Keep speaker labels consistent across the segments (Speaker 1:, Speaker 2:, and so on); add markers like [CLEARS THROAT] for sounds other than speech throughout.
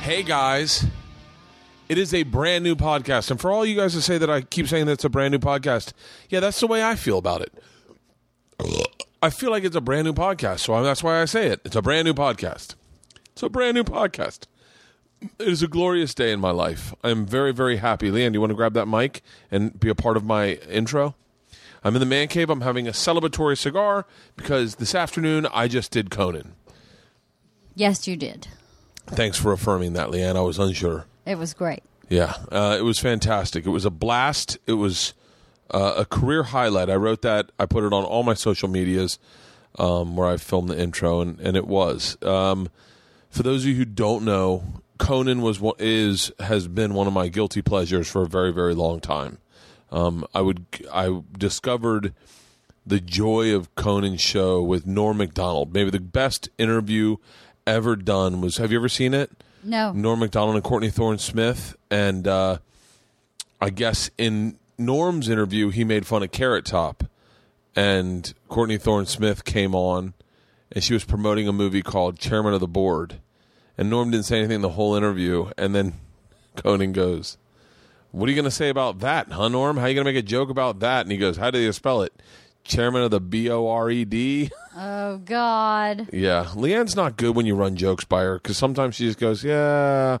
Speaker 1: Hey guys, it is a brand new podcast. And for all you guys to say that I keep saying that it's a brand new podcast, yeah, that's the way I feel about it. I feel like it's a brand new podcast, so that's why I say it. It's a brand new podcast. It's a brand new podcast. It is a glorious day in my life. I'm very, very happy. Leanne, do you want to grab that mic and be a part of my intro? I'm in the man cave. I'm having a celebratory cigar because this afternoon I just did Conan.
Speaker 2: Yes, you did.
Speaker 1: Thanks for affirming that, Leanne. I was unsure.
Speaker 2: It was great.
Speaker 1: Yeah, uh, it was fantastic. It was a blast. It was uh, a career highlight. I wrote that. I put it on all my social medias um, where I filmed the intro, and, and it was. Um, for those of you who don't know, Conan was one, is has been one of my guilty pleasures for a very very long time. Um, I would I discovered the joy of Conan's show with Norm Macdonald. Maybe the best interview ever done was. Have you ever seen it?
Speaker 2: No.
Speaker 1: Norm Macdonald and Courtney Thorne Smith, and uh, I guess in Norm's interview, he made fun of Carrot Top, and Courtney Thorne Smith came on, and she was promoting a movie called Chairman of the Board, and Norm didn't say anything the whole interview, and then [LAUGHS] Conan goes, "What are you going to say about that, huh, Norm? How are you going to make a joke about that?" And he goes, "How do you spell it?" Chairman of the B O R E D.
Speaker 2: Oh God.
Speaker 1: Yeah, Leanne's not good when you run jokes by her because sometimes she just goes, "Yeah."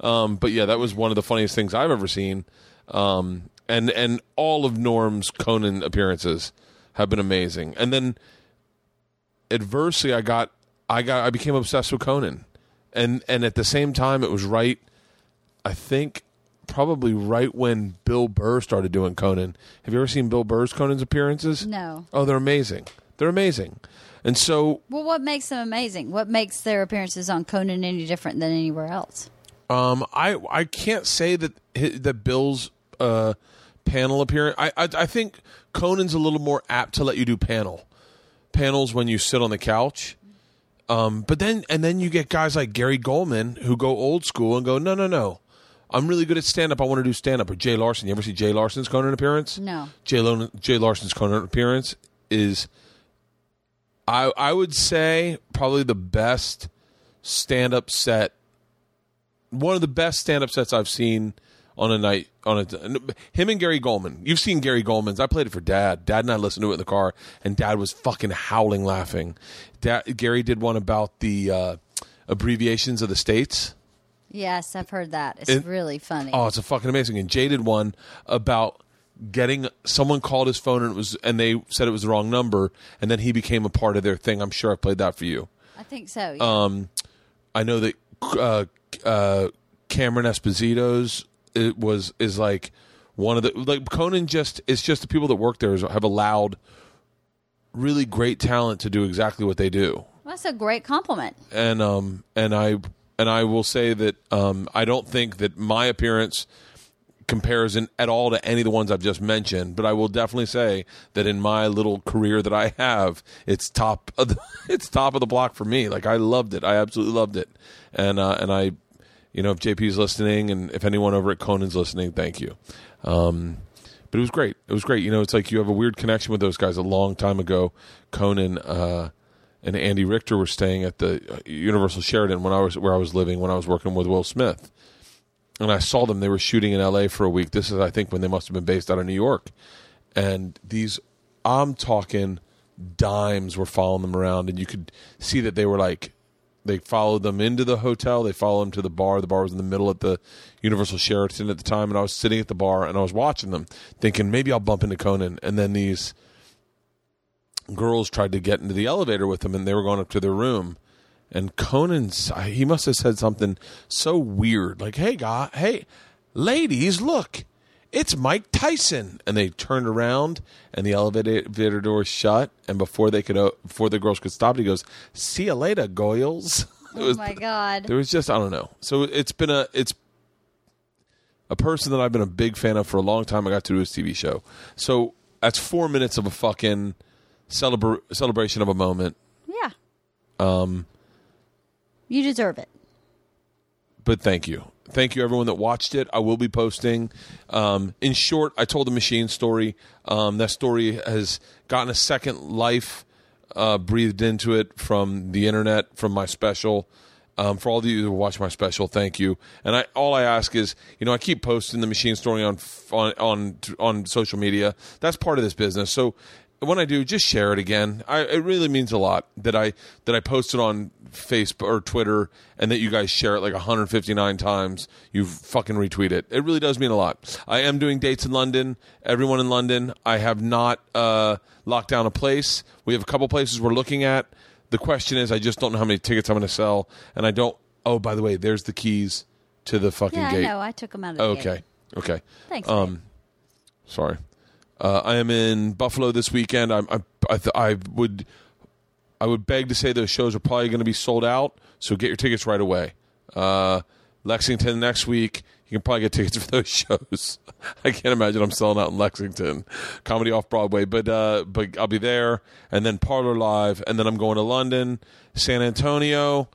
Speaker 1: Um, but yeah, that was one of the funniest things I've ever seen, um, and and all of Norm's Conan appearances have been amazing. And then, adversely, I got I got I became obsessed with Conan, and and at the same time, it was right. I think probably right when Bill Burr started doing Conan. Have you ever seen Bill Burr's Conan's appearances?
Speaker 2: No.
Speaker 1: Oh, they're amazing. They're amazing. And so
Speaker 2: Well, what makes them amazing? What makes their appearances on Conan any different than anywhere else?
Speaker 1: um, I I can't say that hi- that Bill's uh, panel appearance. I, I I think Conan's a little more apt to let you do panel panels when you sit on the couch. Um, but then and then you get guys like Gary Goldman who go old school and go no no no. I'm really good at stand up. I want to do stand up. Or Jay Larson. You ever see Jay Larson's Conan appearance?
Speaker 2: No.
Speaker 1: Jay, Lo- Jay Larson's Conan appearance is, I I would say probably the best stand up set, one of the best stand up sets I've seen on a night on a him and Gary Goldman. You've seen Gary Goldman's. I played it for Dad. Dad and I listened to it in the car, and Dad was fucking howling laughing. Dad, Gary did one about the uh, abbreviations of the states.
Speaker 2: Yes, I've heard that. It's
Speaker 1: It-
Speaker 2: really funny.
Speaker 1: Oh, it's a fucking amazing. And Jay did one about getting someone called his phone and it was and they said it was the wrong number and then he became a part of their thing. I'm sure I played that for you.
Speaker 2: I think so. yeah.
Speaker 1: Um, I know that uh, uh, Cameron Esposito's it was is like one of the like Conan just it's just the people that work there is, have allowed really great talent to do exactly what they do.
Speaker 2: Well, that's a great compliment.
Speaker 1: and um and I and I will say that um I don't think that my appearance compares in, at all to any of the ones I've just mentioned, but I will definitely say that in my little career that I have, it's top of the, [LAUGHS] it's top of the block for me. Like I loved it. I absolutely loved it. And uh and I you know, if JP's listening and if anyone over at Conan's listening, thank you. Um but it was great. It was great. You know, it's like you have a weird connection with those guys. A long time ago, Conan uh, and Andy Richter were staying at the uh, Universal Sheridan when I was where I was living when I was working with Will Smith, and I saw them. They were shooting in L.A. for a week. This is, I think, when they must have been based out of New York. And these, I'm talking dimes were following them around, and you could see that they were like, they followed them into the hotel. They followed them to the bar. The bar was in the middle at the Universal Sheraton at the time, and I was sitting at the bar and I was watching them, thinking maybe I'll bump into Conan. And then these girls tried to get into the elevator with him and they were going up to their room and conan s- he must have said something so weird like hey guy hey ladies look it's mike tyson and they turned around and the elevator door shut and before they could o- before the girls could stop it, he goes see you later goyles [LAUGHS] It
Speaker 2: Oh
Speaker 1: was-
Speaker 2: my God.
Speaker 1: there was just I don't know. So it's been a it's a person that I've been a big fan of for a long time. I got to do his TV show. So that's four minutes of a fucking celebra- celebration of a moment.
Speaker 2: yeah. Um.
Speaker 1: Um,
Speaker 2: You deserve it.
Speaker 1: But thank you, thank you everyone that watched it. I will be posting. Um, in short, I told the machine story. Um, that story has gotten a second life uh, breathed into it from the internet, from my special, Um, for all of you who watch my special, thank you. And I all I ask is, you know, I keep posting the machine story on f- on on on social media. That's part of this business. So when I do, just share it again. I, it really means a lot that I that I post it on Facebook or Twitter, and that you guys share it like 159 times. You fucking retweet it. It really does mean a lot. I am doing dates in London. Everyone in London. I have not uh, locked down a place. We have a couple places we're looking at. The question is, I just don't know how many tickets I'm going to sell, and I don't. Oh, by the way, there's the keys to the fucking
Speaker 2: Yeah, I
Speaker 1: gate.
Speaker 2: know. I took them out of the
Speaker 1: Okay.
Speaker 2: gate.
Speaker 1: Okay.
Speaker 2: Thanks.
Speaker 1: Um, sorry. Uh, I am in Buffalo this weekend. I'm, I I, th- I would I would beg to say those shows are probably going to be sold out. So get your tickets right away. Uh, Lexington next week. You can probably get tickets [LAUGHS] for those shows. [LAUGHS] I can't imagine I'm selling out in Lexington, comedy off Broadway. But uh, but I'll be there, and then Parlor Live, and then I'm going to London, San Antonio.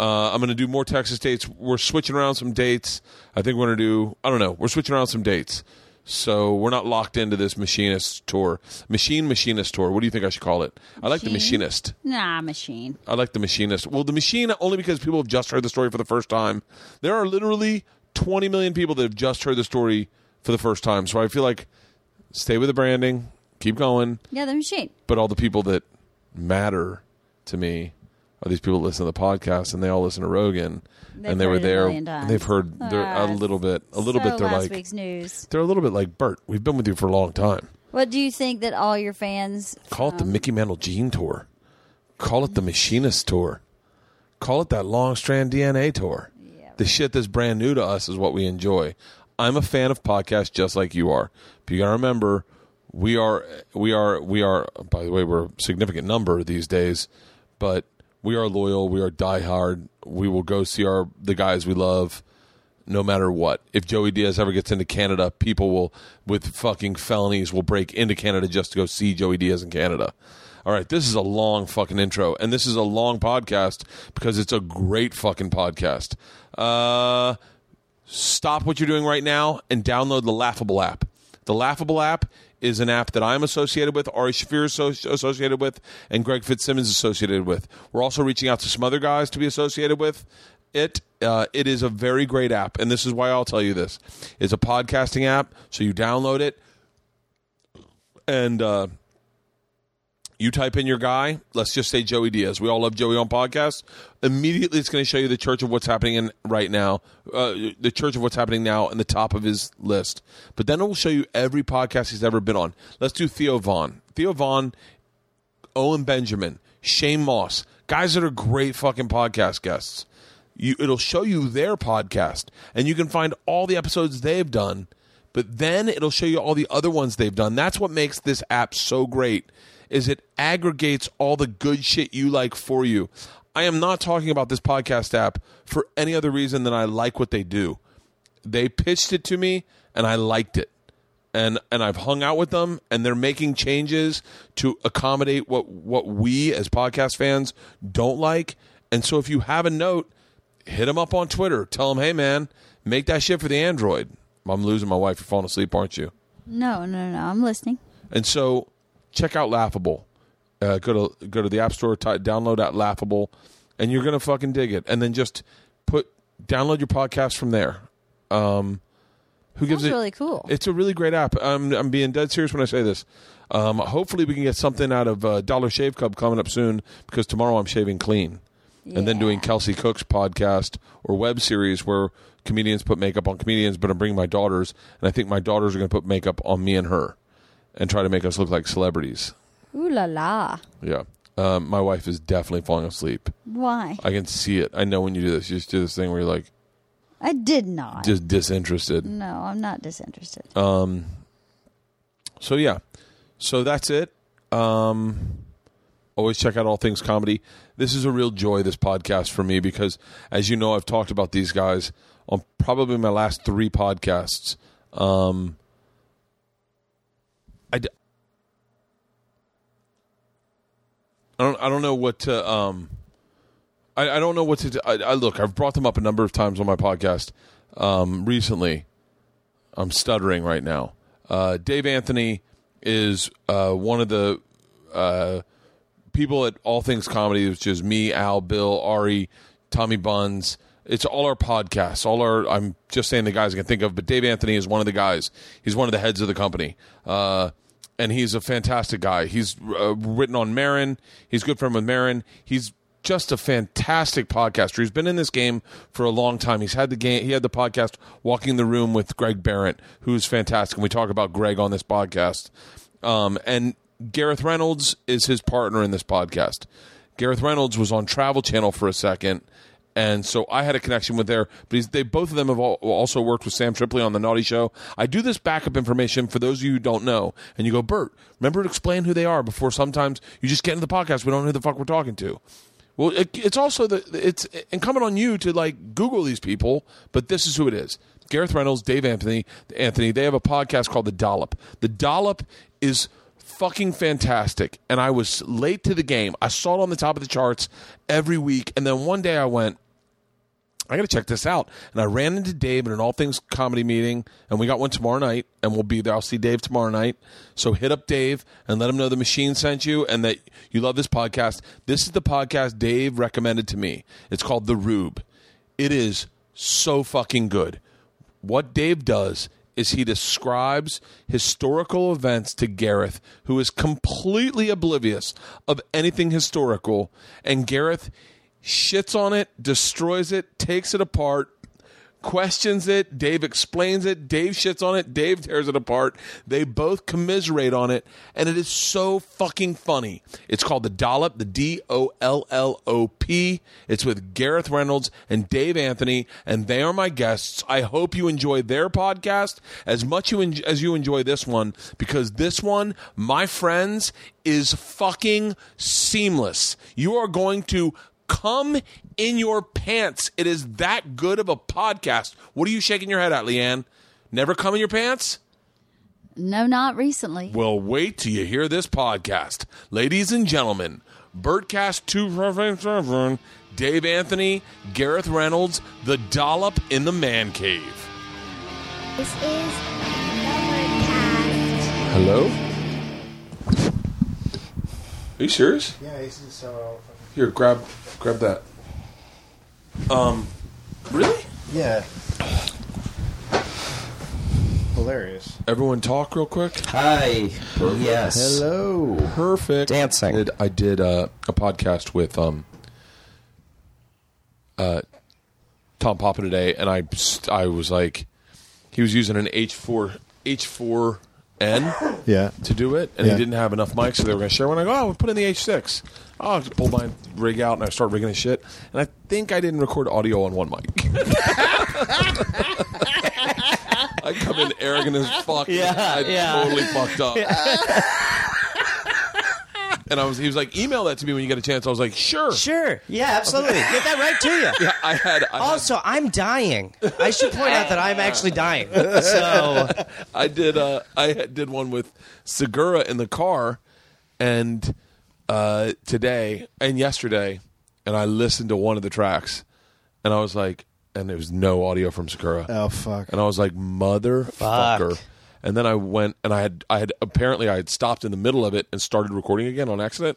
Speaker 1: Uh, I'm going to do more Texas dates. We're switching around some dates. I think we're going to do. I don't know. We're switching around some dates. So we're not locked into this machinist tour, machine machinist tour. What do you think I should call it? I like the
Speaker 2: Machine?
Speaker 1: machinist.
Speaker 2: Nah, machine.
Speaker 1: I like the machinist. Well, the machine only because people have just heard the story for the first time. There are literally 20 million people that have just heard the story for the first time. So I feel like stay with the branding, keep going.
Speaker 2: Yeah, the machine.
Speaker 1: But all the people that matter to me are these people that listen to the podcast, and they all listen to Rogan,
Speaker 2: They've
Speaker 1: and they were
Speaker 2: heard it a
Speaker 1: there.
Speaker 2: million times.
Speaker 1: and they've heard they're a
Speaker 2: Ah,
Speaker 1: little bit, a little
Speaker 2: so
Speaker 1: bit. They're
Speaker 2: last
Speaker 1: like
Speaker 2: week's news.
Speaker 1: they're a little bit like Bert. We've been with you for a long time.
Speaker 2: What do you think that all your fans
Speaker 1: Call it the Mickey Mantle Gene Tour. Call it the Machinist Tour. Call it that Long Strand DNA Tour. The shit that's brand new to us is what we enjoy. I'm a fan of podcasts just like you are. But you gotta remember, we are we are we are by the way, we're a significant number these days, but we are loyal, we are diehard, we will go see our the guys we love no matter what. If Joey Diaz ever gets into Canada, people will with fucking felonies will break into Canada just to go see Joey Diaz in Canada. All right, this is a long fucking intro, and this is a long podcast because it's a great fucking podcast. Uh, stop what you're doing right now and download the Laughable app. The Laughable app is an app that I'm associated with, Ari Shafir is asso- associated with, and Greg Fitzsimmons is associated with. We're also reaching out to some other guys to be associated with it. Uh, it is a very great app, and this is why I'll tell you this. It's a podcasting app, so you download it and uh, you type in your guy. Let's just say Joey Diaz. We all love Joey on podcasts. Immediately, it's going to show you the church of what's happening in right now, uh, the church of what's happening now, and the top of his list. But then it will show you every podcast he's ever been on. Let's do Theo Vaughn. Theo Vaughn Owen Benjamin, Shane Moss, guys that are great fucking podcast guests. You, it'll show you their podcast, and you can find all the episodes they've done. But then it'll show you all the other ones they've done. That's what makes this app so great. Is it aggregates all the good shit you like for you. I am not talking about this podcast app for any other reason than I like what they do. They pitched it to me, and I liked it and and I've hung out with them, and they're making changes to accommodate what what we as podcast fans don't like. And so, if you have a note, hit them up on Twitter. Tell them, hey man, make that shit for the Android. I'm losing my wife. You're falling asleep, aren't you?
Speaker 2: No, no, no. I'm listening.
Speaker 1: And so, check out Laughable. Uh, go to go to the App Store, ty download that Laughable, and you're gonna fucking dig it. And then just put download your podcast from there. Um, who gives
Speaker 2: That's
Speaker 1: it?
Speaker 2: really cool.
Speaker 1: It's a really great app. I'm, I'm being dead serious when I say this. Um, hopefully, we can get something out of uh, Dollar Shave Club coming up soon because tomorrow I'm shaving clean. And then doing
Speaker 2: Yeah.
Speaker 1: Kelsey Cook's podcast or web series where comedians put makeup on comedians, but I'm bringing my daughters, and I think my daughters are going to put makeup on me and her and try to make us look like celebrities.
Speaker 2: Ooh la la.
Speaker 1: Yeah. Um, my wife is definitely falling asleep.
Speaker 2: Why?
Speaker 1: I can see it. I know when you do this. You just do this thing where you're like,
Speaker 2: I did not.
Speaker 1: just disinterested.
Speaker 2: no, I'm not disinterested.
Speaker 1: Um, so yeah, so that's it. Um, always check out all things comedy. This is a real joy. This podcast for me because, as you know, I've talked about these guys on probably my last three podcasts. Um, I. D- I don't. I don't know what to. Um, I, I don't know what to. Do. I, I look. I've brought them up a number of times on my podcast um, recently. I'm stuttering right now. Uh, Dave Anthony is uh, one of the uh, people at All Things Comedy, which is me, Al, Bill, Ari, Tommy Buns. It's all our podcasts. All our I'm just saying the guys I can think of, but Dave Anthony is one of the guys. He's one of the heads of the company. Uh, and he's a fantastic guy. He's uh, written on Marin. He's good friend with Marin. He's just a fantastic podcaster. He's been in this game for a long time. He's had the game. He had the podcast "Walking the Room" with Greg Barrett, who's fantastic. And we talk about Greg on this podcast. Um, and Gareth Reynolds is his partner in this podcast. Gareth Reynolds was on Travel Channel for a second, and so I had a connection with there. But he's, they both of them have al- also worked with Sam Tripley on the Naughty Show. I do this backup information for those of you who don't know, and you go, Bert, remember to explain who they are before. Sometimes you just get into the podcast, we don't know who the fuck we're talking to. Well, it, it's also the it's incumbent on you to like Google these people, but this is who it is: Gareth Reynolds, Dave Anthony, Anthony. They have a podcast called The Dollop. The Dollop is fucking fantastic, and I was late to the game. I saw it on the top of the charts every week, and then one day I went. I got to check this out. And I ran into Dave at an All Things comedy meeting, and we got one tomorrow night, and we'll be there. I'll see Dave tomorrow night. So hit up Dave and let him know the machine sent you and that you love this podcast. This is the podcast Dave recommended to me. It's called The Rube. It is so fucking good. What Dave does is he describes historical events to Gareth, who is completely oblivious of anything historical. And Gareth shits on it, destroys it, takes it apart, questions it. Dave explains it. Dave shits on it. Dave tears it apart. They both commiserate on it, and it is so fucking funny. It's called The Dollop, the D O L L O P. It's with Gareth Reynolds and Dave Anthony, and they are my guests. I hope you enjoy their podcast as much you en- as you enjoy this one, because this one, my friends, is fucking seamless. You are going to come in your pants. It is that good of a podcast. What are you shaking your head at, Leanne? Never come in your pants?
Speaker 2: No, not recently.
Speaker 1: Well, wait till you hear this podcast. Ladies and gentlemen, Birdcast 257, Dave Anthony, Gareth Reynolds, The Dollop in the Man Cave.
Speaker 3: This is Lumbercast.
Speaker 1: Hello? Are you serious?
Speaker 4: Yeah, he's just so.
Speaker 1: Here, grab grab that. Um, really?
Speaker 4: Yeah. Hilarious.
Speaker 1: Everyone talk real quick.
Speaker 5: Hi. Yes.
Speaker 4: Hello.
Speaker 1: perfect
Speaker 5: Dancing.
Speaker 1: I did, I did uh, a podcast with um, uh, Tom Papa today, and I st- I was like, he was using an H four H four N
Speaker 4: Yeah.
Speaker 1: to do it, and
Speaker 4: Yeah.
Speaker 1: he didn't have enough mics, so they were going to share one. I go, oh, we'll put in the H6. Oh, I just pulled my rig out and I started rigging the shit. And I think I didn't record audio on one mic. [LAUGHS] I come in arrogant as fuck.
Speaker 5: Yeah,
Speaker 1: I
Speaker 5: yeah.
Speaker 1: totally fucked up. [LAUGHS] and I was, he was like, email that to me when you get a chance. I was like, sure.
Speaker 5: Sure. Yeah, absolutely. Get that right to
Speaker 4: [LAUGHS]
Speaker 5: you.
Speaker 1: Yeah, I had, I, had-
Speaker 5: Also, I'm dying. I should point out that I'm actually dying. So,
Speaker 1: I did, uh, I had- did one with Segura in the car, and uh, today and yesterday, and I listened to one of the tracks, and I was like, and there was no audio from Sakura.
Speaker 4: Oh, fuck.
Speaker 1: And I was like, motherfucker.
Speaker 5: Fuck.
Speaker 1: And then I went and I had I had apparently I had stopped in the middle of it and started recording again on accident,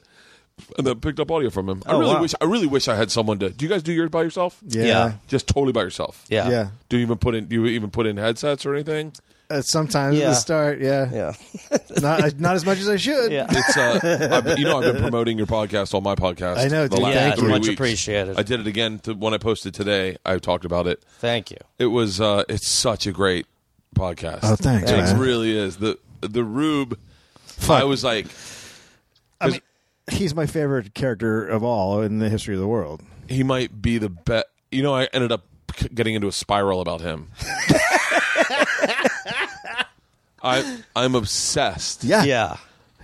Speaker 1: and then picked up audio from him. I
Speaker 5: Oh,
Speaker 1: really
Speaker 5: wow.
Speaker 1: wish I really wish I had someone to. Do you guys do yours by yourself?
Speaker 4: Yeah.
Speaker 5: Yeah.
Speaker 1: Just totally by yourself.
Speaker 4: [LAUGHS]
Speaker 5: yeah.
Speaker 4: Yeah.
Speaker 1: Do you even put in? Do you even put in headsets or anything?
Speaker 4: Uh, sometimes at
Speaker 5: Yeah.
Speaker 4: the start, yeah. [LAUGHS]
Speaker 5: Yeah.
Speaker 4: Not not as much as I should.
Speaker 5: Yeah.
Speaker 1: It's uh, I've, you know I've been promoting your podcast on my podcast.
Speaker 4: I know,
Speaker 1: the
Speaker 4: dude.
Speaker 1: last
Speaker 4: Thank
Speaker 1: three
Speaker 4: you.
Speaker 5: Much
Speaker 1: weeks.
Speaker 5: appreciated.
Speaker 1: I did it again to, when I posted today. I talked about it.
Speaker 5: Thank you.
Speaker 1: It was uh, it's such a great podcast.
Speaker 4: Oh, thanks,
Speaker 1: It
Speaker 4: man.
Speaker 1: really is the the Rube. I was like,
Speaker 4: I mean, he's my favorite character of all in the history of the world.
Speaker 1: he might be the best. You know, I ended up c- getting into a spiral about
Speaker 4: [LAUGHS]
Speaker 1: him. I I'm obsessed.
Speaker 4: Yeah.
Speaker 5: Yeah.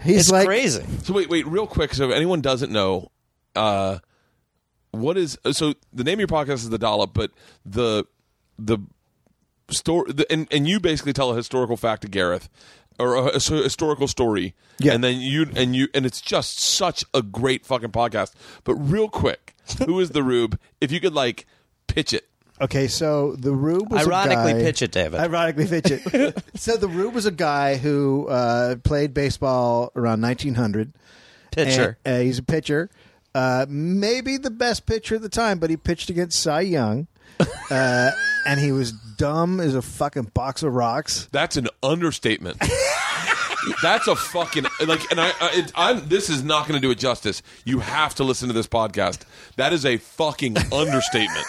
Speaker 4: He's
Speaker 5: It's
Speaker 4: like
Speaker 5: crazy.
Speaker 1: So wait, wait, real quick. So if anyone doesn't know, uh, what is uh, so the name of your podcast is the Dollop, but the the story the, and and you basically tell a historical fact to Gareth or a, his- historical story,
Speaker 4: Yeah.
Speaker 1: And then you and you and it's just such a great fucking podcast. But real quick, who is the Rube? If you could like pitch it.
Speaker 4: Okay, so the Rube was
Speaker 5: Ironically,
Speaker 4: a guy,
Speaker 5: pitch it, David.
Speaker 4: Ironically, pitch it.
Speaker 5: [LAUGHS]
Speaker 4: so the Rube was a guy who uh, played baseball around 1900.
Speaker 5: Pitcher.
Speaker 4: [LAUGHS] And, uh, he's a pitcher. Uh, maybe the best pitcher at the time, but he pitched against Cy Young,
Speaker 5: [LAUGHS]
Speaker 4: uh, and he was dumb as a fucking box of rocks.
Speaker 1: That's an understatement. That's a fucking like, and I, I it, I'm. This is not going to do it justice. You have to listen to this podcast. That is a fucking understatement.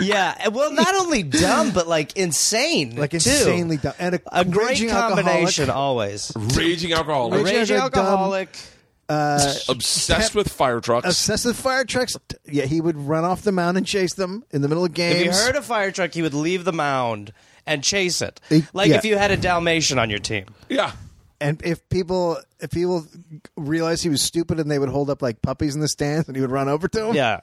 Speaker 5: Yeah. and, Well, not only dumb, but like insane.
Speaker 4: Like
Speaker 5: too.
Speaker 4: insanely dumb. And a
Speaker 5: A great
Speaker 4: raging
Speaker 5: combination, always.
Speaker 1: Raging
Speaker 5: A
Speaker 1: alcoholic,
Speaker 4: Raging
Speaker 5: raging
Speaker 4: alcoholic, dumb-
Speaker 5: alcoholic.
Speaker 1: obsessed with fire trucks.
Speaker 4: Obsessive Uh, fire trucks. Yeah, he would run off the mound and chase them in the middle of games.
Speaker 5: If you heard a fire truck, he would leave the mound and chase it.
Speaker 4: He-
Speaker 5: Like
Speaker 4: yeah.
Speaker 5: if you had a Dalmatian on your team.
Speaker 4: [LAUGHS]
Speaker 1: Yeah,
Speaker 4: and if people if people realized he was stupid and they would hold up like puppies in the stands and he would run over to them.
Speaker 5: Yeah.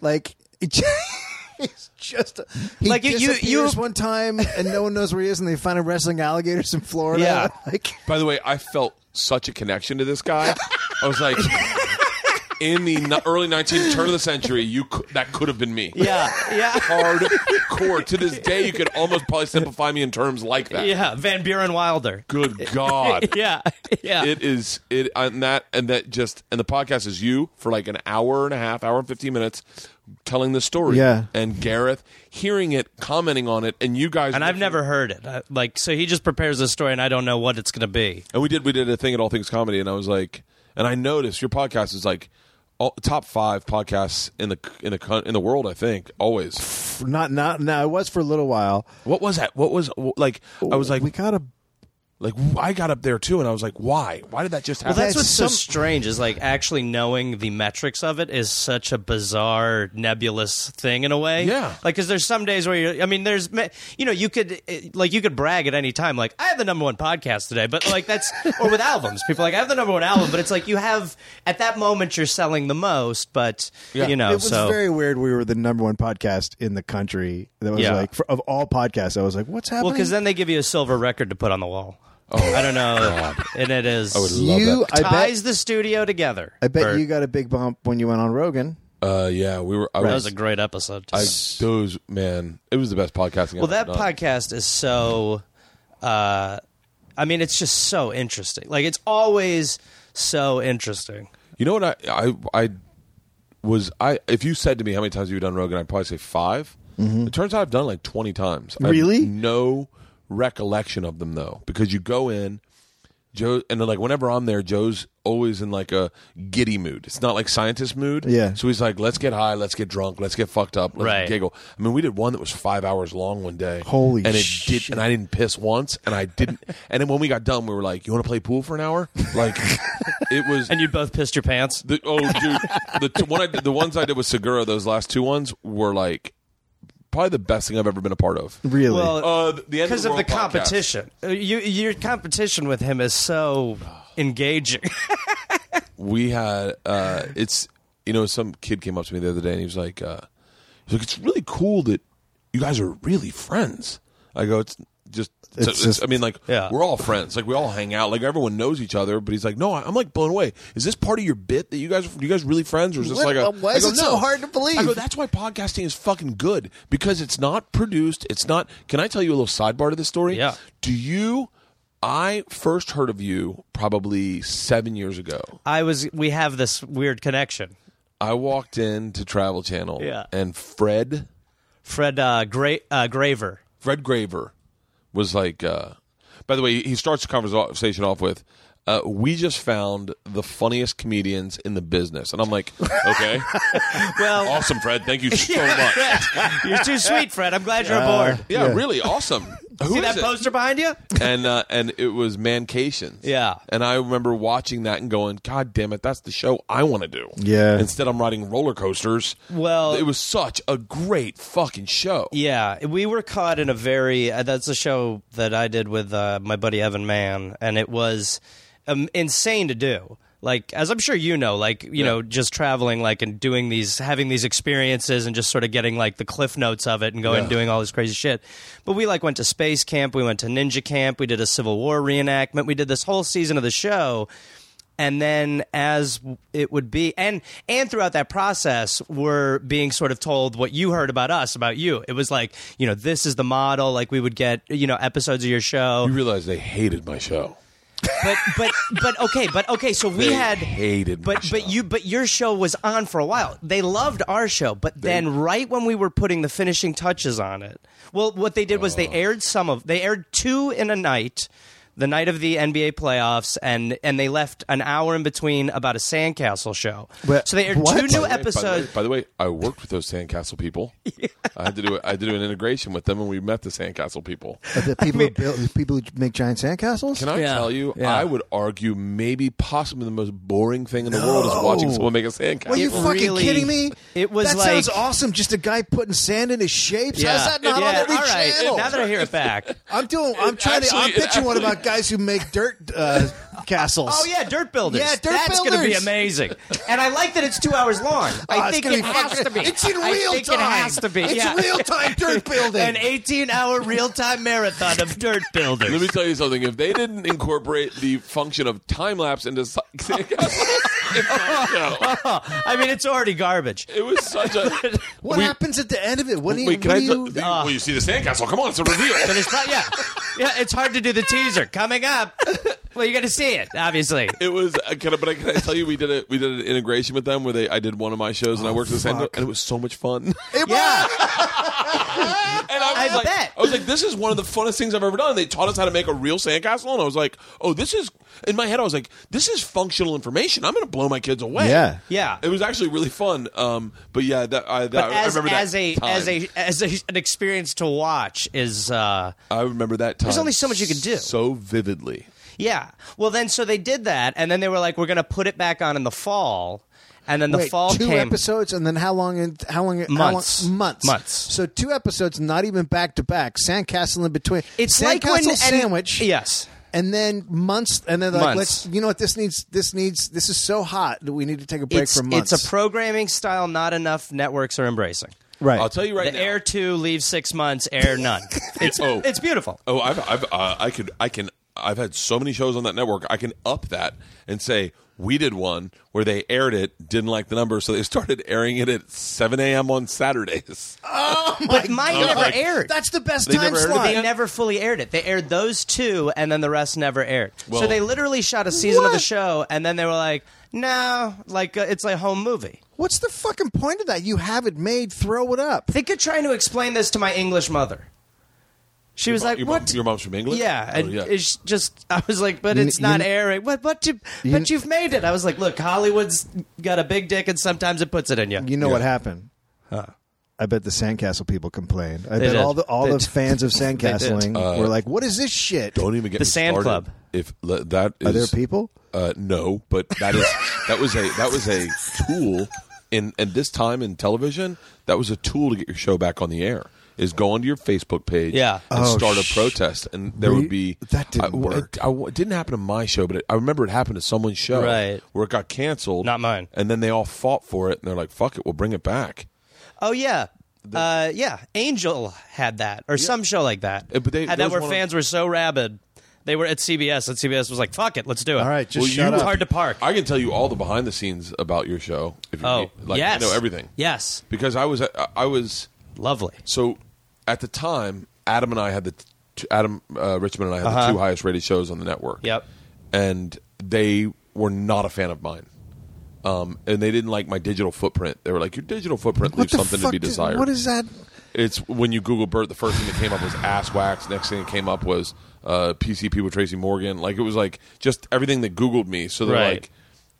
Speaker 4: like [LAUGHS] he's just a, he
Speaker 5: Like, you- you- you-
Speaker 4: disappears one time and no one knows where he is and they find him wrestling alligators in Florida.
Speaker 5: Yeah.
Speaker 4: [LAUGHS] like
Speaker 1: By the way, I felt such a connection to this guy. I was like, in the n- early 19th turn of the century, you cou- that could have been me.
Speaker 5: Yeah. Yeah.
Speaker 1: Hardcore. To this day, you could almost probably simplify me in terms like that.
Speaker 5: [LAUGHS] Yeah. Van Buren Wilder.
Speaker 1: Good God.
Speaker 5: Yeah. Yeah.
Speaker 1: [LAUGHS] It is it and that and that just and the podcast is you for like an hour and a half, hour and fifteen minutes, telling the story.
Speaker 4: Yeah.
Speaker 1: and Gareth hearing it, commenting on it, and you guys.
Speaker 5: and I've never heard it. I, like, so he just prepares a story, and I don't know what it's going to be.
Speaker 1: And we did we did a thing at All Things Comedy, and I was like, and I noticed your podcast is like all, top five podcasts in the in the coun- in the world. I think always.
Speaker 4: not not now. It was for a little while.
Speaker 1: What was that? What was like? I was like,
Speaker 4: we got a
Speaker 1: like I got up there too, and I was like, why? Why did that just happen?
Speaker 5: Well, that's
Speaker 4: That's
Speaker 5: what's so
Speaker 4: some-
Speaker 5: strange is like actually knowing the metrics of it is such a bizarre, nebulous thing in a way.
Speaker 1: Yeah.
Speaker 5: Like, because there's some days where you're, I mean, there's, ma- you know, you could, eh, like, you could brag at any time, like, I have the number one podcast today, but like, that's, or with albums, people are like, I have the number one album, but it's like you have, at that moment, you're selling the most, but,
Speaker 1: Yeah.
Speaker 5: you know,
Speaker 4: it was
Speaker 5: so.
Speaker 4: very weird. We were the number one podcast in the country. That was
Speaker 5: Yeah.
Speaker 4: like for, of all podcasts. I was like, what's happening?
Speaker 5: well, because then they give you a silver record to put on the wall. Oh, I don't know. And it is.
Speaker 1: love
Speaker 4: you, I bet,
Speaker 5: ties the studio together.
Speaker 4: I bet
Speaker 5: Bert.
Speaker 4: you got a big bump when you went on Rogan.
Speaker 1: uh, yeah, we were. I
Speaker 5: That
Speaker 1: was.
Speaker 5: was a great episode.
Speaker 1: I, those man, it was the best podcasting.
Speaker 5: well, that
Speaker 1: podcast.
Speaker 5: podcast is so. Uh, I mean, it's just so interesting. Like it's always so interesting.
Speaker 1: You know what I I I was I if you said to me how many times have you done Rogan, I'd probably say 5 It turns out I've done like twenty times. I have
Speaker 4: Mm-hmm. Really?
Speaker 1: no recollection of them though, because you go in. Joe and then like whenever I'm there, Joe's always in like a giddy mood. It's not like scientist mood.
Speaker 4: Yeah.
Speaker 1: So he's like, let's get high, let's get drunk, let's get fucked up, let's
Speaker 5: Right.
Speaker 1: giggle. I mean, we did one that was five hours long one day.
Speaker 4: Holy
Speaker 1: and it
Speaker 4: shit.
Speaker 1: Did, and I didn't piss once, and I didn't. and then when we got done, we were like, you want to play pool for an hour?
Speaker 4: [LAUGHS]
Speaker 1: Like, it was.
Speaker 5: And you both pissed your pants.
Speaker 1: The, oh, dude, the t- one I did, the ones I did with Segura, those last two ones were like probably the best thing I've ever been a part of.
Speaker 4: Really? [LAUGHS]
Speaker 1: Uh, the end
Speaker 5: because
Speaker 1: of
Speaker 5: of
Speaker 1: the
Speaker 5: the
Speaker 1: World podcast.
Speaker 5: competition, Uh, you, your competition with him is so engaging. [LAUGHS]
Speaker 1: We had uh, it's you know some kid came up to me the other day and he was like, uh, he's like it's really cool that you guys are really friends. I go, it's just.
Speaker 4: It's
Speaker 1: so- it's-
Speaker 4: just-
Speaker 1: I mean, like
Speaker 5: Yeah.
Speaker 1: we're all friends. Like we all hang out. Like everyone knows each other. But he's like, no, I- I'm like blown away. Is this part of your bit that you guys are you guys really friends, or is this like
Speaker 4: What-
Speaker 1: a?
Speaker 4: why
Speaker 1: I
Speaker 4: is
Speaker 1: go,
Speaker 4: it so
Speaker 1: "No."
Speaker 4: hard to believe?
Speaker 1: I go, that's why podcasting is fucking good because it's not produced. It's not. Can I tell you a little sidebar to this story?
Speaker 5: Yeah.
Speaker 1: Do you? I first heard of you probably seven years ago.
Speaker 5: I was. We have this weird connection.
Speaker 1: I walked in to Travel Channel,
Speaker 5: Yeah.
Speaker 1: and Fred
Speaker 5: Fred uh, Gra- uh, Graver.
Speaker 1: Fred Graver was like. Uh, by the way, he starts the conversation off with, uh, "We just found the funniest comedians in the business," and I'm like, "Okay,
Speaker 5: [LAUGHS] Well,
Speaker 1: awesome, Fred. Thank you so much. Yeah,
Speaker 5: you're too sweet, Fred. I'm glad you're aboard.
Speaker 1: really awesome. Who
Speaker 5: [LAUGHS] See
Speaker 1: is
Speaker 5: that
Speaker 1: it?
Speaker 5: poster [LAUGHS] behind you?
Speaker 1: and uh, and it was Mancations.
Speaker 5: Yeah.
Speaker 1: And I remember watching that and going, God damn it, that's the show I want to do.
Speaker 4: Yeah.
Speaker 1: Instead, I'm riding roller coasters.
Speaker 5: Well-
Speaker 1: it was such a great fucking show.
Speaker 5: Yeah, we were caught in a very. Uh, that's a show that I did with uh, my buddy Evan Mann, and it was um, insane to do. Like, as I'm sure you know, like you know, just traveling, like and doing these, having these experiences, and just sort of getting like the cliff notes of it, and going and doing all this crazy shit. But we like went to space camp, we went to ninja camp, we did a Civil War reenactment, we did this whole season of the show, and then as it would be and and throughout that process we're being sort of told what you heard about us about you it was like you know this is the model like we would get you know episodes of your show
Speaker 1: You realize they hated my show.
Speaker 5: but but but okay, but okay. So we
Speaker 1: They
Speaker 5: had
Speaker 1: hated my
Speaker 5: but
Speaker 1: show.
Speaker 5: but you but your show was on for a while. They loved our show, but then right when we were putting the finishing touches on it, well, what they did was
Speaker 1: Oh.
Speaker 5: they aired some of they aired two in a night. The night of the NBA playoffs, and and they left an hour in between about a sandcastle show.
Speaker 4: But-
Speaker 5: so they aired
Speaker 4: what?
Speaker 5: two
Speaker 1: By the
Speaker 5: new
Speaker 1: way- By the,
Speaker 5: episodes.
Speaker 1: way, by the way, I worked with those Sandcastle
Speaker 5: [LAUGHS]
Speaker 1: people. I had to do I had to do an integration with them, and we met the Sandcastle people.
Speaker 4: But the people who build, the people who make giant sandcastles.
Speaker 1: Can I
Speaker 5: Yeah.
Speaker 1: tell you?
Speaker 5: Yeah.
Speaker 1: I would argue maybe possibly the most boring thing in the world is watching someone make a sandcastle.
Speaker 4: Are you
Speaker 5: It
Speaker 4: fucking
Speaker 5: really-
Speaker 4: kidding me?
Speaker 5: it was
Speaker 4: that
Speaker 5: like-
Speaker 4: sounds awesome. Just a guy putting sand into shapes.
Speaker 5: Yeah.
Speaker 4: How's that not on
Speaker 5: Yeah,
Speaker 4: every
Speaker 5: all right.
Speaker 4: channel?
Speaker 5: Now that I hear it back,
Speaker 4: I'm doing. I'm trying to. I'm
Speaker 1: actually- it
Speaker 4: picturing one
Speaker 1: actually-
Speaker 4: about guys who make dirt
Speaker 1: [LAUGHS]
Speaker 4: uh, castles.
Speaker 5: Oh yeah, dirt builders.
Speaker 4: Yeah, dirt
Speaker 5: That's gonna be
Speaker 4: builders.
Speaker 5: amazing. And I like that it's two hours long.
Speaker 4: Ah,
Speaker 5: I
Speaker 4: it's
Speaker 5: think
Speaker 4: gonna
Speaker 5: it
Speaker 4: be
Speaker 5: has
Speaker 4: fucking-
Speaker 5: to be.
Speaker 4: It's in real
Speaker 5: I think
Speaker 4: time.
Speaker 5: It has to be.
Speaker 4: It's
Speaker 5: yeah.
Speaker 4: real time
Speaker 5: [LAUGHS]
Speaker 4: dirt building.
Speaker 5: An 18-hour real-time marathon of dirt builders.
Speaker 1: Let me tell you something. If they didn't incorporate the function of time lapse into sa- sandcastle, no,
Speaker 5: I mean, it's already garbage.
Speaker 1: it was such a.
Speaker 5: [LAUGHS]
Speaker 4: what
Speaker 1: we-
Speaker 4: happens at the end of it? What do you?
Speaker 1: Wait, can
Speaker 4: what
Speaker 1: I?
Speaker 4: do you-
Speaker 1: tell- well, you see the sandcastle. Come on, it's a reveal.
Speaker 5: But it's not. Yeah, yeah. It's hard to do the teaser coming up. Well, you're gonna see it, obviously.
Speaker 1: It was, uh, can I, but I, can I tell you, we did a we did an integration with them where they I did one of my shows and I worked at the same and it was so much [LAUGHS] fun. and
Speaker 5: Yeah,
Speaker 1: I, was
Speaker 5: I
Speaker 1: like,
Speaker 5: bet.
Speaker 1: I was like, this is one of the funnest things I've ever done. They taught us how to make a real sandcastle, and I was like, oh, this is in my head. I was like, this is functional information. I'm going to blow my kids away.
Speaker 4: Yeah.
Speaker 5: Yeah.
Speaker 1: It was actually really fun. Um, but yeah, that I, that,
Speaker 5: but
Speaker 1: I
Speaker 5: as,
Speaker 1: remember that
Speaker 5: as a
Speaker 1: time.
Speaker 5: as a as a, an experience to watch is. uh
Speaker 1: I remember that time.
Speaker 5: only so much you can do.
Speaker 1: so vividly.
Speaker 5: Yeah. Well, then, so they did that, and then they were like, "We're going to put it back on in the fall," and then the
Speaker 4: Wait,
Speaker 5: fall
Speaker 4: two
Speaker 5: came.
Speaker 4: episodes, and then how long? in- How long? how long-
Speaker 5: Months.
Speaker 4: months.
Speaker 5: Months.
Speaker 4: So two episodes, not even back to back. Sandcastle in between.
Speaker 5: It's
Speaker 4: sandcastle
Speaker 5: like when and-
Speaker 4: sandwich.
Speaker 5: yes.
Speaker 4: And then months, and then like,
Speaker 5: Months.
Speaker 4: let's. You know what? This needs. This needs. This is so hot that we need to take a break
Speaker 5: It's,
Speaker 4: for months.
Speaker 5: it's a programming style not enough networks are embracing.
Speaker 4: right.
Speaker 1: I'll tell you right
Speaker 5: the
Speaker 1: now.
Speaker 5: air two, leave six months, air none.
Speaker 1: [LAUGHS]
Speaker 5: It's
Speaker 1: Oh.
Speaker 5: it's beautiful.
Speaker 1: Oh, I've, I've uh, I could, I can, I've had so many shows on that network. I can up that and say we did one where they aired it, didn't like the number, so they started airing it at 7 a.m. on Saturdays.
Speaker 5: but mine never
Speaker 1: like,
Speaker 5: aired.
Speaker 4: That's the best
Speaker 1: They
Speaker 4: time
Speaker 1: never heard of
Speaker 4: slot.
Speaker 5: they never fully aired it. They aired those two, and then the rest never aired. so
Speaker 1: Well-
Speaker 5: they literally shot a season of the show, and then they were like, "No, like uh, it's like a home movie."
Speaker 4: What's the fucking point of that? You have it made. Throw it up.
Speaker 5: Think of trying to explain this to my English mother. She was
Speaker 1: Your mom-
Speaker 5: like,
Speaker 1: your mom-
Speaker 5: "What?
Speaker 1: your mom's from England?
Speaker 5: Yeah,
Speaker 1: Oh,
Speaker 5: and
Speaker 1: yeah.
Speaker 5: it's just I was like, "But
Speaker 4: You-
Speaker 5: it's
Speaker 4: you-
Speaker 5: not airing." What? But you,
Speaker 4: You-
Speaker 5: but you've made it. I was like, "Look, Hollywood's got a big dick, and sometimes it puts it in you."
Speaker 4: You know what happened? I bet the Sandcastle people complained. I bet
Speaker 5: did.
Speaker 4: all the all
Speaker 5: [LAUGHS] They
Speaker 4: the
Speaker 5: did.
Speaker 4: fans of
Speaker 5: did.
Speaker 4: Sandcastling were like, "What is this
Speaker 1: [LAUGHS]
Speaker 4: shit?"
Speaker 1: Uh, Don't even get
Speaker 5: The
Speaker 1: me
Speaker 5: Sand
Speaker 1: started.
Speaker 5: Club.
Speaker 1: If le- that is,
Speaker 4: Are there people?
Speaker 1: Uh, no, but that is that was a that was a tool in at this time in television. That was a tool to get your show back on the air. Is go onto your Facebook page,
Speaker 5: Yeah.
Speaker 1: and
Speaker 4: Oh,
Speaker 1: start a
Speaker 4: sh-
Speaker 1: protest, and there would be
Speaker 4: That didn't
Speaker 1: I- w-
Speaker 4: work.
Speaker 1: I- w- it didn't happen to my show, but it, I remember it happened to someone's show,
Speaker 5: Right.
Speaker 1: Where it got canceled,
Speaker 5: Not mine.
Speaker 1: and then they all fought for it, and they're like, "Fuck it, we'll bring it back."
Speaker 5: Oh yeah. uh, yeah, Angel had that, or some show like that.
Speaker 1: Uh, but they-
Speaker 5: had
Speaker 1: there
Speaker 5: that
Speaker 1: was
Speaker 5: where
Speaker 1: one on-
Speaker 5: fans were so rabid, they were at CBS, and CBS was like, "Fuck it, let's do it."
Speaker 4: All right, just
Speaker 1: Well,
Speaker 4: shut
Speaker 1: you-
Speaker 5: it's
Speaker 4: up.
Speaker 5: hard to park.
Speaker 1: I can tell you all the behind the scenes about your show. If you
Speaker 5: oh,
Speaker 1: need- like,
Speaker 5: yes,
Speaker 1: I know everything.
Speaker 5: Yes,
Speaker 1: because I was I, I was
Speaker 5: lovely.
Speaker 1: So at the time, Adam and I had the t- Adam uh, Richmond and I had
Speaker 4: Uh-huh.
Speaker 1: the two highest rated shows on the network.
Speaker 5: Yep.
Speaker 1: And they were not a fan of mine. Um, and they didn't like my digital footprint. They were like, "Your digital footprint
Speaker 4: What
Speaker 1: leaves
Speaker 4: the
Speaker 1: something to
Speaker 4: fuck
Speaker 1: be
Speaker 4: did-
Speaker 1: desired."
Speaker 4: What is that?
Speaker 1: It's when you Google Bert, the first thing that came up was ass wax. Next thing that came up was uh, PCP with Tracy Morgan. Like it was like just everything that Googled me. So they're
Speaker 5: Right.
Speaker 1: like,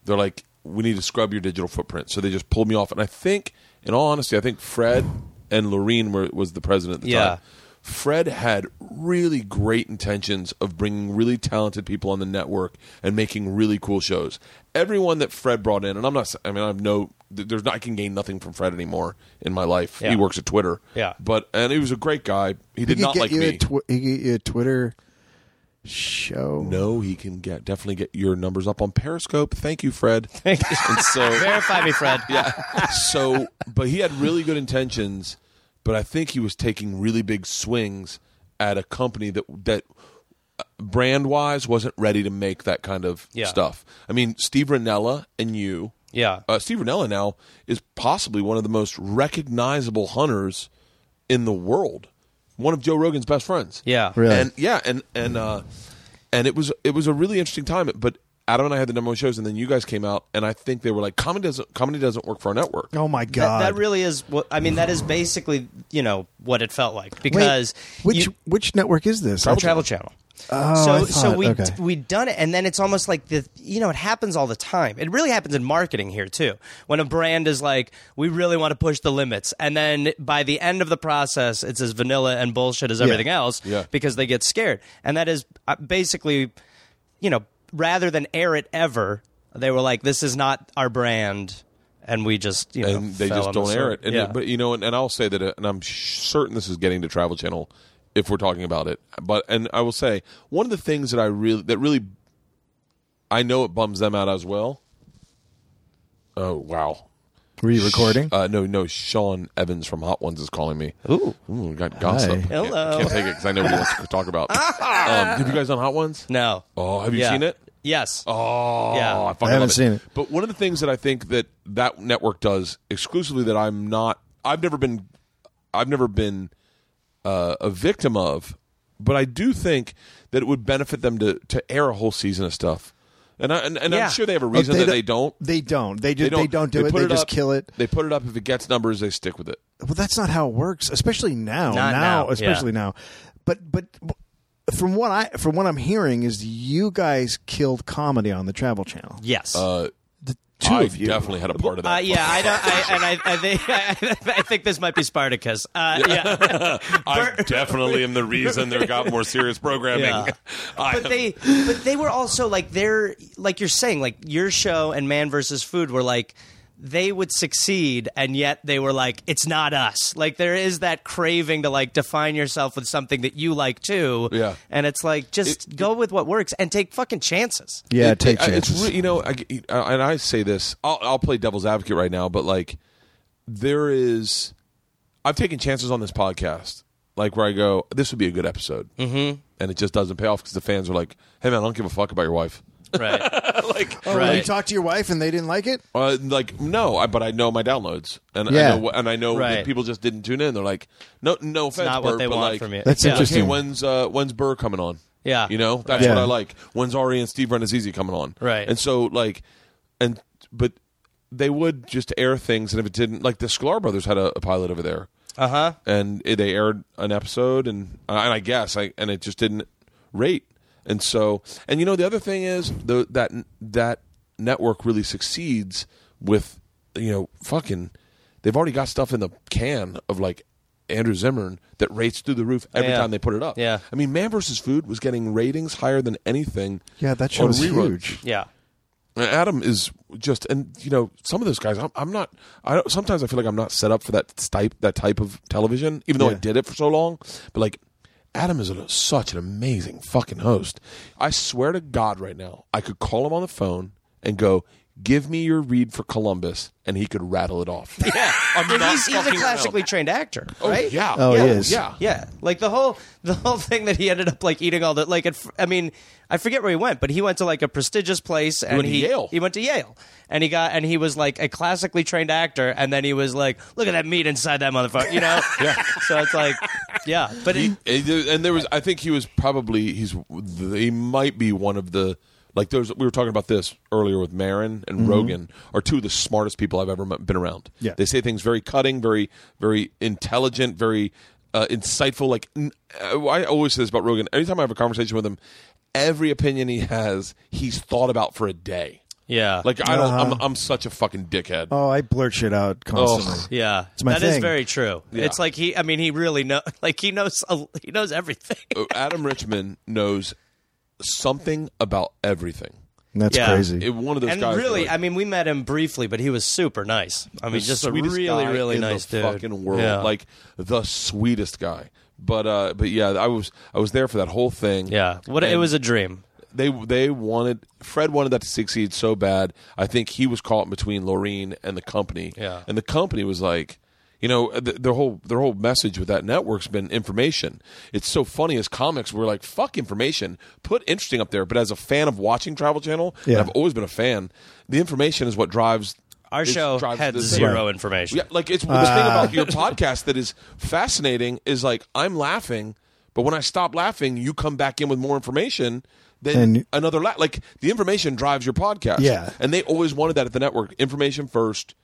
Speaker 1: they're like, we need to scrub your digital footprint. So they just pulled me off. And I think, in all honesty, I think Fred and Lorene were was the president at the
Speaker 5: Yeah.
Speaker 1: time. Fred had really great intentions of bringing really talented people on the network and making really cool shows. Everyone that Fred brought in, and I'm not, I mean, I have no, there's not, I can gain nothing from Fred anymore in my life.
Speaker 5: Yeah.
Speaker 1: He works at Twitter.
Speaker 5: Yeah.
Speaker 1: But and he was a great guy. He
Speaker 4: He
Speaker 1: did
Speaker 4: could
Speaker 1: not
Speaker 4: get
Speaker 1: like
Speaker 4: you
Speaker 1: me.
Speaker 4: A tw- he could get you a Twitter show.
Speaker 1: no, he can get definitely get your numbers up on Periscope. Thank you,
Speaker 5: [LAUGHS]
Speaker 1: Fred. Thank you. And so
Speaker 5: Verify me, Fred.
Speaker 1: [LAUGHS] yeah. So but he had really good intentions, but I think he was taking really big swings at a company that that brand wise wasn't ready to make that kind of
Speaker 5: Yeah.
Speaker 1: stuff. I mean, Steve Ranella and you.
Speaker 5: Yeah.
Speaker 1: Uh, Steve Ranella now is possibly one of the most recognizable hunters in the world. One of Joe Rogan's best friends.
Speaker 5: Yeah.
Speaker 4: Really?
Speaker 1: And yeah, and and uh and it was it was a really interesting time. But Adam and I had the number one shows, and then you guys came out, and I think they were like, comedy doesn't comedy doesn't work for our network.
Speaker 4: Oh my
Speaker 5: That,
Speaker 4: god!
Speaker 5: that really is what I mean. That is basically you know what it felt like because
Speaker 4: Wait, which
Speaker 5: you,
Speaker 4: which network is this?
Speaker 5: Travel, Channel.
Speaker 4: Oh,
Speaker 5: so
Speaker 4: I
Speaker 5: so
Speaker 4: thought-
Speaker 5: we
Speaker 4: okay.
Speaker 5: we done it, and then it's almost like the you know it happens all the time. It really happens in marketing here too. When a brand is like, we really want to push the limits, and then by the end of the process, it's as vanilla and bullshit as everything else
Speaker 1: Yeah.
Speaker 5: because they get scared, and that is uh, basically, you know, rather than air it ever, they were like, this is not our brand, and we just you know
Speaker 1: and they
Speaker 5: fell
Speaker 1: just
Speaker 5: on the
Speaker 1: don't air
Speaker 5: sword.
Speaker 1: it. And,
Speaker 5: yeah.
Speaker 1: But you know, and, and I'll say that, uh, and I'm sh- certain this is getting to Travel Channel if we're talking about it. But and I will say one of the things that I really that really I know it bums them out as well. Oh wow.
Speaker 4: Were you recording?
Speaker 1: Uh, no, no. Sean Evans from Hot Ones is calling me.
Speaker 5: Ooh.
Speaker 1: Ooh, we got gossip. Can't-
Speaker 5: Hello.
Speaker 1: Can't, take it because I know what he wants to talk
Speaker 5: [LAUGHS]
Speaker 1: about. um, have you guys done Hot Ones?
Speaker 5: no.
Speaker 1: Oh, have you
Speaker 5: Yeah.
Speaker 1: seen it?
Speaker 5: Yes.
Speaker 1: Oh,
Speaker 5: Yeah.
Speaker 1: I, fucking
Speaker 4: I haven't
Speaker 1: love
Speaker 4: seen it.
Speaker 1: But one of the things that I think that that network does exclusively that I'm not, I've never been, I've never been uh, a victim of, but I do think that it would benefit them to to air a whole season of stuff. And, I, and, and
Speaker 5: Yeah.
Speaker 1: I'm sure they have a
Speaker 4: Oh,
Speaker 1: reason that they don't.
Speaker 4: They don't. They just they don't, do it.
Speaker 1: put
Speaker 4: They just
Speaker 1: up,
Speaker 4: kill it.
Speaker 1: They put it up. If it gets numbers, they stick with it.
Speaker 4: Well, that's not how it works, especially now.
Speaker 5: Not now,
Speaker 4: especially now. But but from what I from what I'm hearing is you guys killed comedy on the Travel Channel.
Speaker 5: Yes.
Speaker 1: Uh,
Speaker 4: Two
Speaker 1: I
Speaker 4: of you.
Speaker 1: definitely had a part of that.
Speaker 5: Uh, yeah, I don't. I, and I, I think [LAUGHS] I, think this might be Spartacus. Uh, yeah,
Speaker 1: I definitely am the reason they got more serious programming.
Speaker 5: Yeah.
Speaker 1: [LAUGHS] [LAUGHS] I
Speaker 5: but they, but they were also like they're like you're saying like your show and Man versus Food were like they would succeed and yet they were like it's not us like there is that craving to like define yourself with something that you like too
Speaker 1: Yeah.
Speaker 5: and it's like just go with what works and take
Speaker 1: [LAUGHS]
Speaker 5: fucking chances
Speaker 4: Yeah,
Speaker 1: It-
Speaker 4: take
Speaker 1: it- I-
Speaker 4: chances.
Speaker 1: It's re- you know, I, I- and I say this. I'll, I'll play devil's advocate right now, but like, there is, I've taken chances on this podcast, like where I go, this would be a good episode, mm-hmm. and it just doesn't pay off because the fans are like, "Hey man, I don't give a fuck about your wife."
Speaker 5: right
Speaker 1: like,
Speaker 4: Oh, You
Speaker 5: Right.
Speaker 4: talked to your wife and they didn't like it.
Speaker 1: uh, like no, I, but I know my downloads, and
Speaker 4: Yeah.
Speaker 1: I know, and I know
Speaker 5: Right.
Speaker 1: that people just didn't tune in. They're like, "No, no offense,
Speaker 5: not what
Speaker 1: Bert,
Speaker 5: they
Speaker 1: but
Speaker 5: want
Speaker 1: like,
Speaker 5: from you
Speaker 4: That's
Speaker 5: yeah.
Speaker 1: Like, hey,
Speaker 4: interesting.
Speaker 1: when's uh, when's Burr coming on?
Speaker 5: Yeah.
Speaker 1: you know that's
Speaker 4: Right.
Speaker 1: what
Speaker 4: Yeah.
Speaker 1: I like. When's Ari and Steve Renazizi coming on?
Speaker 5: Right.
Speaker 1: And so like, and but they would just air things, and if it didn't, like the Sklar brothers had a, a pilot over there,
Speaker 5: uh huh
Speaker 1: and it, they aired an episode, and and I guess I and it just didn't rate, and so and you know the other thing is the that that network really succeeds with you know fucking they've already got stuff in the can of like. Andrew Zimmern that rates through the roof every
Speaker 5: Yeah.
Speaker 1: time they put it up.
Speaker 5: Yeah.
Speaker 1: I mean, Man vs. Food was getting ratings higher than anything.
Speaker 4: Yeah, that show
Speaker 1: on
Speaker 4: was
Speaker 1: reruns.
Speaker 4: huge.
Speaker 5: yeah
Speaker 1: And Adam is just, and you know, some of those guys. I'm, I'm not. I don't, sometimes I feel like I'm not set up for that type that type of television, even though I
Speaker 4: Yeah.
Speaker 1: did it for so long. But like, Adam is a, such an amazing fucking host. I swear to God, right now, I could call him on the phone and go, "Give me your read for Columbus," and he could rattle it off. [LAUGHS]
Speaker 5: yeah
Speaker 1: I'm
Speaker 5: Well,
Speaker 1: not
Speaker 5: he's, he's a
Speaker 1: fucking around.
Speaker 5: classically trained actor
Speaker 1: Oh,
Speaker 5: right
Speaker 1: yeah.
Speaker 4: Oh,
Speaker 1: yeah.
Speaker 4: he is.
Speaker 1: Yeah.
Speaker 5: Yeah, like the whole the whole thing that he ended up like eating all the like. It, I mean, I forget where he went, but he went to like a prestigious place and
Speaker 1: went to Yale.
Speaker 5: He went to Yale, and he got and he was like a classically trained actor, and then he was like, "Look at that meat inside that motherfucker,"
Speaker 1: [LAUGHS]
Speaker 5: you know. yeah. So it's like, yeah, but it,
Speaker 1: And there- and there was i think he was probably he's he might be one of the like there's we were talking about this earlier with Marin and Rogan are two of the smartest people I've ever met- been around.
Speaker 4: Yeah.
Speaker 1: They say things very cutting, very very intelligent, very uh, insightful like n- uh, I always say this about Rogan. Anytime I have a conversation with him, every opinion he has, he's thought about for a day.
Speaker 5: yeah,
Speaker 1: Like I don't I'm I'm such a fucking dickhead.
Speaker 4: Oh, I blurt shit out constantly.
Speaker 5: yeah, That is
Speaker 4: my thing.
Speaker 5: very true. It's like he. I mean, he really know. [LAUGHS] Like he knows. a- He knows everything.
Speaker 1: Uh, Adam Richman knows something about everything.
Speaker 4: That's
Speaker 5: Yeah.
Speaker 4: crazy.
Speaker 1: It, one of those
Speaker 5: And
Speaker 1: guys that,
Speaker 5: really,
Speaker 1: like-
Speaker 5: I mean, we met him briefly, but he was super nice. I mean,
Speaker 1: the
Speaker 5: just a
Speaker 1: sweetest
Speaker 5: really,
Speaker 1: guy
Speaker 5: really
Speaker 1: in
Speaker 5: nice
Speaker 1: the
Speaker 5: dude.
Speaker 1: Fucking world,
Speaker 5: Yeah.
Speaker 1: like the sweetest guy. But uh, but yeah, I was I was there for that whole thing.
Speaker 5: Yeah, what it
Speaker 1: And
Speaker 5: was a dream.
Speaker 1: They they wanted Fred wanted that to succeed so bad. I think he was caught between Lorene and the company.
Speaker 5: Yeah.
Speaker 1: and the company was like. You know uh, th- their whole their whole message with that network's been information. It's so funny as comics we're like fuck information, put interesting up there. But as a fan of watching Travel Channel, and
Speaker 4: Yeah.
Speaker 1: I've always been a fan. The information is what drives
Speaker 5: Our
Speaker 1: is-
Speaker 5: show
Speaker 1: drives
Speaker 5: had
Speaker 1: the-
Speaker 5: zero information.
Speaker 1: yeah, like it's the thing
Speaker 4: Uh.
Speaker 1: about your podcast that is fascinating is like I'm laughing, but when I stop laughing, you come back in with more information than
Speaker 4: And-
Speaker 1: another la- like the information drives your podcast.
Speaker 4: Yeah.
Speaker 1: and they always wanted that at the network. Information first,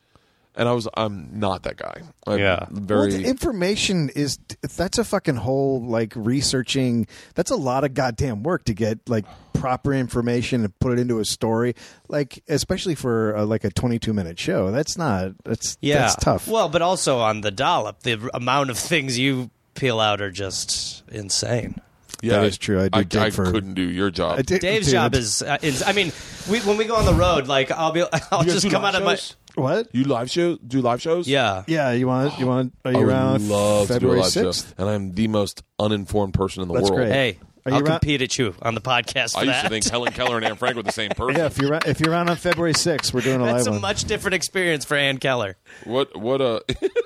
Speaker 1: and I was I'm not that guy. I'm
Speaker 5: Yeah.
Speaker 1: very.
Speaker 4: Well, the information is that's a fucking whole like researching. That's a lot of goddamn work to get like proper information and put it into a story. Like especially for uh, like a twenty-two minute show, that's not that's
Speaker 5: Yeah,
Speaker 4: that's tough.
Speaker 5: Well, but also on the dollop, the r- amount of things you peel out are just insane.
Speaker 1: yeah,
Speaker 4: that is true. I did dig
Speaker 1: I,
Speaker 4: for-
Speaker 1: couldn't do your job.
Speaker 4: I did-
Speaker 5: Dave's
Speaker 4: dude,
Speaker 5: job is, uh, is. I mean, we, when we go on the road, like I'll be, [LAUGHS] I'll
Speaker 1: You guys
Speaker 5: just
Speaker 1: do
Speaker 5: come out
Speaker 1: live
Speaker 5: of my.
Speaker 1: shows?
Speaker 4: what?
Speaker 1: You live show? Do live shows?
Speaker 5: Yeah,
Speaker 4: Yeah, you want you want are
Speaker 1: I
Speaker 4: you
Speaker 1: would
Speaker 4: around
Speaker 1: love
Speaker 4: February
Speaker 1: to do a live
Speaker 4: sixth?
Speaker 1: show, and I'm the most uninformed person in the
Speaker 4: That's
Speaker 1: world.
Speaker 4: great.
Speaker 5: Hey,
Speaker 4: Are you
Speaker 5: I'll
Speaker 4: ra-
Speaker 5: compete at you on the podcast. For
Speaker 1: I used
Speaker 5: that.
Speaker 1: to
Speaker 4: [LAUGHS]
Speaker 1: think Helen Keller and Anne Frank were the same person.
Speaker 4: Yeah, if you're if you're around on February sixth, we're doing a
Speaker 5: that's
Speaker 4: live
Speaker 5: a
Speaker 4: one.
Speaker 5: much different experience for Ann Keller.
Speaker 1: What? What? Uh, [LAUGHS]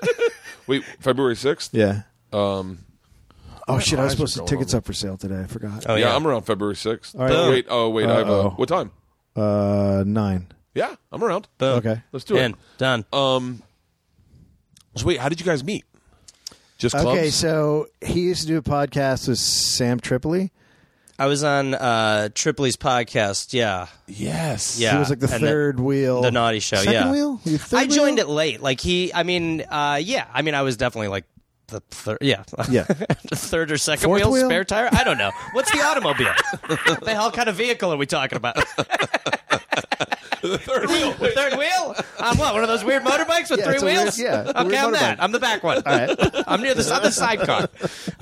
Speaker 1: wait, February sixth.
Speaker 4: yeah.
Speaker 1: Um,
Speaker 4: Oh shit! I
Speaker 1: eyes
Speaker 4: was
Speaker 1: are
Speaker 4: supposed to
Speaker 1: going
Speaker 4: tickets
Speaker 1: over.
Speaker 4: up for sale today. I forgot.
Speaker 5: Oh
Speaker 1: yeah,
Speaker 5: yeah,
Speaker 1: I'm around February sixth.
Speaker 4: right.
Speaker 1: Oh, wait. Oh wait. I have a,
Speaker 4: Uh-oh.
Speaker 1: what time?
Speaker 5: Oh.
Speaker 4: Uh, nine.
Speaker 1: Yeah, I'm around.
Speaker 5: Boom.
Speaker 4: Okay.
Speaker 1: Let's do it.
Speaker 5: In. done.
Speaker 1: Um. So wait, how did you guys meet? Just clubs?
Speaker 4: Okay, so he used to do a podcast with Sam Tripoli.
Speaker 5: I was on uh, Tripoli's podcast. Yeah,
Speaker 1: yes.
Speaker 5: yeah.
Speaker 4: He was like the
Speaker 5: and
Speaker 4: third wheel,
Speaker 5: the naughty show,
Speaker 4: Second
Speaker 5: yeah.
Speaker 4: wheel. You third
Speaker 5: I joined
Speaker 4: wheel?
Speaker 5: it late. Like he, I mean, uh, yeah. I mean, I was definitely like the third. Yeah, [LAUGHS]
Speaker 4: Yeah.
Speaker 5: the third or second
Speaker 4: Fourth
Speaker 5: wheel,
Speaker 4: wheel?
Speaker 5: spare tire. I don't know.
Speaker 4: [LAUGHS]
Speaker 5: What's the automobile? the hell kind of vehicle are we talking about? [LAUGHS]
Speaker 1: The third wheel.
Speaker 5: The third wheel? On what? One of those weird motorbikes with
Speaker 4: Yeah,
Speaker 5: three
Speaker 4: it's a weird-
Speaker 5: wheels?
Speaker 4: yeah,
Speaker 5: Okay,
Speaker 4: a
Speaker 5: I'm
Speaker 4: weird motorbike.
Speaker 5: that. I'm the back one. [LAUGHS] I'm near the other sidecar.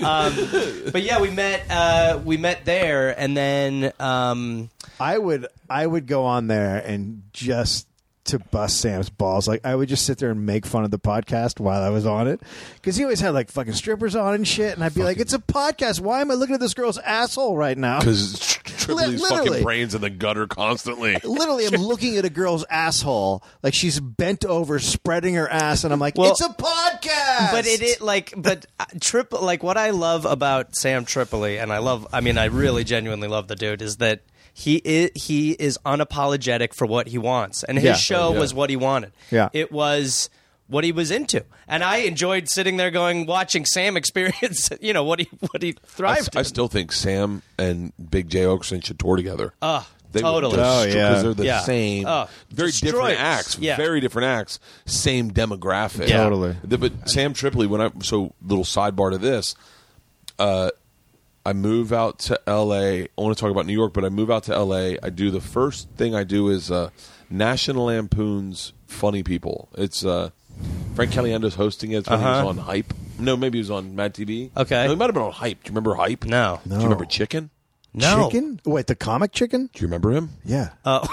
Speaker 5: Um, but yeah, we met. Uh, we met there, and then. Um,
Speaker 4: I would, I would go on there and just to bust Sam's balls. Like I would just sit there and make fun of the podcast while I was on it because he always had like fucking strippers on and shit, and I'd be like, "It's a podcast. Why am I looking at this girl's asshole right now?"
Speaker 1: Because Tripoli's
Speaker 4: literally.
Speaker 1: fucking brains in the gutter constantly.
Speaker 4: Literally, I'm looking at a girl's asshole, like she's bent over, spreading her ass, and I'm like,
Speaker 5: Well-
Speaker 4: "It's a podcast."
Speaker 5: but it, it like but uh, trip like what I love about Sam Tripoli and I love I mean I really genuinely love the dude is that he is he is unapologetic for what he wants and his
Speaker 4: Yeah.
Speaker 5: show
Speaker 1: Yeah.
Speaker 5: was what he wanted
Speaker 4: Yeah.
Speaker 5: it was what he was into and I enjoyed sitting there going watching Sam [LAUGHS] experience you know what he what he
Speaker 1: I,
Speaker 5: thrived
Speaker 1: I
Speaker 5: in.
Speaker 1: still think Sam and Big J Okerson should tour together.
Speaker 5: Ah,
Speaker 1: They
Speaker 5: totally.
Speaker 4: Oh,
Speaker 1: because
Speaker 4: yeah.
Speaker 1: they're the
Speaker 5: Yeah.
Speaker 1: same,
Speaker 5: Oh,
Speaker 1: very
Speaker 5: destroyed.
Speaker 1: different acts,
Speaker 5: Yeah.
Speaker 1: very different acts, same demographic.
Speaker 5: Yeah.
Speaker 4: Totally.
Speaker 1: The- but Sam Tripoli, when I so little sidebar to this, uh, I move out to L.A. I want to talk about New York, but I move out to L.A. I do the first thing I do is uh, National Lampoon's Funny People. It's uh, Frank Caliendo's hosting it. It's when he
Speaker 5: Uh-huh.
Speaker 1: was on Hype. No, maybe he was on Mad TV.
Speaker 5: Okay.
Speaker 1: no, he might have been on Hype. Do you remember Hype?
Speaker 5: No.
Speaker 1: Do you remember Chicken?
Speaker 5: no
Speaker 4: chicken. Wait, the comic chicken?
Speaker 1: Do you remember him?
Speaker 4: Yeah.
Speaker 5: Oh.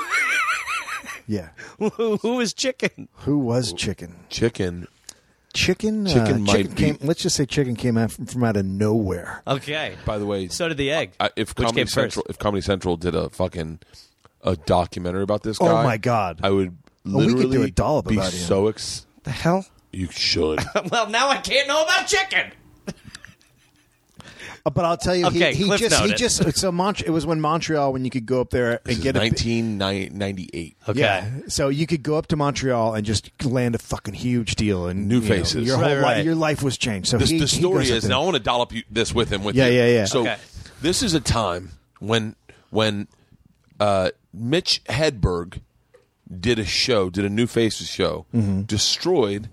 Speaker 4: yeah.
Speaker 5: [LAUGHS] who, who is chicken
Speaker 4: Who was chicken?
Speaker 1: Chicken.
Speaker 4: Chicken. uh,
Speaker 1: Chicken might
Speaker 4: chicken came.
Speaker 1: be-
Speaker 4: Let's just say chicken came out from, from out of nowhere.
Speaker 5: okay
Speaker 1: By the way,
Speaker 5: so did the egg
Speaker 1: I, if
Speaker 5: which
Speaker 1: Comedy
Speaker 5: came first
Speaker 1: Central, if Comedy Central did a fucking a documentary about this guy,
Speaker 4: Oh, my God. Oh,
Speaker 1: I would
Speaker 4: we could
Speaker 1: literally
Speaker 4: do a dollop
Speaker 1: be
Speaker 4: about him.
Speaker 1: so ex.
Speaker 5: the hell
Speaker 1: You
Speaker 4: [LAUGHS]
Speaker 1: should.
Speaker 5: [LAUGHS] well now I can't know
Speaker 1: [LAUGHS]
Speaker 5: about chicken
Speaker 4: Uh, But I'll tell you,
Speaker 5: Okay,
Speaker 4: he, he
Speaker 5: Cliff
Speaker 4: just he
Speaker 5: noted.
Speaker 4: just it's a Mont- It was when Montreal when you could go up there and get a
Speaker 1: nineteen ninety eight.
Speaker 5: okay
Speaker 4: Yeah, so you could go up to Montreal and just land a fucking huge deal and
Speaker 1: New
Speaker 4: you know,
Speaker 1: faces.
Speaker 4: your
Speaker 5: Right,
Speaker 4: whole
Speaker 5: right.
Speaker 4: life, your life was changed. So
Speaker 1: The,
Speaker 4: he,
Speaker 1: the
Speaker 4: he
Speaker 1: story
Speaker 4: goes up
Speaker 1: is
Speaker 4: there.
Speaker 1: now. I want to dollop you this with him. With
Speaker 4: Yeah,
Speaker 1: you.
Speaker 4: yeah, yeah.
Speaker 1: So
Speaker 5: Okay.
Speaker 1: this is a time when when uh, Mitch Hedberg did a show, did a New Faces show,
Speaker 4: Mm-hmm.
Speaker 1: destroyed,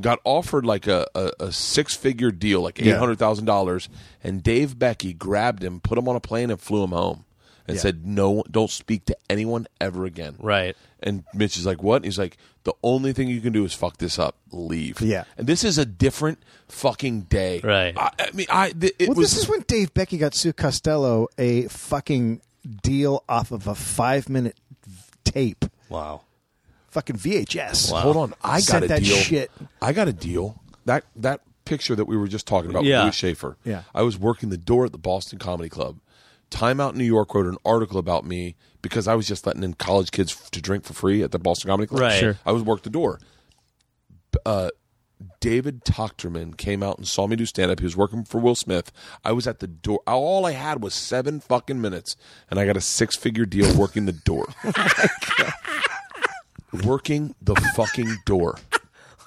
Speaker 1: got offered like a, a, a six figure deal, like eight hundred thousand dollars, and Dave Becky grabbed him, put him on a plane, and flew him home, and said, "No, don't speak to anyone ever again."
Speaker 5: Right.
Speaker 1: And Mitch is like, "What?" And he's like, "The only thing you can do is fuck this up, leave."
Speaker 4: Yeah.
Speaker 1: And this is a different fucking day,
Speaker 5: Right.
Speaker 1: I, I mean, I th- it
Speaker 4: Well,
Speaker 1: was
Speaker 4: this is when Dave Becky got Sue Costello a fucking deal off of a five minute tape,
Speaker 5: wow
Speaker 4: fucking VHS.
Speaker 1: hold on. I got
Speaker 4: Sent
Speaker 1: a
Speaker 4: that
Speaker 1: deal.
Speaker 4: shit.
Speaker 1: I got a deal. That that picture that we were just talking about
Speaker 5: Yeah.
Speaker 1: with Louis Schaefer.
Speaker 4: Yeah.
Speaker 1: I was working the door at the Boston Comedy Club. Time Out New York wrote an article about me because I was just letting in college kids f- to drink for free at the Boston Comedy Club.
Speaker 5: Right. Sure.
Speaker 1: I was worked the door. B- Uh, David Tochterman came out and saw me do stand up. He was working for Will Smith. I was at the door. All I had was seven fucking minutes, and I got a six figure deal working the door. [LAUGHS] working the fucking door.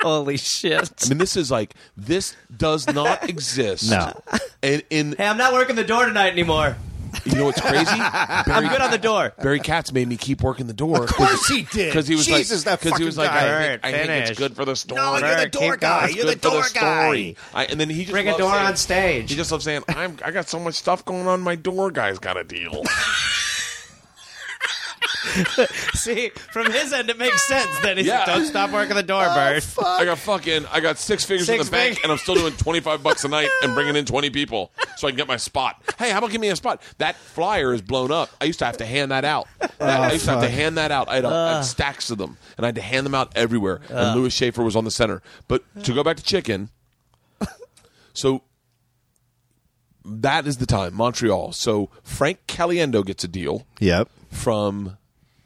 Speaker 5: Holy shit.
Speaker 1: I mean, this is like this does not exist.
Speaker 4: No.
Speaker 1: and in
Speaker 5: Hey, I'm not working the door tonight anymore.
Speaker 1: You know what's crazy?
Speaker 5: I'm good on the door.
Speaker 1: Barry Katz made me keep working the door. Of
Speaker 4: course he [LAUGHS] did.
Speaker 1: Because he was
Speaker 4: Jesus,
Speaker 1: like,
Speaker 4: that
Speaker 1: because he was
Speaker 4: fucking
Speaker 1: like, I,
Speaker 5: guy.
Speaker 1: think, I think it's
Speaker 5: Finish.
Speaker 1: good for the story.
Speaker 4: No, you're the door
Speaker 5: keep
Speaker 4: guy.
Speaker 1: It's
Speaker 4: You're the
Speaker 1: good for
Speaker 4: door guy.
Speaker 1: story. I, and then he just
Speaker 5: Bring a
Speaker 1: loves
Speaker 5: door
Speaker 1: saying-
Speaker 5: on stage.
Speaker 1: He just loves saying, "I'm. I got so much stuff going on. My door guy's got a deal."
Speaker 5: See, from his end, it makes sense that he's
Speaker 1: Yeah. Oh,
Speaker 5: like, don't stop working the door, Bert.
Speaker 1: I got fucking. I got six figures in
Speaker 5: Six
Speaker 1: the bank,
Speaker 5: fig-
Speaker 1: and I'm still
Speaker 5: [LAUGHS]
Speaker 1: doing 25 bucks a night and bringing in 20 people so I can get my spot. Hey, how about give me a spot? That flyer is blown up. I used to have to hand that out. That-
Speaker 5: Ah,
Speaker 1: I used to have to hand that out. I had, a, I had stacks of them, and I had to hand them out everywhere.
Speaker 5: Ah.
Speaker 1: and Lewis Schaefer was on the center. But to go back to chicken, so that is the time Montreal. So Frank Caliendo gets a deal
Speaker 4: Yep.
Speaker 1: from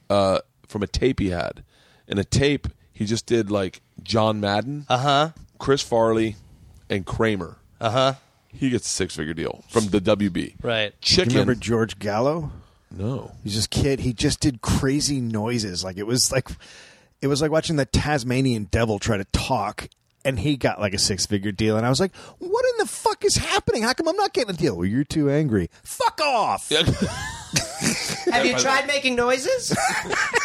Speaker 1: uh from a tape he had. And a tape he just did like John Madden, uh huh, Chris Farley, and Kramer. Uh huh. He gets a six figure deal from the WB.
Speaker 5: Right.
Speaker 1: Chicken.
Speaker 4: You remember George Gallo?
Speaker 1: no.
Speaker 4: He's this kid. He just did crazy noises. Like it was like it was like watching the Tasmanian devil try to talk. And he got like a six figure deal. And I was like, what in the fuck is happening? How come I'm not getting a deal? Well, you're too angry. Fuck off.
Speaker 5: Have you tried making
Speaker 1: [LAUGHS]
Speaker 5: noises?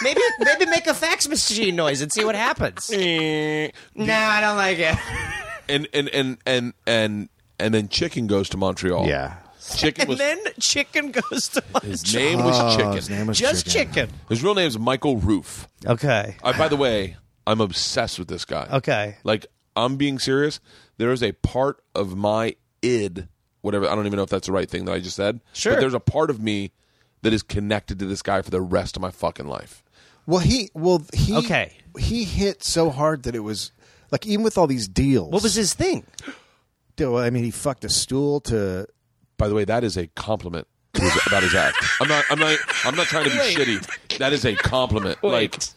Speaker 5: maybe, maybe make a fax machine noise and see what [LAUGHS] happens. no, I don't like it.
Speaker 1: [LAUGHS] and and and and and and then Chicken goes to Montreal.
Speaker 4: Yeah.
Speaker 1: Chicken
Speaker 5: [LAUGHS] And
Speaker 1: was
Speaker 5: then chicken goes to
Speaker 1: his name was Chicken.
Speaker 4: His name was
Speaker 5: [LAUGHS] just chicken.
Speaker 1: His real name is Michael Roof.
Speaker 5: Okay.
Speaker 1: I, by the way, I'm obsessed with this guy.
Speaker 5: Okay.
Speaker 1: Like, I'm being serious. There is a part of my id, whatever, I don't even know if that's the right thing that I just said.
Speaker 5: Sure.
Speaker 1: But there's a part of me that is connected to this guy for the rest of my fucking life.
Speaker 4: Well, he well he
Speaker 5: Okay.
Speaker 4: he hit so hard that it was like even with all these deals.
Speaker 5: What was his thing?
Speaker 4: Well, I mean, he fucked a stool to.
Speaker 1: By the way, that is a compliment. to his- about his
Speaker 5: [LAUGHS]
Speaker 1: act, I'm not. I'm not. I'm not trying to be
Speaker 5: Wait.
Speaker 1: shitty. That is a compliment. Like,
Speaker 5: Wait.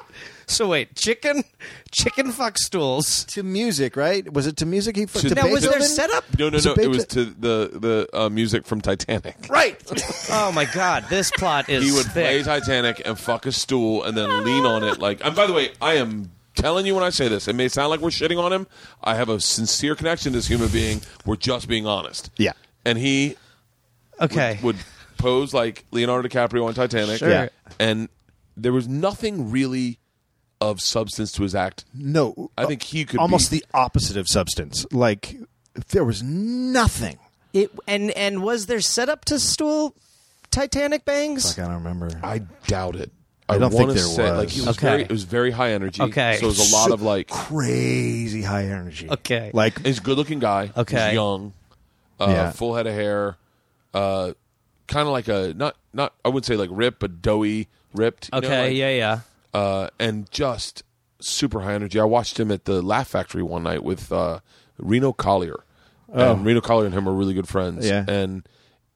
Speaker 5: So wait, chicken, chicken fuck stools.
Speaker 4: To music, right? Was it to music? He fucked
Speaker 1: To-
Speaker 4: to
Speaker 5: Now was
Speaker 1: Beethoven?
Speaker 5: there setup?
Speaker 1: no, no,
Speaker 4: It's a
Speaker 1: no.
Speaker 4: big
Speaker 1: It was
Speaker 4: bit-
Speaker 1: to the the uh, music from Titanic. [LAUGHS]
Speaker 5: Right. oh my god, this plot is
Speaker 1: He would play
Speaker 5: thick.
Speaker 1: Titanic and fuck a stool and then lean on it like. And by the way, I am telling you when I say this, it may sound like we're shitting on him. I have a sincere connection to this human being. We're just being honest.
Speaker 4: Yeah.
Speaker 1: And he
Speaker 5: okay.
Speaker 1: would pose like Leonardo DiCaprio on Titanic.
Speaker 5: Sure. Yeah.
Speaker 1: And there was nothing really of substance to his act.
Speaker 4: No,
Speaker 1: I think he could
Speaker 4: almost
Speaker 1: be-
Speaker 4: the opposite of substance. Like there was nothing.
Speaker 5: it and and was there setup to stool Titanic bangs?
Speaker 4: Like, I don't remember.
Speaker 1: I doubt it.
Speaker 4: I don't think
Speaker 1: wanna
Speaker 4: there
Speaker 1: say,
Speaker 4: was.
Speaker 1: Like he was
Speaker 5: Okay.
Speaker 1: very, it was very high energy.
Speaker 5: Okay.
Speaker 1: So it was a lot of like.
Speaker 4: crazy high energy.
Speaker 5: Okay.
Speaker 4: like
Speaker 1: He's a good looking guy.
Speaker 5: Okay.
Speaker 1: He's young. Uh,
Speaker 4: Yeah.
Speaker 1: Full head of hair. Uh, kind of like a not not I would say like ripped, but doughy ripped. you know,
Speaker 5: Okay,
Speaker 1: like,
Speaker 5: yeah, yeah.
Speaker 1: Uh, and just super high energy. I watched him at the Laugh Factory one night with uh, Reno Collier. And Reno Collier and him are really good friends.
Speaker 4: Yeah.
Speaker 1: And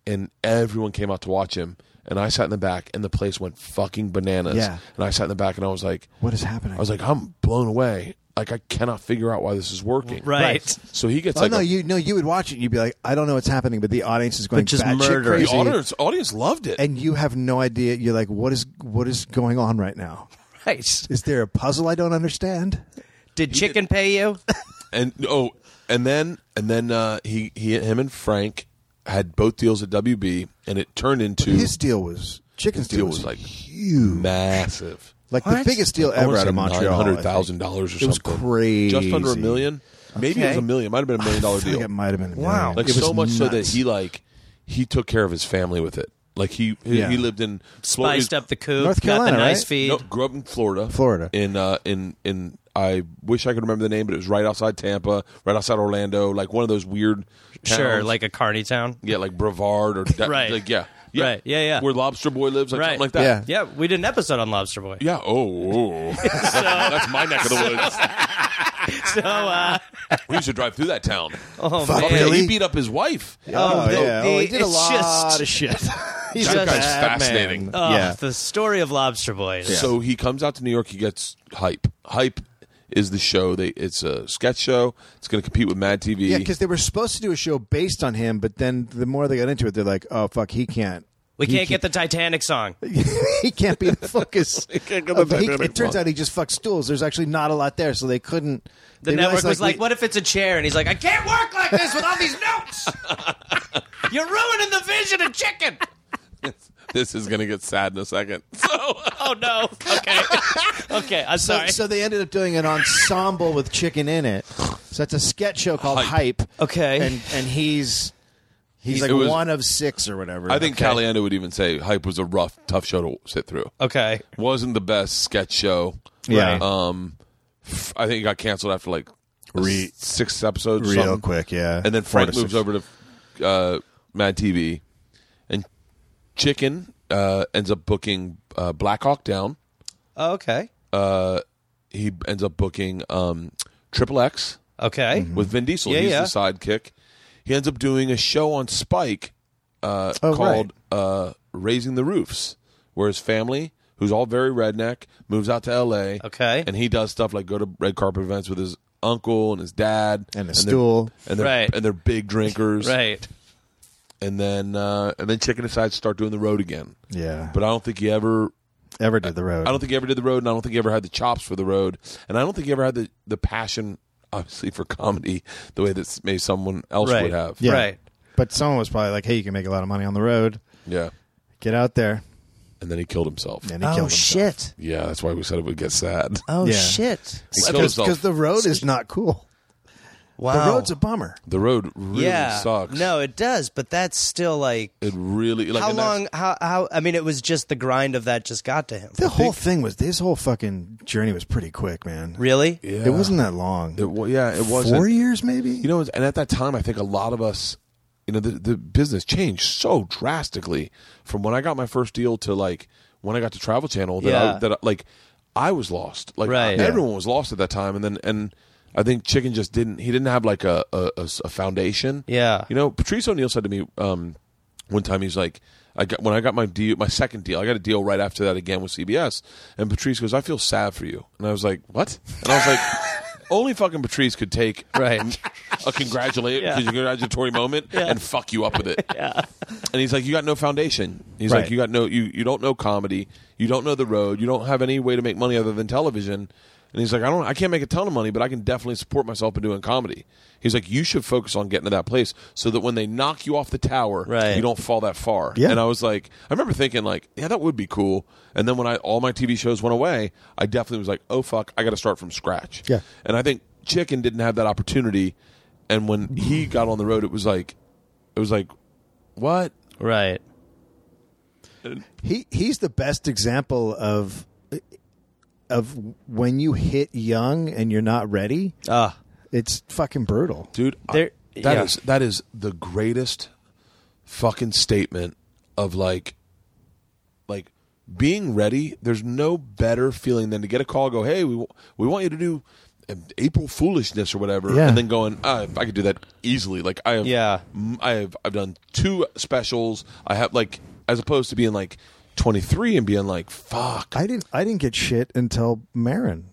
Speaker 1: and everyone came out to watch him. And I sat in the back, and the place went fucking bananas.
Speaker 4: Yeah.
Speaker 1: And I sat in the back, and I was like,
Speaker 4: what is happening?
Speaker 1: I was like, I'm blown away. Like I cannot figure out why this is working.
Speaker 5: Right. Right.
Speaker 1: So he gets
Speaker 4: oh
Speaker 1: like
Speaker 4: no,
Speaker 1: a-
Speaker 4: you no, you would watch it. and You'd be like, I don't know what's happening, but the audience is going
Speaker 5: But just
Speaker 4: batshit
Speaker 5: murder.
Speaker 1: the
Speaker 4: crazy.
Speaker 1: audience audience loved it.
Speaker 4: and you have no idea. You're like, what is what is going on right now?
Speaker 5: Right.
Speaker 4: Is there a puzzle I don't understand?
Speaker 5: Did chicken pay you?
Speaker 1: And oh, and then and then uh, he he him and Frank had both deals at WB, and it turned into
Speaker 4: His deal was chicken's
Speaker 1: His deal was like
Speaker 4: huge,
Speaker 1: massive,
Speaker 4: like the
Speaker 5: What?
Speaker 4: biggest deal ever out of Montreal.
Speaker 1: hundred thousand dollars or
Speaker 4: It was
Speaker 1: something.
Speaker 4: crazy.
Speaker 1: just under a million. Maybe it was
Speaker 5: Okay.
Speaker 1: a million. Might have been a million dollar
Speaker 4: I think
Speaker 1: deal.
Speaker 4: it might have been. a
Speaker 5: Wow.
Speaker 4: million.
Speaker 1: like
Speaker 4: It was
Speaker 1: so much so that
Speaker 4: nuts.
Speaker 1: he like he took care of his family with it. Like he he,
Speaker 4: Yeah.
Speaker 1: he lived in Florida.
Speaker 5: Spiced up the coop,
Speaker 4: North
Speaker 5: got
Speaker 4: Carolina,
Speaker 5: the nice
Speaker 4: right?
Speaker 5: feed.
Speaker 1: No, grew up in Florida.
Speaker 4: Florida.
Speaker 1: In uh, in in I wish I could remember the name, but it was right outside Tampa, right outside Orlando, like one of those weird. Towns.
Speaker 5: Sure, like a carny town.
Speaker 1: yeah, like
Speaker 5: [LAUGHS]
Speaker 1: Brevard or that,
Speaker 5: Right.
Speaker 1: like yeah, yeah,
Speaker 5: Right, yeah, yeah.
Speaker 1: where Lobster Boy lives, like
Speaker 5: Right.
Speaker 1: something like that.
Speaker 5: Yeah, we did an episode on Lobster
Speaker 4: [LAUGHS]
Speaker 5: Boy.
Speaker 1: Yeah.
Speaker 5: [LAUGHS]
Speaker 1: Oh, oh. that's, [LAUGHS] that's my neck of the woods.
Speaker 5: So uh
Speaker 1: We used to drive through that town.
Speaker 5: oh
Speaker 4: Fuck,
Speaker 5: man.
Speaker 1: Yeah,
Speaker 4: really?
Speaker 1: He beat up his wife.
Speaker 4: Oh,
Speaker 5: the-
Speaker 4: yeah. Oh, he
Speaker 5: the-
Speaker 4: did a
Speaker 5: it's
Speaker 4: lot
Speaker 5: just-
Speaker 4: of shit. [LAUGHS] He's
Speaker 1: That
Speaker 4: a
Speaker 1: guy's
Speaker 4: bad man.
Speaker 1: fascinating.
Speaker 5: [LAUGHS] Oh,
Speaker 4: yeah.
Speaker 5: the story of Lobster Boy. is-
Speaker 1: So he comes out to New York. He gets hype. Hype is the show. They it's a sketch show. It's going to compete with Mad TV.
Speaker 4: Yeah, because they were supposed to do a show based on him, but then the more they got into it, they're like, "Oh fuck, he can't. [LAUGHS]
Speaker 5: We can't get the Titanic song.
Speaker 4: he can't
Speaker 1: [LAUGHS]
Speaker 4: be the focus."
Speaker 1: can't get the
Speaker 4: of- he-
Speaker 1: dynamic
Speaker 4: it turns
Speaker 1: one.
Speaker 4: out he just fucks stools. There's actually not a lot there, so they couldn't.
Speaker 5: The
Speaker 4: they
Speaker 5: network
Speaker 4: realized,
Speaker 5: was like,
Speaker 4: we-
Speaker 5: "What if it's a chair?" And he's like, "I
Speaker 4: [LAUGHS]
Speaker 5: can't [LAUGHS] work like this with all these notes. You're ruining the vision of chicken."
Speaker 1: [LAUGHS] this is going to get sad in a second. So
Speaker 5: [LAUGHS] Oh no. Okay. okay. I'm
Speaker 4: So,
Speaker 5: sorry.
Speaker 4: so they ended up
Speaker 5: [LAUGHS]
Speaker 4: doing an ensemble with chicken in it. So it's a sketch show called
Speaker 1: Hype.
Speaker 4: Hype.
Speaker 5: Okay.
Speaker 4: and and he's he's like
Speaker 1: It was-
Speaker 4: one of six or whatever.
Speaker 1: I think Caliendo would even say Hype was a rough, tough show to sit through. [LAUGHS]
Speaker 5: okay.
Speaker 1: Wasn't the best sketch show.
Speaker 4: yeah,
Speaker 5: Right.
Speaker 1: Um, f- I think it got canceled after like
Speaker 4: Re-
Speaker 1: s- six episodes. or
Speaker 4: real
Speaker 1: something.
Speaker 4: quick, yeah.
Speaker 1: And then
Speaker 4: Four
Speaker 1: Frank
Speaker 4: to
Speaker 1: moves
Speaker 4: six.
Speaker 1: over to uh, Mad TV, and Chicken uh, ends up booking uh, Black Hawk Down.
Speaker 5: Oh, Okay.
Speaker 1: Uh, he ends up booking um, Triple X
Speaker 5: Okay.
Speaker 1: with Vin Diesel.
Speaker 5: Yeah,
Speaker 1: He's
Speaker 5: yeah.
Speaker 1: the sidekick. He ends up doing a show on Spike uh,
Speaker 4: Oh,
Speaker 1: called uh, Raising the Roofs, where his family, who's all very redneck, moves out to L.A.
Speaker 5: Okay.
Speaker 1: and he does stuff like go to red carpet events with his uncle and his dad
Speaker 4: and
Speaker 1: they're-
Speaker 4: a stool.
Speaker 1: and they're
Speaker 5: Right.
Speaker 1: and they're big drinkers
Speaker 5: Right.
Speaker 1: and then uh, and then Chicken decides to start doing the road again.
Speaker 4: Yeah,
Speaker 1: But I don't think he ever.
Speaker 4: ever did the road.
Speaker 1: I don't think he ever did the road, and I don't think he ever had the chops for the road, and I don't think he ever had the the passion, obviously, for comedy the way that s- maybe someone else
Speaker 5: Right.
Speaker 1: would have.
Speaker 4: Yeah.
Speaker 5: Right.
Speaker 4: but someone was probably like, "Hey, you can make a lot of money on the road.
Speaker 1: Yeah.
Speaker 4: Get out there."
Speaker 1: And then he killed himself.
Speaker 4: And he Uh, killed himself.
Speaker 1: Yeah, that's why we said it would get sad.
Speaker 5: Oh
Speaker 4: Yeah.
Speaker 5: shit.
Speaker 1: He killed himself.
Speaker 4: Because the road is not cool. Oh.
Speaker 5: Wow.
Speaker 4: The road's a bummer.
Speaker 1: the road really
Speaker 5: yeah.
Speaker 1: sucks.
Speaker 5: No, it does, but that's still like
Speaker 1: it really like
Speaker 5: how
Speaker 1: and that's-
Speaker 5: long how how I mean it was just the grind of that just got to him.
Speaker 4: The whole thing was his whole fucking journey was pretty quick, man.
Speaker 5: Really?
Speaker 1: Yeah.
Speaker 4: It wasn't that long.
Speaker 1: It, wa- yeah, it wasn't.
Speaker 4: Four years, maybe.
Speaker 1: You know, and at that time, I think a lot of us, you know, the, the business changed so drastically from when I got my first deal to like when I got to Travel Channel that, I,
Speaker 5: Yeah.
Speaker 1: that I, like I was lost. Like
Speaker 5: Right.
Speaker 1: I- everyone was lost at that time, and then and I think Chicken just didn't. He didn't have like a a, a s- a foundation.
Speaker 5: Yeah.
Speaker 1: You know, Patrice O'Neill said to me um, one time, he's like, I got when I got my deal, my second deal, I got a deal right after that again with CBS, and Patrice goes, I feel sad for you, and I was like, what? And I was
Speaker 5: [LAUGHS]
Speaker 1: like. Only fucking Patrice could take
Speaker 5: Right.
Speaker 1: a congratulate
Speaker 5: Yeah.
Speaker 1: congratulatory moment and fuck you up with it. Yeah. And he's like, you got no foundation. He's like,
Speaker 4: Right.
Speaker 1: you got no, you you don't know comedy. You don't know the road. You don't have any way to make money other than television. And he's like, I don't, I can't make a ton of money, but I can definitely support myself by doing comedy. He's like, you should focus on getting to that place so that when they knock you off the tower,
Speaker 5: Right.
Speaker 1: you don't fall that far.
Speaker 4: Yeah.
Speaker 1: And I was like, I remember thinking like, yeah, that would be cool. And then when I all my TV shows went away, I definitely was like, oh fuck, I got to start from scratch.
Speaker 4: Yeah.
Speaker 1: And I think Chicken didn't have that opportunity. And when he got on the road, it was like, it was like, what?
Speaker 5: Right.
Speaker 4: he he's the best example of of when you hit young and you're not ready.
Speaker 5: Ah.
Speaker 4: It's fucking brutal.
Speaker 1: Dude, I-
Speaker 5: There-
Speaker 1: that
Speaker 5: yeah.
Speaker 1: is- that is the greatest fucking statement of like, like being ready. There's no better feeling than to get a call, go, hey, we w- we want you to do um, April Foolishness or whatever,
Speaker 4: Yeah.
Speaker 1: and then going, ah, I could do that easily. Like I have,
Speaker 5: Yeah.
Speaker 1: m- I have, I've done two specials. I have like, as opposed to being like 23 and being like, fuck,
Speaker 4: I didn't I didn't get shit until Marin.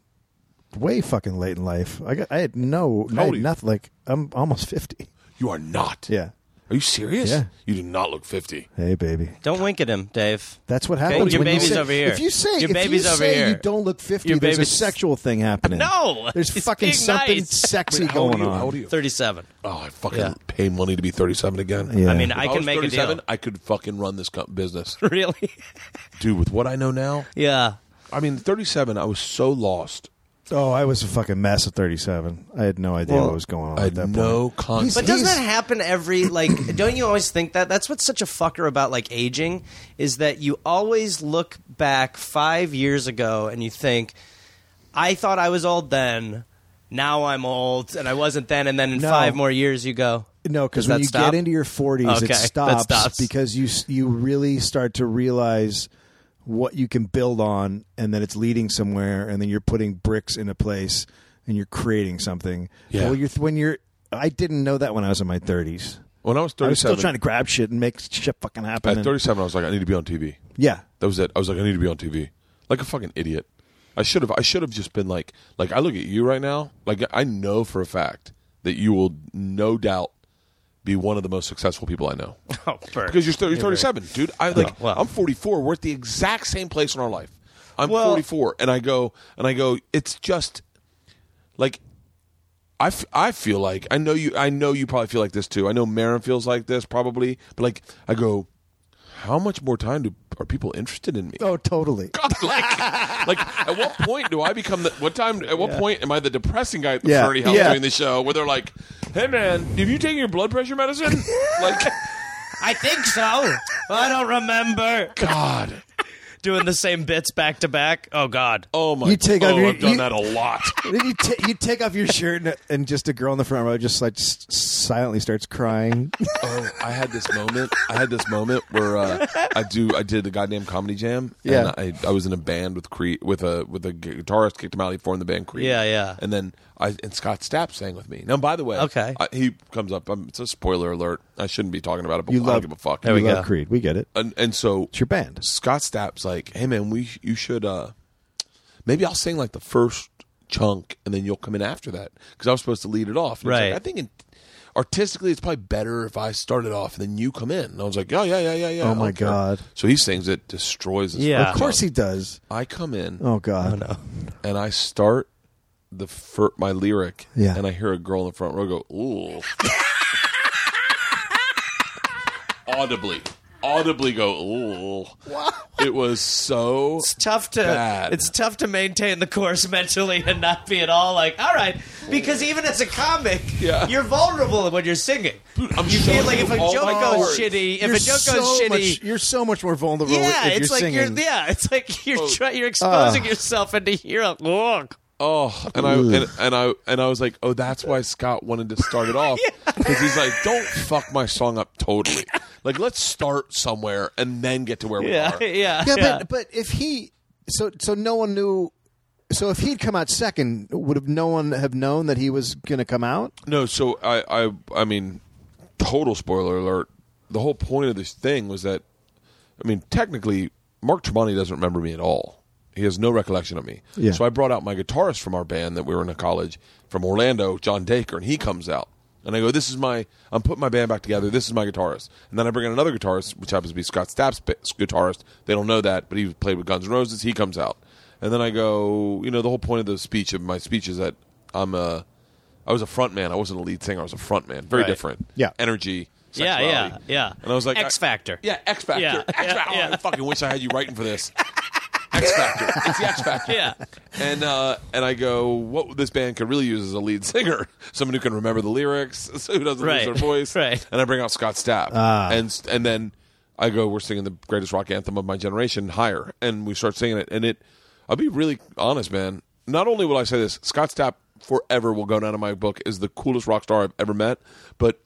Speaker 4: Way fucking late in life. I got I had no
Speaker 1: old
Speaker 4: I
Speaker 1: are
Speaker 4: had
Speaker 1: you?
Speaker 4: nothing like I'm almost fifty.
Speaker 1: you are not.
Speaker 4: Yeah.
Speaker 1: Are you serious?
Speaker 4: Yeah.
Speaker 1: You do not look 50.
Speaker 4: Hey baby.
Speaker 5: Don't wink at him, Dave.
Speaker 4: That's what happens.
Speaker 5: your
Speaker 4: when you
Speaker 5: baby's
Speaker 4: say,
Speaker 5: over here.
Speaker 4: If you say
Speaker 5: Your
Speaker 4: if you
Speaker 5: baby's over
Speaker 4: say you
Speaker 5: here.
Speaker 4: don't look fifty,
Speaker 5: Your
Speaker 4: there's a
Speaker 5: baby's-
Speaker 4: sexual thing happening.
Speaker 5: No,
Speaker 4: There's
Speaker 5: he's
Speaker 4: fucking
Speaker 5: being
Speaker 4: something
Speaker 5: nice.
Speaker 4: [LAUGHS] sexy
Speaker 1: Wait, how old
Speaker 4: going
Speaker 1: are you?
Speaker 4: on.
Speaker 1: How old are you?
Speaker 5: 37.
Speaker 1: Oh, I fucking
Speaker 5: Yeah.
Speaker 1: pay money to be 37 again.
Speaker 4: Yeah.
Speaker 5: I mean,
Speaker 1: If
Speaker 5: I
Speaker 1: was
Speaker 5: can make a
Speaker 1: 37,
Speaker 5: deal.
Speaker 1: I could fucking run this co- business.
Speaker 5: [LAUGHS]
Speaker 1: [LAUGHS]
Speaker 5: really?
Speaker 1: Dude, with what I know now,
Speaker 5: yeah.
Speaker 1: I mean, 37, I was so lost.
Speaker 4: Oh, I was a fucking mess at 37. I had no idea
Speaker 5: Well,
Speaker 4: what was going on
Speaker 1: I
Speaker 4: at
Speaker 1: had
Speaker 4: that
Speaker 1: no
Speaker 4: point.
Speaker 1: concept.
Speaker 5: But doesn't
Speaker 4: He's-
Speaker 5: that happen every like? [COUGHS] don't you always think that? That's what's such a fucker about like aging is that you always look back five years ago and you think, I thought I was old then. Now I'm old, and I wasn't then. And then in
Speaker 4: No.
Speaker 5: five more years, you go.
Speaker 4: No, because
Speaker 5: Does that
Speaker 4: when you
Speaker 5: stop?
Speaker 4: get into your 40s,
Speaker 5: Okay,
Speaker 4: it
Speaker 5: that
Speaker 4: stops,
Speaker 5: stops.
Speaker 4: because you s- you really start to realize what you can build on, and then it's leading somewhere, and then you're putting bricks into place, and you're creating something.
Speaker 1: Yeah.
Speaker 4: Well, you're th- when you're. I didn't know that when I was in my 30s.
Speaker 1: when I was 37,
Speaker 4: I was still trying to grab shit and make shit fucking happen.
Speaker 1: at
Speaker 4: and-
Speaker 1: 37, I was like, I need to be on TV.
Speaker 4: yeah.
Speaker 1: That was it. I was like, I need to be on TV. Like a fucking idiot. I should have. I should have just been like, like I look at you right now. Like I know for a fact that you will no doubt be one of the most successful people I know.
Speaker 5: [LAUGHS] Oh, Bert.
Speaker 1: because you're, still, you're 37, dude. I like
Speaker 5: Oh, [LAUGHS] well.
Speaker 1: I'm 44. We're at the exact same place in our life. I'm
Speaker 5: Well-
Speaker 1: 44, and I go and I go. It's just like I, f- I feel like I know you. I know you probably feel like this too. I know Marin feels like this probably, but like I go, how much more time do are people interested in me?
Speaker 4: Oh, totally.
Speaker 1: God, like, like at what
Speaker 4: [LAUGHS]
Speaker 1: point do I become the? What time? At what point am I the depressing guy at the
Speaker 4: Yeah.
Speaker 1: fraternity house
Speaker 4: Yeah.
Speaker 1: doing the show where they're like, "Hey man, have you taken your blood pressure
Speaker 4: [LAUGHS]
Speaker 1: medicine?" like,
Speaker 5: I
Speaker 1: [LAUGHS]
Speaker 5: think so. I don't remember
Speaker 1: God,
Speaker 5: doing the same bits back to back. Oh God.
Speaker 1: oh my,
Speaker 4: You take
Speaker 1: oh,
Speaker 4: out your-
Speaker 1: I've done
Speaker 4: you-
Speaker 1: that a
Speaker 4: [LAUGHS]
Speaker 1: lot.
Speaker 4: Then you, ta you take off your shirt, and, and just a girl in the front row just like s- silently starts crying.
Speaker 1: Oh, I had this moment. I had this moment where uh, I do. I did the goddamn comedy jam.
Speaker 4: Yeah.
Speaker 1: and I, I was in a band with Creed, with a with a guitarist kicked him out. He formed the band Creed.
Speaker 5: Yeah, yeah.
Speaker 1: And then I and Scott Stapp sang with me. Now, by the way,
Speaker 5: Okay.
Speaker 1: I, he comes up. Um, it's a spoiler alert. I shouldn't be talking about it, but
Speaker 4: You
Speaker 1: I
Speaker 4: love-
Speaker 1: don't give a fuck.
Speaker 5: There we
Speaker 4: You love
Speaker 5: go.
Speaker 4: Creed. We get it.
Speaker 1: And, and so
Speaker 4: It's your band.
Speaker 1: Scott Stapp's like, "Hey man, we you should uh maybe I'll sing like the first chunk and then you'll come in after that because I was supposed to lead it off." And he's like,
Speaker 5: Right.
Speaker 1: I think in, artistically it's probably better if I started off and then you come in. And I was like, "Oh yeah, yeah, yeah, yeah."
Speaker 4: Oh, my
Speaker 1: okay."
Speaker 4: God.
Speaker 1: So he sings it destroys his
Speaker 5: Yeah.
Speaker 1: first
Speaker 4: Of course
Speaker 1: chunk.
Speaker 4: he does.
Speaker 1: I come in
Speaker 4: Oh God.
Speaker 5: no.
Speaker 1: and I start the fir- my lyric
Speaker 4: Yeah.
Speaker 1: and I hear a girl in the front row go,
Speaker 5: [LAUGHS]
Speaker 1: "Ooh." audibly. Audibly go, "Ooh." It was so
Speaker 5: It's tough to
Speaker 1: Bad.
Speaker 5: it's tough to maintain the course [LAUGHS] mentally and not be at all like all right because even as a comic
Speaker 1: Yeah.
Speaker 5: you're vulnerable when
Speaker 1: [LAUGHS]
Speaker 5: you're singing
Speaker 1: I'm
Speaker 5: you feel
Speaker 1: showing
Speaker 5: like if a
Speaker 1: all
Speaker 5: joke
Speaker 1: my
Speaker 5: goes
Speaker 1: words.
Speaker 5: shitty if
Speaker 4: You're
Speaker 5: a joke goes
Speaker 4: so
Speaker 5: shitty
Speaker 4: much- you're so much more vulnerable
Speaker 5: yeah,
Speaker 4: if
Speaker 5: it's
Speaker 4: you're
Speaker 5: like
Speaker 4: singing.
Speaker 5: you're yeah, it's like you're try, you're exposing yourself into hero. Look,
Speaker 1: Oh, and I and, and I and I was like, oh, that's why Scott wanted to start it
Speaker 5: [LAUGHS]
Speaker 1: off because he's like, don't fuck my song up totally. Like, let's start somewhere and then get to where
Speaker 5: [LAUGHS] yeah,
Speaker 1: we are.
Speaker 5: yeah,
Speaker 4: yeah, But, but if he so so no one knew. So if he'd come out second, would have no one have known that he was going to come out?
Speaker 1: No, so I, I, I mean, total spoiler alert. The whole point of this thing was that, I mean, technically, Mark Tremonti doesn't remember me at all. He has no recollection of me.
Speaker 4: Yeah.
Speaker 1: So I brought out my guitarist from our band that we were in a college from Orlando, John Dacre, and he comes out. And I go, this is my, I'm putting my band back together. This is my guitarist. And then I bring in another guitarist, which happens to be Scott Stapp's ba- guitarist. They don't know that, but he played with Guns N' Roses. He comes out. And then I go, you know, the whole point of the speech, of my speech is that I'm a, I was a front man. I wasn't a lead singer. I was a front man. Very
Speaker 5: Right.
Speaker 1: different.
Speaker 4: Yeah.
Speaker 1: Energy.
Speaker 5: Yeah,
Speaker 1: sexuality.
Speaker 5: yeah, yeah.
Speaker 1: And I was like,
Speaker 5: X
Speaker 1: I-
Speaker 5: Factor.
Speaker 1: Yeah, X Factor.
Speaker 5: Yeah,
Speaker 1: X
Speaker 5: yeah,
Speaker 1: Factor. Oh,
Speaker 5: yeah.
Speaker 1: I fucking wish I had you writing for
Speaker 5: [LAUGHS]
Speaker 1: this. X Factor. It's the X Factor.
Speaker 5: Yeah.
Speaker 1: And uh, and I go, what this band could really use is a lead singer, [LAUGHS] someone who can remember the lyrics, [LAUGHS] so who doesn't lose
Speaker 5: Right.
Speaker 1: their voice.
Speaker 5: [LAUGHS] Right. Ah.
Speaker 1: And I bring out Scott Stapp, and and then I go, we're singing the greatest rock anthem of my generation, "Higher," and we start singing it. And it, I'll be really honest, man. Not only will I say this, Scott Stapp forever will go down in my book as the coolest rock star I've ever met, but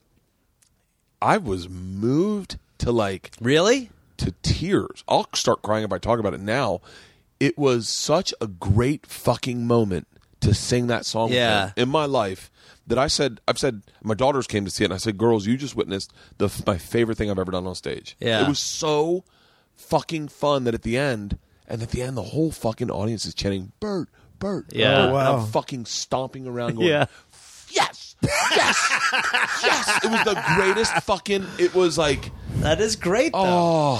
Speaker 1: I was moved to like
Speaker 5: really?
Speaker 1: to tears. I'll start crying if I talk about it now. It was such a great fucking moment to sing that song with
Speaker 5: Yeah.
Speaker 1: him in my life that I said I've said my daughters came to see it and I said, "Girls, you just witnessed the f- my favorite thing I've ever done on stage."
Speaker 5: Yeah.
Speaker 1: It was so fucking fun that at the end and at the end the whole fucking audience is chanting Bert, Bert.
Speaker 5: Yeah.
Speaker 1: Bert,"
Speaker 5: Oh,
Speaker 1: And
Speaker 4: wow.
Speaker 1: I'm fucking stomping around going,
Speaker 5: Yeah.
Speaker 1: "Yes! Yes! yes!" It was the greatest fucking it was like
Speaker 5: That is great. Though.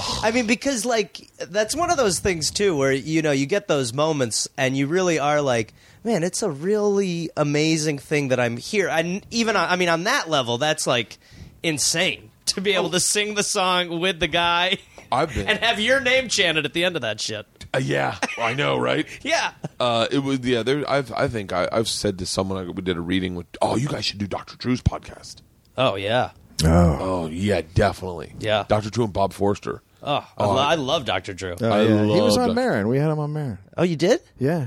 Speaker 1: Oh.
Speaker 5: I mean, because like that's one of those things too, where you know you get those moments, and you really are like, man, it's a really amazing thing that I'm here. And even on- I mean, on that level, that's like insane [LAUGHS] to be able to sing the song with the guy
Speaker 1: [LAUGHS] I've been
Speaker 5: and have your name chanted at the end of that shit.
Speaker 1: Uh, yeah, I know, right?
Speaker 5: Yeah.
Speaker 1: [LAUGHS] Uh, it was yeah. There, I've I think I, I've said to someone I, we did a reading with. Oh, you guys should do Dr. Drew's podcast.
Speaker 5: Oh yeah.
Speaker 1: Oh yeah, definitely.
Speaker 5: Yeah.
Speaker 1: Dr. Drew and Bob Forster.
Speaker 5: Oh, I, lo- I love Dr. Drew.
Speaker 1: I
Speaker 4: he was
Speaker 1: love that.
Speaker 4: on Marin. We had him on Marin.
Speaker 5: oh, you did?
Speaker 4: Yeah.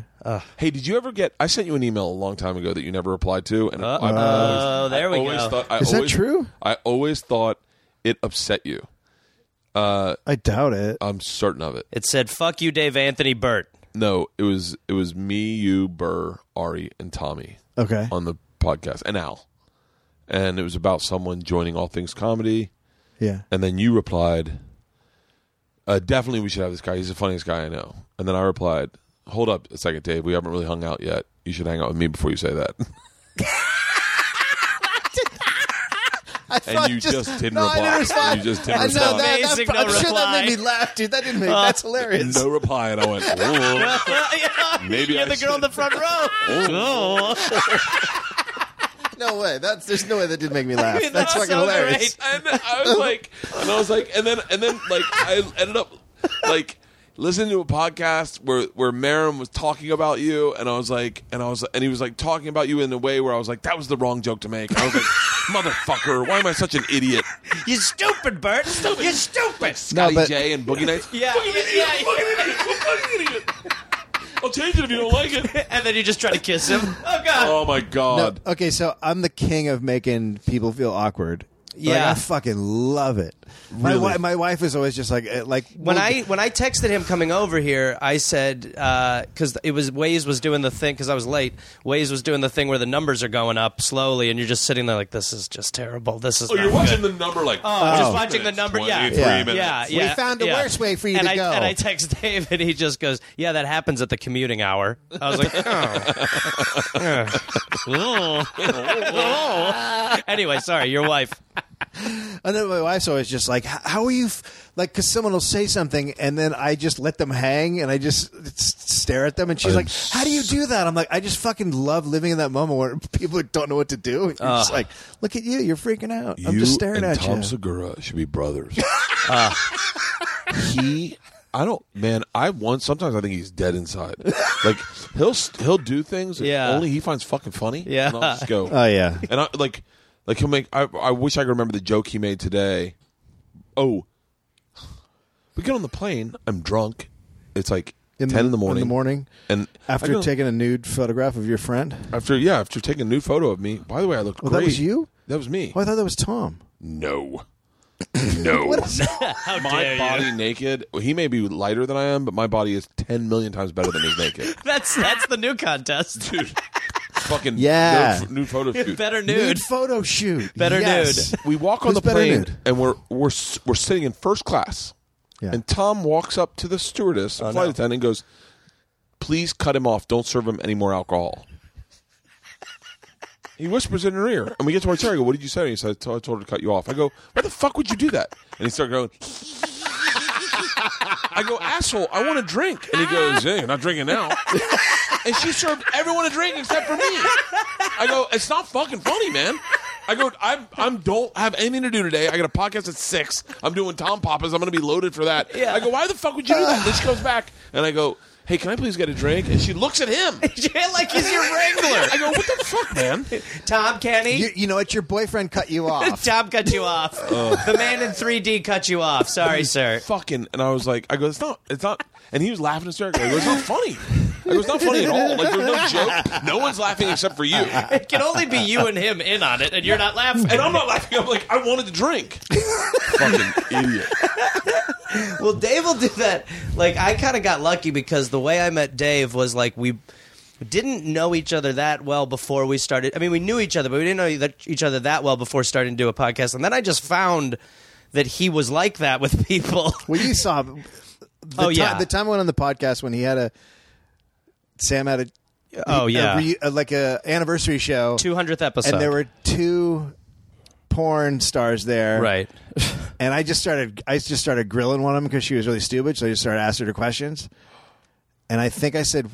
Speaker 1: Hey, did you ever get? I sent you an email a long time ago that you never replied to, and I, I've
Speaker 5: Oh, there we
Speaker 1: always
Speaker 5: go.
Speaker 1: thought. I
Speaker 4: Is that
Speaker 1: always-
Speaker 4: true?
Speaker 1: I always thought it upset you.
Speaker 4: I doubt it.
Speaker 1: I'm certain of it.
Speaker 5: it said, "Fuck you, Dave Anthony Burt." [LAUGHS]
Speaker 1: No, it was it was me, you, Burr, Ari, and Tommy.
Speaker 4: Okay.
Speaker 1: on the podcast, and Al, and it was about someone joining All Things Comedy.
Speaker 4: Yeah.
Speaker 1: And then you replied, uh, definitely we should have this guy. He's the funniest guy I know. And then I replied, hold up a second, Dave. We haven't really hung out yet. You should hang out with me before you say that. [LAUGHS]
Speaker 4: [LAUGHS] I thought
Speaker 1: you just didn't
Speaker 4: no, I
Speaker 1: reply.
Speaker 4: didn't respond.
Speaker 1: You just didn't
Speaker 4: I know
Speaker 1: respond. Uh,
Speaker 4: that- that-
Speaker 5: Amazing, no
Speaker 4: I'm sure that
Speaker 5: reply.
Speaker 4: made me laugh, dude. That didn't make. that's hilarious.
Speaker 1: no reply. And I went,
Speaker 4: [LAUGHS]
Speaker 1: "Ooh."
Speaker 5: Yeah,
Speaker 1: Maybe
Speaker 5: you're
Speaker 1: I
Speaker 5: the
Speaker 1: [LAUGHS] should-
Speaker 5: girl in the front row. oh.
Speaker 3: no way. That's there's no way that didn't make me laugh.
Speaker 5: mean,
Speaker 3: That's
Speaker 5: [LAUGHS] that's
Speaker 3: fucking
Speaker 5: so
Speaker 3: hilarious.
Speaker 1: and I was like, and I was like, and then and then like I ended up like listening to a podcast where where Marin was talking about you, and I was like, and I was and he was like talking about you in a way where I was like, that was the wrong joke to make. And I was like, [LAUGHS] motherfucker, why am I such an idiot?
Speaker 5: You stupid, Bert. You stupid.
Speaker 1: Scotty
Speaker 4: but-
Speaker 1: J and Boogie Nights.
Speaker 5: Yeah,
Speaker 1: Fucking idiot,
Speaker 5: yeah, yeah.
Speaker 1: fucking idiot, fucking idiot. I'll change it if you don't like it.
Speaker 5: [LAUGHS] And then you just try to kiss him. [LAUGHS] Oh God.
Speaker 1: Oh my god.
Speaker 4: Okay, so I'm the king of making people feel awkward. Like,
Speaker 5: Yeah.
Speaker 4: I fucking love it. My, wi- my wife is always just like, eh, like
Speaker 5: when
Speaker 4: we'll-
Speaker 5: I when I texted him coming over here, I said because it was Waze was doing the thing because I was late. Waze was doing the thing where the numbers are going up slowly, and you're just sitting there like, "This is just terrible. This is."
Speaker 1: Oh,
Speaker 5: not
Speaker 1: you're
Speaker 5: good."
Speaker 1: watching the number like.
Speaker 5: Oh, I'm just
Speaker 1: minutes,
Speaker 5: watching the number. Yeah,
Speaker 1: 23
Speaker 4: Yeah.
Speaker 1: minutes.
Speaker 5: yeah,
Speaker 4: We
Speaker 5: yeah.
Speaker 4: found a
Speaker 5: yeah.
Speaker 4: worse way for you
Speaker 5: and
Speaker 4: to
Speaker 5: I,
Speaker 4: go.
Speaker 5: And I text [LAUGHS] Dave, and he just goes, "Yeah, that happens at the commuting hour." I was [LAUGHS] like, "Oh, Oh. Oh. [LAUGHS] Anyway, sorry, your wife.
Speaker 4: And then my wife's always just like, "H- "How are you?" F-? Like, because someone will say something, and then I just let them hang, and I just s- stare at them, and she's like, "How do you do that?" I'm like, "I just fucking love living in that moment where [LAUGHS] people don't know what to do." And you're just like, "Look at you, you're freaking out. I'm just staring
Speaker 1: Ah. and
Speaker 4: at
Speaker 1: Tom
Speaker 4: you."
Speaker 1: Segura should be [LAUGHS] brothers. Uh, he, I don't, man. I once sometimes I think he's dead inside. Like he'll st- he'll do things that
Speaker 5: Yeah.
Speaker 1: only he finds fucking funny.
Speaker 5: Yeah.
Speaker 1: and I'll just go. [LAUGHS]
Speaker 4: oh yeah,
Speaker 1: and I like like he'll make. I I wish I could remember the joke he made today. Oh, we get on the plane. I'm drunk. It's like ten in the morning.
Speaker 4: In the morning,
Speaker 1: and I
Speaker 4: after
Speaker 1: go-
Speaker 4: taking a nude photograph of your friend.
Speaker 1: after yeah after taking a new photo of me. By the way, I looked
Speaker 4: Well,
Speaker 1: great.
Speaker 4: that was you.
Speaker 1: Oh, That was me.
Speaker 4: Oh, I thought that was Tom.
Speaker 1: No. [LAUGHS] No.
Speaker 5: How dare
Speaker 1: my
Speaker 5: you?
Speaker 1: body naked. He may be lighter than I am, but my body is 10 million times better than his naked.
Speaker 5: That's that's the new [LAUGHS] contest.
Speaker 1: Fucking
Speaker 4: Yeah.
Speaker 1: nude, nude photo shoot.
Speaker 5: Better
Speaker 4: Nude
Speaker 5: nude. [LAUGHS]
Speaker 4: photo shoot.
Speaker 5: Better
Speaker 4: yes.
Speaker 5: nude.
Speaker 1: We walk on the
Speaker 4: Who's better
Speaker 1: plane
Speaker 4: nude?
Speaker 1: and we're we're s- we're sitting in first class.
Speaker 4: Yeah.
Speaker 1: And Tom walks up to the stewardess, flight attendant, and goes, "Please cut him off. Don't serve him any more alcohol." He whispers in her ear, and we get to our chair. I go, "What did you say?" And he said, "I told I told her to cut you off." I go, "Why the fuck would you do that?" And he started going. I go, asshole, I want a drink. And he goes, yeah, you're not drinking now. and she served everyone a drink except for me. I go, it's not fucking funny, man. I go, I'm, I'm don't have anything to do today. I got a podcast at six. I'm doing Tom Papa's. I'm going to be loaded for that.
Speaker 5: Yeah.
Speaker 1: I go, why the fuck would you do that? And then she comes back and I go, hey, can I please get a drink? And she looks at him.
Speaker 5: like he's
Speaker 4: [LAUGHS]
Speaker 5: your wrangler.
Speaker 1: I go, what the fuck, man?
Speaker 5: Tom Kenny.
Speaker 4: You, you know what? Your boyfriend
Speaker 1: [LAUGHS]
Speaker 4: cut you off.
Speaker 5: Tom cut
Speaker 4: [LAUGHS]
Speaker 5: you off.
Speaker 4: Oh.
Speaker 5: The man in 3D cut you off. Sorry, sir.
Speaker 1: fucking and I was like I go, it's not it's not and he was laughing hysterically. I go, it's not funny. I go, it's not funny at all. Like there's no joke. No one's laughing except for you.
Speaker 5: It can only be you and him in on it, and you're not laughing.
Speaker 1: And I'm not laughing. I'm like, I wanted to drink. Fucking idiot.
Speaker 5: well, Dave will do that. Like, I kind of got lucky because the way I met Dave was like we didn't know each other that well before we started. I mean, we knew each other, but we didn't know that- each other that well before starting to do a podcast. And then I just found that he was like that with
Speaker 4: [LAUGHS]
Speaker 5: people.
Speaker 4: Well, you saw. The
Speaker 5: Oh,
Speaker 4: ti-
Speaker 5: yeah.
Speaker 4: the time I went on the podcast when he had a Sam had a
Speaker 5: Oh,
Speaker 4: a
Speaker 5: yeah.
Speaker 4: re- a- like a anniversary show,
Speaker 5: 200th episode.
Speaker 4: and there were two porn stars there,
Speaker 5: Right.
Speaker 4: And I just started, I just started grilling one of them because she was really stupid, so I just started asking her questions, and I think I said.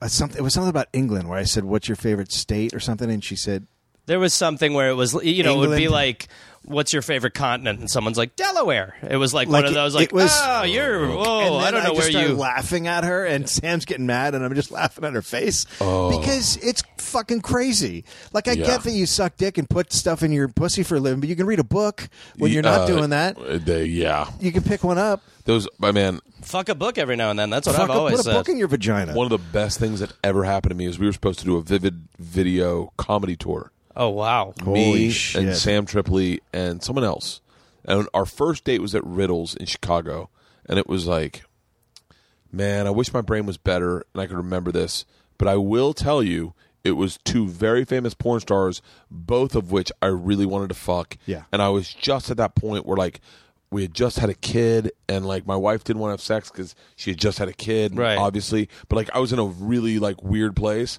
Speaker 4: uh, Something, it was something about England where I said, "What's your favorite state?" or something, and she said,
Speaker 5: There was something where it was, you know, it would be
Speaker 4: England.
Speaker 5: like, "What's your favorite continent?" and someone's like, "Delaware." It was like,
Speaker 4: Like,
Speaker 5: one of those,
Speaker 4: it-
Speaker 5: like,
Speaker 4: it was-
Speaker 5: "Oh, you're
Speaker 4: And
Speaker 5: whoa,
Speaker 4: then
Speaker 5: I don't know
Speaker 4: just
Speaker 5: where
Speaker 4: started
Speaker 5: you."
Speaker 4: laughing at her, and [LAUGHS] Sam's getting mad, and I'm just laughing at her face
Speaker 5: Oh.
Speaker 4: because it's fucking crazy. Like I
Speaker 1: Yeah.
Speaker 4: get that you suck dick and put stuff in your pussy for a living, but you can read a book [LAUGHS] when you're not
Speaker 1: Uh,
Speaker 4: doing that.
Speaker 1: They, yeah.
Speaker 4: You can pick one up.
Speaker 1: Those, my man,
Speaker 5: Fuck a book every now and then. That's what
Speaker 4: Fuck
Speaker 5: I've
Speaker 4: up,
Speaker 5: always
Speaker 4: put a
Speaker 5: said.
Speaker 4: book in your vagina.
Speaker 1: one of the best things that ever happened to me is we were supposed to do a vivid video comedy tour.
Speaker 5: oh wow,
Speaker 4: Holy
Speaker 1: me and
Speaker 4: shit.
Speaker 1: Sam Tripoli and someone else. And our first date was at Riddles in Chicago, and it was like, man, I wish my brain was better and I could remember this, but I will tell you, it was two very famous porn stars, both of which I really wanted to fuck.
Speaker 4: Yeah.
Speaker 1: and I was just at that point where like. We had just had a kid, and like my wife didn't want to have sex because she had just had a kid,
Speaker 5: Right.
Speaker 1: Obviously, but like I was in a really like weird place,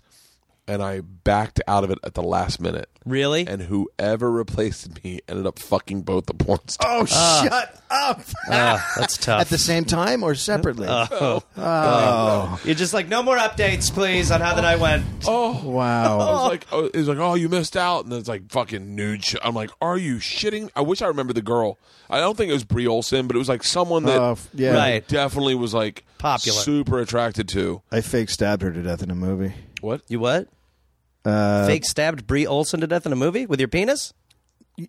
Speaker 1: and I backed out of it at the last minute.
Speaker 5: Really?
Speaker 1: And whoever replaced me ended up fucking both the porn stars.
Speaker 4: Oh, shut up!
Speaker 5: Ah, [LAUGHS] that's
Speaker 4: [LAUGHS]
Speaker 5: tough.
Speaker 4: At the same time or separately?
Speaker 5: You're just like, no more updates, please, on how the night went.
Speaker 1: Oh,
Speaker 5: [LAUGHS]
Speaker 1: I
Speaker 4: wow.
Speaker 1: was like, oh, it's like, oh, you missed out, and then it's like fucking nude. Sh-. I'm like, are you shitting? I wish I remember the girl. I don't think it was Brie Olson, but it was like someone that
Speaker 4: Oh, f- yeah.
Speaker 5: Right.
Speaker 1: I definitely was like
Speaker 5: Popular.
Speaker 1: super attracted to.
Speaker 4: I fake stabbed her to death in a movie.
Speaker 1: What?
Speaker 5: You what? Fake stabbed Brie Olson to death in a movie with your penis?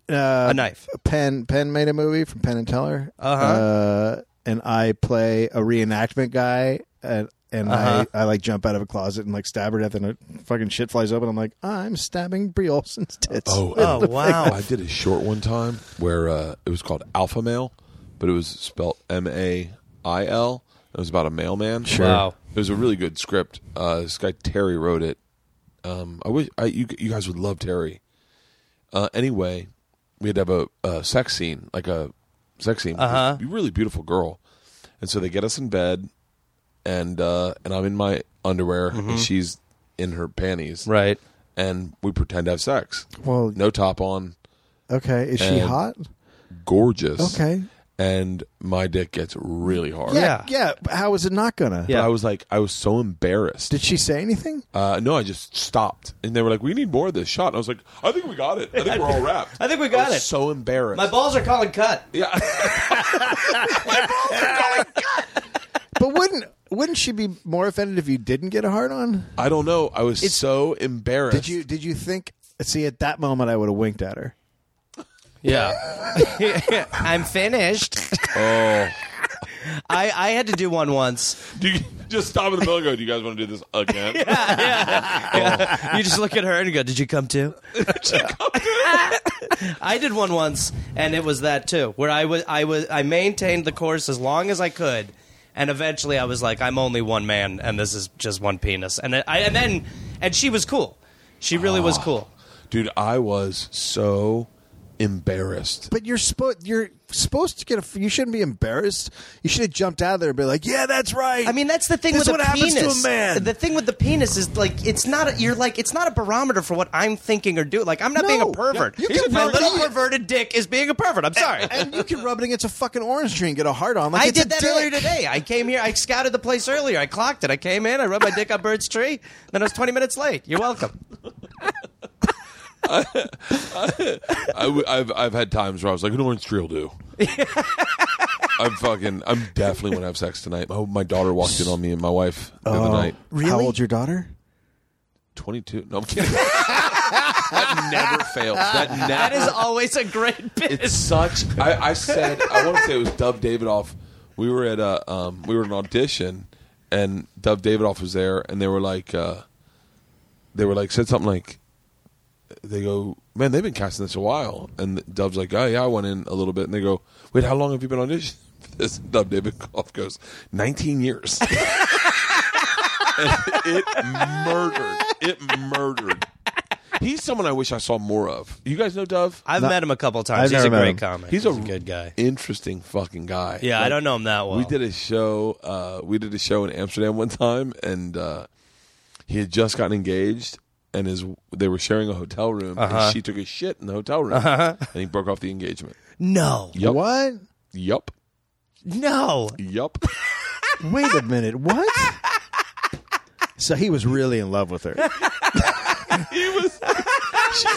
Speaker 4: Uh,
Speaker 5: a [LAUGHS] knife.
Speaker 4: Penn Penn made a movie from Penn and Teller. Uh-huh. and I play a reenactment guy, and, and I, I like jump out of a closet and like stab her to death, and her fucking shit flies open. I'm like, I'm stabbing Brie Olsen's tits.
Speaker 5: Oh,
Speaker 1: Oh,
Speaker 5: wow.
Speaker 1: I did a short one time where uh, it was called Alpha Male, but it was spelled M A I L. It was about a mailman. Sure.
Speaker 5: Wow.
Speaker 1: It was a really good script. Uh, this guy Terry wrote it. Um, I wish I, you you guys would love Terry. Uh, anyway, we had to have a, a sex scene, like a sex scene. with this
Speaker 5: Uh-huh.
Speaker 1: Really beautiful girl, and so they get us in bed, and uh, and I'm in my underwear, and she's in her panties,
Speaker 5: Mm-hmm. Right.
Speaker 1: And we pretend to have sex.
Speaker 4: Well,
Speaker 1: No top on
Speaker 4: okay. Is she
Speaker 1: And-
Speaker 4: hot?
Speaker 1: gorgeous.
Speaker 4: Okay.
Speaker 1: And my dick gets really hard.
Speaker 4: Yeah. Yeah. but How is it not gonna?
Speaker 1: But
Speaker 5: Yeah.
Speaker 1: I was like, I was so embarrassed.
Speaker 4: Did she say anything?
Speaker 1: Uh, no, I just stopped. And they were like, we need more of this shot. And I was like, I think we got it. I think we're all wrapped.
Speaker 5: I think we got
Speaker 1: was
Speaker 5: it.
Speaker 1: so embarrassed.
Speaker 5: My balls are calling cut.
Speaker 1: yeah. [LAUGHS]
Speaker 4: But wouldn't wouldn't she be more offended if you didn't get a hard on?
Speaker 1: I don't know. I was so embarrassed.
Speaker 4: Did you did you think? See, at that moment, I would have winked at her.
Speaker 5: Yeah. [LAUGHS] I'm finished.
Speaker 1: Oh.
Speaker 5: [LAUGHS] I, I had to do one once.
Speaker 1: [LAUGHS] Do you just stop in the middle and go, do you guys want to do this again?
Speaker 5: You just look at her and you go, [LAUGHS] Did you come too? I did one once and it was that too, where I was I was I maintained the course as long as I could. And eventually I was like, I'm only one man and this is just one penis. And I and then and she was cool. She really was cool.
Speaker 1: Dude, I was so embarrassed.
Speaker 4: But you're supposed you're supposed to get a. You shouldn't be embarrassed. You should have jumped out of there and be like, "Yeah, that's right."
Speaker 5: I mean, that's the thing
Speaker 4: This
Speaker 5: with
Speaker 4: is what
Speaker 5: the
Speaker 4: happens
Speaker 5: penis.
Speaker 4: to a man.
Speaker 5: The thing with the penis is like it's not. A, you're like it's not a barometer for what I'm thinking or do. Like I'm not being a
Speaker 4: No.
Speaker 5: pervert.
Speaker 4: Yeah, you can
Speaker 5: My
Speaker 4: pervert
Speaker 5: little
Speaker 4: it.
Speaker 5: perverted dick is being a pervert. I'm sorry.
Speaker 4: and you can rub it against a fucking orange tree and get a hard on. Like
Speaker 5: I
Speaker 4: it's a
Speaker 5: did that
Speaker 4: dick.
Speaker 5: earlier today. I came here. I scouted the place earlier. I clocked it. I came in. I rubbed my dick on Bird's tree. Then I was 20 minutes late. You're welcome.
Speaker 1: I have I've had times where I was like, an orange tree will
Speaker 5: [LAUGHS]
Speaker 1: do. I'm fucking. I'm definitely gonna have sex tonight. Oh, my daughter walked in on me and my wife the
Speaker 5: Oh.
Speaker 1: other night.
Speaker 4: How old's your daughter?
Speaker 1: 22. No, I'm kidding. [LAUGHS] that never fails. That never.
Speaker 5: [LAUGHS] That is always a [LAUGHS] great bit.
Speaker 1: it's such. I, I said. I want to say it was Dub Davidoff. We were at a. Um, we were at an audition, and Dub Davidoff was there, and they were like, uh, they were like said something like, they go, man, they've been casting this a while, and Dub's like, oh yeah, I went in a little bit, and they go, wait, how long have you been auditioning? for This And Dub Davidoff goes, nineteen years. [LAUGHS] and it murdered. It murdered. He's someone I wish I saw more of. You guys know Dove?
Speaker 5: I've met him a couple
Speaker 4: I've
Speaker 5: times. He's
Speaker 4: never
Speaker 5: a
Speaker 4: met
Speaker 5: great
Speaker 4: him.
Speaker 5: comic.
Speaker 1: He's, a,
Speaker 5: good guy.
Speaker 1: Interesting fucking guy.
Speaker 5: Yeah, I
Speaker 1: Like,
Speaker 5: don't know him that well.
Speaker 1: We did a show. Uh, we did a show in Amsterdam one time, and uh, he had just gotten engaged, and his they were sharing a hotel room,
Speaker 5: Uh-huh.
Speaker 1: and she took a shit in the hotel room, and he broke off the engagement.
Speaker 5: No.
Speaker 1: Yup.
Speaker 4: What?
Speaker 1: Yup.
Speaker 5: No.
Speaker 1: Yup.
Speaker 5: [LAUGHS]
Speaker 4: Wait a minute. What? [LAUGHS] so he was really in love [LAUGHS] with her.
Speaker 1: he was. She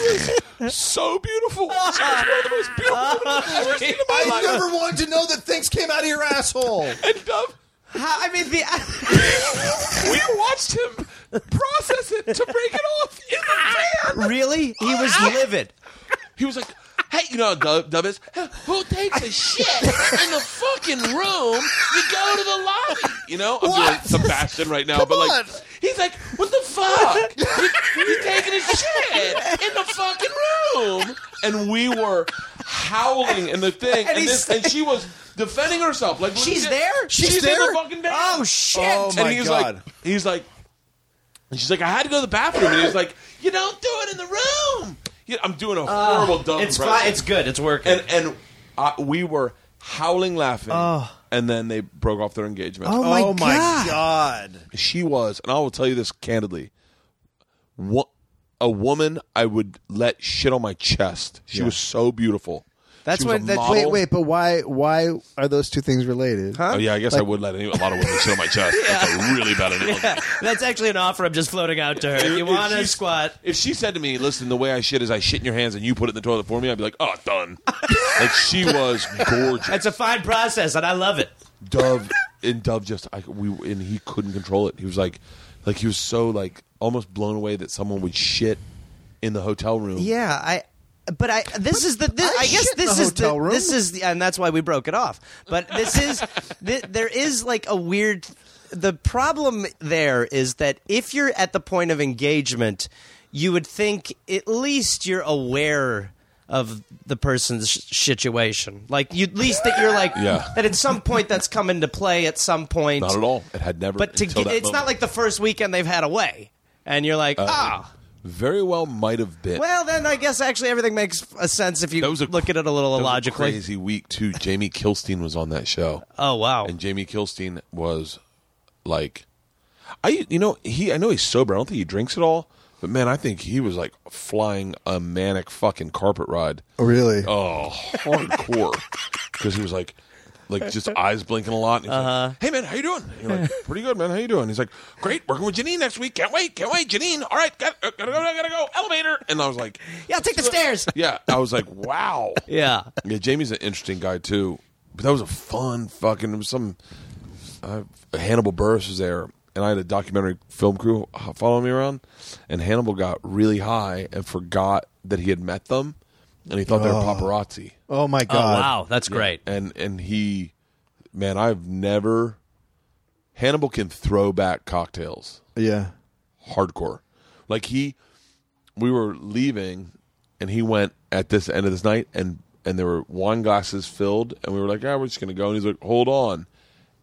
Speaker 1: was so beautiful. She was one of the most beautiful women I've ever seen
Speaker 5: [LAUGHS]
Speaker 1: in my life.
Speaker 4: wanted to know that things came out of your asshole.
Speaker 1: And Dove,
Speaker 5: How, I mean, [LAUGHS] the.
Speaker 1: we watched him process it to break it off in the van.
Speaker 5: Really? He was [LAUGHS] livid.
Speaker 1: He was like, "Hey, you know, how Dub, Dub is who takes a shit in the fucking room? You go to the lobby, you know." I'm doing Sebastian right now, but like, he's like, "What the fuck? you, you taking a shit in the fucking room?" And we were howling in the thing, and,
Speaker 5: he's
Speaker 1: this, and she was defending herself. Like,
Speaker 5: She's
Speaker 1: legit-
Speaker 5: there?
Speaker 1: She's,
Speaker 5: She's
Speaker 1: in
Speaker 5: there?
Speaker 1: the fucking van.
Speaker 5: Oh, shit.
Speaker 4: Oh, my
Speaker 1: and he's
Speaker 4: God.
Speaker 1: like, he's like, and she's like, I had to go to the bathroom, and he was like, "You don't do it in the room." Yeah, I'm doing a horrible dumb.
Speaker 5: It's
Speaker 1: impression.
Speaker 5: fine. It's good. It's working.
Speaker 1: and and uh, we were howling laughing, and then they broke off their
Speaker 5: Oh
Speaker 1: engagement.
Speaker 4: Oh my god.
Speaker 1: She was, and I will tell you this candidly, wo- a woman I would let shit on my chest. She was so beautiful.
Speaker 5: That's
Speaker 1: She was
Speaker 5: what-
Speaker 1: a
Speaker 5: that's-
Speaker 1: model.
Speaker 4: Wait, wait, but why? Why are those two things related?
Speaker 1: Oh yeah, I guess I would let any, a lot of women sit on my chest.
Speaker 5: [LAUGHS]
Speaker 1: That's a really bad analogy.
Speaker 5: That's actually an offer I'm just floating out to her. If you
Speaker 1: If
Speaker 5: want to
Speaker 1: she's-
Speaker 5: squat,
Speaker 1: If she said to me, "Listen, the way I shit is I shit in your hands and you put it in the toilet for me," I'd be like, "Oh, done." like she was gorgeous.
Speaker 5: [LAUGHS] it's a fine process, and I love it.
Speaker 1: Dove and Dove just I, we and he couldn't control it. He was like, like he was so like almost blown away that someone would shit in the hotel room.
Speaker 5: Yeah, I. But I this is the this,
Speaker 4: I
Speaker 5: I, guess
Speaker 4: shit in
Speaker 5: this
Speaker 4: the
Speaker 5: is the
Speaker 4: hotel room.
Speaker 5: this is the, and that's why we broke it off. But
Speaker 4: [LAUGHS]
Speaker 5: this is th- there is like a weird the problem there is that if you're at the point of engagement, you would think at least you're aware of the person's sh- situation. Like you at least that you're like
Speaker 1: Yeah.
Speaker 5: that at some point that's come into play at some point.
Speaker 1: not at all. It had never.
Speaker 5: But to
Speaker 1: until
Speaker 5: get,
Speaker 1: that
Speaker 5: it's not
Speaker 1: moment. Uh,
Speaker 5: like the first weekend they've had away, and you're like, ah,
Speaker 1: very well might have been.
Speaker 5: well, then I guess actually everything makes a sense if you
Speaker 1: That was a
Speaker 5: look at it a little
Speaker 1: That was a
Speaker 5: illogically.
Speaker 1: crazy week too. Jamie Kilstein was on that show.
Speaker 5: Oh wow!
Speaker 1: and Jamie Kilstein was like, I you know he I know he's sober. I don't think he drinks at all, but man, I think he was like flying a manic fucking carpet ride.
Speaker 4: Really?
Speaker 1: Oh, hardcore [LAUGHS] because he was like. Like just eyes blinking a lot. And he's like, hey man, how you doing? And you're like, pretty good, man. How you doing? He's like, great. Working with Janine next week. Can't wait. Can't wait. Janine. All right, got, uh, gotta go. Gotta go. Elevator. And I was like, [LAUGHS]
Speaker 5: yeah, take the stairs. Oh,
Speaker 1: yeah. I was like, wow.
Speaker 5: Yeah,
Speaker 1: Yeah, Jamie's an interesting guy too. But that was a fun fucking. It was some uh, Hannibal Burris was there, and I had a documentary film crew h- following me around, and Hannibal got really high and forgot that he had met them, and he thought they were paparazzi.
Speaker 4: Oh my
Speaker 5: Oh
Speaker 4: god!
Speaker 5: wow, that's great.
Speaker 1: And and he, man, I've never. Hannibal can throw back cocktails
Speaker 4: Yeah.
Speaker 1: hardcore. Like he, we were leaving, and he went at this end of this night, and and there were wine glasses filled, and we were like, "Ah, we're just gonna go." And he's like, "Hold on,"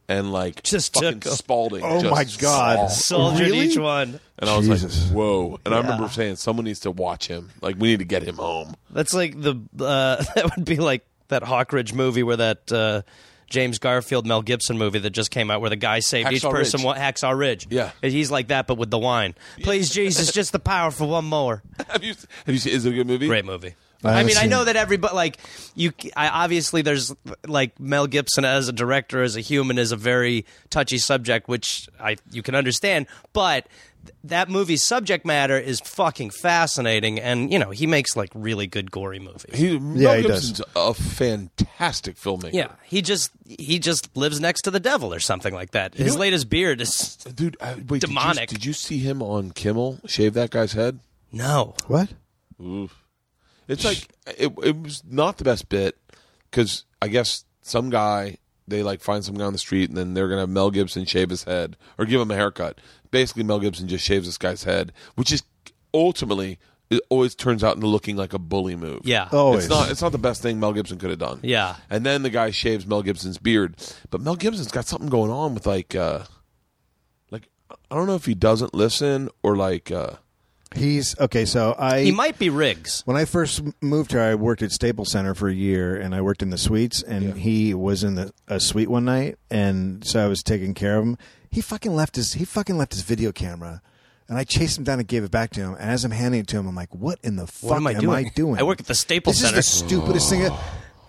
Speaker 1: and like
Speaker 5: Just
Speaker 1: fucking
Speaker 5: took a-
Speaker 1: Spalding.
Speaker 4: Oh
Speaker 1: just
Speaker 4: my God.
Speaker 1: saw.
Speaker 5: Soldiered
Speaker 4: Really?
Speaker 5: each one.
Speaker 1: And I was
Speaker 4: Jesus.
Speaker 1: like, "Whoa!" And I remember saying, "Someone needs to watch him. Like, we need to get him home." [LAUGHS]
Speaker 5: That's like the uh, [LAUGHS] that would be like that Hawkridge movie where that. Uh, James Garfield, Mel Gibson movie that just came out where the guy saved each
Speaker 1: Hacksaw
Speaker 5: person
Speaker 1: Ridge.
Speaker 5: one Hacksaw Ridge.
Speaker 1: Yeah.
Speaker 5: And he's like that, but with the wine. Please, Jesus, just the power for one more.
Speaker 1: Have you? Have you seen? Is it a good movie?
Speaker 5: Great movie.
Speaker 4: I
Speaker 5: I, mean,
Speaker 4: haven't
Speaker 5: I know
Speaker 4: seen
Speaker 5: that everybody like you. I, obviously, there's like Mel Gibson as a director, as a human, is a very touchy subject, which I you can understand. But th- that movie's subject matter is fucking fascinating, and you know he makes like really good gory movies.
Speaker 1: He, Mel
Speaker 4: he does.
Speaker 1: Gibson's a fantastic filmmaker.
Speaker 5: yeah, he just he just lives next to the devil or something like that. His latest beard is
Speaker 1: dude. I, wait, did you-
Speaker 5: Demonic.
Speaker 1: Did you, see him on Kimmel shave that guy's head?
Speaker 5: no.
Speaker 4: What?
Speaker 1: It's like it, it was not the best bit because I guess some guy they like find some guy on the street and then they're gonna have Mel Gibson shave his head or give him a haircut. Basically, Mel Gibson just shaves this guy's head, which is ultimately it always turns out into looking like a bully move.
Speaker 5: Yeah.
Speaker 4: Always.
Speaker 1: It's not. It's not the best thing Mel Gibson could have done.
Speaker 5: Yeah.
Speaker 1: And then the guy shaves Mel Gibson's beard, but Mel Gibson's got something going on with like, uh like I don't know if he doesn't listen or like, uh
Speaker 4: He's okay. So I
Speaker 5: He might be Riggs.
Speaker 4: When I first m- moved here, I worked at Staples Center for a year, and I worked in the suites. And he was in the, a suite one night, and so I was taking care of him. He fucking left his he fucking left his video camera, and I chased him down and gave it back to him. And as I'm handing it to him, I'm like, "What in the fuck
Speaker 5: What am I doing?
Speaker 4: I doing?
Speaker 5: I work at the Staples
Speaker 4: this
Speaker 5: Center.
Speaker 4: is the stupidest thing. I-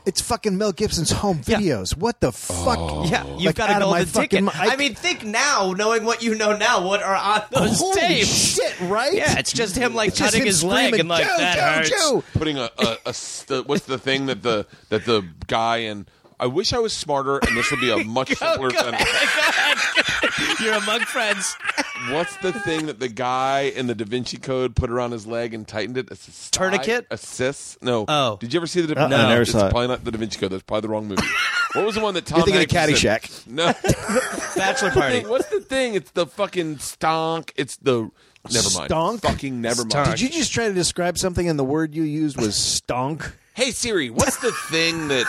Speaker 4: it's fucking Mel Gibson's home videos. What the fuck?
Speaker 5: Yeah, you've
Speaker 4: Oh, Like,
Speaker 5: got a
Speaker 4: out of my
Speaker 5: golden
Speaker 4: fucking
Speaker 5: ticket.
Speaker 4: mi-
Speaker 5: I, mean, think now, knowing what you know now, what are on those
Speaker 4: holy
Speaker 5: tapes?
Speaker 4: shit, right?
Speaker 5: Yeah, it's just him like
Speaker 4: It's just
Speaker 5: cutting
Speaker 4: him
Speaker 5: his leg
Speaker 4: screaming,
Speaker 5: and like
Speaker 4: Joe,
Speaker 5: that hurts.
Speaker 4: Joe, Joe!
Speaker 1: putting a, a, a st- what's the thing that the that the guy and I wish I was smarter and this would be
Speaker 5: [LAUGHS]
Speaker 1: a much simpler sentence.
Speaker 5: You're among friends.
Speaker 1: What's the thing that the guy in the Da Vinci Code put around his leg and tightened it? It's a sty-
Speaker 5: Tourniquet?
Speaker 1: A sis? No.
Speaker 5: Oh.
Speaker 1: Did you ever see the Da
Speaker 4: Uh-uh,
Speaker 1: Vinci
Speaker 4: I never
Speaker 1: It's
Speaker 4: saw it.
Speaker 1: probably not the Da Vinci Code. That's probably the wrong
Speaker 5: [LAUGHS]
Speaker 1: movie. what was the one that Tom
Speaker 4: You're thinking of
Speaker 1: Hanks was in?
Speaker 4: Caddyshack.
Speaker 1: No.
Speaker 4: [LAUGHS]
Speaker 5: Bachelor [LAUGHS] party.
Speaker 1: What's the thing? It's the fucking stonk. It's the never mind.
Speaker 4: Stonk?
Speaker 1: Fucking never mind.
Speaker 5: Stonk.
Speaker 4: Did you just try to describe something, and the word you used was stonk?
Speaker 1: Hey Siri, what's the thing that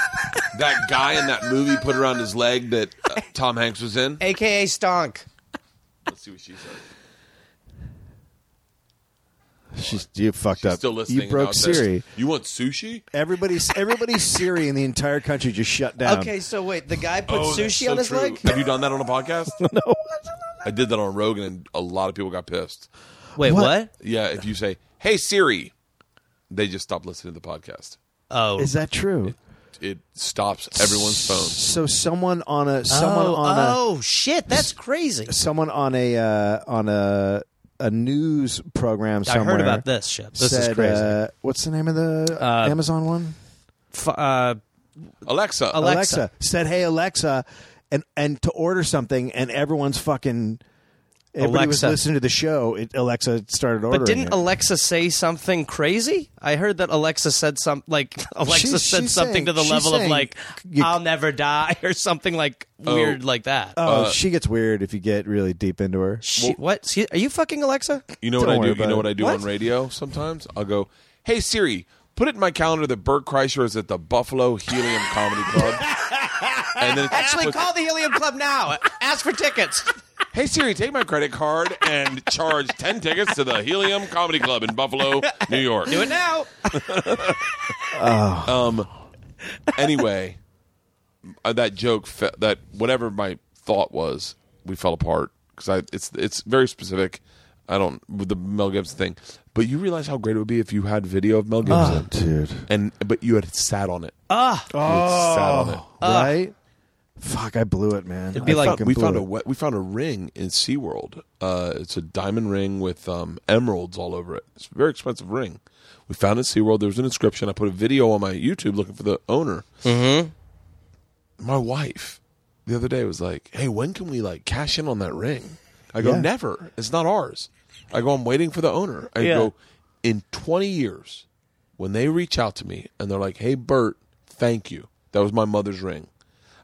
Speaker 1: that guy in that movie put around his leg that uh, Tom Hanks was in?
Speaker 5: AKA Stonk.
Speaker 1: Let's see what she said.
Speaker 4: She's you fucked
Speaker 1: She's
Speaker 4: up.
Speaker 1: still listening.
Speaker 4: you
Speaker 1: and
Speaker 4: broke
Speaker 1: out there.
Speaker 4: Siri.
Speaker 1: You want sushi?
Speaker 4: Everybody's everybody's [LAUGHS] Siri in the entire country just shut down.
Speaker 5: Okay, so wait, the guy put
Speaker 1: Oh, that's
Speaker 5: sushi
Speaker 1: so
Speaker 5: on his
Speaker 1: true.
Speaker 5: leg?
Speaker 4: [LAUGHS]
Speaker 1: Have you done that on a podcast? no. I did that on Rogan, and a lot of people got pissed.
Speaker 5: Wait,
Speaker 4: What?
Speaker 5: what?
Speaker 1: Yeah, if you say, "Hey Siri," they just stop listening to the podcast.
Speaker 5: Oh,
Speaker 4: Is that true?
Speaker 1: It stops everyone's phone.
Speaker 4: So someone on a someone
Speaker 5: oh,
Speaker 4: on a
Speaker 5: oh shit, that's crazy.
Speaker 4: someone on a uh, on a a news program
Speaker 5: I
Speaker 4: somewhere.
Speaker 5: heard about this shit. This
Speaker 4: said,
Speaker 5: is crazy.
Speaker 4: Uh, what's the name of the
Speaker 5: Uh,
Speaker 4: Amazon one?
Speaker 5: F- uh,
Speaker 1: Alexa,
Speaker 5: Alexa.
Speaker 4: said, "Hey Alexa," and and to order something, and everyone's fucking. Everybody was
Speaker 5: Alexa.
Speaker 4: listening to the show. It, Alexa started ordering.
Speaker 5: but didn't
Speaker 4: it.
Speaker 5: Alexa say something crazy? I heard that Alexa said some [LAUGHS] like Alexa
Speaker 4: She's-
Speaker 5: said
Speaker 4: she's
Speaker 5: something
Speaker 4: saying-
Speaker 5: to the
Speaker 4: she's
Speaker 5: level of
Speaker 4: saying
Speaker 5: like
Speaker 4: you-
Speaker 5: I'll never die [LAUGHS] or something like weird like that.
Speaker 4: Oh, she gets weird if you get really deep into her.
Speaker 5: She, what? She- are you fucking Alexa?
Speaker 1: you know what
Speaker 4: Don't
Speaker 1: I
Speaker 4: worry
Speaker 1: do? You
Speaker 4: about
Speaker 1: know
Speaker 4: it.
Speaker 1: what I do
Speaker 5: What?
Speaker 1: on radio sometimes? I'll go, "Hey Siri." Put it in my calendar that Bert Kreischer is at the Buffalo Helium Comedy
Speaker 5: [LAUGHS]
Speaker 1: Club. and then it just
Speaker 5: Actually,
Speaker 1: puts-
Speaker 5: call the Helium Club now. Ask for tickets.
Speaker 1: Hey Siri, take my credit card and charge 10 tickets to the Helium Comedy Club in Buffalo, New York.
Speaker 5: Do it now. [LAUGHS]
Speaker 1: Anyway, uh, that joke fe- that whatever my thought was, we fell apart cuz I it's it's very specific. I don't with the Mel Gibson thing. But you realize how great it would be if you had video of Mel
Speaker 4: Ah.
Speaker 1: Gibson.
Speaker 4: dude.
Speaker 1: And but you had sat on it. Ah. sat on
Speaker 4: Oh.
Speaker 1: it.
Speaker 4: right? Fuck, I blew it, man. It'd
Speaker 5: Uh, be like-
Speaker 1: we found a we- we found a ring in SeaWorld. Uh, it's a diamond ring with um, emeralds all over it. It's a very expensive ring. We found it at SeaWorld. There was an inscription. I put a video on my YouTube looking for the owner. Mm-hmm. My wife the other day was like, "Hey, when can we like cash in on that ring?" I go,
Speaker 4: Yeah.
Speaker 1: "Never. It's not ours." I go, "I'm waiting for the owner." I
Speaker 5: Yeah.
Speaker 1: go, "In 20 years, when they reach out to me and they're like, "Hey, Bert, thank you. That was my mother's ring."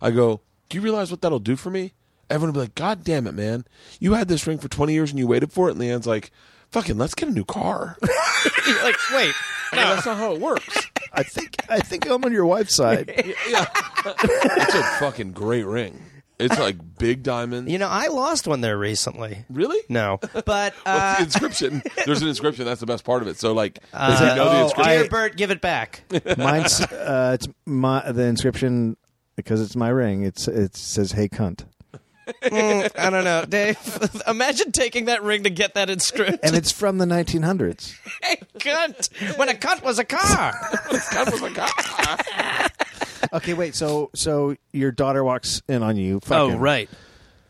Speaker 1: I go, "Do you realize what that'll do for me?" Everyone will be like, "God damn it, man! You had this ring for 20 years and you waited for it." And Leanne's like, "Fucking, let's get a new car." I
Speaker 5: You're like, wait.
Speaker 1: go, That's not how it works.
Speaker 4: I think I think I'm on your wife's
Speaker 5: [LAUGHS]
Speaker 4: side.
Speaker 1: It's a fucking great ring. It's like big diamonds.
Speaker 5: You know, I lost one there recently.
Speaker 1: Really? [LAUGHS]
Speaker 5: No, but
Speaker 1: What's the
Speaker 5: uh,
Speaker 1: inscription? There's an inscription. That's the best part of it. So, like, if you know the
Speaker 4: oh,
Speaker 1: inscription,
Speaker 5: dear
Speaker 4: I-
Speaker 5: Bert, give it back.
Speaker 4: Mine's uh, it's my the inscription because it's my ring. It's it says "Hey cunt,"
Speaker 5: Mm, I don't know, [LAUGHS] Dave. Imagine taking that ring to get that inscription. [LAUGHS]
Speaker 4: and it's from the 1900s.
Speaker 5: hey, cunt! When a cunt was
Speaker 1: [LAUGHS]
Speaker 5: a car.
Speaker 1: God was like, ah.
Speaker 4: Okay, wait. So so your daughter walks in on
Speaker 5: Oh,
Speaker 4: you. fucking-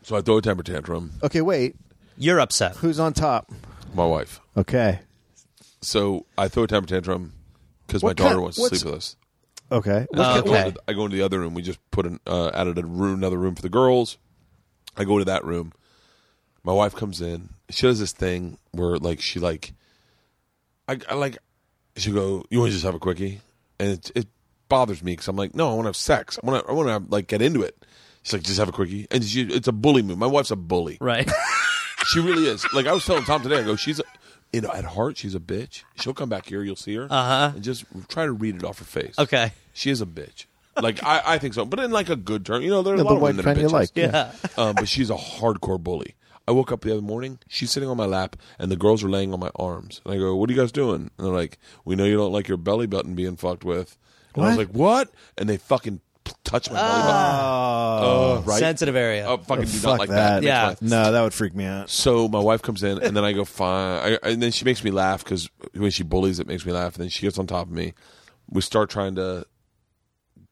Speaker 1: So I throw a temper tantrum.
Speaker 4: Okay, wait.
Speaker 5: You're upset.
Speaker 4: Who's on top?
Speaker 1: My wife.
Speaker 4: Okay.
Speaker 1: So I throw a temper tantrum because my
Speaker 4: What
Speaker 1: daughter
Speaker 4: kind-
Speaker 1: wants to
Speaker 4: what's-
Speaker 1: sleep with us.
Speaker 4: Okay.
Speaker 1: I
Speaker 5: Uh,
Speaker 1: go
Speaker 5: okay.
Speaker 1: into- I go into the other room. We just put an, uh, added a room, another room for the girls. I go to that room. My wife comes in. She does this thing where like she like, I, I like, she go, you want to just have a quickie, and it, it bothers me because I'm like, no, I want to have sex. I want to, I want to like get into it. She's like, just have a quickie, and she, it's a bully move. My wife's a bully.
Speaker 5: [LAUGHS] Right.
Speaker 1: She really is. Like I was telling Tom today, I go, she's a, you know, at heart, she's a bitch. She'll come back here, you'll see her, uh-huh. and just try to read it off her face.
Speaker 5: Okay.
Speaker 1: she is a bitch. Like I, I think so, but in like a good term. You know, there are a
Speaker 4: No,
Speaker 1: lot
Speaker 4: but
Speaker 1: of
Speaker 4: what
Speaker 1: women that
Speaker 4: kind
Speaker 1: are
Speaker 4: you
Speaker 1: bitches.
Speaker 4: like?
Speaker 5: Yeah.
Speaker 1: um, but she's a hardcore bully. I woke up the other morning. She's sitting on my lap, and the girls are laying on my arms. And I go, "What are you guys doing?" And they're like, "We know you don't like your belly button being fucked with." And I was
Speaker 4: What?
Speaker 1: like, "What?" And they fucking p- touch my belly button.
Speaker 4: Oh,
Speaker 1: Uh, right?
Speaker 5: Sensitive area.
Speaker 1: Oh, fucking do
Speaker 4: fuck
Speaker 1: not like
Speaker 4: that.
Speaker 1: that. It makes
Speaker 5: Yeah.
Speaker 1: my
Speaker 4: no, that would freak me out.
Speaker 1: so my wife comes in, and then I go fine, I, and then she makes me laugh because when she bullies, it makes me laugh. And then she gets on top of me. We start trying to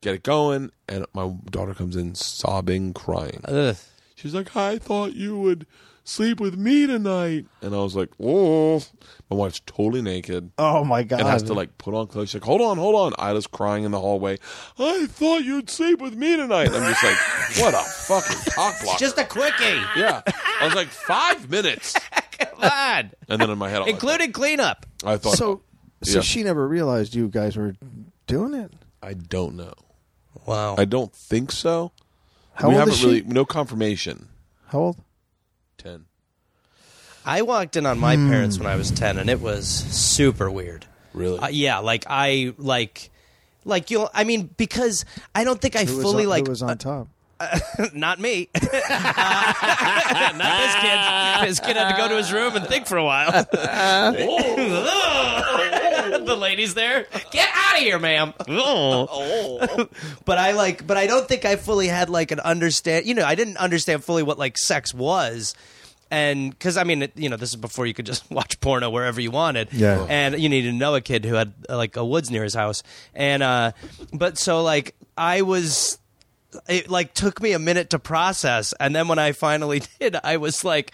Speaker 1: get it going, and my daughter comes in sobbing, crying.
Speaker 5: Ugh.
Speaker 1: She's like, "I thought you would sleep with me tonight," and I was like, "Oh." My wife's totally naked
Speaker 4: Oh my god.
Speaker 1: and has to like put on clothes. She's like, "Hold on, hold on." Isla's crying in the hallway. I thought you'd sleep with me tonight. And I'm just like, "What a fucking cock block!"
Speaker 5: Just
Speaker 1: [LAUGHS]
Speaker 5: a quickie.
Speaker 1: yeah, I was like, five minutes.
Speaker 5: Come on.
Speaker 1: And then in my head, I'm like,
Speaker 5: Including cleanup.
Speaker 1: I thought
Speaker 4: so so
Speaker 1: Yeah.
Speaker 4: she never realized you guys were doing it.
Speaker 1: I don't know.
Speaker 5: Wow.
Speaker 1: I don't think so.
Speaker 4: How
Speaker 1: we
Speaker 4: old
Speaker 1: haven't
Speaker 4: is
Speaker 1: really
Speaker 4: she?
Speaker 1: no confirmation.
Speaker 4: How old?
Speaker 1: Ten.
Speaker 5: I walked in on my
Speaker 4: Hmm.
Speaker 5: parents when I was 10 and it was super weird.
Speaker 1: Really?
Speaker 5: Uh, yeah, like I like like you'll I mean because I don't think I
Speaker 4: Who was
Speaker 5: fully
Speaker 4: on-
Speaker 5: like uh,
Speaker 4: who was on top.
Speaker 5: [LAUGHS] not me. Uh, not this kid. This kid had to go to his room and think for a while. [LAUGHS] the lady's there. Get out of here, [LAUGHS] ma'am. Oh. but I like, but I don't think I fully had like an understand. You know, I didn't understand fully what like sex was and because I mean, it, you know, this is before you could just [LAUGHS] watch porno wherever you wanted.
Speaker 4: Yeah.
Speaker 5: And you needed to know a kid who had uh, like a woods near his house, and uh, but so like I was. It like took me a minute to process, and then when I finally [LAUGHS] did, I was like,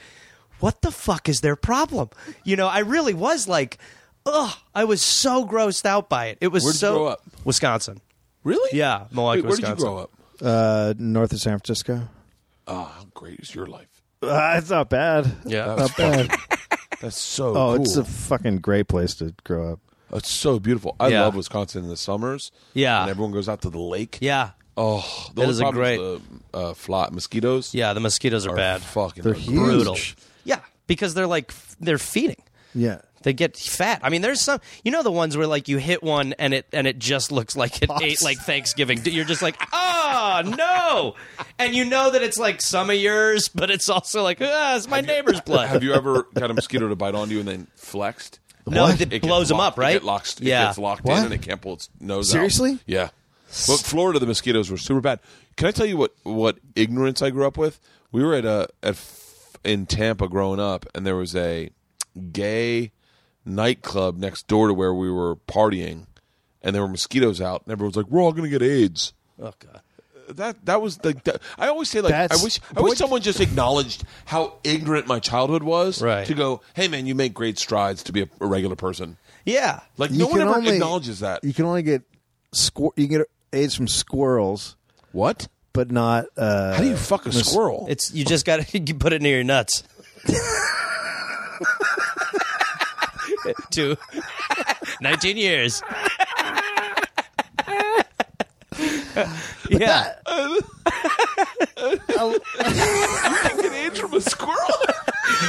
Speaker 5: "What the fuck is their problem?" You know, I really was like, "Ugh!" I was so grossed out by it. It was
Speaker 1: Where'd you
Speaker 5: so
Speaker 1: grow up?
Speaker 5: Wisconsin.
Speaker 1: Really?
Speaker 5: Yeah, Milwaukee,
Speaker 1: Wait, where did you
Speaker 5: Wisconsin.
Speaker 1: grow up?
Speaker 4: Uh, north of San Francisco.
Speaker 1: Oh, how great is your life?
Speaker 4: Uh, it's not bad.
Speaker 5: Yeah.
Speaker 4: Not bad.
Speaker 1: That's so.
Speaker 4: Oh,
Speaker 1: cool.
Speaker 4: it's a fucking great place to grow up.
Speaker 1: It's so beautiful. I
Speaker 5: Yeah.
Speaker 1: love Wisconsin in the summers.
Speaker 5: Yeah.
Speaker 1: and everyone goes out to the lake.
Speaker 5: Yeah,
Speaker 1: Oh,
Speaker 5: It
Speaker 1: the only
Speaker 5: is a
Speaker 1: problem is the uh, fly mosquitoes.
Speaker 5: yeah. The mosquitoes are,
Speaker 1: are
Speaker 5: bad.
Speaker 1: Fucking
Speaker 4: They're
Speaker 1: ugly.
Speaker 4: huge.
Speaker 5: brutal. Yeah, because they're like f- they're feeding.
Speaker 4: Yeah.
Speaker 5: They get fat. I mean, there's some. You know the ones where like you hit one and it and it just looks like it ate like Thanksgiving. You're just like, oh no, and you know that it's like some of yours, but it's also like ah, it's my neighbor's blood.
Speaker 1: Have you ever got a mosquito to bite onto you and then flexed?
Speaker 5: No, What? it
Speaker 1: gets
Speaker 5: blows 'em
Speaker 1: locked-
Speaker 5: up, right?
Speaker 1: It, get locks, it
Speaker 5: Yeah.
Speaker 1: gets locked
Speaker 4: What?
Speaker 1: in and it can't pull its nose out.
Speaker 4: Seriously?
Speaker 1: Yeah. But Florida, the mosquitoes were super bad. Can I tell you what, what ignorance I grew up with? We were at a at f- in Tampa growing up, and there was a gay nightclub next door to where we were partying, and there were mosquitoes out, and everyone was like, "We're all going to get AIDS."
Speaker 5: oh god.
Speaker 1: that that was like that- I always say like
Speaker 4: That's-
Speaker 1: I wish I wish
Speaker 4: what-
Speaker 1: someone just acknowledged how ignorant my childhood was
Speaker 5: Right.
Speaker 1: to go hey man you make great strides to be a, a regular person
Speaker 5: Yeah.
Speaker 1: like
Speaker 4: You
Speaker 1: no one
Speaker 4: can
Speaker 1: ever
Speaker 4: only-
Speaker 1: acknowledges that
Speaker 4: You can only get squir- You can get AIDS from squirrels,
Speaker 1: what
Speaker 4: but not. Uh,
Speaker 1: how do you fuck a squirrel
Speaker 5: It's [LAUGHS] you just got to put it near your nuts. Two. 19
Speaker 1: [LAUGHS]
Speaker 5: years. yeah.
Speaker 1: an inch from a squirrel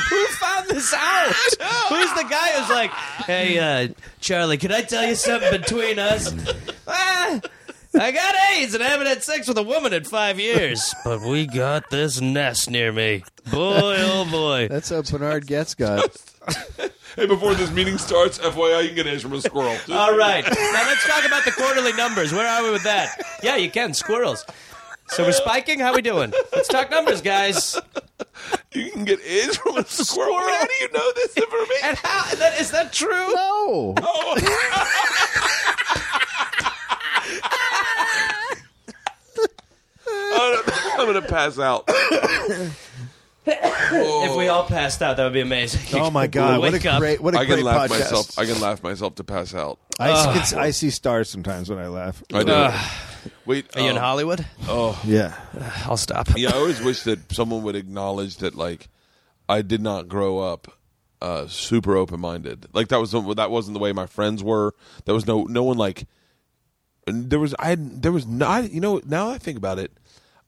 Speaker 5: Who found this out? Who's the guy who's like, hey, uh, Charlie, can I tell you something between us? Ah, I got AIDS and I haven't had sex with a woman in five years. But we got this nest near me. Boy, oh boy.
Speaker 4: That's how Bernard Getz got.
Speaker 1: hey before this meeting starts FYI you can get an inch from a squirrel
Speaker 5: All right. Now let's talk about the quarterly numbers. Where are we with that? Yeah, you can. Squirrels. So we're spiking? How we doing? Let's talk numbers, guys.
Speaker 1: [LAUGHS] you can get AIDS from a [LAUGHS] squirrel,
Speaker 5: Squirrel.
Speaker 1: how do you know this information
Speaker 5: And how is that, is that true?
Speaker 4: no,
Speaker 1: [LAUGHS] I'm gonna pass out
Speaker 5: If we all passed out, that would be amazing.
Speaker 4: oh my god! What
Speaker 5: Wake
Speaker 4: a
Speaker 5: up.
Speaker 4: great, what a
Speaker 1: I
Speaker 4: great
Speaker 1: can laugh
Speaker 4: podcast.
Speaker 1: myself I can laugh myself to pass out
Speaker 4: I, can s- I see stars sometimes when I laugh.
Speaker 1: I do wait
Speaker 5: Are you
Speaker 4: Oh.
Speaker 5: in
Speaker 1: um,
Speaker 5: Hollywood?
Speaker 4: Yeah,
Speaker 5: I'll stop.
Speaker 1: yeah, I always wish that someone would acknowledge that like I did not grow up uh, super open minded. Like that was that wasn't the way my friends were. There was no no one like there was I there was not you know now I think about it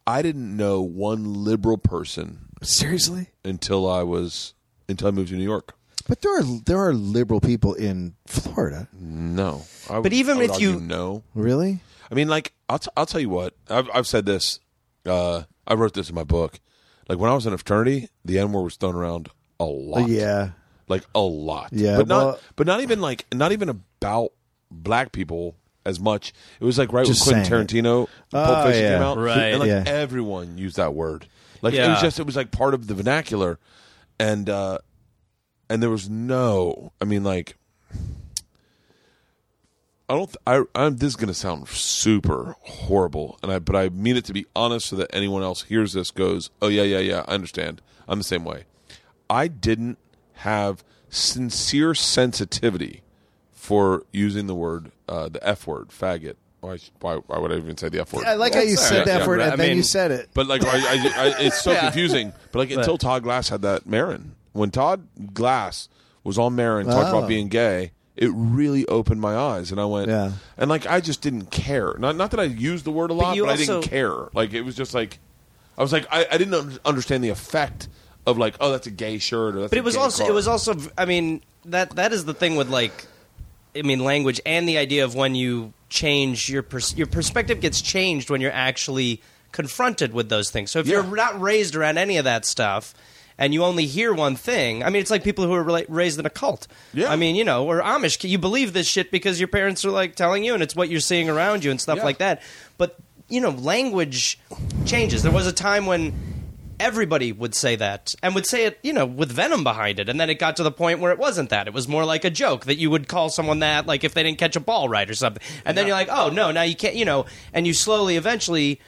Speaker 1: I didn't know one liberal person
Speaker 4: [LAUGHS] seriously.
Speaker 1: until I was until I moved to New York.
Speaker 4: But there are there are liberal people in Florida.
Speaker 1: No, I would,
Speaker 5: even
Speaker 1: I would
Speaker 5: if
Speaker 1: argue
Speaker 5: you-
Speaker 1: no,
Speaker 4: Really?
Speaker 1: I mean, like I'll t- I'll tell you what I've I've said this. Uh, I wrote this in my book. Like when I was in a fraternity, the N word was thrown around a lot.
Speaker 4: Yeah.
Speaker 1: like a lot.
Speaker 4: Yeah,
Speaker 1: but not
Speaker 4: well-
Speaker 1: but not even like not even about black people as much. It was like right
Speaker 4: Just
Speaker 1: when Quentin
Speaker 4: saying
Speaker 1: Tarantino Pulp
Speaker 4: Oh,
Speaker 1: Fiction
Speaker 4: yeah.
Speaker 1: came out,
Speaker 5: Right.
Speaker 1: And like
Speaker 4: Yeah.
Speaker 1: everyone used that word. Like it
Speaker 5: Yeah.
Speaker 1: was just it was like part of the vernacular, and uh and there was no. I mean, like I don't. th- I I'm this is gonna sound super horrible, and I but I mean it to be honest, so that anyone else hears this goes, oh yeah, yeah, yeah, I understand. I'm the same way. I didn't have sincere sensitivity for using the word, uh, the f word, faggot. Why, sh- why, why would I even say the f word?
Speaker 4: I like how you said
Speaker 1: Yeah,
Speaker 4: that
Speaker 1: yeah,
Speaker 4: word,
Speaker 5: right.
Speaker 4: and
Speaker 5: I
Speaker 4: then
Speaker 5: mean-
Speaker 4: you said it.
Speaker 1: But like, I, I, I, it's
Speaker 4: [LAUGHS]
Speaker 1: so confusing. But like, until Todd Glass had that Marin, when Todd Glass was on Marin, talked
Speaker 4: Oh.
Speaker 1: about being gay, it really opened my eyes, and I went,
Speaker 4: Yeah.
Speaker 1: And like, I just didn't care. Not, not that I used the word a lot,
Speaker 5: you
Speaker 1: but, I didn't
Speaker 5: also-
Speaker 1: care. Like, it was just like, I was like, I, I didn't un- understand the effect of like, oh, that's a gay shirt, or that's
Speaker 5: But
Speaker 1: a
Speaker 5: it was
Speaker 1: gay
Speaker 5: also
Speaker 1: car.
Speaker 5: it was also I mean that that is the thing with like I mean language and the idea of when you change your pers- your perspective gets changed when you're actually confronted with those things. So if
Speaker 1: Yeah.
Speaker 5: you're not raised around any of that stuff and you only hear one thing, I mean it's like people who are rela- raised in a cult.
Speaker 1: Yeah.
Speaker 5: I mean, you know, or Amish, you believe this shit because your parents are like telling you and it's what you're seeing around you and stuff
Speaker 1: Yeah.
Speaker 5: like that. But you know, language changes. There was a time when everybody would say that and would say it, you know, with venom behind it. And then it got to the point where it wasn't that. It was more like a joke that you would call someone that, like if they didn't catch a ball right or something. And then you're like, oh, no, now you can't, you know, and you slowly, eventually.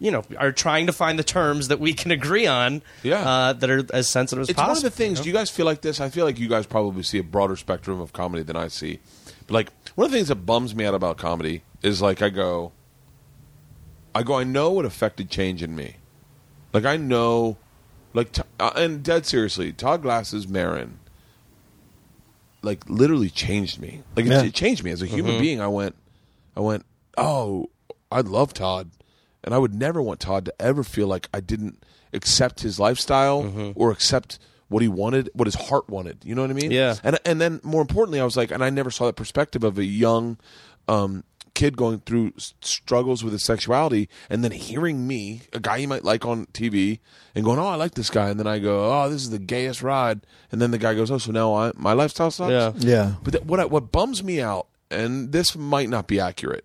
Speaker 5: You know, are trying to find the terms that we can agree on,
Speaker 1: Yeah.
Speaker 5: uh, that are as sensitive as
Speaker 1: it's
Speaker 5: possible.
Speaker 1: one of the things. Do you guys feel like this? I feel like you guys probably see a broader spectrum of comedy than I see. But like one of the things that bums me out about comedy is like I go, I go, I know what affected change in me. Like I know, like t- uh, and dead seriously, Todd Glass's Marin, like literally changed me. Like it-
Speaker 4: Yeah.
Speaker 1: it, changed me as a
Speaker 5: Mm-hmm.
Speaker 1: human being. I went, I went, oh, I love Todd, and I would never want Todd to ever feel like I didn't accept his lifestyle
Speaker 5: Mm-hmm.
Speaker 1: or accept what he wanted, what his heart wanted. You know what I mean?
Speaker 5: Yeah.
Speaker 1: And and then more importantly, I was like, and I never saw that perspective of a young. Um, kid going through s- struggles with his sexuality and then hearing me a guy you might like on tv and going oh i like this guy and then i go oh this is the gayest ride and then the guy goes oh so now I, my lifestyle sucks
Speaker 5: Yeah.
Speaker 4: Yeah.
Speaker 1: but that, what I- what bums me out, and this might not be accurate,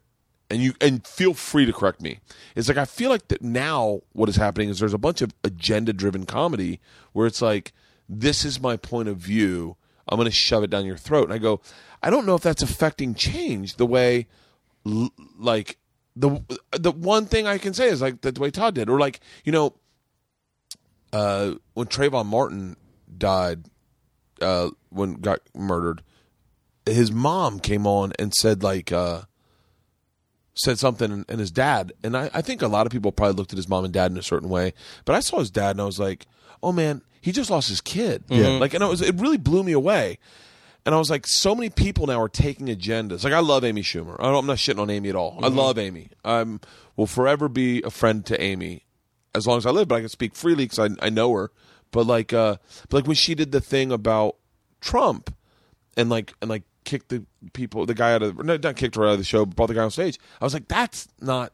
Speaker 1: and you and feel free to correct me, is like I feel like that now what is happening is there's a bunch of agenda driven comedy where it's like this is my point of view, I'm going to shove it down your throat, and I go, I don't know if that's affecting change the way, l- like the the one thing I can say is like the way Todd did, or like you know, uh, when Trayvon Martin died, uh, when got murdered his mom came on and said like uh said something and his dad and I, I think a lot of people probably looked at his mom and dad in a certain way but i saw his dad and i was like oh man he just lost his kid yeah like and it was it really blew me away and i was like so many people now are taking agendas like i love amy schumer I don't, i'm not shitting on amy at all i love amy i will forever be a friend to amy as long as i live but i can speak freely because I, I know her but like uh but like when she did the thing about trump and like and like kicked the people the guy out of no not kicked her out of the show but brought the guy on stage i was like that's not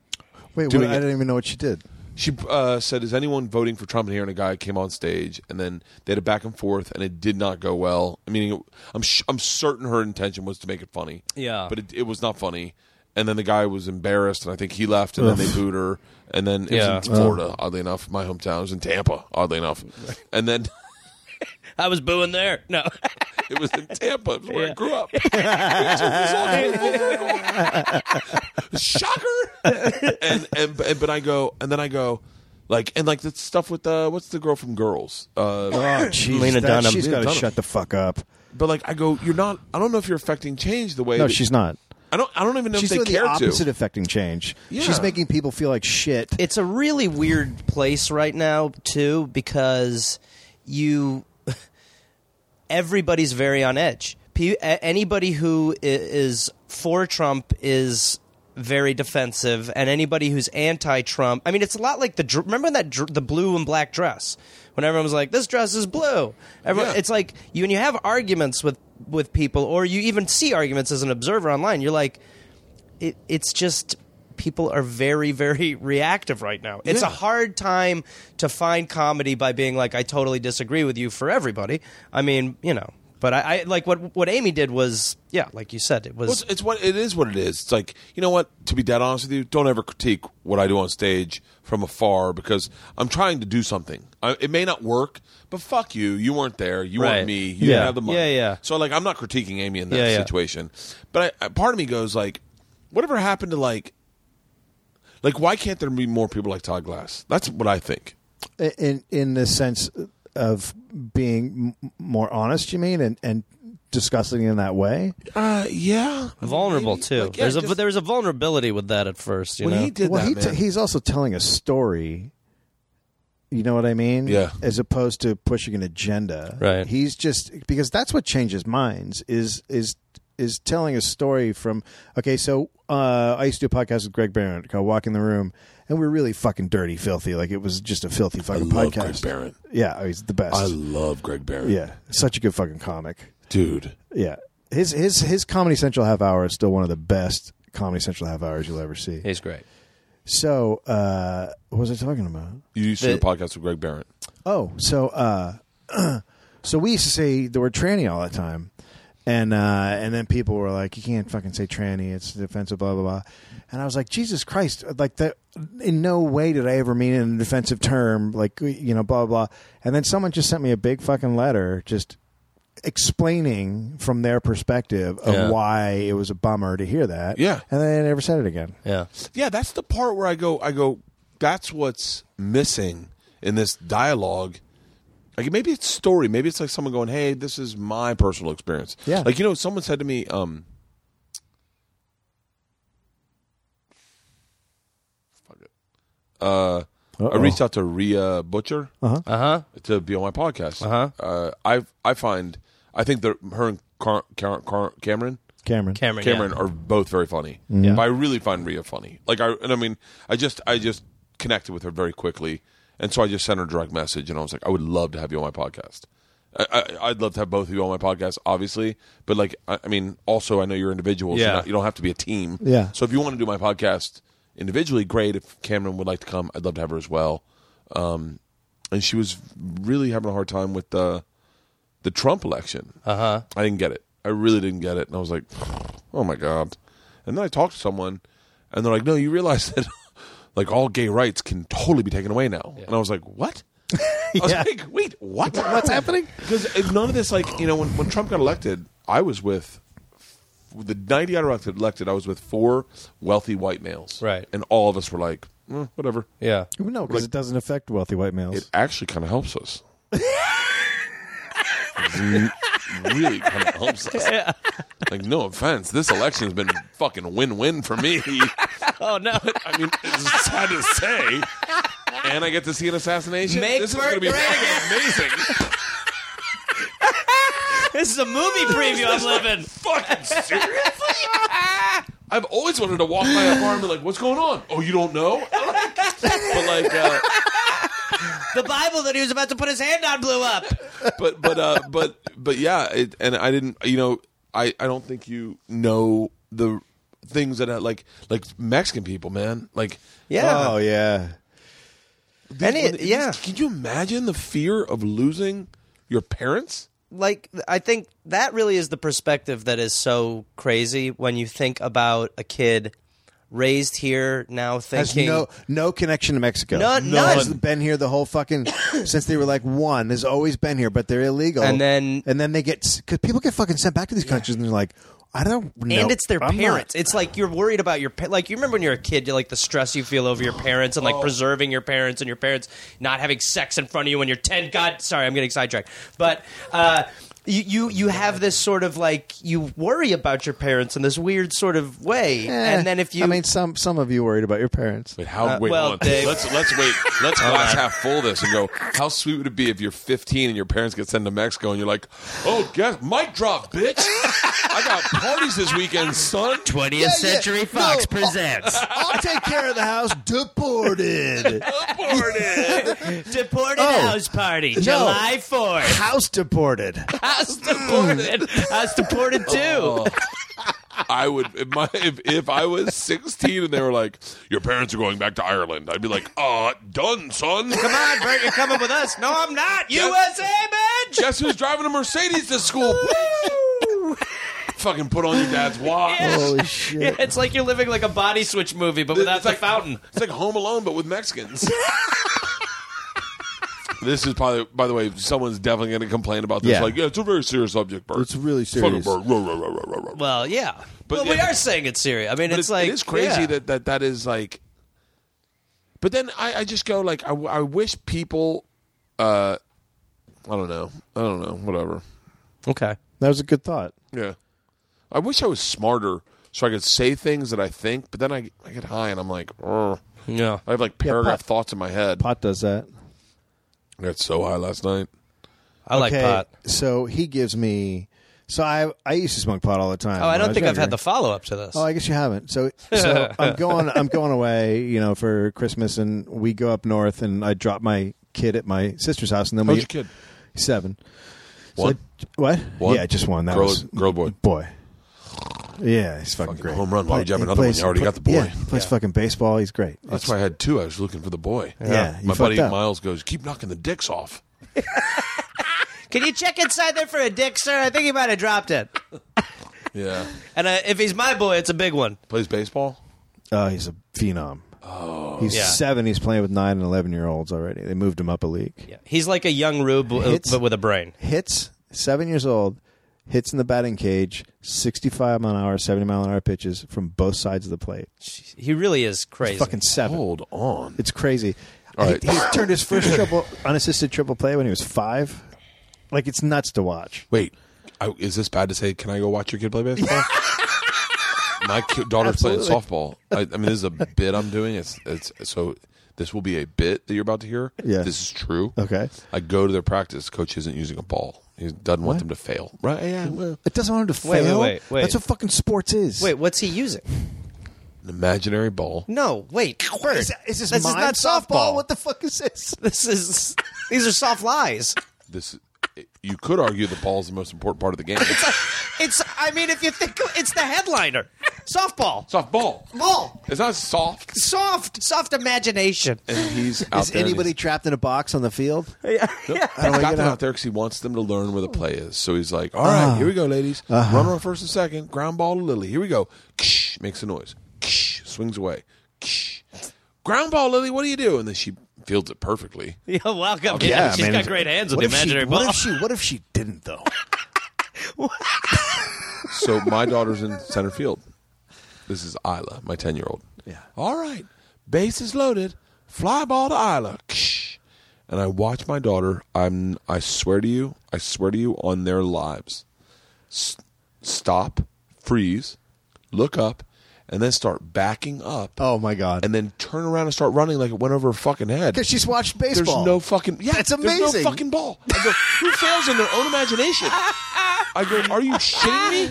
Speaker 4: Wait,
Speaker 1: doing
Speaker 4: what, I
Speaker 1: it.
Speaker 4: didn't even know what you did.
Speaker 1: she uh, said is anyone voting for trump in here and a guy came on stage and then they had a back and forth and it did not go well i mean i'm sh- i'm certain her intention was to make it funny
Speaker 5: Yeah.
Speaker 1: but it, it was not funny and then the guy was embarrassed and i think he left and then they booed her and then it
Speaker 5: Yeah.
Speaker 1: was in florida oddly enough my hometown it was in tampa oddly enough and then
Speaker 5: I was booing there. No, [LAUGHS]
Speaker 1: It was in Tampa. It was where I grew up. [LAUGHS] It was all- Shocker. And, and and but I go and then I go like and like the stuff with uh what's the girl from Girls? Uh
Speaker 4: Oh, jeez,
Speaker 5: Lena
Speaker 4: that-
Speaker 5: Dunham.
Speaker 4: She's
Speaker 5: Lena
Speaker 4: got to
Speaker 1: Dunham.
Speaker 4: shut the fuck up.
Speaker 1: but like I go you're not I don't know if you're affecting change the way
Speaker 4: No,
Speaker 1: that-
Speaker 4: she's not.
Speaker 1: I don't I don't even know
Speaker 4: She's
Speaker 1: if
Speaker 4: doing
Speaker 1: they
Speaker 4: the
Speaker 1: care to.
Speaker 4: opposite affecting change.
Speaker 1: Yeah.
Speaker 4: She's making people feel like shit.
Speaker 5: it's a really weird place right now too because you [LAUGHS] everybody's very on edge. P- a- anybody who i- is for Trump is very defensive, and anybody who's anti-Trump. I mean, it's a lot like the dr- remember that dr- the blue and black dress when everyone was like, "This dress is blue." Everyone,
Speaker 1: Yeah.
Speaker 5: It's like you and you have arguments with with people, or you even see arguments as an observer online. You're like, it, it's just people are very very [LAUGHS] reactive right now it's a
Speaker 1: Yeah.
Speaker 5: hard time to find comedy by being like i totally disagree with you for everybody i mean you know but i, I like what what amy did was yeah like you said it was
Speaker 1: Well, it's, it's what it is. What it is. It's like you know what. To be dead honest with you, don't ever critique what I do on stage from afar because I'm trying to do something. I, it may not work, but fuck you. You weren't there. You
Speaker 5: Right.
Speaker 1: weren't me. You
Speaker 5: Yeah.
Speaker 1: didn't have the money.
Speaker 5: Yeah, yeah.
Speaker 1: So like, I'm not critiquing Amy in that
Speaker 5: Yeah, yeah.
Speaker 1: situation. But I, I, part of me goes like, whatever happened to like, like why can't there be more people like Todd Glass? That's what I think.
Speaker 4: in in the sense of being m- more honest you mean and and discussing it in that way
Speaker 1: Uh, yeah.
Speaker 5: vulnerable
Speaker 1: Maybe.
Speaker 5: too
Speaker 1: Like, yeah,
Speaker 5: there's a
Speaker 1: just-
Speaker 5: there was a vulnerability with that at first you
Speaker 1: when
Speaker 5: know
Speaker 1: he did
Speaker 4: well
Speaker 1: that,
Speaker 4: he
Speaker 1: man.
Speaker 4: he's also telling a story you know what i mean
Speaker 1: Yeah.
Speaker 4: as opposed to pushing an agenda
Speaker 5: Right.
Speaker 4: he's just because that's what changes minds is is is telling a story from okay so uh, i used to do a podcast with greg barron called walk in the room and we were really fucking dirty filthy like it was just a filthy fucking
Speaker 1: love Greg
Speaker 4: podcast
Speaker 1: Barron.
Speaker 4: yeah he's the best
Speaker 1: I love Greg Barron.
Speaker 4: yeah such a good fucking comic
Speaker 1: dude.
Speaker 4: Yeah. His his his Comedy Central half hour is still one of the best Comedy Central half hours you'll ever see.
Speaker 5: he's great
Speaker 4: So, uh what was I talking about?
Speaker 1: You used to do a
Speaker 5: The-
Speaker 1: podcast with Greg Barron.
Speaker 4: [CLEARS THROAT] Oh, so uh so we used to say the word tranny all the time. and uh, and then people were like, "You can't fucking say tranny; it's offensive." Blah blah blah. And I was like, "Jesus Christ!" Like that. In no way did I ever mean it in a defensive term. Like you know, blah blah. blah. And then someone just sent me a big fucking letter, just explaining from their perspective of
Speaker 5: Yeah.
Speaker 4: why it was a bummer to hear that.
Speaker 1: Yeah.
Speaker 4: And then I never said it again.
Speaker 5: Yeah.
Speaker 1: Yeah, that's the part where I go, I go, that's what's missing in this dialogue. Like maybe it's story, maybe it's like someone going, "Hey, this is my personal experience."
Speaker 4: Yeah.
Speaker 1: like you know, someone said to me, um, fuck it. Uh, I
Speaker 4: Uh-oh. Uh-huh.
Speaker 1: reached out to Rhea Butcher
Speaker 5: Uh huh.
Speaker 1: to be on my podcast.
Speaker 5: Uh-huh.
Speaker 1: Uh, I I find I think that her and Car- Car- Car- Cameron
Speaker 4: Cameron.
Speaker 5: Cameron.
Speaker 1: Cameron
Speaker 5: yeah.
Speaker 1: are both very funny. But I really find Rhea funny. Like I and I mean I just I just connected with her very quickly, and so I just sent her a direct message, and I was like, I would love to have you on my podcast. I, I, I'd love to have both of you on my podcast, obviously, but like I, I mean, also I know you're individuals. You're
Speaker 5: Yeah.
Speaker 1: not- you don't have to be a team.
Speaker 4: Yeah.
Speaker 1: So if you want to do my podcast individually, great. If Cameron would like to come, I'd love to have her as well. Um, and she was really having a hard time with the the Trump election. Uh huh. I didn't get it. I really didn't get it, and I was like, oh my god. And then I talked to someone, and they're like, no, you realize [LAUGHS] that like all gay rights can totally be taken away now. And I was like, [LAUGHS] what? I was like, wait, what? What's [LAUGHS] happening? Because none of this, like, you know, when, when Trump got elected, I was with the night he got elected, elected, I was with four wealthy white males,
Speaker 5: Right.
Speaker 1: And all of us were like, "Eh, whatever.
Speaker 5: Yeah.
Speaker 4: No, because it doesn't affect wealthy white males.
Speaker 1: It actually kind of helps us. It really kind of helps us. Like, no offense, this election has been fucking win-win for me.
Speaker 5: Oh [LAUGHS] no.
Speaker 1: I mean, it's sad to say. And I get to see an assassination.
Speaker 5: Make
Speaker 1: this
Speaker 5: Bert
Speaker 1: is going to be
Speaker 5: great
Speaker 1: fucking amazing.
Speaker 5: this is a [LAUGHS] movie preview I'm living.
Speaker 1: fucking seriously? I've always wanted to walk by a farm and be like, what's going on? Oh, you don't know? Like, but like, uh,
Speaker 5: The Bible that he was about to put his hand on blew up.
Speaker 1: but but uh, but but yeah, it, and I didn't. You know, I I don't think you know the things that I, like like Mexican people, man. Like
Speaker 5: Yeah.
Speaker 4: Oh yeah.
Speaker 5: and
Speaker 1: when
Speaker 5: it,
Speaker 1: they-
Speaker 5: yeah.
Speaker 1: can you imagine the fear of losing your parents?
Speaker 5: like I think that really is the perspective that is so crazy when you think about a kid raised here now
Speaker 4: Has
Speaker 5: thinking
Speaker 4: no no connection to Mexico.
Speaker 5: None-
Speaker 4: Has
Speaker 5: none.
Speaker 4: been here the whole
Speaker 5: [COUGHS]
Speaker 4: fucking since they were like one. Has always been here, but they're illegal.
Speaker 5: And then-
Speaker 4: and then they get because people get fucking sent back to these countries, and they're like, I don't. know.
Speaker 5: and it's their
Speaker 4: I'm not-
Speaker 5: parents. It's like you're worried about your pa- like you remember when you're a kid, you like the stress you feel over your parents and like preserving your parents and your parents not having sex in front of you when you're ten. God, sorry, I'm getting sidetracked. But uh, you you you have this sort of like you worry about your parents in this weird sort of way,
Speaker 4: Eh,
Speaker 5: and then if you
Speaker 4: I mean, some some of you worried about your parents.
Speaker 1: Wait, how?
Speaker 5: Uh,
Speaker 1: wait,
Speaker 5: well,
Speaker 1: hold on.
Speaker 5: Dave-
Speaker 1: let's let's wait.
Speaker 5: [LAUGHS]
Speaker 1: Let's glass half full this and go. How sweet would it be if you're 15 and your parents get sent to Mexico and you're like, "Oh, guess mic drop, bitch! [LAUGHS] I got parties this weekend, son."
Speaker 5: 20th
Speaker 4: yeah.
Speaker 5: Century
Speaker 4: No,
Speaker 5: Fox
Speaker 4: uh,
Speaker 5: presents
Speaker 4: I'll take care of the house. Deported.
Speaker 5: [LAUGHS] Deported
Speaker 4: Oh.
Speaker 5: House Party, July 4th.
Speaker 4: house deported.
Speaker 5: [LAUGHS] House Deported. Oh. House Deported too.
Speaker 1: I would if my if, if I was 16 and they were like, "Your parents are going back to Ireland," I'd be like, "Uh, done, son."
Speaker 5: Come on, Bert, you're coming with us. No, I'm not. USA, bitch.
Speaker 1: Guess who's driving a Mercedes to school? Fucking put on your dad's watch.
Speaker 4: Holy
Speaker 5: [LAUGHS]
Speaker 4: shit.
Speaker 5: Yeah, [LAUGHS] it's like you're living like a body switch movie, but without
Speaker 1: It's
Speaker 5: the
Speaker 1: like-
Speaker 5: fountain.
Speaker 1: It's like Home Alone, but with Mexicans. this is probably, by the way, someone's definitely going to complain about this.
Speaker 4: Yeah.
Speaker 1: Like, yeah, it's a very serious subject, Bert.
Speaker 4: It's really
Speaker 1: Fucking
Speaker 4: serious.
Speaker 1: Bert. Ruh, ruh, ruh, ruh, ruh, ruh.
Speaker 5: Well, yeah.
Speaker 1: But
Speaker 5: well,
Speaker 1: yeah,
Speaker 5: we
Speaker 1: but-
Speaker 5: are saying it's serious. I mean,
Speaker 1: But
Speaker 5: it's, like
Speaker 1: it is crazy
Speaker 5: yeah.
Speaker 1: that, that that is like. But then I, I just go like I, w- I wish people, uh, I don't know, I don't know, whatever.
Speaker 5: okay.
Speaker 4: That was a good thought.
Speaker 1: Yeah. I wish I was smarter so I could say things that I think, but then I, I get high and I'm like, "Ugh."
Speaker 5: Yeah.
Speaker 1: I have like paragraph
Speaker 4: pot-
Speaker 1: thoughts in my head.
Speaker 4: Pot does that.
Speaker 1: I got so high last night.
Speaker 5: I like pot.
Speaker 4: So he gives me. So I I used to smoke pot all the time.
Speaker 5: Oh, I don't think I've had the follow up to this.
Speaker 4: Oh, I guess you haven't. So, so I'm going. I'm going away. You know, for Christmas, and we go up north, and I drop my kid at my sister's house, and then
Speaker 1: How's
Speaker 4: we
Speaker 1: your kid?
Speaker 4: seven. So
Speaker 1: One?
Speaker 4: I- what?
Speaker 1: One?
Speaker 4: Yeah, just one. That
Speaker 1: Girl-
Speaker 4: was
Speaker 1: girl, boy?
Speaker 4: Boy. Yeah, he's fucking,
Speaker 1: Fucking
Speaker 4: great.
Speaker 1: home run. Why would you have
Speaker 4: He
Speaker 1: another one? You already
Speaker 4: pla-
Speaker 1: got the boy.
Speaker 4: Yeah, he plays fucking baseball. He's great.
Speaker 1: That's
Speaker 4: It's-
Speaker 1: why I had two. I was looking for the boy.
Speaker 4: Yeah, you
Speaker 1: My buddy
Speaker 4: fucked up.
Speaker 1: Miles goes, keep knocking the dicks off.
Speaker 5: Can you check inside there for a dick, sir? I think he might have dropped it.
Speaker 1: Yeah.
Speaker 5: And uh, if he's my boy, it's a big one.
Speaker 1: Plays baseball?
Speaker 4: Oh, he's a phenom. Oh, he's
Speaker 5: Yeah.
Speaker 4: seven. He's playing with nine and eleven year olds already. They moved him up a league.
Speaker 5: Yeah. He's like a young Rube, w-
Speaker 4: Hits.
Speaker 5: but with a brain.
Speaker 4: Hits seven years old. Hits in the batting cage, sixty-five mile an hour, seventy mile an hour pitches from both sides of the plate.
Speaker 5: He really is crazy.
Speaker 4: Fucking seven.
Speaker 1: Hold on.
Speaker 4: It's crazy.
Speaker 1: All
Speaker 4: he,
Speaker 1: right.
Speaker 4: he turned his
Speaker 5: [LAUGHS]
Speaker 4: first triple unassisted triple play when he was five. Like it's nuts to watch.
Speaker 1: Wait, I, is this bad to say? Can I go watch your kid play
Speaker 4: [LAUGHS]
Speaker 1: baseball? My kid, daughter's playing softball. I, I mean, this is a bit I'm doing. It's it's so. This will be a bit that you're about to hear.
Speaker 4: Yeah.
Speaker 1: this is true.
Speaker 4: Okay.
Speaker 1: I go to their practice. Coach isn't using a ball. He doesn't want
Speaker 4: What?
Speaker 1: them to fail. Right? Yeah. Well,
Speaker 4: It doesn't want him to
Speaker 5: Uh, Wait, wait,
Speaker 4: fail.
Speaker 5: wait, wait.
Speaker 4: That's what fucking sports is.
Speaker 5: Wait, what's he using?
Speaker 1: an imaginary ball.
Speaker 5: No, wait. Bird.
Speaker 4: is, is this,
Speaker 5: this is
Speaker 4: mind
Speaker 5: not softball.
Speaker 4: What the fuck is this?
Speaker 5: This is. These are soft lies.
Speaker 1: This you could argue the ball is the most important part of the game.
Speaker 4: [LAUGHS]
Speaker 5: It's. I mean, if you think it's the headliner, softball,
Speaker 1: softball.
Speaker 5: ball,
Speaker 1: It's not soft.
Speaker 5: soft, soft imagination.
Speaker 1: And he's out
Speaker 4: Is
Speaker 1: there and
Speaker 4: anybody
Speaker 1: he's-
Speaker 4: trapped in a box on the field?
Speaker 5: [LAUGHS]
Speaker 1: He's
Speaker 4: do I
Speaker 1: got
Speaker 4: get
Speaker 1: them
Speaker 4: out?
Speaker 1: out there because he wants them to learn where the play is. So he's like, "All right, here we go, ladies. Runner on first and second. Ground ball to Lily. Here we go." Ksh, makes a noise. Ksh, swings away. Ksh. Ground ball, Lily. What do you do? And then she fields it perfectly.
Speaker 5: Yeah, welcome.
Speaker 1: Okay.
Speaker 5: Yeah,
Speaker 1: Yeah,
Speaker 5: she's
Speaker 4: man,
Speaker 5: got
Speaker 4: it's-
Speaker 5: great hands with
Speaker 4: What
Speaker 5: the
Speaker 4: if, she,
Speaker 5: imaginary ball.
Speaker 4: what if she? What if she didn't though?
Speaker 5: [LAUGHS]
Speaker 1: So my daughter's in center field. This is Isla, my ten-year-old. Yeah. All right, base is loaded. Fly ball to Isla. Ksh. And I watch my daughter. I'm. I swear to you. I swear to you on their lives. S- stop, freeze, look up, and then start backing up,
Speaker 4: Oh my god!
Speaker 1: and then turn around and start running like it went over her fucking head.
Speaker 4: Because she's watched
Speaker 1: There's
Speaker 4: baseball.
Speaker 1: no fucking yeah.
Speaker 4: That's
Speaker 1: There's no
Speaker 4: amazing.
Speaker 1: fucking ball. I go, who fails in their own imagination? I go, are you shitting me?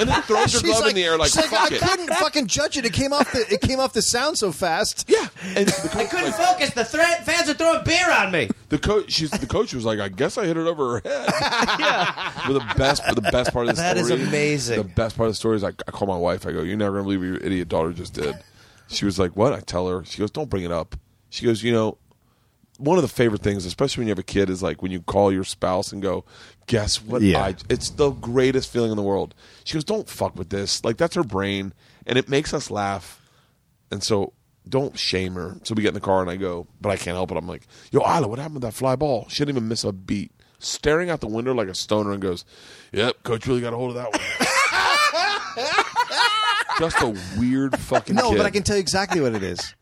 Speaker 1: And then throws her
Speaker 4: She's
Speaker 1: glove
Speaker 4: like,
Speaker 1: in the air like
Speaker 4: she's
Speaker 1: fuck
Speaker 4: like, I
Speaker 1: it. [LAUGHS]
Speaker 4: couldn't fucking judge it. It came off the. It came off the sound so fast.
Speaker 1: Yeah, and the coach, like,
Speaker 5: focus. The threat, fans are throwing beer on me.
Speaker 1: the coach, she's, the coach was like, "I guess I hit it over her
Speaker 5: [LAUGHS]
Speaker 1: head." yeah, but the best, but the best part of the
Speaker 5: That is
Speaker 1: story,
Speaker 5: amazing.
Speaker 1: The best part of the story is I, I call my wife. I go, "You're never gonna believe what your idiot daughter just did." She was like, "What?" I tell her. She goes, "Don't bring it up." She goes, "You know, one of the favorite things, especially when you have a kid, is like when you call your spouse and go, "Guess what?"
Speaker 4: Yeah.
Speaker 1: I, it's the greatest feeling in the world. She goes, "Don't fuck with this." Like that's her brain, and it makes us laugh. And so, don't shame her. So we get in the car, and I go, "But I can't help it." I'm like, "Yo, Isla, what happened with that fly ball? She didn't even miss a beat." Staring out the window like a stoner, and goes, "Yep, coach really got a hold of that one." [LAUGHS] Just a weird fucking
Speaker 4: No,
Speaker 1: kid.
Speaker 4: but I can tell you exactly what it is.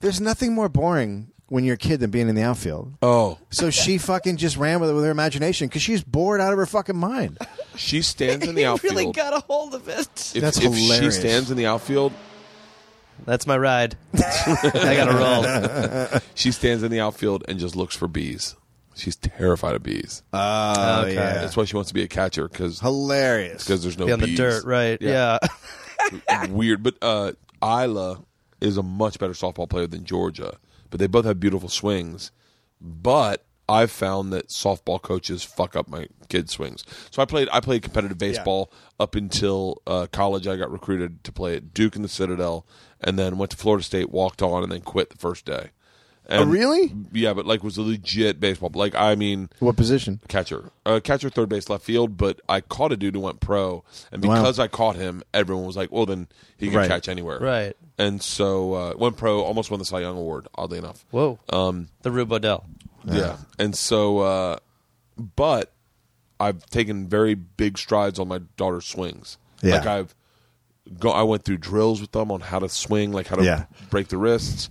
Speaker 4: There's nothing more boring when you're a kid than being in the outfield.
Speaker 1: Oh,
Speaker 4: So she fucking just ran with it with her imagination because she's bored out of her fucking mind.
Speaker 1: she
Speaker 4: [LAUGHS]
Speaker 1: stands in the outfield.
Speaker 5: really got a hold
Speaker 1: [LAUGHS]
Speaker 5: of it.
Speaker 1: if,
Speaker 4: That's
Speaker 1: if
Speaker 4: hilarious.
Speaker 1: she stands in the outfield,
Speaker 5: That's my ride. I gotta roll.
Speaker 1: She stands in the outfield and just looks for bees. She's terrified of bees. Uh,
Speaker 4: Oh
Speaker 5: Okay.
Speaker 1: That's why she wants to be a catcher because
Speaker 4: hilarious.
Speaker 1: there's no
Speaker 5: Be on
Speaker 1: bees.
Speaker 5: the dirt, right? Yeah.
Speaker 1: Yeah. [LAUGHS] Weird, but uh, Isla is a much better softball player than Georgia. But they both have beautiful swings. But I've found that softball coaches fuck up my kids' swings. So I played. I played competitive baseball up until uh, college. I got recruited to play at Duke and the Citadel, and then went to Florida State. Walked on, and then quit the first day. And
Speaker 4: really?
Speaker 1: Yeah, but like was a legit baseball. Like I mean,
Speaker 4: What position?
Speaker 1: catcher, uh, catcher, third base, left field. But I caught a dude who went pro, and
Speaker 4: Wow.
Speaker 1: because I caught him, everyone was like, "Well, then he can
Speaker 4: Right.
Speaker 1: catch anywhere."
Speaker 5: Right.
Speaker 1: And so uh, went pro, almost won the Cy Young award, oddly enough.
Speaker 5: Whoa. Um. The Rube Odell.
Speaker 1: Yeah. And so, uh, but I've taken very big strides on my daughter's swings.
Speaker 4: Yeah.
Speaker 1: Like I've go, I went through drills with them on how to swing, like how to
Speaker 4: Yeah.
Speaker 1: break the wrists,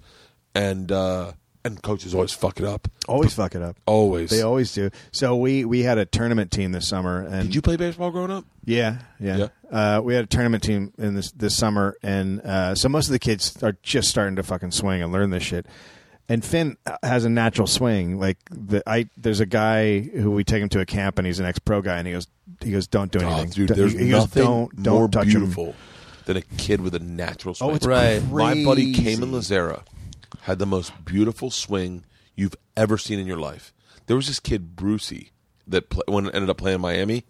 Speaker 1: and uh, and coaches always fuck it up.
Speaker 4: Always fuck it up.
Speaker 1: Always.
Speaker 4: They always do. So we we had a tournament team this summer, and
Speaker 1: Did you play baseball growing up?
Speaker 4: yeah, yeah. Uh, we had a tournament team in this this summer, and uh, so most of the kids are just starting to fucking swing and learn this shit. And Finn has a natural swing. Like the, I, there's a guy who we take him to a camp, and he's an ex pro guy, and he goes, he goes, don't do
Speaker 1: Oh,
Speaker 4: anything.
Speaker 1: dude,
Speaker 4: Don't-
Speaker 1: there's
Speaker 4: he goes,
Speaker 1: nothing
Speaker 4: don't, don't
Speaker 1: more
Speaker 4: touch him." Oh,
Speaker 1: beautiful than a kid with a natural swing.
Speaker 4: it's
Speaker 5: Right.
Speaker 1: My buddy
Speaker 4: crazy.
Speaker 1: Cayman Lazera had the most beautiful swing you've ever seen in your life. There was this kid Brucey that pla when ended up playing in Miami.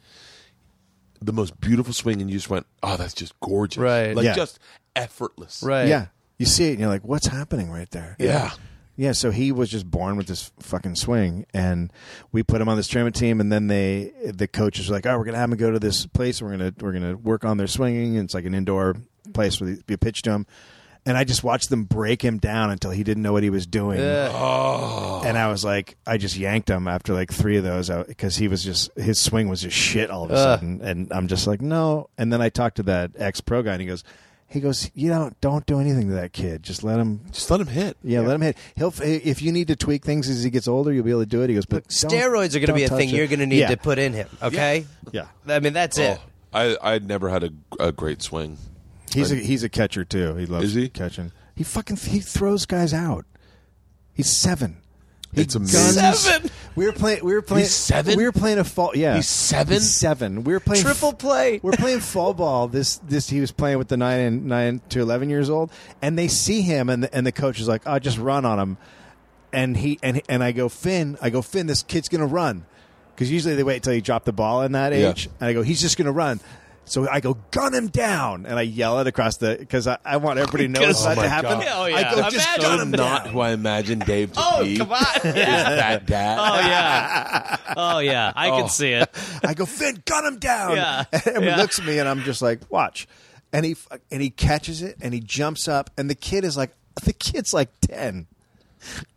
Speaker 1: The most beautiful swing, and you just went, "Oh, that's just gorgeous!"
Speaker 5: Right.
Speaker 1: like
Speaker 4: Yeah.
Speaker 1: just effortless.
Speaker 5: Right.
Speaker 4: Yeah, you see it, and you're like, what's happening right there?
Speaker 1: Yeah.
Speaker 4: Yeah, so he was just born with this fucking swing, and we put him on this tournament team, and then they the coaches were like, "Oh, we're gonna have him go to this place. We're gonna we're gonna work on their swinging. And it's like an indoor place where you pitch to him." And I just watched them break him down until he didn't know what he was doing. And I was like, I just yanked him after like three of those because he was just his swing was just shit all of a sudden, and I'm just like, no. And then I talked to that ex pro guy, and he goes, he goes, you know, don't do anything to that kid. Just let him
Speaker 1: Just let him hit.
Speaker 4: yeah, let him hit. He'll if you need to tweak things as he gets older, you'll be able to do it. He goes, but don't-
Speaker 5: Steroids are going to
Speaker 4: don't
Speaker 5: be a
Speaker 4: touch
Speaker 5: thing
Speaker 4: it.
Speaker 5: you're going to need
Speaker 4: Yeah.
Speaker 5: to put in him. Okay.
Speaker 4: Yeah. Oh.
Speaker 5: I mean, that's it.
Speaker 1: Oh, I I'd never had a, a great swing.
Speaker 4: He's a, he's a catcher too. He loves
Speaker 1: Is he?
Speaker 4: catching. He fucking he throws guys out. He's seven. He
Speaker 1: It's amazing.
Speaker 4: guns-
Speaker 5: Seven?
Speaker 4: We were playing. We were playing.
Speaker 1: He's seven?
Speaker 4: We were playing a fall. Yeah,
Speaker 1: He's seven?
Speaker 4: He's seven. We were playing
Speaker 5: Triple play.
Speaker 4: We're playing fall ball. This this he was playing with the nine and nine to eleven years old, and they see him, and the, and the coach is like, "I just run on him," and he and and I go, Finn, I go, Finn, this kid's gonna run, because usually they wait until you drop the ball in that
Speaker 1: Yeah.
Speaker 4: age, and I go, he's just gonna run. So I go gun him down, and I yell it across the because I, I want everybody
Speaker 1: [LAUGHS]
Speaker 4: to know it's
Speaker 1: Oh
Speaker 4: not
Speaker 1: my
Speaker 4: to happen.
Speaker 1: God.
Speaker 5: Oh,
Speaker 4: I
Speaker 5: yeah.
Speaker 4: go just
Speaker 5: Imagine
Speaker 4: gun
Speaker 1: So
Speaker 4: him
Speaker 1: not
Speaker 4: down.
Speaker 1: who I imagine Dave to
Speaker 4: [LAUGHS]
Speaker 5: Oh
Speaker 1: be.
Speaker 5: come on.
Speaker 1: That dad.
Speaker 5: [LAUGHS] oh yeah.
Speaker 4: [LAUGHS]
Speaker 5: Oh yeah. I can see it.
Speaker 4: I go, Finn, gun him down.
Speaker 5: Yeah.
Speaker 4: [LAUGHS] And
Speaker 5: Yeah.
Speaker 4: he looks at me, and I'm just like, watch. And he f- and he catches it, and he jumps up, and the kid is like, the kid's like ten, [LAUGHS]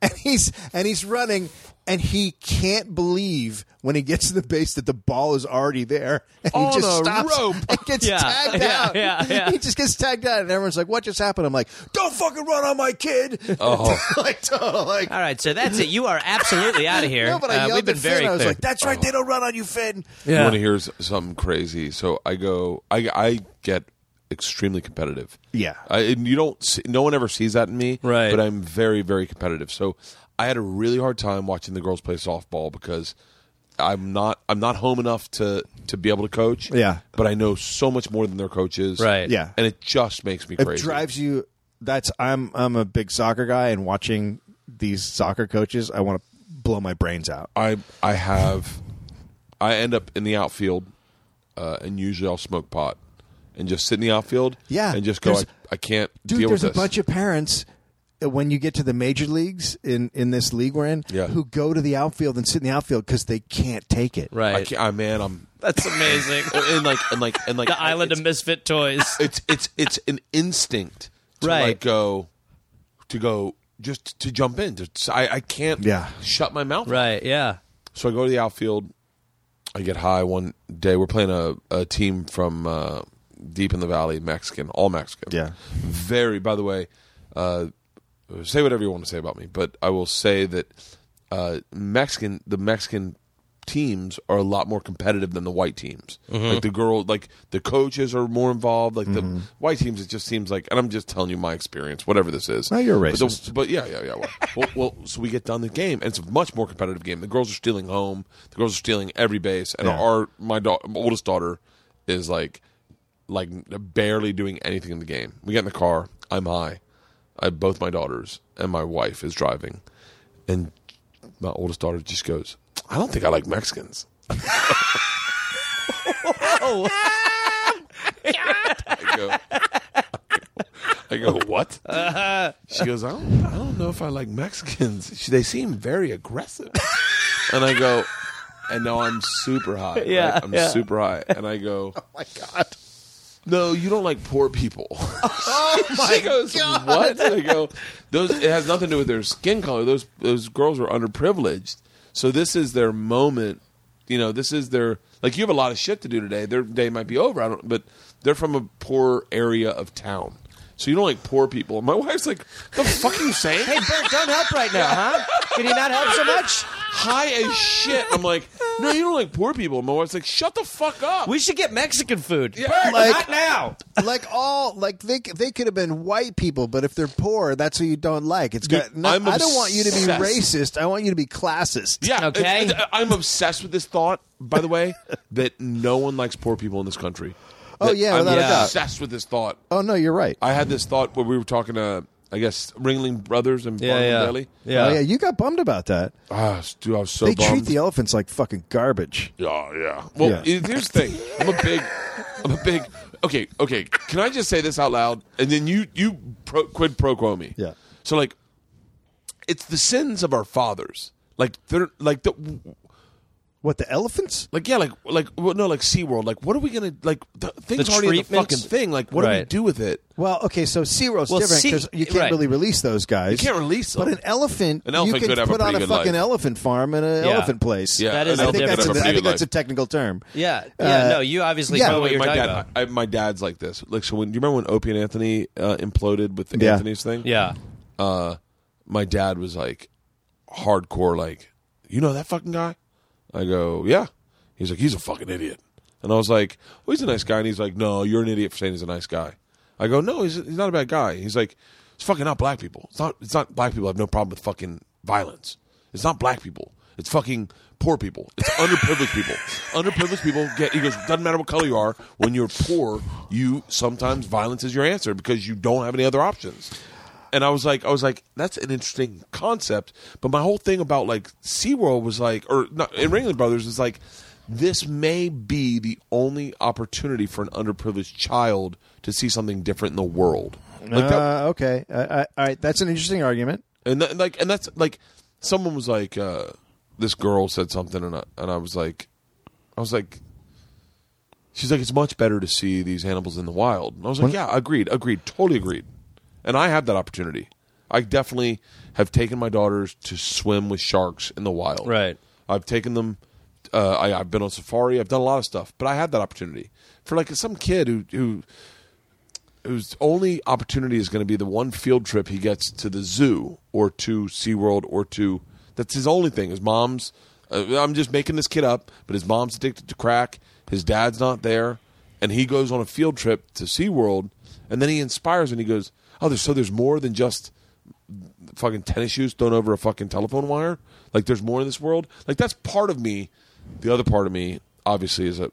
Speaker 4: and he's and he's running, and he can't believe when he gets to the base that the ball is already there, and
Speaker 1: On
Speaker 4: he just
Speaker 1: a
Speaker 4: stops
Speaker 1: rope.
Speaker 4: and gets
Speaker 5: Yeah.
Speaker 4: tagged
Speaker 5: Yeah,
Speaker 4: out.
Speaker 5: yeah,
Speaker 4: [LAUGHS]
Speaker 5: yeah.
Speaker 4: He just gets tagged out, and everyone's like, "What just happened?" I'm like, "Don't fucking run on my kid!" [LAUGHS]
Speaker 1: Oh.
Speaker 4: like, total, like,
Speaker 5: All right, so that's it. You are absolutely
Speaker 4: [LAUGHS]
Speaker 5: out of here.
Speaker 4: no, but I
Speaker 5: Uh,
Speaker 4: yelled
Speaker 5: we've been
Speaker 4: at
Speaker 5: very
Speaker 4: Finn. I was
Speaker 5: clear.
Speaker 4: like, "That's right, they don't run on you, Finn."
Speaker 1: You want to hear s- something crazy? So I go, I, I get extremely competitive.
Speaker 4: Yeah.
Speaker 1: I, and you don't, see, no one ever sees that in me.
Speaker 5: Right.
Speaker 1: But I'm very, very competitive. So I had a really hard time watching the girls play softball because I'm not, I'm not home enough to to be able to coach.
Speaker 4: Yeah.
Speaker 1: But I know so much more than their coaches.
Speaker 5: Right.
Speaker 4: Yeah.
Speaker 1: And it just makes me
Speaker 4: it
Speaker 1: crazy.
Speaker 4: drives you that's i'm i'm a big soccer guy and watching these soccer coaches i want to blow my brains out
Speaker 1: I I have I end up in the outfield, uh, and usually I'll smoke pot and just sit in the outfield.
Speaker 4: Yeah,
Speaker 1: and just go. I,
Speaker 4: there's-
Speaker 1: I can't
Speaker 4: dude
Speaker 1: deal with
Speaker 4: there's
Speaker 1: this.
Speaker 4: a bunch of parents uh, when you get to the major leagues in in this league we're in
Speaker 1: Yeah.
Speaker 4: who go to the outfield and sit in the outfield because they can't take it
Speaker 1: I
Speaker 5: [LAUGHS] right.
Speaker 1: can't, I, man, I'm
Speaker 5: That's
Speaker 4: [LAUGHS]
Speaker 5: amazing.
Speaker 1: and like and like and like
Speaker 5: the island
Speaker 1: it's,
Speaker 5: of misfit toys.
Speaker 1: It's it's it's an instinct to
Speaker 5: Right.
Speaker 1: like go to go just to jump in. Just- I I can't
Speaker 4: Yeah.
Speaker 1: shut my mouth.
Speaker 5: right. Yeah.
Speaker 1: So I go to the outfield. I get high one day. We're playing a, a team from uh, deep in the valley, Mexican, all Mexican.
Speaker 4: Yeah.
Speaker 1: Very. By the way, uh, say whatever you want to say about me, but I will say that uh, Mexican, the Mexican teams are a lot more competitive than the white teams.
Speaker 4: Mm-hmm.
Speaker 1: Like the girl, like the coaches are more involved. Like the white teams, it just seems like, and I'm just telling you my experience, whatever this is.
Speaker 4: No, you're
Speaker 1: But the-
Speaker 4: racist.
Speaker 1: but yeah, yeah, yeah. Well, well, well, so we get done the game, and it's a much more competitive game. The girls are stealing home. The girls are stealing every base, and
Speaker 4: Yeah.
Speaker 1: our my, da- my oldest daughter is like, like barely doing anything in the game. We get in the car. I'm high. I have both my daughters, and my wife is driving, and my oldest daughter just goes, "I don't think I like Mexicans." I go, I go, what? She goes, I don't, I don't know if I like Mexicans. She, they seem very aggressive. And I go, and now I'm super high. right?
Speaker 5: [LAUGHS] Yeah,
Speaker 1: I'm
Speaker 5: yeah.
Speaker 1: super high. And I go, oh my God. No, you don't like poor people. she goes, what? And I go, those, it has nothing to do with their skin color. Those, those girls were underprivileged. So this is their moment. You know, this is their, like, you have a lot of shit to do today. Their day might be over. I don't, but they're from a poor area of town. So you don't like poor people. My wife's like, the fuck you saying?
Speaker 5: Hey, Bert, don't help right now, huh? Can you not help so much?
Speaker 1: high as shit. I'm like, no, you don't like poor people. My wife's like, shut the fuck up.
Speaker 5: We should get Mexican food.
Speaker 1: Yeah.
Speaker 5: Bert,
Speaker 4: Like-
Speaker 5: not now.
Speaker 4: [LAUGHS] like all like they they could have been white people but if they're poor that's who you don't like it's
Speaker 1: Dude,
Speaker 4: got, no,
Speaker 1: I'm
Speaker 4: i don't want you to be
Speaker 1: obsessed.
Speaker 4: racist i want you to be classist
Speaker 1: yeah,
Speaker 5: Okay.
Speaker 1: it's- it's- I'm obsessed with this thought, by the way, [LAUGHS] that no one likes poor people in this country.
Speaker 4: Oh,
Speaker 1: That
Speaker 4: yeah,
Speaker 1: I'm
Speaker 4: without
Speaker 5: a doubt.
Speaker 1: obsessed with this thought.
Speaker 4: oh no you're right
Speaker 1: I had this thought where we were talking to, I guess, Ringling Brothers and
Speaker 5: Yeah,
Speaker 1: Barnum
Speaker 5: yeah.
Speaker 1: Bailey.
Speaker 5: Yeah.
Speaker 4: Oh, yeah you got bummed about that
Speaker 1: Ah, dude, I was so
Speaker 4: they
Speaker 1: bummed.
Speaker 4: treat the elephants like fucking garbage
Speaker 1: Yeah, yeah. Well,
Speaker 4: Yeah.
Speaker 1: it- here's the thing. I'm a big, I'm a big. Okay, okay. Can I just say this out loud, and then you you pro, quid pro quo me?
Speaker 4: Yeah.
Speaker 1: So like, it's the sins of our fathers. Like they're like the
Speaker 4: What the elephants?
Speaker 1: like yeah like like well, no like SeaWorld like what are we gonna like the, things
Speaker 5: The
Speaker 1: already in the
Speaker 5: treatment?
Speaker 1: fucking thing like what do we
Speaker 5: Right.
Speaker 1: do with it?
Speaker 4: Well, okay, so SeaWorld's
Speaker 5: Well,
Speaker 4: different
Speaker 5: sea-
Speaker 4: because you can't
Speaker 5: right.
Speaker 4: really release those guys. You
Speaker 1: can't release
Speaker 4: But
Speaker 1: them.
Speaker 4: an elephant,
Speaker 1: An elephant
Speaker 4: you
Speaker 1: could
Speaker 4: can
Speaker 1: have a
Speaker 4: put on a
Speaker 1: pretty good
Speaker 4: fucking
Speaker 1: life.
Speaker 4: elephant farm and an
Speaker 5: Yeah.
Speaker 4: elephant place.
Speaker 1: Yeah,
Speaker 5: That is
Speaker 1: an
Speaker 4: I think,
Speaker 1: elephant
Speaker 4: that's
Speaker 1: could have a
Speaker 4: a, I
Speaker 1: pretty
Speaker 4: think
Speaker 1: good
Speaker 4: that's a
Speaker 1: life.
Speaker 4: technical term.
Speaker 5: Yeah,
Speaker 4: Uh,
Speaker 5: yeah. No, you obviously
Speaker 4: yeah.
Speaker 5: know
Speaker 1: By
Speaker 5: what
Speaker 1: the
Speaker 5: you're
Speaker 1: way, my
Speaker 5: talking
Speaker 1: dad,
Speaker 5: about.
Speaker 1: I, I- my dad's like this. Like, so when do you remember when Opie and Anthony uh, imploded with the
Speaker 4: Yeah.
Speaker 1: Anthony's thing?
Speaker 5: Yeah,
Speaker 1: Uh, my dad was like hardcore. Like, you know that fucking guy? I go, yeah. He's like, he's a fucking idiot. And I was like, well, he's a nice guy. And he's like, no, you're an idiot for saying he's a nice guy. I go, no, he's he's not a bad guy. He's like, it's fucking not black people. It's not it's not black people have no problem with fucking violence. It's not black people. It's fucking poor people. It's underprivileged people. Underprivileged people get. He goes, doesn't matter what color you are. When you're poor, you sometimes violence is your answer because you don't have any other options. And I was like, I was like, that's an interesting concept. But my whole thing about like SeaWorld was like, or not, and Ringling Brothers was like, this may be the only opportunity for an underprivileged child to see something different in the world. Like that,
Speaker 4: Uh, okay, Uh, uh, all right, that's an interesting argument.
Speaker 1: and that, like and that's like someone was like uh this girl said something and I, and I was like I was like she's like it's much better to see these animals in the wild and I was like yeah agreed agreed totally agreed and I have that opportunity I definitely have taken my daughters to swim with sharks in the wild
Speaker 5: Right.
Speaker 1: I've taken them uh, I, I've been on safari I've done a lot of stuff but I had that opportunity for like some kid who who whose only opportunity is going to be the one field trip he gets to the zoo or to SeaWorld or to that's his only thing. His mom's uh, I'm just making this kid up, but his mom's addicted to crack, his dad's not there, and he goes on a field trip to SeaWorld and then he inspires and he goes, "Oh, there's so there's more than just fucking tennis shoes thrown over a fucking telephone wire. Like there's more in this world. Like that's part of me. The other part of me, obviously, is a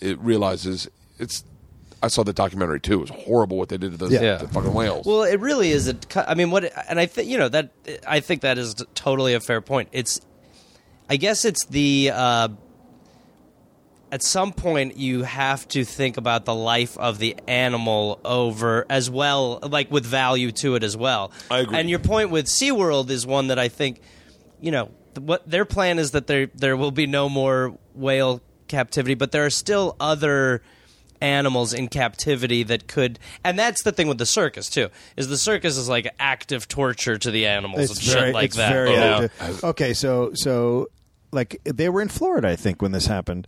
Speaker 1: it realizes it's. I saw the documentary too. It was horrible what they did to those
Speaker 4: Yeah.
Speaker 1: the fucking whales.
Speaker 5: Well, it really is a. cu- I mean, what? And I think you know that. I think that is t- totally a fair point. It's. I guess it's the. Uh, at some point, you have to think about the life of the animal over as well, like with value to it as well.
Speaker 1: I agree.
Speaker 5: And your point with SeaWorld is one that I think, you know, th- what their plan is that there there will be no more whale captivity, but there are still other animals in captivity that could and that's the thing with the circus too is the circus is like active torture to the animals and shit like
Speaker 4: it's
Speaker 5: that Oh,
Speaker 4: very
Speaker 5: you know?
Speaker 4: active. Okay, so so like they were in Florida, I think, when this happened.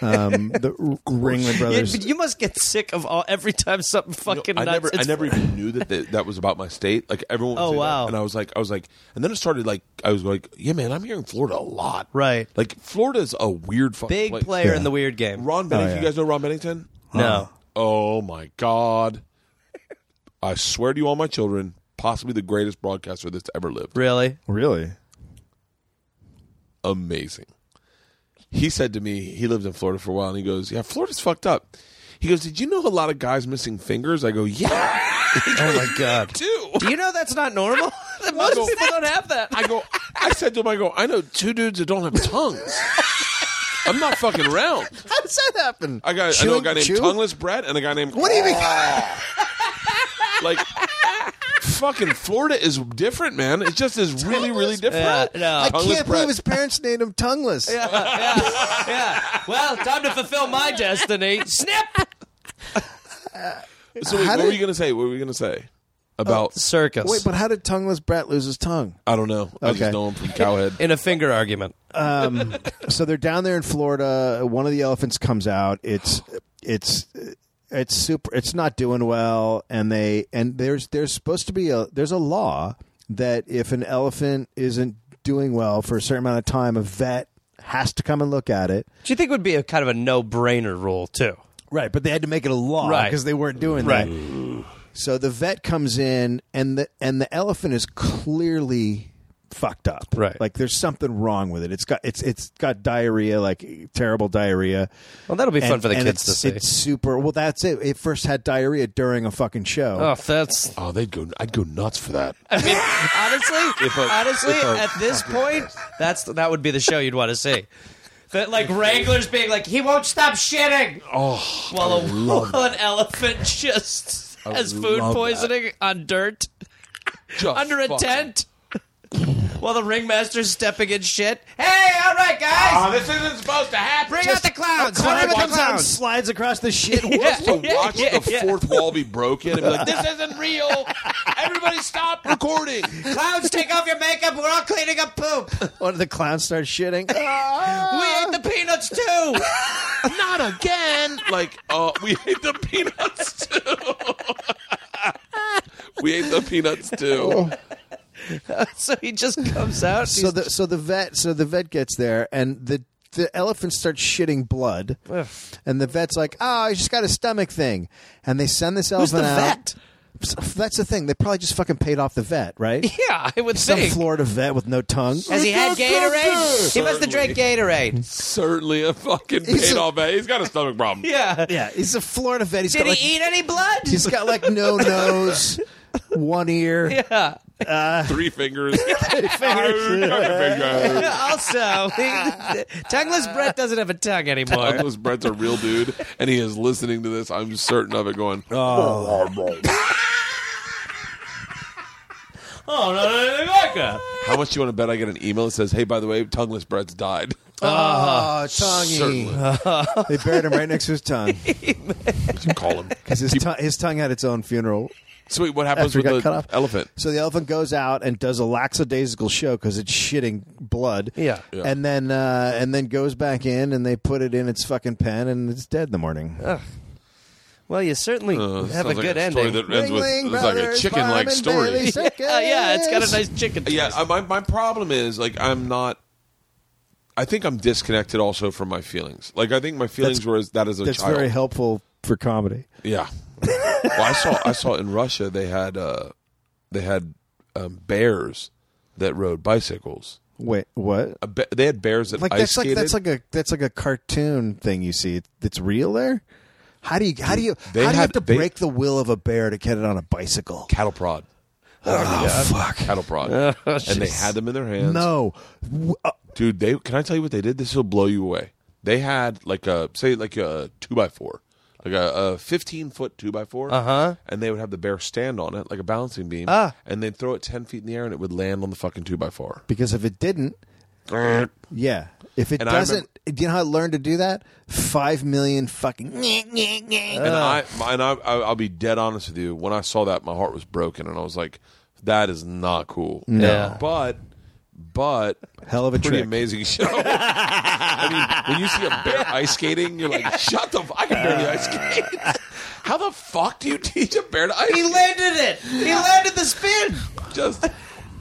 Speaker 4: Um,
Speaker 5: [LAUGHS]
Speaker 4: the R- Ringling
Speaker 5: You,
Speaker 4: Brothers.
Speaker 5: but you must get sick of all every time something fucking
Speaker 1: I
Speaker 5: nuts.
Speaker 1: never, I
Speaker 5: it's- [LAUGHS]
Speaker 1: never even knew that they, that was about my state. Like everyone. would
Speaker 5: Oh,
Speaker 1: say that.
Speaker 5: wow.
Speaker 1: And I was like, I was like, and then it started like I was like, yeah, man, I'm here in Florida a lot.
Speaker 5: Right.
Speaker 1: Like Florida's a weird fucking
Speaker 5: big
Speaker 1: place.
Speaker 5: player Oh, in the weird game.
Speaker 1: Ron Bennington.
Speaker 4: yeah.
Speaker 1: You guys know Ron Bennington?
Speaker 5: No.
Speaker 1: Oh my God. I swear to you, all my children, possibly the greatest broadcaster that's ever lived.
Speaker 5: Really?
Speaker 4: really?
Speaker 1: Amazing. He said to me, he lived in Florida for a while, and he goes, Yeah, Florida's fucked up. He goes, Did you know a lot of guys missing fingers? I go, Yeah,
Speaker 5: Oh my god.
Speaker 1: do.
Speaker 5: Do you know that's not normal? [LAUGHS] Most
Speaker 1: go-
Speaker 5: people don't have that.
Speaker 1: I go, I said to him, I go, I know two dudes that don't have tongues. I'm not fucking around.
Speaker 4: [LAUGHS] How does that happen?
Speaker 1: I got I know a
Speaker 4: Chewing-
Speaker 1: guy named
Speaker 4: chew?
Speaker 1: Tongueless Brett and a guy named
Speaker 4: What do you mean?
Speaker 1: like fucking Florida is different, man. It just is really, really
Speaker 5: Yeah,
Speaker 1: different.
Speaker 5: no.
Speaker 4: I
Speaker 1: Tongueless
Speaker 4: can't
Speaker 1: Brett.
Speaker 4: believe his parents named him Tongueless.
Speaker 5: yeah, yeah. Well, time to fulfill my destiny. Snip.
Speaker 1: So wait,
Speaker 4: How
Speaker 1: what
Speaker 4: did-
Speaker 1: were you gonna say? What were you gonna say about?
Speaker 5: Circus.
Speaker 4: Wait, but how did Tongueless Brett lose his tongue?
Speaker 1: I don't know. I
Speaker 4: Okay.
Speaker 1: just know him from Cowhead.
Speaker 5: in a finger argument.
Speaker 4: Um, so they're down there in Florida. One of the elephants comes out. It's it's it's super. It's not doing well, and they and there's there's supposed to be a there's a law that if an elephant isn't doing well for a certain amount of time, a vet has to come and look at it.
Speaker 5: Do you think would be a kind of a no-brainer rule too?
Speaker 4: Right, but they had to make it a law
Speaker 5: Right.
Speaker 4: because they weren't doing
Speaker 5: Right.
Speaker 4: that. So the vet comes in, and the and the elephant is clearly fucked up.
Speaker 5: Right.
Speaker 4: like there's something wrong with it. It's got it's it's got diarrhea, like terrible diarrhea.
Speaker 5: Well, that'll be fun
Speaker 4: And-
Speaker 5: for the
Speaker 4: and
Speaker 5: kids
Speaker 4: it's-
Speaker 5: to see.
Speaker 4: It's super. Well, that's it. It first had diarrhea during a fucking show.
Speaker 5: Oh, that's
Speaker 1: [LAUGHS] Oh, they'd go. I'd go nuts for that.
Speaker 5: I mean,
Speaker 1: [LAUGHS]
Speaker 5: honestly,
Speaker 1: If a-
Speaker 5: honestly,
Speaker 1: if a-
Speaker 5: at this point, that's that would be the show you'd want to see. That like Wranglers being like, he won't stop shitting. Oh, while a,
Speaker 1: love
Speaker 5: while [LAUGHS] an elephant just
Speaker 1: I
Speaker 5: has
Speaker 1: would
Speaker 5: food
Speaker 1: love that.
Speaker 5: poisoning on dirt
Speaker 1: Just
Speaker 5: under a
Speaker 1: fucking-
Speaker 5: tent. [LAUGHS] while the ringmaster's stepping in shit. Hey, all right, guys,
Speaker 1: this isn't supposed to happen.
Speaker 5: bring out the clowns.
Speaker 4: A clown
Speaker 5: Bring out the
Speaker 4: comes out and
Speaker 5: clowns.
Speaker 4: slides across the
Speaker 5: [LAUGHS]
Speaker 4: shit.
Speaker 1: Just to watch the fourth wall be broken and be like, this isn't
Speaker 5: [LAUGHS]
Speaker 1: real. Everybody stop recording.
Speaker 5: Clowns, take off your makeup. We're all cleaning up poop.
Speaker 4: One of the clowns starts
Speaker 5: [LAUGHS]
Speaker 4: shitting.
Speaker 5: Oh, We ate the peanuts [LAUGHS] too.
Speaker 1: Not again. Like, uh, we ate the peanuts too. [LAUGHS] we ate the peanuts too.
Speaker 5: so he just comes out.
Speaker 4: so the so the vet so the vet gets there and the the elephant starts shitting blood, and the vet's like, "Oh, he's just got a stomach thing," and they send this
Speaker 5: Who's
Speaker 4: elephant
Speaker 5: the
Speaker 4: out. So That's the thing. They probably just fucking paid off the vet, right?
Speaker 5: [LAUGHS] yeah, I would
Speaker 4: Some
Speaker 5: think.
Speaker 4: Florida vet with no tongue.
Speaker 5: Has he had Gatorade? He must
Speaker 1: Certainly.
Speaker 5: have drank Gatorade.
Speaker 1: Certainly a fucking
Speaker 4: He's
Speaker 1: paid
Speaker 4: a-
Speaker 1: off man. He's got a stomach problem.
Speaker 5: Yeah.
Speaker 4: [LAUGHS] Yeah, he's a Florida vet. He's
Speaker 5: Did
Speaker 4: got
Speaker 5: he
Speaker 4: like
Speaker 5: eat any blood?
Speaker 4: he's got like
Speaker 5: [LAUGHS]
Speaker 4: no nose, one ear.
Speaker 5: yeah.
Speaker 1: [LAUGHS] Three fingers. [LAUGHS] Fingers.
Speaker 5: [LAUGHS] Also, he- tongueless Brett doesn't have a tongue anymore.
Speaker 1: Unless Brett's a real dude and he is listening to this, I'm certain of it. Going, "Oh,
Speaker 5: Oh no, no, no, Rebecca.
Speaker 1: how much do you want to bet I get an email that says, "Hey, by the way, tongueless Brett's died."
Speaker 5: Uh,
Speaker 4: Oh,
Speaker 1: Certainly,
Speaker 4: tonguey. [LAUGHS] They buried him right next to his tongue
Speaker 1: You call him.
Speaker 4: because his, tongue his tongue had its own funeral.
Speaker 1: So wait, what happens
Speaker 4: After he
Speaker 1: with
Speaker 4: got
Speaker 1: the
Speaker 4: cut off.
Speaker 1: elephant?
Speaker 4: So the elephant goes out and does a lackadaisical show because it's shitting blood.
Speaker 5: Yeah. Yeah.
Speaker 4: And then uh, and then goes back in and they put it in its fucking pen and it's dead in the morning.
Speaker 5: Well, you certainly
Speaker 1: Uh,
Speaker 5: have a
Speaker 1: sounds like
Speaker 5: good
Speaker 1: story
Speaker 5: ending.
Speaker 1: that ends with it's like a chicken-like story.
Speaker 5: [LAUGHS] Uh, yeah, it's got a nice chicken. Twist.
Speaker 1: Yeah, I- my my problem is like I'm not. I think I'm disconnected also from my feelings. Like I think my feelings
Speaker 4: That's-
Speaker 1: were as that as a
Speaker 4: That's
Speaker 1: child.
Speaker 4: very helpful for comedy.
Speaker 1: yeah. well, I saw I saw in Russia they had uh, they had um, bears that rode bicycles.
Speaker 4: Wait, what?
Speaker 1: A be- they had bears that
Speaker 4: Like
Speaker 1: ice
Speaker 4: that's like
Speaker 1: skated.
Speaker 4: that's like a that's like a cartoon thing you see. That's real there. How do you how do you
Speaker 1: They
Speaker 4: how do
Speaker 1: had-
Speaker 4: you have to
Speaker 1: they-
Speaker 4: break the will of a bear to get it on a bicycle?
Speaker 1: cattle prod.
Speaker 4: Oh fuck! Oh,
Speaker 1: Cattle
Speaker 4: [LAUGHS]
Speaker 1: prod. and they had them in their hands.
Speaker 4: No, W- uh,
Speaker 1: dude they can i tell you what they did this will blow you away they had like a say like a two by four like a, a 15 foot two by four uh-huh and they would have the bear stand on it like a balancing beam
Speaker 5: Ah.
Speaker 1: and they'd throw it 10 feet in the air and it would land on the fucking two by four
Speaker 4: because if it didn't, Yeah. If it
Speaker 1: And I
Speaker 4: doesn't,
Speaker 1: remember-
Speaker 4: do you know how I learned to do that? Five million fucking.
Speaker 1: and i my- and I, I i'll be dead honest with you when i saw that my heart was broken and i was like that is not cool
Speaker 5: Yeah.
Speaker 1: but but
Speaker 4: Hell of a
Speaker 1: pretty
Speaker 4: trick.
Speaker 1: amazing show. [LAUGHS] I mean, when you see a bear ice skating, you're like, "Shut the! F- I can barely ice
Speaker 4: [LAUGHS]
Speaker 1: skate." How the fuck do you teach a bear to ice?
Speaker 5: He
Speaker 1: skate?
Speaker 5: landed it. He landed the spin.
Speaker 1: Just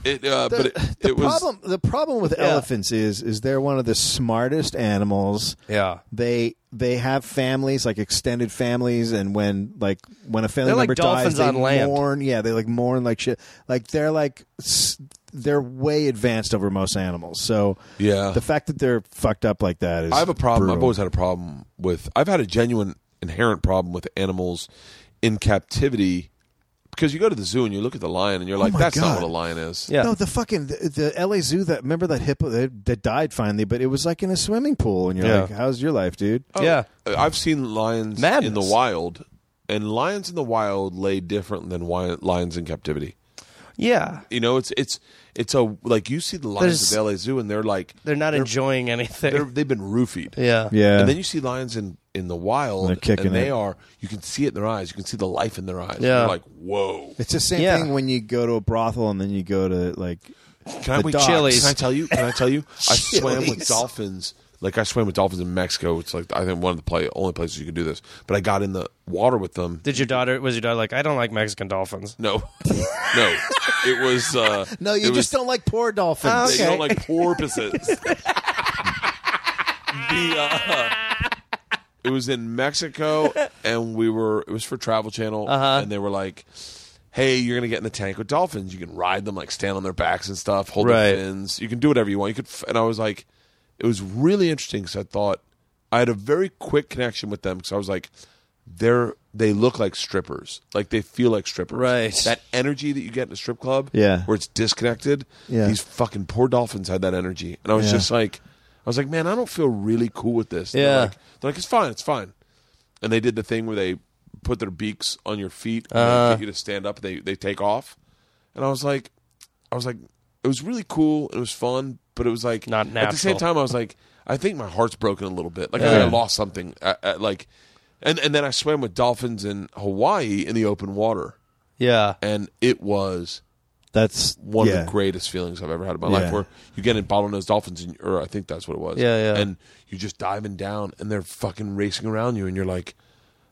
Speaker 1: it, uh,
Speaker 4: The,
Speaker 1: but
Speaker 5: [LAUGHS]
Speaker 1: it,
Speaker 4: the
Speaker 1: it was
Speaker 4: problem, the problem with elephants is, is they're one of the smartest animals.
Speaker 5: Yeah.
Speaker 4: They they have families like extended families, and when like when a family
Speaker 5: They're like
Speaker 4: member
Speaker 5: dolphins
Speaker 4: dies, they
Speaker 5: on land.
Speaker 4: mourn. Yeah, they like mourn like shit. Like they're like s- they're way advanced over most animals. So
Speaker 1: Yeah.
Speaker 4: the fact that they're fucked up like that is.
Speaker 1: I have a problem. I've
Speaker 4: brutal.
Speaker 1: always had a problem with. I've had a genuine inherent problem with animals in captivity because you go to the zoo and you look at the lion and you're like,
Speaker 4: Oh my
Speaker 1: "That's not
Speaker 4: God.
Speaker 1: what a lion is."
Speaker 5: Yeah.
Speaker 4: No, the fucking the, the LA Zoo. That remember that hippo that, that died finally, but it was like in a swimming pool, and you're
Speaker 5: Yeah. Oh,
Speaker 4: like, "How's your life, dude?"
Speaker 5: Yeah.
Speaker 1: Uh, I've seen lions in the
Speaker 5: Madness.
Speaker 1: wild, and lions in the wild lay different than wi- lions in captivity.
Speaker 5: Yeah.
Speaker 1: You know, it's it's it's a like you see the lions
Speaker 5: There's-
Speaker 1: at the LA Zoo and they're like
Speaker 5: They're not enjoying anything.
Speaker 1: they're they've been roofied.
Speaker 5: yeah.
Speaker 4: Yeah,
Speaker 1: And then you see lions in, in the wild,
Speaker 4: They're kicking
Speaker 1: and they
Speaker 4: it.
Speaker 1: are. You can see it in their eyes. You can see the life in their eyes.
Speaker 5: Yeah.
Speaker 1: You're like, whoa!
Speaker 4: it's the same
Speaker 5: Yeah.
Speaker 4: thing when you go to a brothel and then you go to like.
Speaker 1: Can I
Speaker 4: The
Speaker 1: wait,
Speaker 4: dogs.
Speaker 1: Can I tell you? Can I tell
Speaker 5: [LAUGHS]
Speaker 1: you? I swam with
Speaker 4: Chili's.
Speaker 1: dolphins. Like I swam with dolphins in Mexico. It's like I think one of the play, only places you can do this. But I got in the water with them.
Speaker 5: Did your daughter? Was your daughter like? I don't like Mexican dolphins.
Speaker 1: No, [LAUGHS] no. It was uh,
Speaker 4: No, you
Speaker 1: it
Speaker 4: just
Speaker 1: was-
Speaker 4: don't like poor dolphins.
Speaker 5: Oh,
Speaker 1: They
Speaker 5: okay.
Speaker 1: don't like
Speaker 5: [LAUGHS]
Speaker 1: porpoises. the, uh, it was in Mexico, and we were. It was for Travel Channel,
Speaker 5: Uh-huh.
Speaker 1: and they were like, "Hey, you're gonna get in the tank with dolphins. You can ride them, like stand on their backs and stuff, hold
Speaker 5: Right.
Speaker 1: their fins. You can do whatever you want. You could." f- And I was like, it was really interesting because I thought I had a very quick connection with them because I was like, they're they look like strippers, like they feel like strippers.
Speaker 5: Right.
Speaker 1: That energy that you get in a strip club,
Speaker 4: Yeah.
Speaker 1: where it's disconnected.
Speaker 4: Yeah.
Speaker 1: These fucking poor dolphins had that energy. And I was
Speaker 4: Yeah.
Speaker 1: just like, I was like, man, I don't feel really cool with this. And
Speaker 5: Yeah.
Speaker 1: They're like, they're like, it's fine, it's fine. And they did the thing where they put their beaks
Speaker 5: Uh.
Speaker 1: on your feet and they get you to stand up. They they take off. And I was like, I was like, it was really cool. It was fun, but it was like
Speaker 5: Not
Speaker 1: At the same
Speaker 5: natural.
Speaker 1: time, I was like, I think my heart's broken a little bit. Like I, think I lost something. I, I, like, and and then I swam with dolphins in Hawaii in the open water,
Speaker 5: Yeah.
Speaker 1: and it was
Speaker 4: That's
Speaker 1: one
Speaker 4: yeah.
Speaker 1: of the greatest feelings I've ever had in my
Speaker 4: Yeah.
Speaker 1: life. Where you get in bottlenose dolphins, and, or I think that's what it was.
Speaker 5: Yeah, yeah.
Speaker 1: And you just diving down, and they're fucking racing around you, and you're like,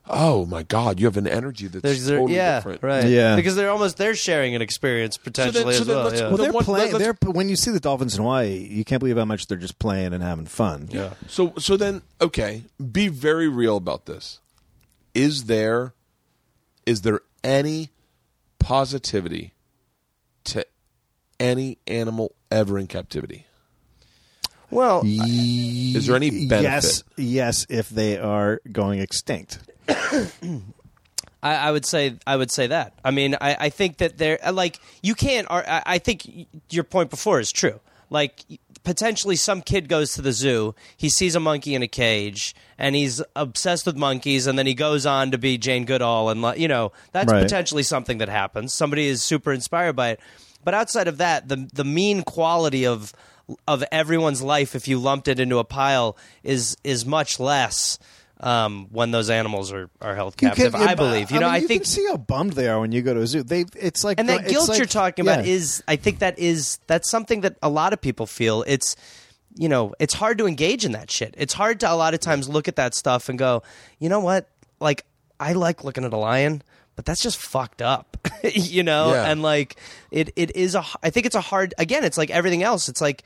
Speaker 1: "Oh my god, you have an energy that's
Speaker 5: There's their,
Speaker 1: totally
Speaker 5: yeah,
Speaker 1: different."
Speaker 5: right.
Speaker 4: Yeah.
Speaker 5: Because they're almost they're sharing an experience potentially
Speaker 1: so
Speaker 5: as
Speaker 1: then
Speaker 5: well.
Speaker 1: let's-
Speaker 5: yeah.
Speaker 4: Well,
Speaker 1: The
Speaker 4: they're
Speaker 1: one-
Speaker 4: playing.
Speaker 1: let's-
Speaker 4: They're when you see the dolphins in Hawaii, you can't believe how much they're just playing and having fun.
Speaker 1: Yeah. So so then okay, be very real about this. Is there is there any positivity to any animal ever in captivity?
Speaker 5: well,
Speaker 1: Is there any benefit?
Speaker 4: Yes, yes, if they are going extinct.
Speaker 5: I, I would say I would say that. I mean, I, I think that there, uh, like you can't. ar- I, I think y- your point before is true. Like potentially, some kid goes to the zoo, he sees a monkey in a cage, and he's obsessed with monkeys, and then he goes on to be Jane Goodall, and like, you know that's
Speaker 4: Right.
Speaker 5: potentially something that happens. Somebody is super inspired by it, but outside of that, the the mean quality of of everyone's life, if you lumped it into a pile, is is much less. Um, when those animals are, are held
Speaker 4: You
Speaker 5: captive,
Speaker 4: can-
Speaker 5: I believe. You know,
Speaker 4: mean,
Speaker 5: I
Speaker 4: you
Speaker 5: think
Speaker 4: can see how bummed they are when you go to a zoo. They, it's like
Speaker 5: and that
Speaker 4: it's
Speaker 5: guilt
Speaker 4: like-
Speaker 5: you're talking about
Speaker 4: yeah.
Speaker 5: is i think that is that's something that a lot of people feel it's you know it's hard to engage in that shit it's hard to a lot of times look at that stuff and go you know what like i like looking at a lion but that's just fucked up [LAUGHS] you know
Speaker 1: Yeah.
Speaker 5: and like it it is a h- i think it's a hard again it's like everything else it's like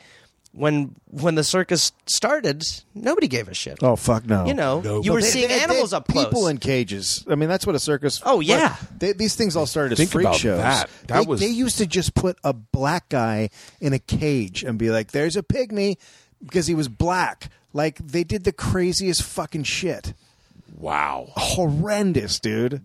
Speaker 5: when when the circus started nobody gave a shit
Speaker 4: Oh fuck no!
Speaker 5: you know you were
Speaker 4: They-
Speaker 5: seeing
Speaker 4: they- they-
Speaker 5: animals up close
Speaker 4: people in cages. I mean, that's what a circus.
Speaker 5: Oh, yeah.
Speaker 4: but They, these things all started as
Speaker 1: Think
Speaker 4: freak
Speaker 1: about
Speaker 4: shows.
Speaker 1: that. That
Speaker 4: they,
Speaker 1: was-
Speaker 4: they used to just put a black guy in a cage and be like, "There's a pygmy," because he was black. Like they did the craziest fucking shit.
Speaker 1: Wow.
Speaker 4: Horrendous, dude.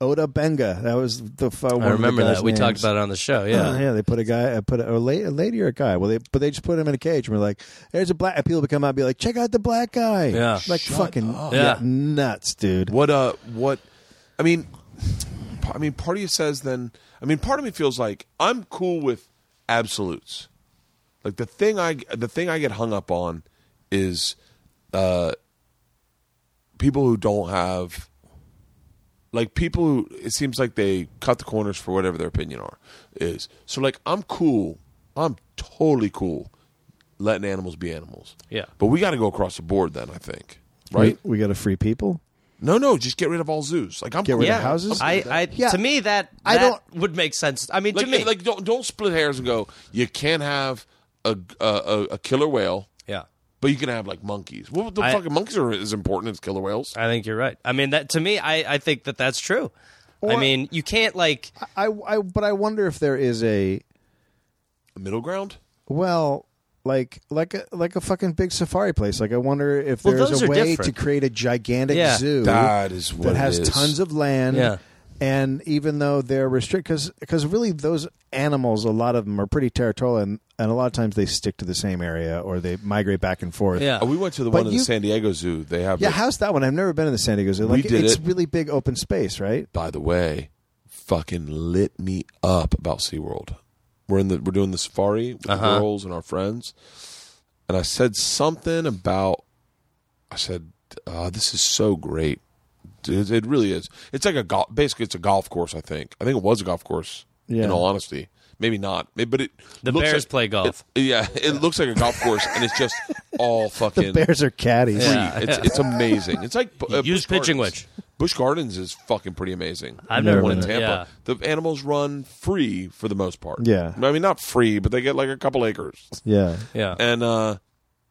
Speaker 4: Oda Benga. That was the. fu- one of
Speaker 5: i
Speaker 4: the
Speaker 5: remember
Speaker 4: guys'
Speaker 5: that we talked
Speaker 4: names. Uh-huh.
Speaker 5: about it on the show yeah
Speaker 4: Uh, Yeah, yeah. They put a guy, I put a, a, la- a lady or a guy. Well, they but they just put him in a cage and we're like, "There's a black." and People would come out and be like, "Check out the black guy."
Speaker 5: Yeah.
Speaker 4: like fucking
Speaker 5: Yeah.
Speaker 4: yeah, nuts, dude.
Speaker 1: What uh what I mean I mean part of you says then I mean part of me feels like I'm cool with absolutes. Like the thing I the thing I get hung up on is uh people who don't have like people who it seems like they cut the corners for whatever their opinion are is. So like I'm cool. I'm totally cool letting animals be animals.
Speaker 5: Yeah.
Speaker 1: But we got to go across the board then, I think. Right?
Speaker 4: We, we got to free people.
Speaker 1: No, no, just get rid of all zoos. Like I'm
Speaker 4: Get rid
Speaker 5: yeah.
Speaker 4: of houses?
Speaker 5: I, I
Speaker 4: Yeah.
Speaker 5: to me that, that
Speaker 4: I don't-
Speaker 5: would make sense. I mean,
Speaker 1: like,
Speaker 5: to me,
Speaker 1: like don't don't split hairs and go. You can't have a a, a, a killer whale,
Speaker 5: yeah,
Speaker 1: but you can have like monkeys. Well, the
Speaker 5: I-
Speaker 1: fucking monkeys are as important as killer whales.
Speaker 5: I think you're right. I mean, that to me, I, I think that that's true. I
Speaker 4: Or-
Speaker 5: mean, you can't like
Speaker 4: I, I, but I wonder if there is a
Speaker 1: Middle ground.
Speaker 4: well, like like a like a fucking big safari place. Like I wonder if
Speaker 5: Well,
Speaker 4: there is
Speaker 5: those
Speaker 4: a
Speaker 5: are
Speaker 4: way
Speaker 5: different.
Speaker 4: to create a gigantic
Speaker 5: Yeah.
Speaker 4: zoo
Speaker 1: That is what
Speaker 4: that
Speaker 1: it
Speaker 4: has
Speaker 1: is.
Speaker 4: tons of land.
Speaker 5: Yeah.
Speaker 4: And even though they're restricted, because really those animals, a lot of them are pretty territorial, and, and a lot of times they stick to the same area or they migrate back and forth.
Speaker 5: Yeah.
Speaker 1: Oh, we went to the
Speaker 4: But
Speaker 1: one in
Speaker 4: you-
Speaker 1: the San Diego Zoo. They have.
Speaker 4: Yeah,
Speaker 1: like-
Speaker 4: how's that one? I've never been in the San Diego Zoo. Like,
Speaker 1: did
Speaker 4: it's
Speaker 1: it.
Speaker 4: really big open
Speaker 1: [LAUGHS]
Speaker 4: space, right?
Speaker 1: by the way, fucking lit me up about SeaWorld. We're in the we're doing the safari with the girls and our friends, and I said something about. I said, uh, "This is so great." It, it really is. It's like a golf. Basically, it's a golf course. I think. I think it was a golf course.
Speaker 4: Yeah.
Speaker 1: In all honesty, maybe not. Maybe, but it
Speaker 5: The
Speaker 1: looks
Speaker 5: Bears
Speaker 1: like-
Speaker 5: play golf.
Speaker 1: it- yeah, it looks like a golf course, and it's just all fucking.
Speaker 4: The bears are caddies.
Speaker 5: Yeah.
Speaker 1: It's, it's amazing. It's [LAUGHS] like uh,
Speaker 5: Use
Speaker 1: Busch
Speaker 5: pitching
Speaker 1: Gardens.
Speaker 5: wedge.
Speaker 1: Busch Gardens is fucking pretty amazing.
Speaker 5: I've
Speaker 1: The
Speaker 5: never
Speaker 1: one in
Speaker 5: been there.
Speaker 1: Tampa. The animals run free for the most part.
Speaker 4: Yeah.
Speaker 1: I mean not free, but they get like a couple acres.
Speaker 4: [LAUGHS] Yeah.
Speaker 5: yeah.
Speaker 1: And uh,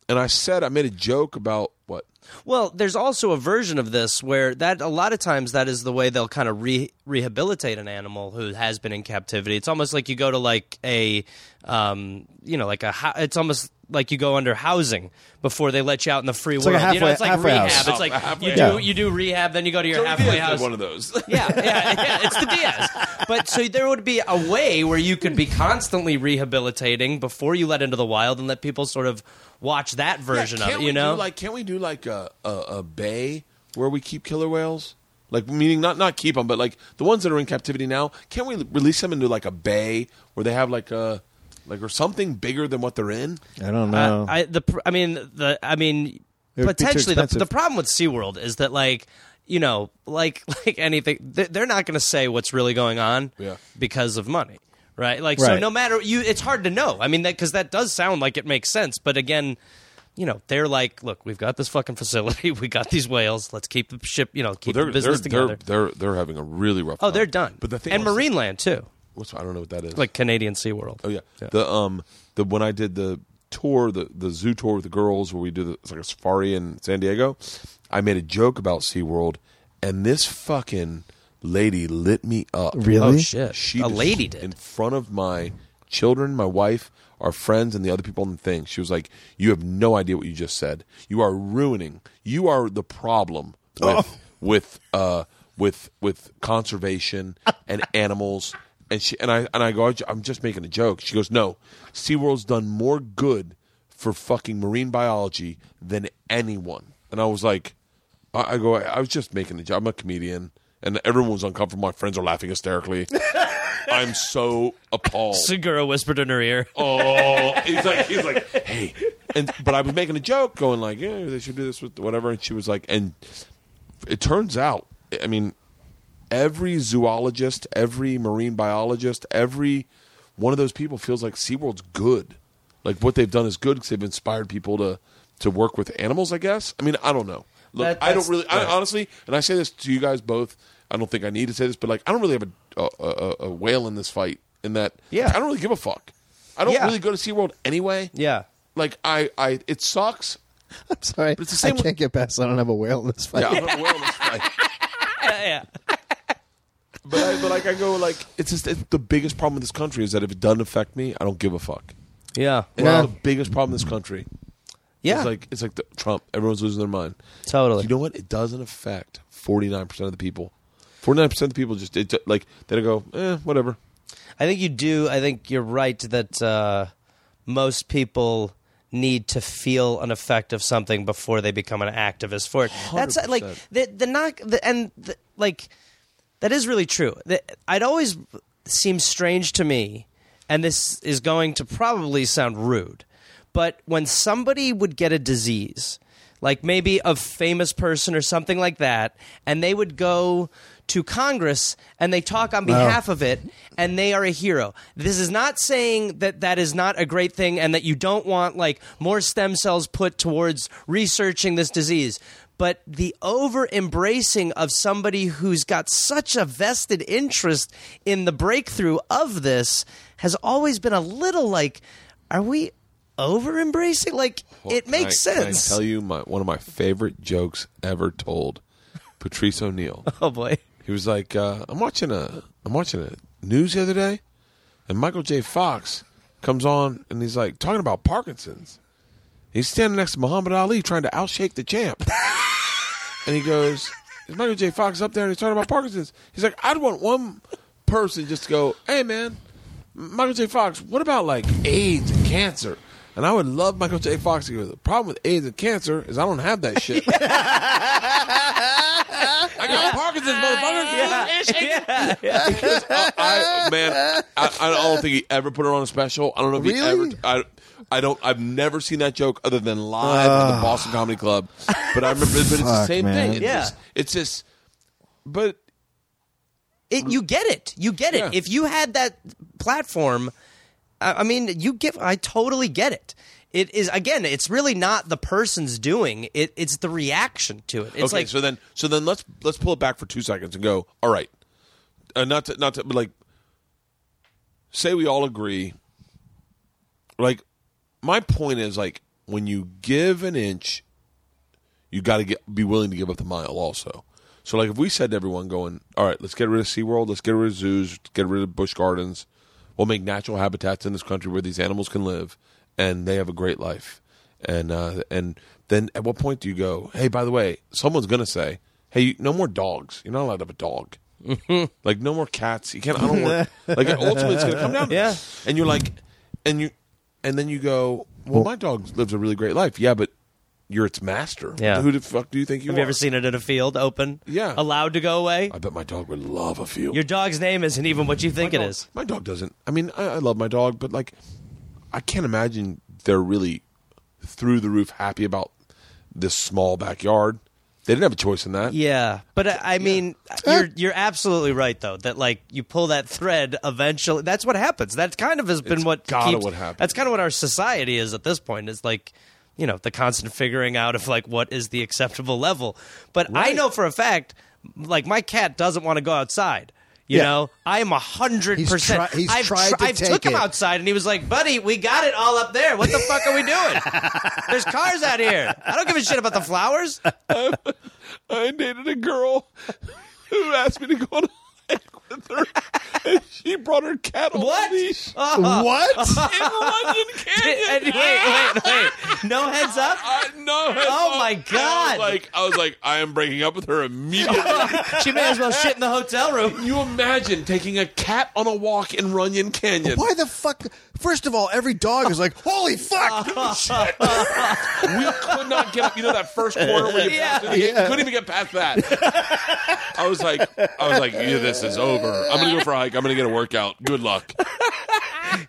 Speaker 1: and I said I made a joke about what
Speaker 5: Well, there's also a version of this where that a lot of times that is the way they'll kind of re- rehabilitate an animal who has been in captivity. It's almost like you go to like a, um, you know, like a. ho- It's almost like you go under housing before they let you out in the free
Speaker 4: like
Speaker 5: world.
Speaker 4: a
Speaker 5: you know,
Speaker 4: halfway-
Speaker 5: it's like
Speaker 4: halfway
Speaker 5: rehab.
Speaker 4: house.
Speaker 5: It's like
Speaker 1: Oh, halfway
Speaker 5: you do
Speaker 4: house.
Speaker 5: you do rehab, then you go to your
Speaker 1: Tony
Speaker 5: halfway
Speaker 1: Diaz did
Speaker 5: house.
Speaker 1: one of those.
Speaker 5: yeah, yeah, yeah. It's the Diaz. But so there would be a way where you could be constantly rehabilitating before you let into the wild and let people sort of watch that version
Speaker 1: Yeah,
Speaker 5: of
Speaker 1: can't
Speaker 5: it. You
Speaker 1: we
Speaker 5: know,
Speaker 1: do like can't we do like a, a a bay where we keep killer whales? Like meaning not not keep them, but like the ones that are in captivity now. Can't we release them into like a bay where they have like a Like, or something bigger than what they're in.
Speaker 4: I don't know.
Speaker 5: I, I the pr- I mean the I mean
Speaker 4: Oh. It would be too
Speaker 5: potentially the,
Speaker 4: expensive.
Speaker 5: the problem with SeaWorld is that like you know like [LAUGHS] like anything th- they're not going to say what's really going on
Speaker 1: Yeah.
Speaker 5: because of money right like so
Speaker 4: Right.
Speaker 5: no matter you it's hard to know I mean that because that does sound like it makes sense but again you know they're like look we've got this fucking facility [LAUGHS] we got these whales let's keep the ship you know keep
Speaker 1: They're
Speaker 5: the business
Speaker 1: they're,
Speaker 5: together
Speaker 1: they're they're they're having a really rough.
Speaker 5: oh
Speaker 1: time.
Speaker 5: they're done
Speaker 1: But the thing
Speaker 5: and
Speaker 1: was-
Speaker 5: Marineland too
Speaker 1: What's I don't know what that is.
Speaker 5: like Canadian SeaWorld
Speaker 1: Oh yeah. The um the when I did the tour, the the zoo tour with the girls where we do the, it's like a safari in San Diego, I made a joke about SeaWorld and this fucking lady lit me up.
Speaker 4: Really?
Speaker 5: oh shit
Speaker 1: She
Speaker 5: a
Speaker 1: just-
Speaker 5: lady did
Speaker 1: in front of my children, my wife, our friends, and the other people on the thing. She was like, "You have no idea what you just said. You are ruining. You are the problem with
Speaker 5: Oh.
Speaker 1: [LAUGHS] with uh, with with
Speaker 5: [LAUGHS]
Speaker 1: conservation and animals." And she and I and I go, "I'm just making a joke." She goes, "No, SeaWorld's done more good for fucking marine biology than anyone." And I was like. I, I go. I, I was just making a joke. I'm a comedian, and everyone was uncomfortable. My friends are laughing
Speaker 5: [LAUGHS]
Speaker 1: hysterically. I'm so appalled.
Speaker 5: Segura whispered in her ear.
Speaker 1: Oh, [LAUGHS] he's like, he's like, hey, and but I was making a joke, going like, yeah, they should do this with whatever, and she was like, and it turns out, I mean, every zoologist, every marine biologist, every one of those people feels like SeaWorld's good. Like what they've done is good because they've inspired people to to work with animals. I guess. I mean, I don't know. Look,
Speaker 5: That-
Speaker 1: I don't
Speaker 5: that's-
Speaker 1: really. I, honestly, and I say this to you guys both. I don't think I need to say this, but like, I don't really have a a, a, a whale in this fight. In that,
Speaker 5: Yeah.
Speaker 1: I don't really give a fuck. I don't
Speaker 5: Yeah.
Speaker 1: really go to SeaWorld anyway.
Speaker 5: [LAUGHS] Yeah.
Speaker 1: Like I, I, it
Speaker 5: [LAUGHS]
Speaker 1: sucks.
Speaker 4: [LAUGHS] I'm sorry.
Speaker 1: it's the same
Speaker 4: I
Speaker 1: with-
Speaker 4: can't get past. I don't have a whale in this fight.
Speaker 1: Yeah, I'm not well in this fight.
Speaker 5: yeah.
Speaker 1: But, I, but like I go like it's just it's the biggest problem in this country is that if it doesn't affect me, I don't give a fuck.
Speaker 5: Yeah.
Speaker 1: It's
Speaker 4: Yeah.
Speaker 1: the biggest problem in this country. It's like it's like the, Trump. Everyone's losing their mind.
Speaker 5: Totally.
Speaker 1: You know what? It doesn't affect forty nine percent of the people. Forty nine percent of the people just it, like they go, eh, whatever.
Speaker 5: I think you do. I think you're right that uh, most people need to feel an effect of something before they become an activist for it. That's uh, like
Speaker 1: 100%.
Speaker 5: the the knock the, and the, like that is really true. The, I'd always seems strange to me, and this is going to probably sound rude, but when somebody would get a disease, like maybe a famous person or something like that, and they would go to Congress and they talk on behalf of it, and they are a hero. This is not saying that that is not a great thing and that you don't want like more stem cells put towards researching this disease but the over embracing of somebody who's got such a vested interest in the breakthrough of this has always been a little like are we over embracing like it
Speaker 1: Can I-
Speaker 5: makes
Speaker 1: can
Speaker 5: sense
Speaker 1: I tell you my one of my favorite jokes ever told, Patrice O'Neill.
Speaker 5: [LAUGHS] oh boy
Speaker 1: He was like, uh, "I'm watching a I'm watching a news the other day, and Michael J. Fox comes on and he's like talking about Parkinson's. He's standing next to Muhammad Ali trying to outshake the champ, [LAUGHS] and he goes, "Is Michael J. Fox up there and he's talking about Parkinson's?" He's like, "I'd want one person just to go, hey man, Michael J. Fox, what about like AIDS and cancer?" And I would love Michael J. Fox to go. The problem with AIDS and cancer is I don't have that shit. I got Parkinson's, motherfucker. Because I, I- man, I, I don't think he ever put it on a special. I don't know if he ever.
Speaker 4: Really?
Speaker 1: I, I don't. I've never seen that joke other than live at the Boston Comedy Club. But I remember. But it's the
Speaker 4: Fuck,
Speaker 1: same
Speaker 4: man.
Speaker 1: thing. It's
Speaker 5: Yeah.
Speaker 1: Just, it's just. But
Speaker 5: it, you get it you get it
Speaker 1: Yeah.
Speaker 5: if you had that platform I, I mean you give i totally get it it is again it's really not the person's doing it it's the reaction to it it's
Speaker 1: okay.
Speaker 5: like
Speaker 1: so then, so then let's let's pull it back for two seconds and go. All right. Uh, not to, not to, but like, say we all agree. Like, my point is like when you give an inch, you got to get be willing to give up the mile also. So like if we said to everyone going, all right, let's get rid of SeaWorld, let's get rid of zoos, let's get rid of bush gardens, we'll make natural habitats in this country where these animals can live and they have a great life. And uh, and then at what point do you go, hey, by the way, someone's gonna say, hey, no more dogs. You're not allowed to have a dog. like no more cats. You can't. I don't want. like ultimately, it's gonna come down. to
Speaker 5: Yeah.
Speaker 1: this. And you're like, and you, and then you go, well, my dog lives a really great life. Yeah, but you're its master.
Speaker 5: Yeah.
Speaker 1: Who the fuck do you think you
Speaker 5: have
Speaker 1: are?
Speaker 5: you ever seen it in a field open
Speaker 1: Yeah.
Speaker 5: allowed to go away
Speaker 1: I bet my dog would love a field.
Speaker 5: Your dog's name isn't even what you think it
Speaker 1: dog-
Speaker 5: is.
Speaker 1: My dog doesn't. I mean, I, I love my dog, but like, I can't imagine they're really through the roof happy about this small backyard. They didn't have a choice in that.
Speaker 5: Yeah, but uh, I, I mean, you're you're absolutely right though that like you pull that thread eventually. That's what happens. That kind of has been
Speaker 1: It's
Speaker 5: what
Speaker 1: gotta
Speaker 5: keeps-
Speaker 1: what happens.
Speaker 5: That's kind of what our society is at this point. Is like you know the constant figuring out of like what is the acceptable level. But I know for a fact, like my cat doesn't want to go outside. You
Speaker 4: Yeah.
Speaker 5: know, I am a hundred
Speaker 4: He's
Speaker 5: percent.
Speaker 4: tri- he's
Speaker 5: I've
Speaker 4: tried to
Speaker 5: I've
Speaker 4: take
Speaker 5: took him
Speaker 4: it.
Speaker 5: outside, and he was like, "Buddy, we got it all up there. What the fuck are
Speaker 4: [LAUGHS]
Speaker 5: we doing? There's cars out here. I don't give a shit about the flowers."
Speaker 1: I dated a girl [LAUGHS] who asked me to [LAUGHS] go on a hike with her, and she brought her cat on a
Speaker 5: What? [LAUGHS]
Speaker 1: leash
Speaker 4: [LAUGHS]
Speaker 5: Oh. [LAUGHS]
Speaker 4: What?
Speaker 1: in Runyon
Speaker 5: And-
Speaker 1: Canyon.
Speaker 5: and- [LAUGHS] wait, wait, wait. No heads up?
Speaker 1: [LAUGHS] I, no, heads
Speaker 5: Oh,
Speaker 1: up.
Speaker 5: my
Speaker 1: And I
Speaker 5: God.
Speaker 1: was like I was like, I am breaking up with her
Speaker 5: [LAUGHS]
Speaker 1: immediately.
Speaker 5: She may as well shit in the hotel room.
Speaker 1: you imagine taking a cat on a walk in Runyon Canyon?
Speaker 4: Why the fuck? First of all, every dog is like, holy fuck!
Speaker 5: [LAUGHS]
Speaker 1: We could not get up. You know that first corner where you
Speaker 5: Yeah.
Speaker 1: passed it? You couldn't even get past that. I was like, I was like, yeah, this is over. I'm gonna go for a hike. I'm gonna get a workout. Good luck.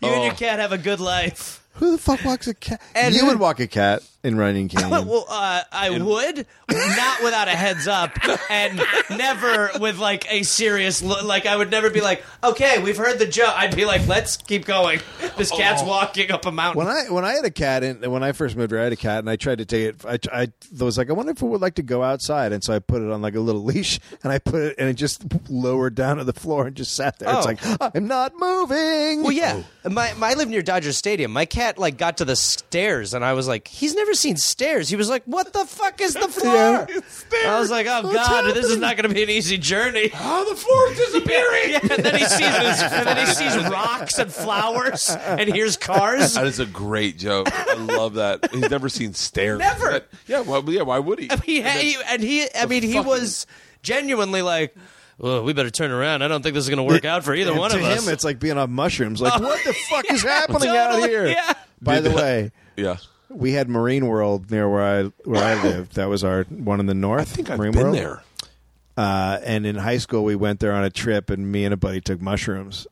Speaker 5: You and your cat have a good life.
Speaker 4: Who the fuck walks a cat?
Speaker 5: And-
Speaker 4: you would walk a cat in Running Canyon.
Speaker 5: [LAUGHS] Well, uh, I would, not without a heads up, and never with like a serious look. Like, I would never be like, okay, we've heard the joke. I'd be like, let's keep going. This cat's walking up a mountain.
Speaker 4: when I when I had a cat and when I first moved here, I had a cat and I tried to take it. I, I was like, I wonder if it would like to go outside, and so I put it on like a little leash and I put it and it just lowered down to the floor and just sat there. It's
Speaker 5: Oh.
Speaker 4: like I'm not moving.
Speaker 5: Well, yeah, my, my I live near Dodger Stadium. My cat like got to the stairs, and I was like, he's never seen stairs. He was like, what the fuck is the floor? I was like, oh god, this is not going to be an easy journey.
Speaker 1: Oh, the floor's disappearing.
Speaker 5: [LAUGHS] Yeah, and then he sees and then he sees rocks and flowers and
Speaker 1: [LAUGHS]
Speaker 5: hears cars.
Speaker 1: That is a great joke. I love that. He's never seen stairs.
Speaker 5: Never.
Speaker 1: But- yeah. Why? yeah. Why would he?
Speaker 5: [LAUGHS] He, he and he, I mean, he was genuinely like, well, we better turn around. I don't think this is going to work out for either
Speaker 4: And
Speaker 5: one
Speaker 4: to
Speaker 5: of
Speaker 4: him,
Speaker 5: us. Oh,
Speaker 4: it's like being on mushrooms. Like, what the
Speaker 5: [LAUGHS]
Speaker 4: fuck is happening out
Speaker 5: totally,
Speaker 4: here?
Speaker 5: yeah.
Speaker 4: By the way,
Speaker 1: Yeah.
Speaker 4: we had Marine World near where I where
Speaker 1: [COUGHS]
Speaker 4: I lived. That was our one in the north.
Speaker 1: I think I've
Speaker 4: Marine
Speaker 1: been
Speaker 4: World.
Speaker 1: there.
Speaker 4: Uh, and in high school, we went there on a trip, and me and a buddy took mushrooms.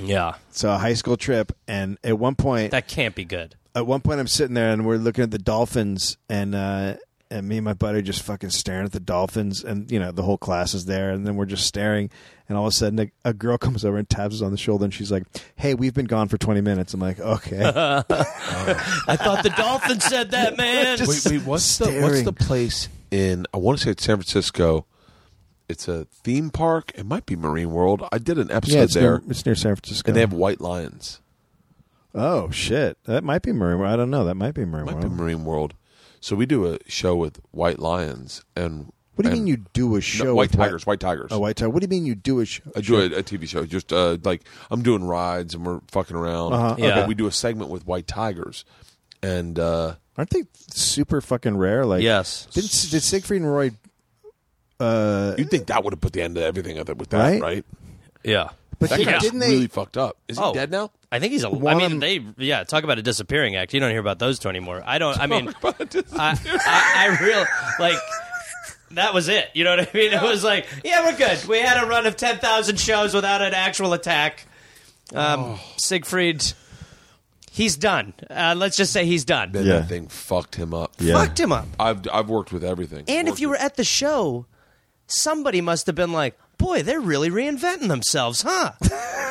Speaker 5: yeah,
Speaker 4: So a high school trip, and at one point,
Speaker 5: that can't be good.
Speaker 4: at one point I'm sitting there and we're looking at the dolphins and uh and me and my buddy are just fucking staring at the dolphins and you know the whole class is there and then we're just staring and all of a sudden a, a girl [LAUGHS] comes over and taps us on the shoulder and she's like hey we've been gone for 20 minutes i'm
Speaker 1: [LAUGHS]
Speaker 4: like okay
Speaker 5: I thought the dolphin said that,
Speaker 1: Wait.
Speaker 5: man.
Speaker 1: Wait. What's the What's
Speaker 4: staring.
Speaker 1: the place in? I want to say it's San Francisco. It's a theme park. It might be Marine World. I did an episode
Speaker 4: yeah it's
Speaker 1: there,
Speaker 4: near, it's near san francisco
Speaker 1: and they have white lions.
Speaker 4: oh shit that might be marine World. i don't know that might be marine
Speaker 1: might
Speaker 4: World.
Speaker 1: be Marine World. So we do a show with White Lions and
Speaker 4: what do you
Speaker 1: and-
Speaker 4: mean you do a
Speaker 1: No,
Speaker 4: show
Speaker 1: White
Speaker 4: with
Speaker 1: Tigers? White Tigers.
Speaker 4: a white tiger what do you mean you do a show
Speaker 1: I do a, a TV show. Just uh, like I'm doing rides and we're fucking around.
Speaker 4: Uh-huh,
Speaker 1: But
Speaker 5: okay.
Speaker 1: we do a segment with White Tigers, and uh,
Speaker 4: aren't they super fucking rare like
Speaker 5: Yes.
Speaker 4: didn't, did siegfried and roy uh
Speaker 1: you'd think that would have put the end to everything of it with that, right?
Speaker 4: Right?
Speaker 5: Yeah.
Speaker 4: but
Speaker 1: That
Speaker 4: they-
Speaker 1: guy
Speaker 4: didn't
Speaker 1: was
Speaker 4: they
Speaker 1: really fucked up. Is he
Speaker 5: Oh.
Speaker 1: dead now? [LAUGHS]
Speaker 5: I think he's a. I
Speaker 4: One
Speaker 5: mean,
Speaker 4: of-
Speaker 5: they. Yeah, talk about a disappearing act. You don't hear about those two anymore. I [LAUGHS] don't. I mean, I, I, I real like that was it. You know what I mean? It was like, yeah, we're good. We had a run of ten thousand shows without an actual attack. Um, Siegfried, he's done. Uh, let's just say he's done.
Speaker 1: Man,
Speaker 4: Yeah.
Speaker 1: that thing fucked him up.
Speaker 4: Yeah.
Speaker 5: Fucked him up.
Speaker 1: I've I've worked with everything.
Speaker 5: And if
Speaker 1: Worked
Speaker 5: you were
Speaker 1: with-
Speaker 5: at the show, somebody must have been like, "Boy, they're really reinventing themselves, huh?"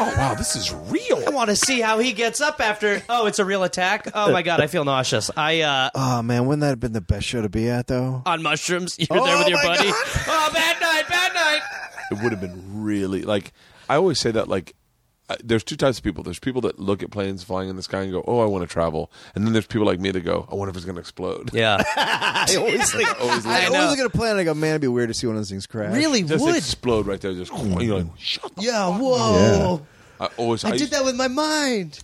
Speaker 1: oh wow, this is
Speaker 5: I
Speaker 1: real.
Speaker 5: want to see how he gets up after. Oh, it's a real attack. Oh my god, I feel nauseous. I uh,
Speaker 4: Oh man, wouldn't that have been the best show to be at though?
Speaker 5: on mushrooms. You're there with your
Speaker 4: my
Speaker 5: buddy. [LAUGHS] Oh, bad night, bad night.
Speaker 1: it would have been really like I always say that like I- there's two types of people. There's people that look at planes flying in the sky and go, "Oh, I want to travel," and then there's people like me that go, "I wonder if it's going to explode."
Speaker 5: [LAUGHS] Yeah,
Speaker 4: I always think
Speaker 1: Always
Speaker 4: I,
Speaker 1: like,
Speaker 5: know.
Speaker 4: always look at a plan and I go, man, it'd be weird to see one of those things crash.
Speaker 1: [LAUGHS]
Speaker 5: really
Speaker 1: just
Speaker 5: would.
Speaker 1: explode right there. Just [LAUGHS] you're like, "Shut the
Speaker 5: Yeah, whoa.
Speaker 1: I always I,
Speaker 5: I did that with
Speaker 4: [LAUGHS]
Speaker 5: my mind,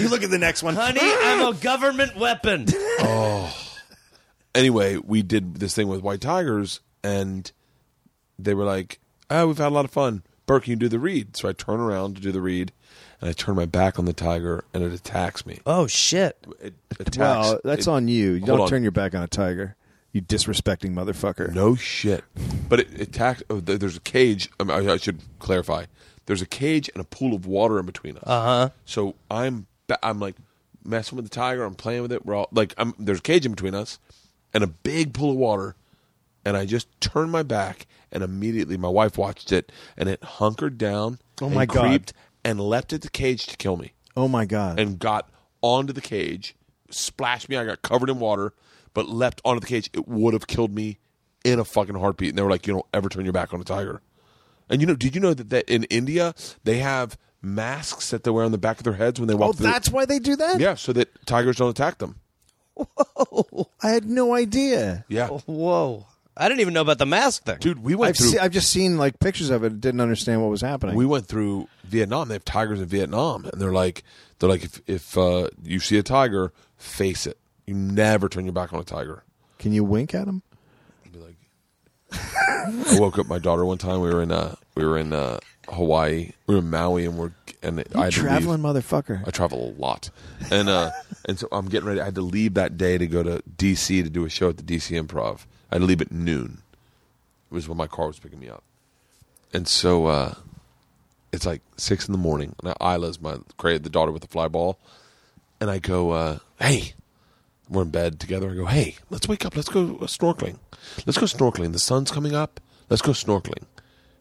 Speaker 4: You look at the next one.
Speaker 5: honey. I'm a government weapon.
Speaker 1: anyway, we did this thing with White Tigers, and they were like, "Oh, we've had a lot of fun. Burke, can you do the read?" So I turn around to do the read, and I turn my back on the tiger, and it attacks me.
Speaker 5: Oh shit.
Speaker 1: It attacks.
Speaker 4: Well, that's
Speaker 1: it-
Speaker 4: on you. You
Speaker 1: Hold
Speaker 4: don't
Speaker 1: on.
Speaker 4: turn your back on a tiger. You disrespecting motherfucker.
Speaker 1: um, No shit. But it, it tax- oh, there- there's a cage. I, mean, I, I should clarify. There's a cage and a pool of water in between us. Uh
Speaker 4: Uh-huh.
Speaker 1: huh. So I'm ba- I'm like messing with the tiger. I'm playing with it. We're all like I'm, there's a cage in between us and a big pool of water. And I just turned my back and immediately my wife watched it and it hunkered down.
Speaker 4: Oh,
Speaker 1: and
Speaker 4: my God.
Speaker 1: creeped And leapt at the cage to kill me
Speaker 4: Oh my god!
Speaker 1: and got onto the cage, splashed me. I got covered in water, but leapt onto the cage. It would have killed me in a fucking heartbeat. And they were like, "You don't ever turn your back on a tiger." And you know, did you know that, that in India they have masks that they wear on the back of their heads when they walk?
Speaker 4: oh,
Speaker 1: through the-
Speaker 4: that's why they do that.
Speaker 1: yeah, so that tigers don't attack them.
Speaker 4: I had no idea.
Speaker 1: Yeah,
Speaker 5: Whoa. I didn't even know about the mask thing.
Speaker 1: dude, we went
Speaker 4: Oh. I've
Speaker 1: through.
Speaker 4: se- I've just seen like pictures of it. Didn't understand what was happening.
Speaker 1: we went through Vietnam. They have tigers in Vietnam, and they're like, they're like, if if uh, you see a tiger, face it. You never turn your back on a tiger.
Speaker 4: Can you wink at him?
Speaker 1: be like I woke up my daughter one time we were in uh we were in uh Hawaii we were in Maui and we're and I had to leave.
Speaker 4: Traveling motherfucker.
Speaker 1: I travel a lot and uh [LAUGHS] and so I'm getting ready I had to leave that day to go to DC to do a show at the DC Improv I had to leave at noon it was when my car was picking me up and so uh it's like six in the morning and Isla's my cra the daughter with the fly ball and I go uh hey we're in bed together. I go, hey, let's wake up. Let's go uh, snorkeling. Let's go snorkeling. The sun's coming up. Let's go snorkeling.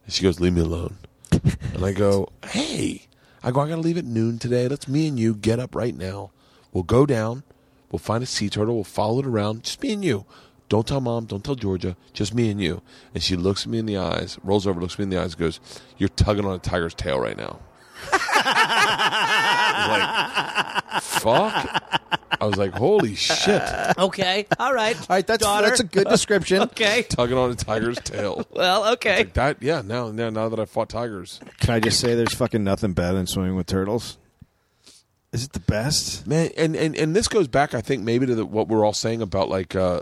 Speaker 1: And she goes, leave me alone. and I go, hey, I go, I got to leave at noon today. Let's me and you get up right now. We'll go down. We'll find a sea turtle. We'll follow it around. Just me and you. Don't tell mom. Don't tell Georgia. Just me and you. And she looks me in the eyes, rolls over, looks me in the eyes, goes, you're tugging on a tiger's tail right now. I was like, fuck. I was like, holy shit.
Speaker 5: Okay. All right.
Speaker 4: All right, that's
Speaker 5: Daughter.
Speaker 4: that's a
Speaker 5: [LAUGHS]
Speaker 4: good description.
Speaker 5: okay.
Speaker 1: tugging on a tiger's tail.
Speaker 5: Well, okay.
Speaker 1: Like that, yeah. Now, now, now that I fought tigers,
Speaker 4: Can I just say there's fucking nothing better than swimming with turtles? Is it the best?
Speaker 1: man, and and and this goes back, I think, maybe to the, what we're all saying about like uh,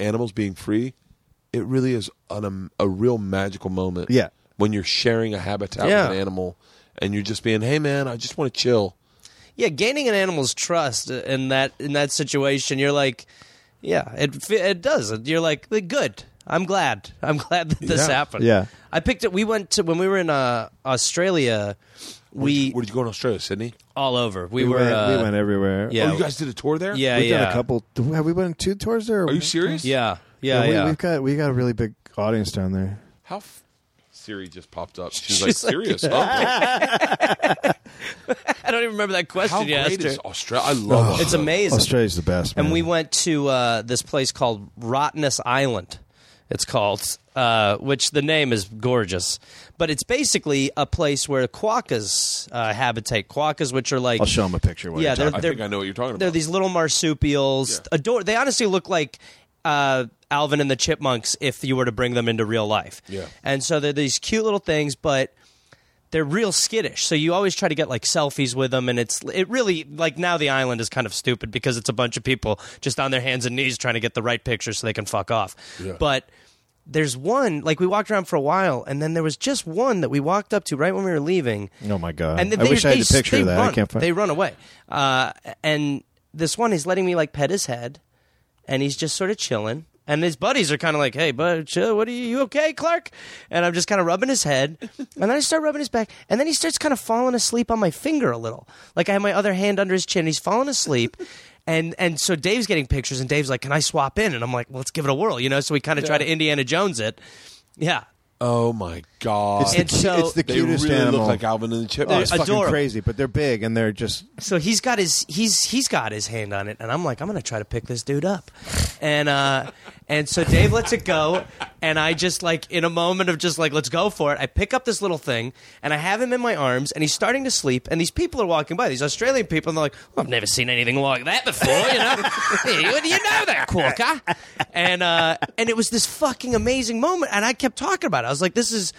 Speaker 1: animals being free. It really is an, um, a real magical moment.
Speaker 4: Yeah.
Speaker 1: when you're sharing a habitat
Speaker 5: Yeah.
Speaker 1: with an animal, and you're just being, hey, man, I just want to chill.
Speaker 5: Yeah, gaining an animal's trust in that in that situation, you're like, yeah, it fe- it does. You're like, good. I'm glad. I'm glad that this
Speaker 1: Yeah.
Speaker 5: happened.
Speaker 4: Yeah.
Speaker 5: I picked it. We went to when we were in uh, Australia. We
Speaker 1: Where did you go in Australia, Sydney?
Speaker 5: all over. We,
Speaker 4: We
Speaker 5: were.
Speaker 4: went,
Speaker 5: uh,
Speaker 4: we went everywhere.
Speaker 5: Yeah.
Speaker 1: oh, you guys did a tour there.
Speaker 5: Yeah.
Speaker 4: we've
Speaker 5: yeah.
Speaker 4: done a couple. Have we went on two tours there?
Speaker 1: Are you serious?
Speaker 5: Yeah. Yeah.
Speaker 4: we,
Speaker 5: yeah.
Speaker 4: We've got we got a really big audience down there.
Speaker 1: How? F- Siri just popped up.
Speaker 5: [LAUGHS]
Speaker 1: She's, like,
Speaker 5: She's like-
Speaker 1: serious. Oh, huh?
Speaker 5: I don't even remember that question
Speaker 1: How
Speaker 5: you asked
Speaker 1: great is
Speaker 5: her.
Speaker 1: Australia? I love.
Speaker 5: It's
Speaker 1: Australia.
Speaker 5: amazing.
Speaker 4: Australia's the best.
Speaker 5: and
Speaker 4: man.
Speaker 5: we went to uh, this place called Rottnest Island. It's called, uh, which the name is gorgeous, but it's basically a place where quokkas uh, habitate. Quokkas, which are like
Speaker 4: I'll show them a picture. while
Speaker 5: yeah,
Speaker 4: you're
Speaker 5: they're,
Speaker 1: I
Speaker 5: they're,
Speaker 1: think I know what you're talking about.
Speaker 5: they're these little marsupials. Adore. They honestly look like uh, Alvin and the Chipmunks if you were to bring them into real life.
Speaker 1: Yeah.
Speaker 5: And so they're these cute little things, but they're real skittish. So you always try to get like selfies with them, and it's it really like now the island is kind of stupid because it's a bunch of people just on their hands and knees trying to get the right picture so they can fuck off. But there's one like we walked around for a while, and then there was just one that we walked up to right when we were leaving.
Speaker 4: talking. Oh my god!
Speaker 5: And then
Speaker 4: I
Speaker 5: they,
Speaker 4: wish I
Speaker 5: they-
Speaker 4: had the picture
Speaker 5: they
Speaker 4: of that.
Speaker 5: Run,
Speaker 4: I can't find.
Speaker 5: They run away. Uh, and this one is letting me like pet his head, and he's just sort of chilling. And his buddies are kind of like, "Hey, bud, chill. What are you? You okay, Clark?" And I'm just kind of rubbing his
Speaker 4: [LAUGHS]
Speaker 5: head, and then I start rubbing his back, and then he starts kind of falling asleep on my finger a little. Like I have my other hand under his chin. He's falling asleep.
Speaker 4: [LAUGHS]
Speaker 5: And and so Dave's getting pictures, and Dave's like, "Can I swap in?" And I'm like, "Let's give it a whirl," you know. So we kind of try to Indiana Jones it, yeah.
Speaker 1: Oh my god!
Speaker 4: it's, the,
Speaker 5: and
Speaker 4: cu-
Speaker 5: so-
Speaker 4: it's the
Speaker 1: they
Speaker 4: cutest
Speaker 1: really
Speaker 4: animal.
Speaker 1: look like Alvin and the
Speaker 4: oh,
Speaker 1: Chipmunks.
Speaker 4: it's fucking
Speaker 5: adorable.
Speaker 4: crazy, but they're big and they're just
Speaker 5: so he's got his he's he's got his hand on it, and I'm like, I'm gonna try to pick this dude up, and uh, and so Dave lets it go, and I just like in a moment of just like let's go for it, I pick up this little thing, and I have him in my arms, and he's starting to sleep, and these people are walking by, these Australian people, and they're like, well, I've never seen anything like that before, you know, [LAUGHS] Hey, what do you know that quokka, and uh, and it was this fucking amazing moment, and I kept talking about it, I was like, this is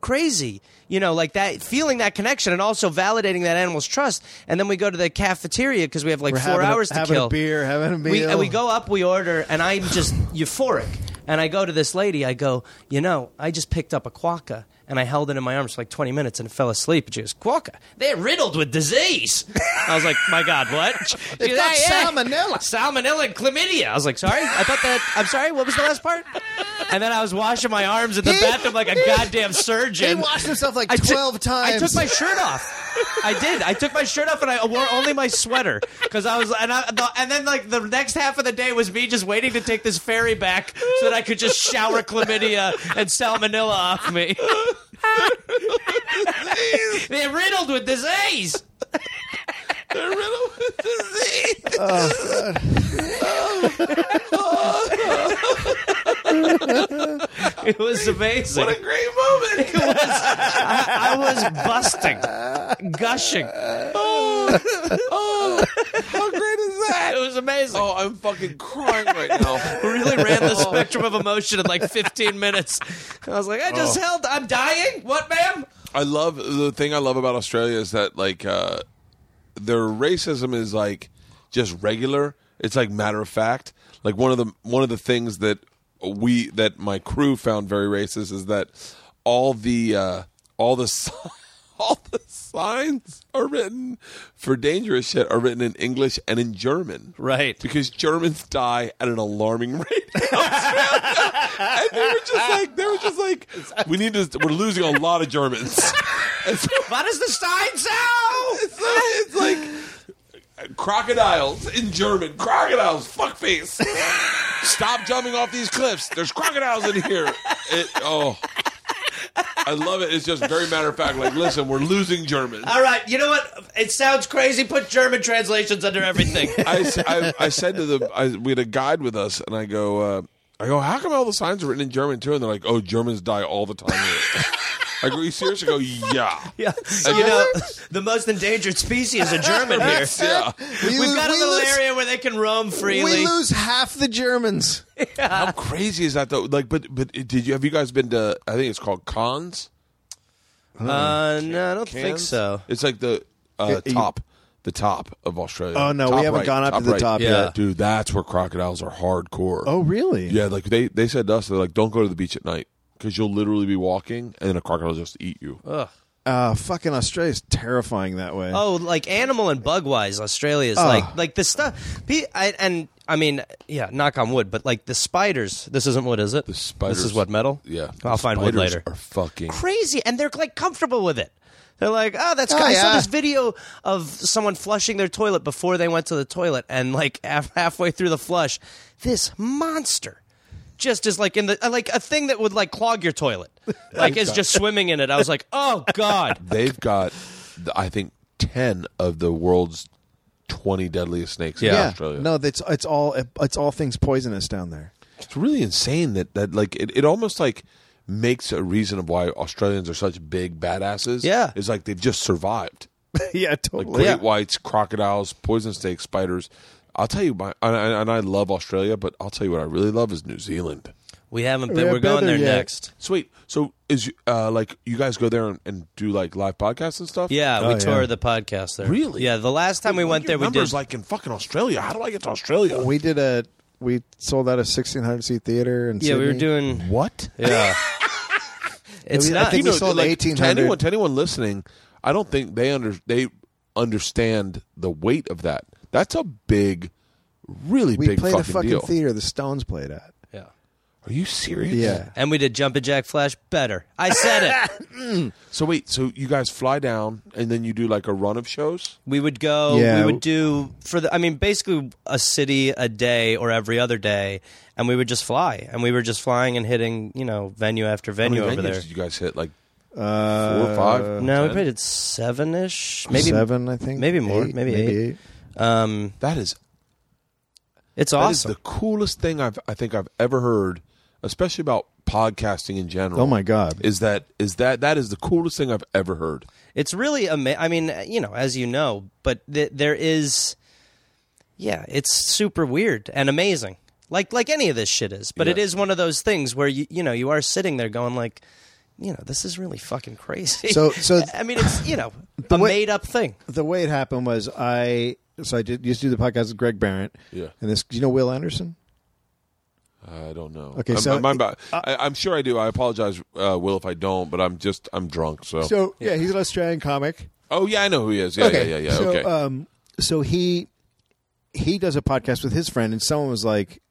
Speaker 5: crazy. You know, like that feeling that connection and also validating that animal's trust. And then we go to the cafeteria because we have like
Speaker 4: We're
Speaker 5: four
Speaker 4: having a-
Speaker 5: hours to
Speaker 4: having a
Speaker 5: kill.
Speaker 4: beer, having a
Speaker 5: We,
Speaker 4: meal.
Speaker 5: and we go up, we order, and I'm just euphoric. And I go to this lady, I go, you know, I just picked up a quokka and I held it in my arms for like 20 minutes and fell asleep. And she goes, quokka, they're riddled with disease. I was like, my
Speaker 4: [LAUGHS]
Speaker 5: God, what? She
Speaker 4: got
Speaker 5: goes, "Yeah, yeah."
Speaker 4: salmonella.
Speaker 5: Salmonella and chlamydia. I was like, sorry? I thought that, I'm sorry, what was the last part? And then I was washing my arms in the bathroom like a goddamn surgeon.
Speaker 4: He washed himself like
Speaker 5: I took-
Speaker 4: 12 times.
Speaker 5: I took my shirt off. I did. I took my shirt off and I wore only my sweater because I was and I, the, and then like the next half of the day was me just waiting to take this ferry back so that I could just shower chlamydia and salmonella off [LAUGHS] me. They're riddled with disease. [LAUGHS] It was amazing. What a great moment. It was. I, I was busting, gushing.
Speaker 1: How great is that?
Speaker 5: It was amazing.
Speaker 1: Oh, I'm fucking crying right now.
Speaker 5: Oh, really ran the spectrum of emotion in like 15 minutes. I was like, I just held. I'm dying. What, ma'am?
Speaker 1: [LAUGHS] I love the thing I love about Australia is that like uh, their racism is like just regular. It's like matter of fact. Like one of the one of the things that we that my crew found very racist is that all the uh, all the [LAUGHS] si- all the signs are written for dangerous shit are written in English and in German.
Speaker 5: Right.
Speaker 1: Because Germans die at an alarming [LAUGHS] rate. in Australia. and they were just like they were just like we need to we're losing a lot of Germans. And so
Speaker 5: What does the Stein sound?
Speaker 1: [LAUGHS] it's, it's like crocodiles in German. Crocodiles, fuckface. Stop jumping off these cliffs. There's crocodiles in here. It, oh, I love it. It's just very matter of fact. Like, listen, we're losing Germans.
Speaker 5: All right, you know what? It sounds crazy. Put German translations under everything.
Speaker 1: I, s- I- I said to the I, we had a guide with us, and I go, uh, I go, how come all the signs are written in German too? And they're like, oh, Germans die all the time. here." [LAUGHS] I go, you serious? I go, yeah,
Speaker 5: yeah. You know, the most endangered species are German here.
Speaker 1: [LAUGHS] yeah.
Speaker 4: we
Speaker 5: We've
Speaker 4: lose,
Speaker 5: got a
Speaker 4: we
Speaker 5: little
Speaker 4: lose,
Speaker 5: area where they can roam freely.
Speaker 4: we lose half the Germans.
Speaker 1: How crazy is that though? Like, but but did you have you guys been to? I think it's called Cons.
Speaker 5: Uh, no, I don't think
Speaker 1: Cans?
Speaker 5: so.
Speaker 1: It's like the uh,
Speaker 4: It- it-
Speaker 1: top, the top of Australia.
Speaker 4: Oh, no,
Speaker 1: Top
Speaker 4: we haven't
Speaker 1: right,
Speaker 4: gone up to the
Speaker 1: right.
Speaker 4: top
Speaker 5: Yeah. yet.
Speaker 1: dude. That's where crocodiles are hardcore.
Speaker 4: [LAUGHS] Oh, really?
Speaker 1: yeah. Like they they said to us, they're like, don't go to the beach at night because you'll literally be walking and a crocodile will just eat you.
Speaker 4: Uh, fucking Australia's terrifying that way.
Speaker 5: Oh, like animal and bug wise, Australia is like like the stuff. pe- I, and I mean, yeah, knock on wood, but like the spiders. This isn't wood, is it? The
Speaker 1: spiders-
Speaker 5: This is what metal.
Speaker 1: Yeah,
Speaker 5: I'll find wood
Speaker 1: Spiders
Speaker 5: later.
Speaker 1: Are fucking
Speaker 5: Crazy, and they're like comfortable with it. They're like, oh, that's.
Speaker 4: Oh,
Speaker 5: I saw
Speaker 4: yeah.
Speaker 5: this video of someone flushing their toilet before they went to the toilet, and like [LAUGHS] half, halfway through the flush, this monster just is like in the uh, like a thing that would like clog your toilet, like is just swimming in it. I was like, oh god,
Speaker 1: They've got, the- I think, ten of the world's twenty deadliest snakes in
Speaker 5: Yeah.
Speaker 1: Australia.
Speaker 4: No, that's it's all it's all things poisonous down there. [LAUGHS]
Speaker 1: It's really insane that that like it, it almost like makes a reason of why Australians are such big badasses.
Speaker 5: Yeah.
Speaker 1: is like they've just survived.
Speaker 4: yeah, totally.
Speaker 1: Great
Speaker 5: Yeah.
Speaker 1: whites, crocodiles, poison snakes, spiders. I'll tell you, my and, and and I love Australia, but I'll tell you what I really love is New Zealand.
Speaker 5: we haven't
Speaker 4: We
Speaker 5: been. We're
Speaker 4: haven't been
Speaker 5: going there
Speaker 4: there yet.
Speaker 5: next.
Speaker 1: Sweet. So is you- uh, like you guys go there and, and do like live podcasts and stuff?
Speaker 5: Yeah, we
Speaker 4: yeah.
Speaker 5: toured the podcast there.
Speaker 1: Oh, Really?
Speaker 5: Yeah, the last time we went there, we
Speaker 1: numbers
Speaker 5: did.
Speaker 1: like in fucking Australia. How do I get to Australia?
Speaker 4: We did a we sold out a sixteen hundred seat theater and
Speaker 5: yeah, we were doing.
Speaker 1: what? [LAUGHS]
Speaker 5: Yeah, it's
Speaker 4: I
Speaker 5: not.
Speaker 4: think
Speaker 1: You
Speaker 4: we
Speaker 1: know,
Speaker 4: sold
Speaker 1: like,
Speaker 4: 1,800.
Speaker 1: To anyone, to anyone listening, I don't think they under they understand the weight of that. That's a big, really
Speaker 4: we
Speaker 1: big
Speaker 4: played
Speaker 1: fucking,
Speaker 4: a fucking
Speaker 1: deal.
Speaker 4: theater the Stones played at.
Speaker 5: yeah.
Speaker 1: Are you serious?
Speaker 4: Yeah.
Speaker 5: And we did Jumpin' Jack Flash better. I said
Speaker 1: [LAUGHS]
Speaker 5: it.
Speaker 1: So wait, so you guys fly down and then you do like a run of shows?
Speaker 5: We would go.
Speaker 4: Yeah.
Speaker 5: We would do for the. I mean, basically a city a day or every other day, and we would just fly, and we were just flying and hitting, you know, venue after
Speaker 1: How many
Speaker 5: venue over
Speaker 1: venues
Speaker 5: there.
Speaker 1: did you guys hit? Like
Speaker 4: Uh,
Speaker 1: four, five?
Speaker 5: No, we
Speaker 1: ten?
Speaker 5: played at seven ish, maybe
Speaker 4: seven, I think.
Speaker 5: maybe more,
Speaker 4: Eight,
Speaker 5: maybe eight. Um,
Speaker 1: That is
Speaker 5: it's
Speaker 1: that is
Speaker 5: awesome.
Speaker 1: the coolest thing I've I think I've ever heard, especially about podcasting in general.
Speaker 4: Oh my god.
Speaker 1: Is that is that that is the coolest thing I've ever heard?
Speaker 5: it's really amazing. I mean, uh, you know, as you know, but th- there is, yeah, it's super weird and amazing. Like like any of this shit is, but it
Speaker 1: Yeah.
Speaker 5: is one of those things where you you know you are sitting there going like, you know, this is really fucking crazy. [LAUGHS]
Speaker 4: So- so-
Speaker 5: I mean, it's you [LAUGHS] know a
Speaker 4: way-
Speaker 5: made up thing.
Speaker 4: the way it happened was I so I did used to do the podcast with Greg Barrett.
Speaker 1: Yeah.
Speaker 4: And this do you know Will Anderson?
Speaker 1: I don't know.
Speaker 4: Okay,
Speaker 1: I'm,
Speaker 4: so- uh,
Speaker 1: I'm, I'm, about- I, am sure I do. I apologize, uh, Will, if I don't. But I'm just I'm drunk. So.
Speaker 4: So yeah, he's an Australian comic.
Speaker 1: oh yeah, I know who he is. Oh, Yeah, yeah, yeah, yeah.
Speaker 4: So,
Speaker 1: okay.
Speaker 4: um, so he he does a podcast with his friend, and someone was like,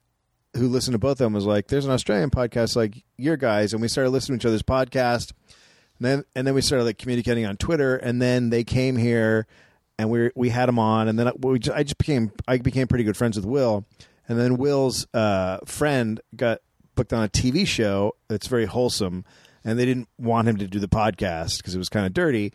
Speaker 4: who listened to both of them was like, "There's an Australian podcast like your guys," and we started listening to each other's podcast, and then and then we started like communicating on Twitter, and then they came here, and we we had them on, and then we just, I just became I became pretty good friends with Will, and then Will's uh, friend got booked on a TV show that's very wholesome, and they didn't want him to do the podcast because it was kind of dirty,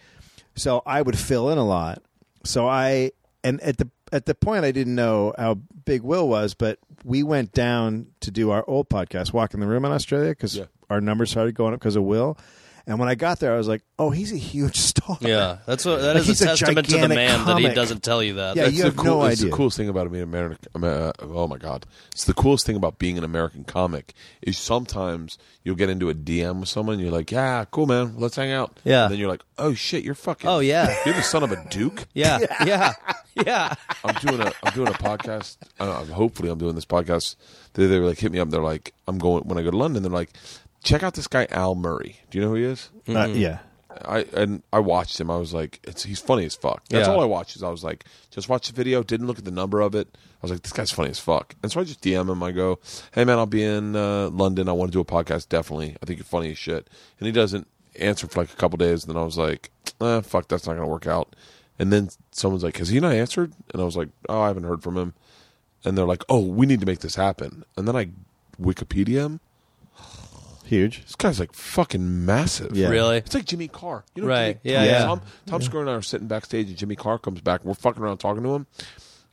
Speaker 4: so I would fill in a lot, so I and at the at the point I didn't know how big Will was, but we went down to do our old podcast, Walk in the Room in Australia, because
Speaker 1: Yeah.
Speaker 4: our numbers started going up because of Will. And when I got there, I was like, "Oh, he's a huge [LAUGHS] star." Uh,
Speaker 5: Yeah, that's what that
Speaker 4: Like,
Speaker 5: is
Speaker 4: he's a
Speaker 5: a testament to the
Speaker 4: gigantic
Speaker 5: man that he
Speaker 4: comic.
Speaker 5: doesn't tell you that.
Speaker 4: Yeah,
Speaker 1: That's
Speaker 4: you
Speaker 1: the
Speaker 4: have
Speaker 1: cool,
Speaker 4: no
Speaker 1: it's
Speaker 4: idea.
Speaker 1: the coolest thing about being American. Uh, oh my god, it's the coolest thing about being an American comic is sometimes you'll get into a DM with someone. You're like, yeah, cool man, let's hang out.
Speaker 5: Yeah.
Speaker 1: And then you're like, oh shit, you're fucking.
Speaker 5: Oh, yeah.
Speaker 1: you're the son of a duke.
Speaker 5: [LAUGHS] yeah, yeah, yeah.
Speaker 1: I'm doing a I'm doing a podcast. Uh, I'm- hopefully, I'm doing this podcast. They they were like hit me up. They're like, I'm going when I go to London. They're like, check out this guy Al Murray. Do you know who he is?
Speaker 4: Uh, yeah.
Speaker 1: I and I watched him. I was like, it's, he's funny as fuck. That's
Speaker 5: Yeah.
Speaker 1: all I watched. Is I was like, just watch the video. Didn't look at the number of it. I was like, this guy's funny as fuck. And so I just DM him. I go, hey man, I'll be in uh, London. I want to do a podcast. Definitely. I think you're funny as shit. And he doesn't answer for like a couple days. And then I was like, eh, fuck, that's not gonna work out. And then someone's like, has he not answered? And I was like, oh, I haven't heard from him. And they're like, oh, we need to make this happen. And then I Wikipedia him.
Speaker 4: Huge.
Speaker 1: This guy's like fucking massive.
Speaker 4: Yeah.
Speaker 5: Really?
Speaker 1: It's like Jimmy Carr. You know
Speaker 5: Right.
Speaker 1: Jimmy,
Speaker 5: Yeah,
Speaker 1: Tom,
Speaker 5: yeah.
Speaker 1: Tom, Tom Segura and I are sitting backstage, and Jimmy Carr comes back. and We're fucking around talking to him,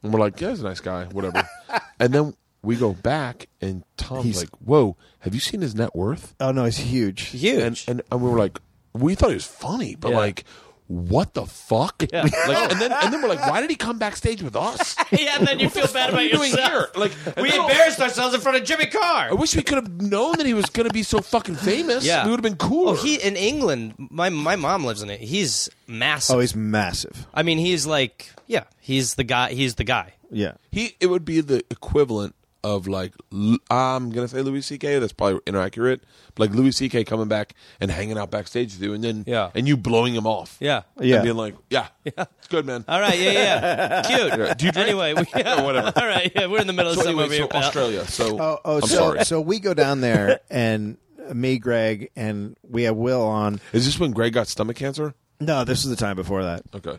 Speaker 1: and we're like, "Yeah, he's a nice guy, whatever." [LAUGHS] and then we go back, and Tom's
Speaker 4: He's-
Speaker 1: like, "Whoa, have you seen his net worth?"
Speaker 4: Oh no, he's huge.
Speaker 5: Huge.
Speaker 1: And and, and we were like, "We thought he was funny, but
Speaker 5: Yeah.
Speaker 1: like." What the fuck? [LAUGHS] Like, and then and then we're like, why did he come backstage with us?
Speaker 5: yeah, and then you feel [LAUGHS] bad about
Speaker 1: What are you doing here? Like, and
Speaker 5: we
Speaker 1: then-
Speaker 5: embarrassed ourselves in front of Jimmy Carr.
Speaker 1: I wish we could have known that he was going to be so fucking famous.
Speaker 5: Yeah.
Speaker 1: we would have been cooler.
Speaker 5: Oh, he in England. My my mom lives in it. He's massive.
Speaker 4: Oh, he's massive.
Speaker 5: I mean, he's like, yeah, he's the guy. He's the guy.
Speaker 4: Yeah.
Speaker 1: He it would be the equivalent of like Lu- I'm gonna say Louis C.K. That's probably inaccurate. But like Louis C.K. coming back and hanging out backstage with you, and then
Speaker 5: Yeah.
Speaker 1: and you blowing him off,
Speaker 5: Yeah.
Speaker 1: and
Speaker 4: Yeah.
Speaker 1: being like, yeah,
Speaker 5: [LAUGHS]
Speaker 1: it's good, man.
Speaker 5: All right. Yeah. Yeah. Cute. Do you drink? Anyway, we, yeah, whatever. [LAUGHS] All right. Yeah, we're in the middle
Speaker 1: So
Speaker 5: of somewhere
Speaker 1: anyway, so
Speaker 5: here. pal.
Speaker 1: Australia. So
Speaker 4: Oh, oh.
Speaker 1: I'm
Speaker 4: so,
Speaker 1: sorry.
Speaker 4: so we go down there, [LAUGHS] and me, Greg, and we have Will on.
Speaker 1: Is this when Greg got stomach cancer?
Speaker 4: No, this was the time before that.
Speaker 1: Okay.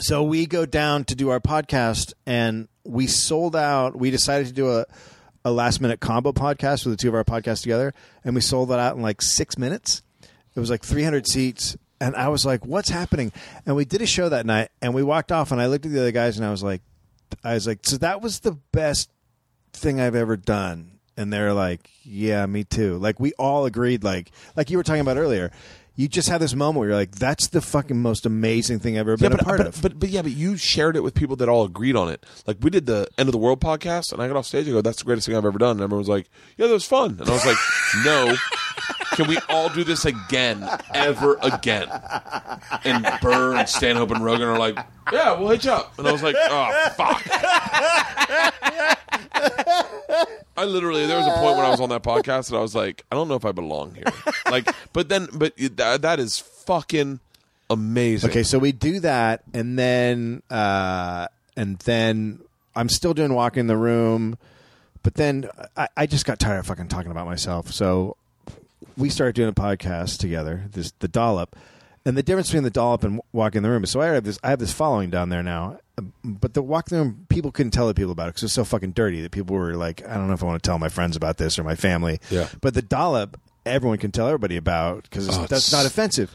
Speaker 4: So we go down to do our podcast, and we sold out. We decided to do a a last minute combo podcast with the two of our podcasts together, and we sold that out in like six minutes. It was like 300 seats, and I was like, "What's happening?" And we did a show that night, and we walked off, and I looked at the other guys, and I was like, "I was like, so that was the best thing I've ever done." And they're like, "Yeah, me too." Like we all agreed, like like you were talking about earlier. You just have this moment where you're like, "That's the fucking most amazing thing I've ever been
Speaker 1: but,
Speaker 4: a part
Speaker 1: but,
Speaker 4: of."
Speaker 1: But, but yeah, but you shared it with people that all agreed on it. Like we did the end of the world podcast, and I got off stage. I go, "That's the greatest thing I've ever done." And everyone was like, "Yeah, that was fun." And I was like, [LAUGHS] "No, can we all do this again, ever again?" And Burr and Stanhope and Rogan are like, "Yeah, we'll hitch up." And I was like, "Oh fuck." I literally there was a point when I was on that podcast that I was like, I don't know if I belong here. Like, but then, but it- that, that is fucking amazing.
Speaker 4: Okay, so we do that, and then uh, and then I'm still doing walk in the room, but then I, I just got tired of fucking talking about myself. So we started doing a podcast together, this the dollop, and the difference between the dollop and walk in the room. is So I have this I have this following down there now, but the walk in the room people couldn't tell the people about it because it's so fucking dirty that people were like, I don't know if I want to tell my friends about this or my family.
Speaker 1: Yeah.
Speaker 4: But the dollop. Everyone can tell everybody about because
Speaker 1: Oh,
Speaker 4: that's
Speaker 1: it's-
Speaker 4: not offensive.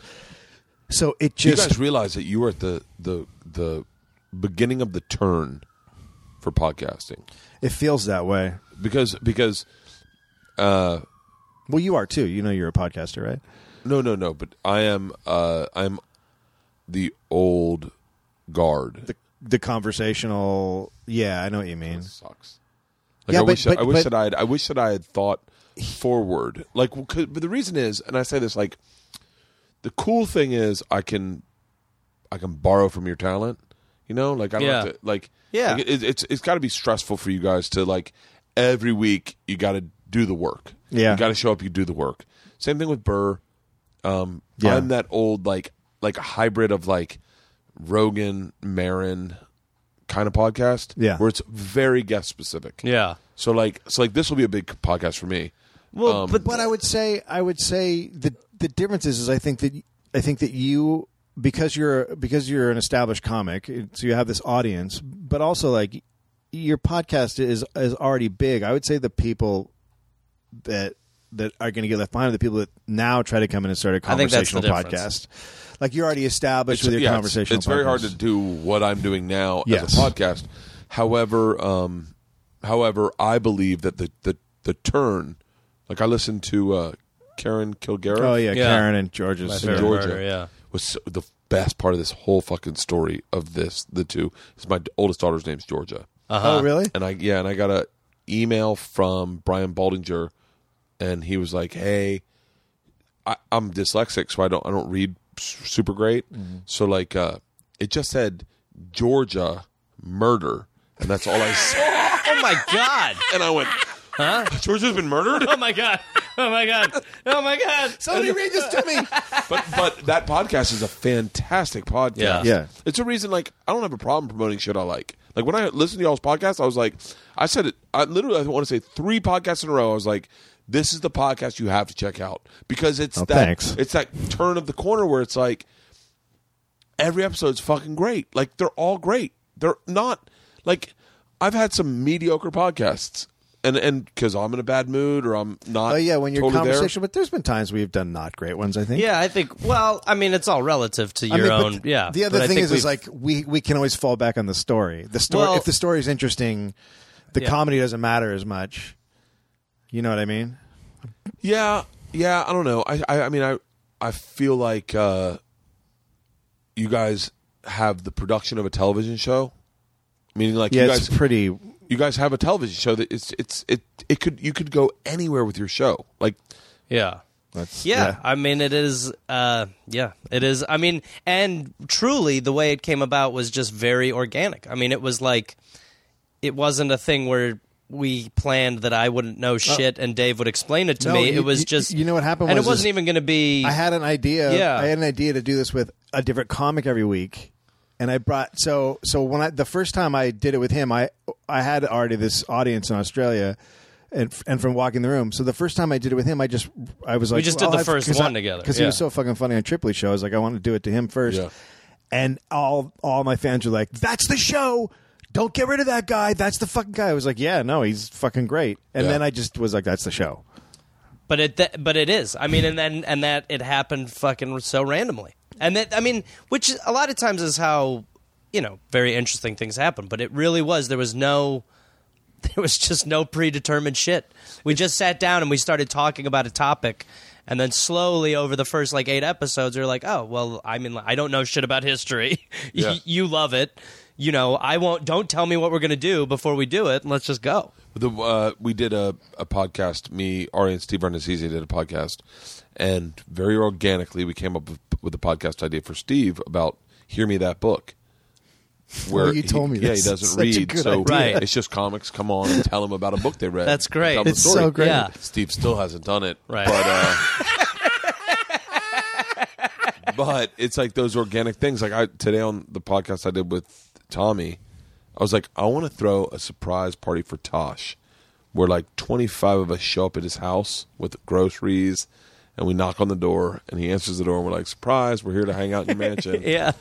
Speaker 4: So it
Speaker 1: Do you
Speaker 4: just
Speaker 1: guys realize that you were at the the the beginning of the turn for podcasting
Speaker 4: It feels that way.
Speaker 1: because because uh
Speaker 4: Well, you are too. You know, you're a podcaster, right?
Speaker 1: no no no but I am uh I'm the old guard
Speaker 4: The the conversational. Yeah, I know what you mean.
Speaker 1: sucks. Like
Speaker 4: Yeah,
Speaker 1: I
Speaker 4: but-
Speaker 1: wish
Speaker 4: but-
Speaker 1: I wish
Speaker 4: but-
Speaker 1: that I had I wish that I had thought forward. Like, well, 'cause- but the reason is, and I say this like, the cool thing is I can, I can borrow from your talent. You know, like I don't
Speaker 5: Yeah.
Speaker 1: have to like
Speaker 5: Yeah.
Speaker 1: Like, it, it's it's got to be stressful for you guys to like every week you got to do the work.
Speaker 4: Yeah.
Speaker 1: you got to show up. You do the work. Same thing with Burr. Um,
Speaker 4: Yeah.
Speaker 1: I'm that old like like a hybrid of like Rogan Marin kind of podcast.
Speaker 4: Yeah.
Speaker 1: where it's very guest specific.
Speaker 5: Yeah.
Speaker 1: So like so like this will be a big podcast for me.
Speaker 5: Well, but
Speaker 4: Um, But I would say I would say the the difference is, is I think that I think that you because you're because you're an established comic, it- so you have this audience, but also like your podcast is is already big. I would say the people that that are going to get left behind are the people that now try to come in and start a
Speaker 5: I think that's
Speaker 4: conversational
Speaker 5: the difference.
Speaker 4: podcast. Like you're already established with your
Speaker 1: yeah, it's-
Speaker 4: conversational.
Speaker 1: It's, very hard
Speaker 4: podcast.
Speaker 1: to do what I'm doing now as
Speaker 4: Yes.
Speaker 1: a podcast. However, um, however, I believe that the the, the turn, like I listened to uh, Karen Kilgariff.
Speaker 4: Oh yeah,
Speaker 5: Yeah.
Speaker 4: Karen and George's
Speaker 5: My
Speaker 4: and
Speaker 5: favorite.
Speaker 4: George-
Speaker 1: Georgia,
Speaker 5: Murder, yeah.
Speaker 1: was so, the best part of this whole fucking story of this. The two, it's my oldest daughter's name's Georgia,
Speaker 5: Uh-huh.
Speaker 4: Oh really?
Speaker 1: and I yeah, and I got a email from Brian Baldinger, and he was like, "Hey, I, I'm dyslexic, so I don't I don't read s- super great. So like, uh, it just said Georgia murder, and that's all I saw.
Speaker 5: oh my god.
Speaker 1: and I went, "Huh? [LAUGHS] Georgia's been murdered."
Speaker 5: Oh my god. Oh my god. Oh my god.
Speaker 3: Somebody read this to me.
Speaker 1: [LAUGHS] but but that podcast is a fantastic podcast.
Speaker 5: Yeah.
Speaker 4: Yeah.
Speaker 1: It's a reason like I don't have a problem promoting shit I like. Like when I listened to y'all's podcast, I was like, I said it. I literally I want to say three podcasts in a row. I was like, this is the podcast you have to check out because it's
Speaker 4: Oh,
Speaker 1: that
Speaker 4: thanks.
Speaker 1: it's that turn of the corner where it's like every episode's fucking great. Like they're all great. They're not like I've had some mediocre podcasts. And and because I'm in a bad mood or I'm not.
Speaker 4: Oh yeah, when you're
Speaker 1: totally there.
Speaker 4: conversational. But there's been times we've done not great ones. I think.
Speaker 5: [LAUGHS] Yeah, I think. Well, I mean, it's all relative to
Speaker 4: I
Speaker 5: your
Speaker 4: mean, but
Speaker 5: own. Yeah.
Speaker 4: The
Speaker 5: but
Speaker 4: other
Speaker 5: I
Speaker 4: thing
Speaker 5: think
Speaker 4: is, is
Speaker 5: we've-
Speaker 4: like we we can always fall back on the story. The story,
Speaker 5: Well-
Speaker 4: if the story is interesting, the comedy doesn't matter as much. You know what I mean?
Speaker 1: Yeah, yeah. I don't know. I, I, I mean, I, I feel like uh, you guys have the production of a television show. Meaning, like
Speaker 4: Yeah,
Speaker 1: you
Speaker 4: it's
Speaker 1: guys,
Speaker 4: pretty.
Speaker 1: you guys have a television show that it's, it's, it, it could, you could go anywhere with your show. Like,
Speaker 5: Yeah.
Speaker 4: That's,
Speaker 5: yeah. I mean, it is. Uh, yeah, it is. I mean, and truly, the way it came about was just very organic. I mean, it was like it wasn't a thing where we planned that I wouldn't know shit and Dave would explain it to
Speaker 4: Oh. No,
Speaker 5: me.
Speaker 4: you-
Speaker 5: it was
Speaker 4: you-
Speaker 5: just
Speaker 4: you know what happened
Speaker 5: and
Speaker 4: was
Speaker 5: it wasn't
Speaker 4: is-
Speaker 5: even going to be.
Speaker 4: I had an idea.
Speaker 5: Yeah.
Speaker 4: I had an idea to do this with a different comic every week, and I brought so so when I the first time I did it with him, I I had already this audience in Australia. And, and from walking the room, so the first time I did it with him, I just I was like,
Speaker 5: just did the first one together,
Speaker 4: because he
Speaker 5: yeah.
Speaker 4: was so fucking funny on Tripoli show. I was like, I want to do it to him first,
Speaker 1: Yeah.
Speaker 4: and all all my fans were like, "That's the show! Don't get rid of that guy. That's the fucking guy." I was like, "Yeah, no, he's fucking great." And
Speaker 1: Yeah.
Speaker 4: then I just was like, "That's the show."
Speaker 5: but it th- but it is i mean and then and that it happened fucking so randomly and that i mean which a lot of times is how you know very interesting things happen but it really was there was no [LAUGHS] there was just no predetermined shit we just sat down and we started talking about a topic and then slowly over the first like eight episodes you're like oh well i mean i don't know shit about history [LAUGHS]
Speaker 1: Yeah.
Speaker 5: Y- you love it you know i won't don't tell me what we're gonna do before we do it and let's just go
Speaker 1: The, uh, we did a, a podcast. Me, Ari, and Steve Arnazzizi did a podcast, and very organically, we came up with, with a podcast idea for Steve about "Hear Me That
Speaker 4: [LAUGHS]
Speaker 1: Book,"
Speaker 4: Oh, you told
Speaker 1: he,
Speaker 4: me
Speaker 1: yeah, he
Speaker 4: this.
Speaker 1: doesn't
Speaker 4: Such a
Speaker 1: read,
Speaker 4: good
Speaker 1: so
Speaker 4: idea.
Speaker 5: Right.
Speaker 1: it's just comics. Come on, and tell him about a book they read.
Speaker 5: That's great.
Speaker 1: Tell 'em the
Speaker 4: It's
Speaker 1: story.
Speaker 4: so great.
Speaker 5: Yeah.
Speaker 1: Steve still hasn't done it,
Speaker 5: Right.
Speaker 1: But, uh, but it's like those organic things. Like I today on the podcast I did with Tommy, I was like, I want to throw a surprise party for Tosh, where like twenty five of us show up at his house with groceries, and we knock on the door, and he answers the door, and we're like, surprise, we're here to hang out in your mansion,
Speaker 5: [LAUGHS] yeah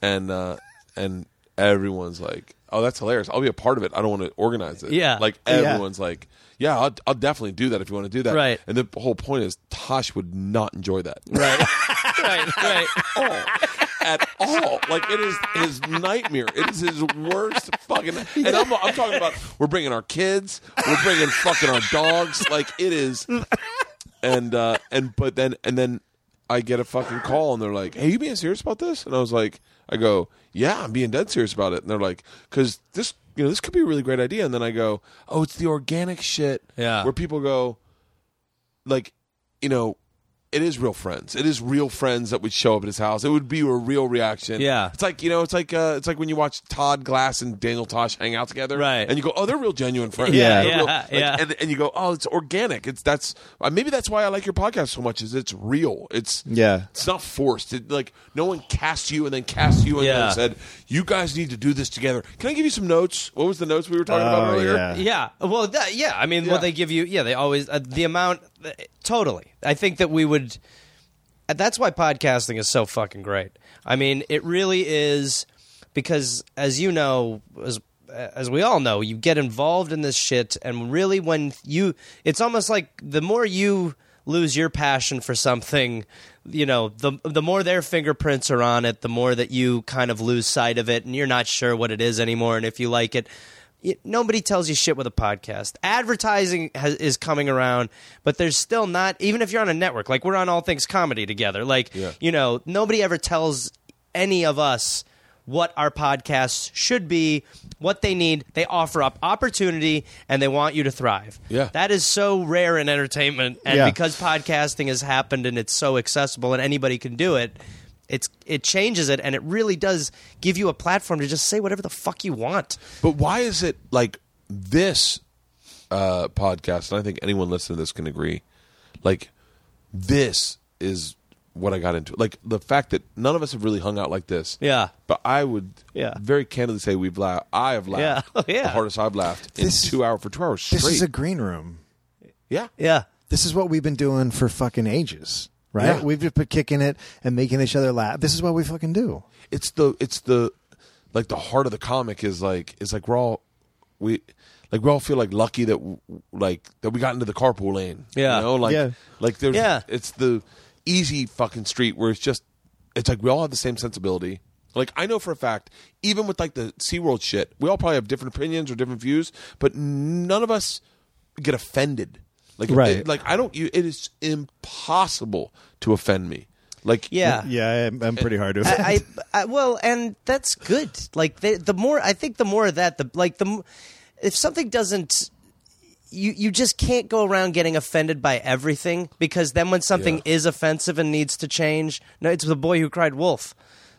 Speaker 1: and uh, and everyone's like, "Oh, that's hilarious! I'll be a part of it. I don't want to organize it."
Speaker 5: Yeah.
Speaker 1: like
Speaker 4: Yeah.
Speaker 1: everyone's like, "Yeah, I'll, I'll definitely do that if you want to do that."
Speaker 5: Right.
Speaker 1: And the whole point is, Tosh would not enjoy that
Speaker 5: right [LAUGHS] right right
Speaker 1: all, at all. Like it is his nightmare. It is his worst fucking. And I'm, I'm talking about we're bringing our kids, we're bringing fucking our dogs. Like it is, and uh and but then and then I get a fucking call and they're like, "Hey, you being serious about this?" And I was like, I go, "Yeah, I'm being dead serious about it." And they're like, "Cause this." You know, this could be a really great idea. And then I go, oh, it's the organic shit.
Speaker 5: Yeah.
Speaker 1: Where people go, like, you know, it is real friends. It is real friends that would show up at his house. It would be a real reaction.
Speaker 5: Yeah.
Speaker 1: it's like you know, it's like uh, it's like when you watch Todd Glass and Daniel Tosh hang out together,
Speaker 5: Right.
Speaker 1: And you go, oh, they're real genuine friends.
Speaker 5: Yeah,
Speaker 1: They're real-
Speaker 5: yeah,
Speaker 1: like,
Speaker 5: yeah.
Speaker 1: And, and you go, oh, it's organic. It's that's uh, maybe that's why I like your podcast so much. Is it's real. It's
Speaker 4: Yeah.
Speaker 1: It's not forced. It, like no one cast you and then cast you and
Speaker 5: Yeah.
Speaker 1: then said you guys need to do this together. Can I give you some notes? What was the notes we were talking about
Speaker 4: Oh,
Speaker 1: earlier?
Speaker 4: yeah.
Speaker 5: Yeah. Well, that, yeah. I mean,
Speaker 1: Yeah.
Speaker 5: what they give you, yeah, they always, uh, the amount, uh, totally. I think that we would, uh, that's why podcasting is so fucking great. I mean, it really is because, as you know, as, as we all know, you get involved in this shit, and really, when you, it's almost like the more you lose your passion for something, you know, the the more their fingerprints are on it, the more that you kind of lose sight of it, and you're not sure what it is anymore, and if you like it. Y- Nobody tells you shit with a podcast. Advertising has, is coming around, but there's still not. Even if you're on a network, like we're on All Things Comedy together, like you know, nobody ever tells any of us what our podcasts should be, what they need. They offer up opportunity, and they want you to thrive.
Speaker 1: Yeah.
Speaker 5: that is so rare in entertainment, and
Speaker 4: Yeah.
Speaker 5: because podcasting has happened and it's so accessible and anybody can do it. It's it changes it and it really does give you a platform to just say whatever the fuck you want.
Speaker 1: But why is it like this uh, podcast? And I think anyone listening to this can agree. Like this is what I got into. Like the fact that none of us have really hung out like this.
Speaker 5: Yeah.
Speaker 1: But I would
Speaker 5: Yeah.
Speaker 1: very candidly say we've laughed. I have laughed.
Speaker 5: Yeah. Yeah.
Speaker 1: The hardest I've laughed
Speaker 4: This-
Speaker 1: in two hour for two hours straight.
Speaker 4: This is a green room.
Speaker 1: yeah.
Speaker 5: Yeah.
Speaker 4: This is what we've been doing for fucking ages, right?
Speaker 1: Yeah.
Speaker 4: We've just been kicking it and making each other laugh. This is what we fucking do.
Speaker 1: It's the it's the like the heart of the comic is like is like we're all we like we all feel like lucky that w- like that we got into the carpool lane.
Speaker 5: Yeah.
Speaker 1: You know, like
Speaker 4: Yeah.
Speaker 1: like there's
Speaker 5: Yeah.
Speaker 1: it's the easy fucking street where it's just it's like we all have the same sensibility. Like I know for a fact, even with like the SeaWorld shit, we all probably have different opinions or different views, but none of us get offended. Like it-
Speaker 4: Right.
Speaker 1: like I don't you it is impossible to offend me. Like
Speaker 5: Yeah.
Speaker 4: Yeah, I'm, I'm pretty hard to.
Speaker 5: I, I, I well, and that's good. Like the, the more I think, the more of that the like the m- if something doesn't. You, you just can't go around getting offended by everything because then when something
Speaker 1: Yeah.
Speaker 5: is offensive and needs to change, no, it's the boy who cried wolf.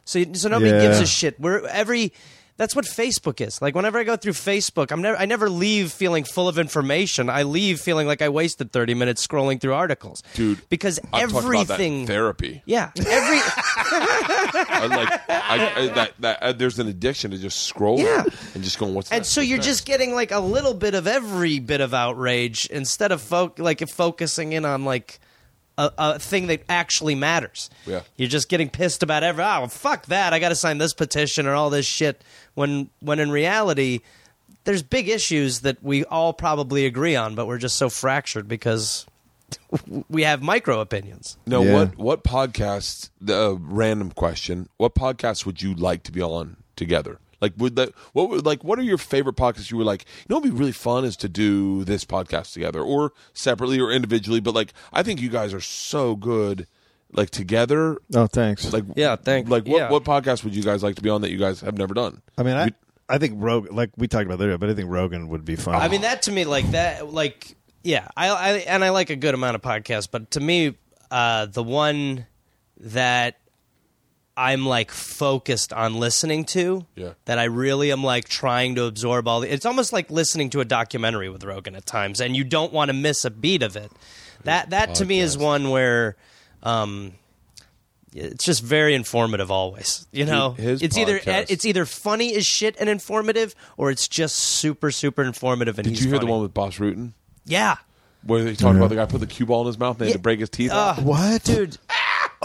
Speaker 5: So you- so nobody
Speaker 4: Yeah.
Speaker 5: gives a shit. We're every that's what Facebook is. Like whenever I go through Facebook, I'm never I never leave feeling full of information. I leave feeling like I wasted 30 minutes scrolling through articles.
Speaker 1: Dude,
Speaker 5: because
Speaker 1: I've talked about that in
Speaker 5: everything
Speaker 1: therapy.
Speaker 5: Yeah, every
Speaker 1: I like I,
Speaker 5: [LAUGHS]
Speaker 1: I, that, that uh, there's an addiction to just scrolling
Speaker 5: Yeah.
Speaker 1: and just going what's
Speaker 5: and
Speaker 1: next?
Speaker 5: so
Speaker 1: What's
Speaker 5: you're
Speaker 1: next?
Speaker 5: just getting like a little bit of every bit of outrage instead of fo- like focusing in on like a, a thing that actually matters.
Speaker 1: Yeah.
Speaker 5: you're just getting pissed about every oh fuck that I got to sign this petition or all this shit when when in reality there's big issues that we all probably agree on but we're just so fractured because [LAUGHS] we have micro opinions.
Speaker 1: no
Speaker 4: Yeah.
Speaker 1: what what podcast the uh, random question what podcast would you like to be on together like would that what would like what are your favorite podcasts you were like you know what would be really fun is to do this podcast together or separately or individually but like I think you guys are so good like together
Speaker 4: [LAUGHS] oh, thanks.
Speaker 1: like
Speaker 5: Yeah, thank-
Speaker 1: like what
Speaker 5: yeah.
Speaker 1: what podcast would you guys like to be on that you guys have never done
Speaker 4: I mean, I I think Rogan. Like we talked about earlier, but I think Rogan would be fun.
Speaker 5: I mean that to me like that like yeah I, I and I like a good amount of podcasts but to me uh, the one that I'm like focused on listening to
Speaker 1: Yeah.
Speaker 5: that I really am like trying to absorb all the it's almost like listening to a documentary with Rogan at times and you don't want to miss a beat of it that that to me is one where um it's just very informative always you know
Speaker 1: his
Speaker 5: it's either
Speaker 1: podcast-
Speaker 5: it's either funny as shit and informative or it's just super super informative and
Speaker 1: did
Speaker 5: he's
Speaker 1: you hear
Speaker 5: funny.
Speaker 1: the one with Boss Rutan
Speaker 5: yeah
Speaker 1: where they talked about the guy put the cue ball in his mouth and they had to break his teeth out?
Speaker 4: what,
Speaker 5: dude
Speaker 4: [LAUGHS]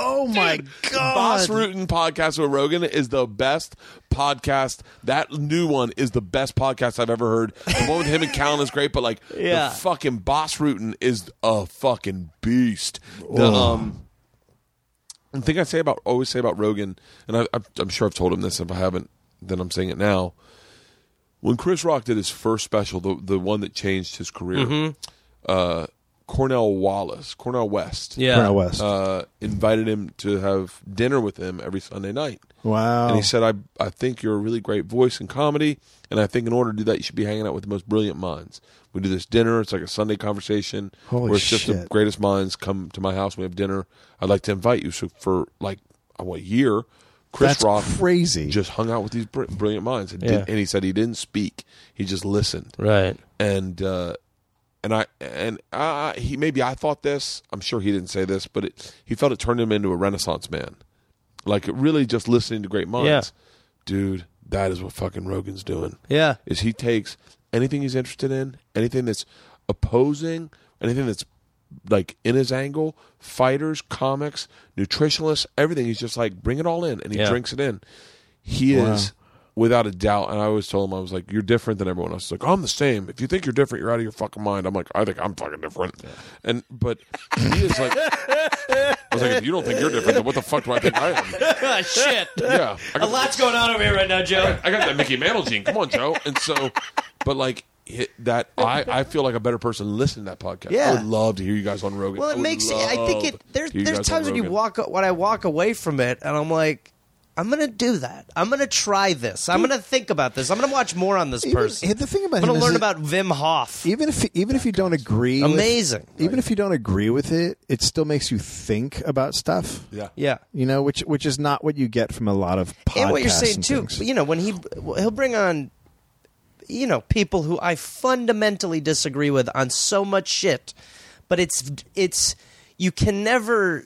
Speaker 4: Oh my god!
Speaker 1: Boss Rutan podcast with Rogan is the best podcast. That new one is the best podcast I've ever heard. The one with him and Callan is great, but like
Speaker 5: Yeah.
Speaker 1: the fucking Boss Rutan is a fucking beast. The um, the thing I say about always say about Rogan, and I, I've- I'm sure I've told him this. If I haven't, then I'm saying it now. When Chris Rock did his first special, the the one that changed his career,
Speaker 5: Mm-hmm.
Speaker 1: uh, Cornell Wallace, Cornell West,
Speaker 5: yeah
Speaker 4: Cornel West.
Speaker 1: uh, invited him to have dinner with him every Sunday night.
Speaker 4: wow.
Speaker 1: And he said, I, I think you're a really great voice in comedy, and I think in order to do that, you should be hanging out with the most brilliant minds. We We do this dinner. It's like a Sunday conversation
Speaker 4: Holy
Speaker 1: where it's just the
Speaker 4: shit.
Speaker 1: greatest minds come to my house. and We have dinner. I'd like to invite you. So for like oh, what, a year, Chris
Speaker 4: That's
Speaker 1: Rock
Speaker 4: crazy.
Speaker 1: just hung out with these br- brilliant minds, and,
Speaker 5: Yeah.
Speaker 1: did, and he said he didn't speak. He just listened
Speaker 5: Right.
Speaker 1: and uh, and I and I, he maybe I thought this. I'm sure he didn't say this, but it, he felt it turned him into a Renaissance man. Like really, just listening to great minds,
Speaker 5: Yeah.
Speaker 1: dude. That is what fucking Rogan's doing.
Speaker 5: Yeah.
Speaker 1: Is he takes anything he's interested in, anything that's opposing, anything that's like in his angle, fighters, comics, nutritionists, everything. He's just like bring it all in, and he
Speaker 5: Yeah.
Speaker 1: drinks it in. He is without a doubt. And I always told him, I was like, "You're different than everyone else." He's like, "I'm the same. If you think you're different, you're out of your fucking mind." I'm like, "I think I'm fucking different." And but he is
Speaker 5: [LAUGHS]
Speaker 1: like, I was like, "If you don't think you're different, then what the fuck do I think
Speaker 5: [LAUGHS]
Speaker 1: I am?"
Speaker 5: Ah, [LAUGHS] [LAUGHS] shit.
Speaker 1: Yeah, I
Speaker 5: A
Speaker 1: got-
Speaker 5: lot's going on over here right now, Joe.
Speaker 1: I got that Mickey Mantle gene. Come on, Joe. And so, but like hit that, I, I feel like a better person listening to that podcast. I
Speaker 5: Yeah.
Speaker 1: would love to hear you guys on Rogan.
Speaker 5: Well, it
Speaker 1: would
Speaker 5: makes. I think it.
Speaker 1: love
Speaker 5: There's
Speaker 1: to hear you
Speaker 5: there's
Speaker 1: guys on
Speaker 5: times when you
Speaker 1: Rogan.
Speaker 5: walk when I walk away from it, and I'm like, I'm gonna do that. I'm gonna try this. I'm gonna think about this. I'm gonna watch more on this
Speaker 4: Even-
Speaker 5: person.
Speaker 4: the thing about
Speaker 5: I'm gonna
Speaker 4: him is
Speaker 5: learn
Speaker 4: that-
Speaker 5: about Vim Hof.
Speaker 4: even if even if you don't agree with-
Speaker 5: Amazing.
Speaker 4: even if you don't agree with it it still makes you think about stuff
Speaker 1: Yeah,
Speaker 5: Yeah.
Speaker 4: you know which which is not what you get from a lot of podcasts
Speaker 5: and what you're saying too,
Speaker 4: things.
Speaker 5: you know, when he he'll bring on, you know, people who I fundamentally disagree with on so much shit, but it's it's you can never.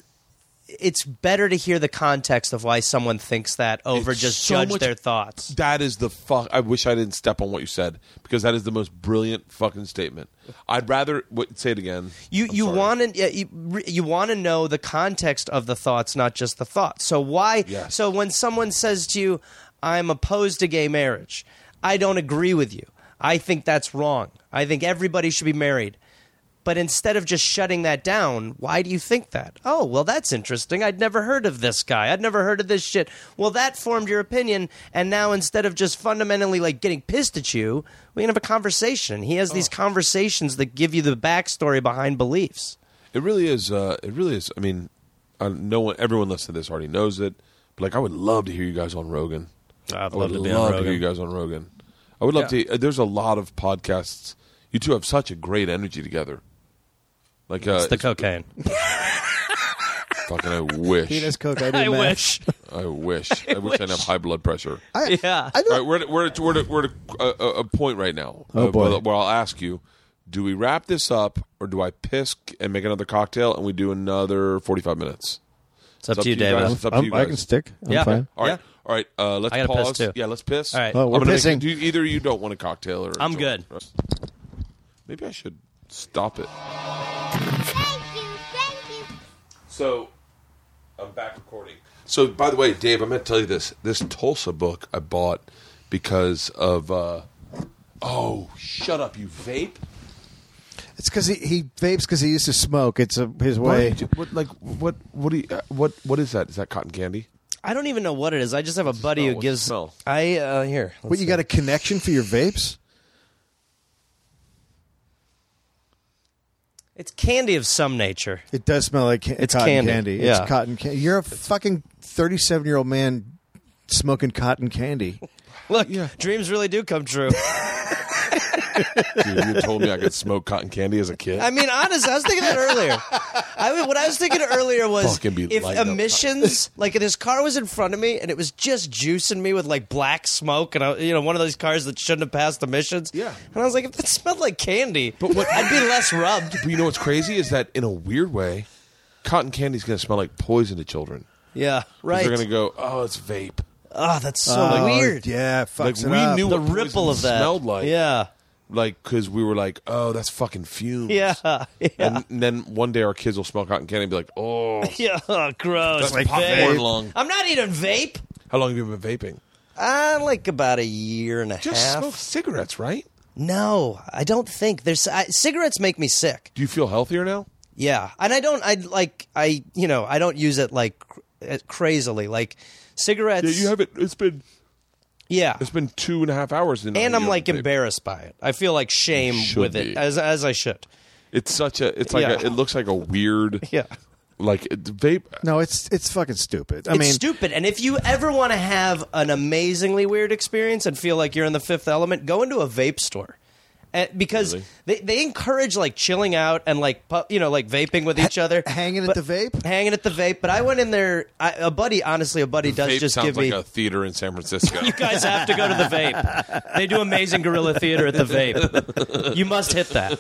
Speaker 5: It's better to hear the context of why someone thinks that over
Speaker 1: It's
Speaker 5: just
Speaker 1: so
Speaker 5: judge
Speaker 1: much-
Speaker 5: their thoughts.
Speaker 1: That is the fuck. I wish I didn't step on what you said because that is the most brilliant fucking statement. I'd rather wait, say it again.
Speaker 5: You
Speaker 1: I'm
Speaker 5: you
Speaker 1: sorry.
Speaker 5: want to you, re- you want to know the context of the thoughts, not just the thoughts. So why?
Speaker 1: Yes.
Speaker 5: So when someone says to you, "I'm opposed to gay marriage," I don't agree with you. I think that's wrong. I think everybody should be married. But instead of just shutting that down, why do you think that? Oh, well, that's interesting. I'd never heard of this guy. I'd never heard of this shit. Well, that formed your opinion. And now instead of just fundamentally like getting pissed at you, we can have a conversation. He has these conversations that give you the backstory behind beliefs.
Speaker 1: It really is. Uh, it really is. I mean, I, no one, everyone listening to this already knows it. But like, I would love to hear you guys on Rogan.
Speaker 5: I'd
Speaker 1: I
Speaker 5: love
Speaker 1: would
Speaker 5: to be on
Speaker 1: love
Speaker 5: Rogan.
Speaker 1: hear you guys on Rogan. I would love to. uh, There's a lot of podcasts. You two have such a great energy together. Like uh,
Speaker 5: It's
Speaker 1: [LAUGHS]
Speaker 5: the cocaine.
Speaker 1: fucking. I wish.
Speaker 4: he does
Speaker 5: [LAUGHS]
Speaker 4: coke i, do
Speaker 5: I
Speaker 1: [LAUGHS]
Speaker 4: meth.
Speaker 5: wish.
Speaker 1: I wish. I wish I didn't have high blood pressure.
Speaker 4: I,
Speaker 5: Yeah.
Speaker 4: I
Speaker 1: All
Speaker 4: don't,
Speaker 1: right, we're at, we're at, we're at, we're at a, a, a point right now.
Speaker 4: Oh, boy.
Speaker 1: Where, where I'll ask you, do we wrap this up or do I piss and make another cocktail and we do another 45 minutes?
Speaker 5: It's up
Speaker 1: It's
Speaker 5: to you, David.
Speaker 1: guys. It's up to you
Speaker 4: I'm, i
Speaker 1: guys.
Speaker 4: can stick i'm
Speaker 5: Yeah.
Speaker 4: fine
Speaker 1: All right, all right. Uh, let's
Speaker 5: I gotta piss,
Speaker 1: pause.
Speaker 5: too.
Speaker 1: Yeah, let's piss.
Speaker 5: All right.
Speaker 4: Oh, we're
Speaker 1: I'm gonna make-
Speaker 4: pissing.
Speaker 1: do- either you don't want a cocktail or
Speaker 5: I'm
Speaker 1: it's
Speaker 5: good.
Speaker 1: all- Maybe I should stop it.
Speaker 6: Thank you, thank you.
Speaker 1: So I'm back recording. So by the way, Dave, I meant to tell you this. This Tulsa book I bought because of. Uh, oh, shut up! You vape.
Speaker 4: it's because he, he vapes because he used to smoke it's a, his
Speaker 1: Why
Speaker 4: way
Speaker 1: did you- what like what what do you, uh, what what is that? Is that cotton candy?
Speaker 5: I don't even know what it is. I just have a buddy
Speaker 1: smell? What's
Speaker 5: who
Speaker 1: Oh, the
Speaker 5: gives.
Speaker 1: smell?
Speaker 5: I uh, here.
Speaker 4: What you got a connection for your vapes
Speaker 5: It's candy of some nature.
Speaker 4: it does smell like ca-
Speaker 5: It's
Speaker 4: cotton
Speaker 5: candy, yeah.
Speaker 4: it's cotton candy you're a fucking 37 year old man smoking cotton
Speaker 5: [LAUGHS]
Speaker 4: candy
Speaker 5: Look, dreams really do come true.
Speaker 1: Dude, you told me I could smoke cotton candy as a kid.
Speaker 5: I mean, honestly, I was thinking that earlier. I mean, what I was thinking earlier was
Speaker 1: Fucking be
Speaker 5: if
Speaker 1: lighting up.
Speaker 5: emissions, like this car was in front of me and it was just juicing me with like black smoke and I, you know one of those cars that shouldn't have passed emissions.
Speaker 1: Yeah.
Speaker 5: and I was like, if that smelled like candy,
Speaker 1: But what-
Speaker 5: I'd be less rubbed.
Speaker 1: but you know what's crazy is that in a weird way, cotton candy's going to smell like poison to children. 'Cause
Speaker 5: Yeah, right.
Speaker 1: They're going to go, Uh, oh, it's vape.
Speaker 5: oh, that's so
Speaker 4: Oh,
Speaker 5: weird.
Speaker 4: yeah fucks
Speaker 1: Like
Speaker 4: it
Speaker 1: we
Speaker 4: up.
Speaker 1: knew
Speaker 5: The
Speaker 1: what poison
Speaker 5: ripple of that
Speaker 1: smelled like.
Speaker 5: Yeah,
Speaker 1: Like because we were like, oh, that's fucking fumes.
Speaker 5: yeah, [LAUGHS] yeah,
Speaker 1: And, and then one day our kids will smell cotton candy and be like, oh,
Speaker 5: [LAUGHS] yeah. Oh, gross.
Speaker 1: that's like popcorn
Speaker 5: Vape.
Speaker 1: lung.
Speaker 5: I'm not eating vape.
Speaker 1: How long have you been vaping?
Speaker 5: Uh, like about a year and a
Speaker 1: Just
Speaker 5: half.
Speaker 1: smoke cigarettes, right?
Speaker 5: No, I don't think there's I, cigarettes make me sick.
Speaker 1: Do you feel healthier now?
Speaker 5: Yeah, and I don't. I like. I you know I don't use it like cr- uh, crazily. Like cigarettes.
Speaker 1: Yeah, you haven't. It's been
Speaker 5: Yeah.
Speaker 1: it's been two and a half hours. In
Speaker 5: and I'm like
Speaker 1: embarrassed.
Speaker 5: embarrassed by it. I feel like shame
Speaker 1: should
Speaker 5: with it,
Speaker 1: be.
Speaker 5: as as I should.
Speaker 1: It's such a. It's like
Speaker 5: Yeah.
Speaker 1: a, it looks like a weird.
Speaker 5: [LAUGHS] Yeah.
Speaker 1: Like it- vape.
Speaker 4: No, it's it's fucking stupid. I
Speaker 5: it's
Speaker 4: mean,
Speaker 5: stupid. And if you ever want to have an amazingly weird experience and feel like you're in the fifth element, go into a vape store And- because
Speaker 1: Really?
Speaker 5: they, they encourage like chilling out and like pu- you know like vaping with each other,
Speaker 4: hanging at
Speaker 5: But-
Speaker 4: the vape?
Speaker 5: hanging at the vape. But I went in there. I, a buddy, honestly, a buddy does
Speaker 1: Vape
Speaker 5: just
Speaker 1: sounds
Speaker 5: give
Speaker 1: like
Speaker 5: me.
Speaker 1: a theater in
Speaker 5: [LAUGHS]
Speaker 1: San Francisco.
Speaker 5: you guys have to go to the vape. They do amazing guerrilla theater at the vape. You must hit that.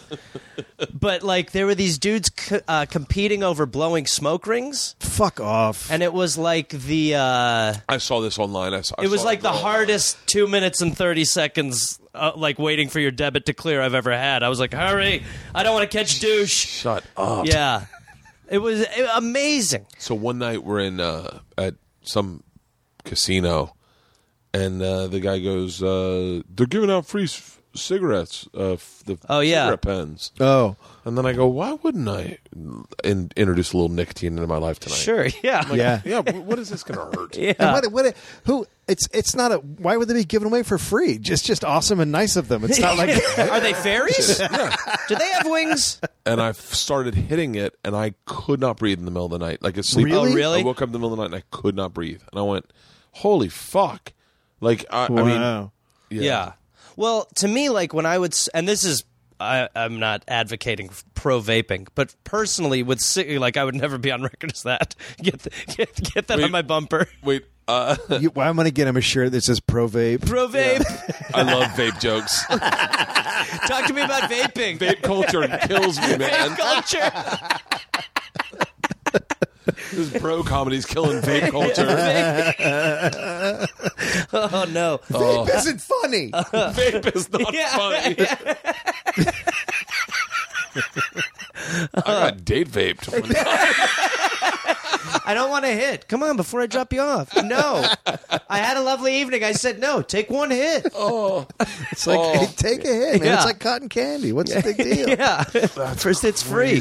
Speaker 5: But like there were these dudes c- uh, competing over blowing smoke rings,
Speaker 4: Fuck off.
Speaker 5: and it was like the uh,
Speaker 1: I saw this online. I saw, I
Speaker 5: it was
Speaker 1: saw
Speaker 5: like the
Speaker 1: girl.
Speaker 5: hardest two minutes and thirty seconds, uh, like waiting for your debit to clear I've ever had. I was like, hurry! I don't want to catch douche.
Speaker 1: Shut up.
Speaker 5: Yeah, it was uh, amazing.
Speaker 1: So one night we're in uh, at some casino, and uh, the guy goes, uh, "They're giving out free s- cigarettes, uh, f- the
Speaker 5: Oh, yeah.
Speaker 1: cigarette pens."
Speaker 5: [LAUGHS]
Speaker 4: oh.
Speaker 1: And then I go, "Why wouldn't I in- introduce a little nicotine into my life tonight?"
Speaker 5: Sure, yeah,
Speaker 4: Yeah.
Speaker 1: Yeah. wh- What is this going to hurt?
Speaker 5: [LAUGHS] yeah.
Speaker 4: And what, what, who? It's it's not a. Why would they be given away for free? Just just awesome and nice of them. It's not
Speaker 5: [LAUGHS]
Speaker 4: like
Speaker 5: Are they fairies? [LAUGHS] Do they have wings?
Speaker 1: And I f- started hitting it, and I could not breathe in the middle of the night, like asleep.
Speaker 4: Really?
Speaker 5: Oh, really?
Speaker 1: I woke up in the middle of the night and I could not breathe, and I went, "Holy fuck!" Like I, I mean,
Speaker 4: Wow.
Speaker 5: Yeah. Well, to me, like when I would, s- and this is, I, I'm not advocating pro vaping, but personally, with ci- like I would never be on record as that. [LAUGHS] Get the, get, get that
Speaker 1: Wait.
Speaker 5: on my bumper.
Speaker 1: Wait, uh,
Speaker 4: You- well, I'm gonna get him a shirt that says pro vape.
Speaker 5: Pro vape.
Speaker 1: I love vape
Speaker 5: [LAUGHS]
Speaker 1: jokes.
Speaker 5: Talk to me about vaping.
Speaker 1: vape culture kills me, man.
Speaker 5: Vape culture.
Speaker 1: This pro comedy's killing [LAUGHS] vape culture.
Speaker 5: Vape. oh no. [LAUGHS]
Speaker 4: Vape isn't funny.
Speaker 1: vape is not
Speaker 5: Yeah.
Speaker 1: funny. I got date vaped.
Speaker 5: I don't want to hit. Come on, before I drop you off. No. I had a lovely evening. I said no. Take one hit.
Speaker 1: Oh,
Speaker 4: It's like
Speaker 1: Oh.
Speaker 4: hey, take a hit, man.
Speaker 5: Yeah.
Speaker 4: It's like cotton candy. What's
Speaker 5: [LAUGHS]
Speaker 4: the big deal?
Speaker 5: yeah. First it's free.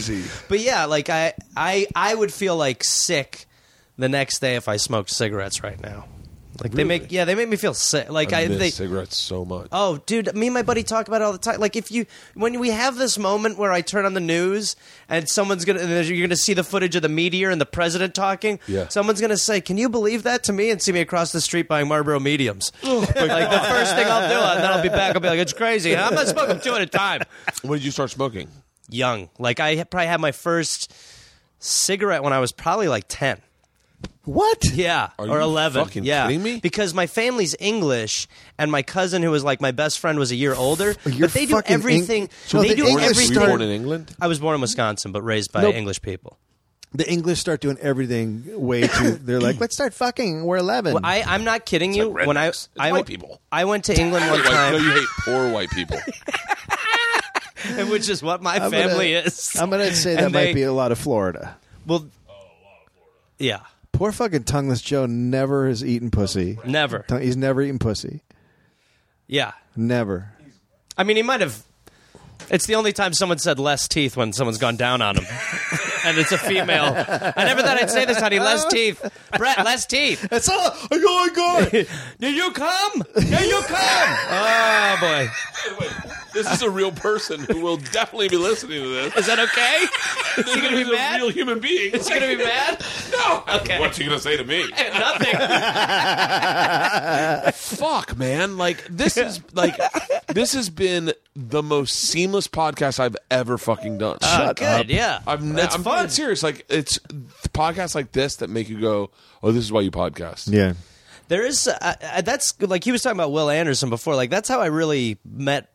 Speaker 5: But yeah, like I I I would feel like sick the next day if I smoked cigarettes right now. Like they make yeah, they make me feel sick. Like I,
Speaker 1: I miss
Speaker 5: they
Speaker 1: cigarettes so much.
Speaker 5: Oh, dude, me and my buddy talk about it all the time. Like if you when we have this moment where I turn on the news and someone's going to you're going to see the footage of the meteor and the president talking,
Speaker 1: Yeah.
Speaker 5: someone's going to say, "Can you believe that?" to me and see me across the street buying Marlboro mediums. like the first thing I'll do, and then I'll be back. I'll be like, "It's crazy. I'm not smoking two at a time."
Speaker 1: When did you start smoking?
Speaker 5: young. Like I had- probably had my first cigarette when I was probably like ten.
Speaker 4: What?
Speaker 5: Yeah,
Speaker 1: Are
Speaker 5: or
Speaker 1: you
Speaker 5: eleven.
Speaker 1: fucking
Speaker 5: yeah,
Speaker 1: kidding me?
Speaker 5: because my family's English, and my cousin, who was like my best friend, was a year older.
Speaker 4: You're
Speaker 5: but they do
Speaker 4: fucking Eng-
Speaker 5: everything.
Speaker 4: So
Speaker 5: they
Speaker 4: the
Speaker 5: do
Speaker 4: English
Speaker 5: everything.
Speaker 1: Were you
Speaker 4: started-
Speaker 1: born in [LAUGHS] England?
Speaker 5: I was born in Wisconsin, but raised by
Speaker 4: Nope.
Speaker 5: English people.
Speaker 4: The English start doing everything way too. They're like, let's start fucking. We're eleven.
Speaker 5: Well, I, I'm not kidding you.
Speaker 1: like
Speaker 5: when I,
Speaker 1: rednecks. It's
Speaker 5: I
Speaker 1: white people.
Speaker 5: I went
Speaker 1: [LAUGHS]
Speaker 5: to England one
Speaker 1: Like, no,
Speaker 5: time,
Speaker 1: you hate poor white people.
Speaker 5: [LAUGHS] which is what my
Speaker 4: I'm gonna-
Speaker 5: family is.
Speaker 4: I'm
Speaker 5: [LAUGHS]
Speaker 4: gonna say
Speaker 5: And
Speaker 4: that
Speaker 5: they-
Speaker 4: might be a lot of Florida.
Speaker 5: well. Yeah,
Speaker 4: Poor fucking tongueless Joe never has eaten pussy.
Speaker 5: never.
Speaker 4: Tongue- He's never eaten pussy.
Speaker 5: Yeah,
Speaker 4: Never.
Speaker 5: I mean, he might have. It's the only time someone said less teeth when someone's gone
Speaker 1: [LAUGHS]
Speaker 5: down on him. and it's a female. I never thought I'd say this, honey. Less teeth. Brett, less teeth.
Speaker 4: That's all. Oh my god.
Speaker 5: Did you come? Did you come? Oh, boy.
Speaker 1: [LAUGHS] this is a real person who will definitely be listening to this.
Speaker 5: Is that okay? Is he going to
Speaker 1: He's
Speaker 5: be
Speaker 1: a
Speaker 5: mad?
Speaker 1: real human being.
Speaker 5: Is
Speaker 1: [LAUGHS]
Speaker 5: he going to be mad?
Speaker 1: No.
Speaker 5: Okay.
Speaker 1: What's he gonna say to me?
Speaker 5: Nothing.
Speaker 1: Fuck, man! Like this is like this has been the most seamless podcast I've ever fucking done.
Speaker 5: Uh, good, yeah.
Speaker 1: I've ne-
Speaker 5: That's
Speaker 1: I'm
Speaker 5: fun.
Speaker 1: being serious. Like it's podcasts like this that make you go, "Oh, this is why you podcast."
Speaker 4: [LAUGHS] Yeah.
Speaker 5: There is uh, uh, that's like he was talking about Will Anderson before. Like that's how I really met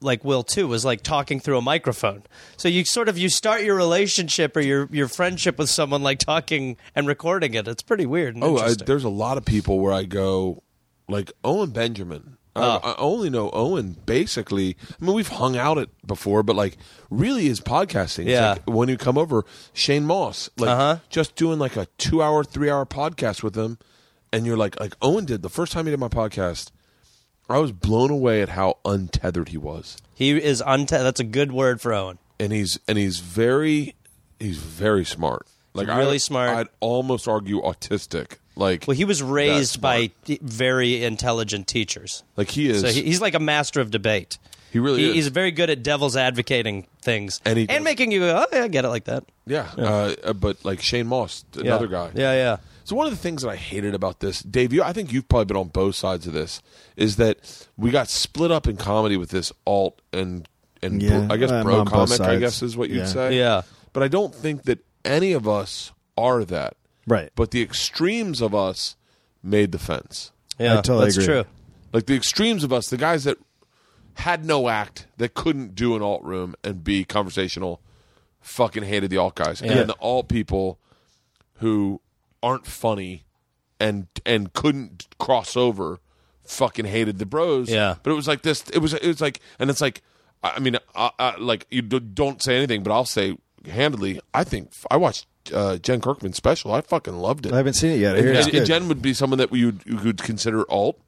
Speaker 5: like Will too was like talking through a microphone. So you sort of you start your relationship or your your friendship with someone like talking and recording it. It's pretty weird. And
Speaker 1: Oh, I,
Speaker 5: interesting.
Speaker 1: there's a lot of people where I go, like Owen Benjamin. I, I only know Owen basically. I mean, we've hung out it before, but like, really is podcasting. It's
Speaker 5: Yeah.
Speaker 1: like when you come over, Shane Moss, like just doing like a two hour, three hour podcast with him, and you're like, like Owen did the first time he did my podcast. I was blown away at how untethered he was,
Speaker 5: he is unte- That's a good word for Owen.
Speaker 1: and he's and he's very, he's very smart. Like I,
Speaker 5: really smart.
Speaker 1: I'd almost argue autistic. Like
Speaker 5: Well, he was raised
Speaker 1: smart.
Speaker 5: by t- very intelligent teachers.
Speaker 1: like he is.
Speaker 5: So he, he's like a master of debate.
Speaker 1: He really is.
Speaker 5: He's very good at devil's advocating things
Speaker 1: And he does.
Speaker 5: and making you go, oh, yeah, I get it like that.
Speaker 1: Yeah, Uh, uh, but like Shane Moss,
Speaker 5: Yeah.
Speaker 1: another guy.
Speaker 5: Yeah, yeah.
Speaker 1: So one of the things that I hated about this, Dave, you, I think you've probably been on both sides of this, is that we got split up in comedy with this alt and and
Speaker 4: Yeah,
Speaker 1: bro- I guess
Speaker 4: I'm
Speaker 1: bro
Speaker 4: on both
Speaker 1: comic. I
Speaker 4: sides.
Speaker 1: guess is what you'd
Speaker 4: Yeah.
Speaker 1: say.
Speaker 5: Yeah.
Speaker 1: but I don't think that any of us are that.
Speaker 4: Right.
Speaker 1: But the extremes of us made the fence.
Speaker 5: Yeah,
Speaker 4: totally
Speaker 5: that's
Speaker 4: agree.
Speaker 5: true.
Speaker 1: Like the extremes of us, the guys that had no act, that couldn't do an alt room and be conversational, fucking hated the alt guys. And then the alt people who aren't funny and and couldn't cross over fucking hated the bros.
Speaker 5: Yeah.
Speaker 1: But it was like this it was it was like and it's like I I mean I, I, like you d- don't say anything but I'll say handedly I think I watched uh, Jen Kirkman's special. I fucking loved it.
Speaker 4: I haven't seen it yet. I hear
Speaker 1: And-
Speaker 4: it's
Speaker 1: and
Speaker 4: good.
Speaker 1: Jen would be someone that you you could consider alt.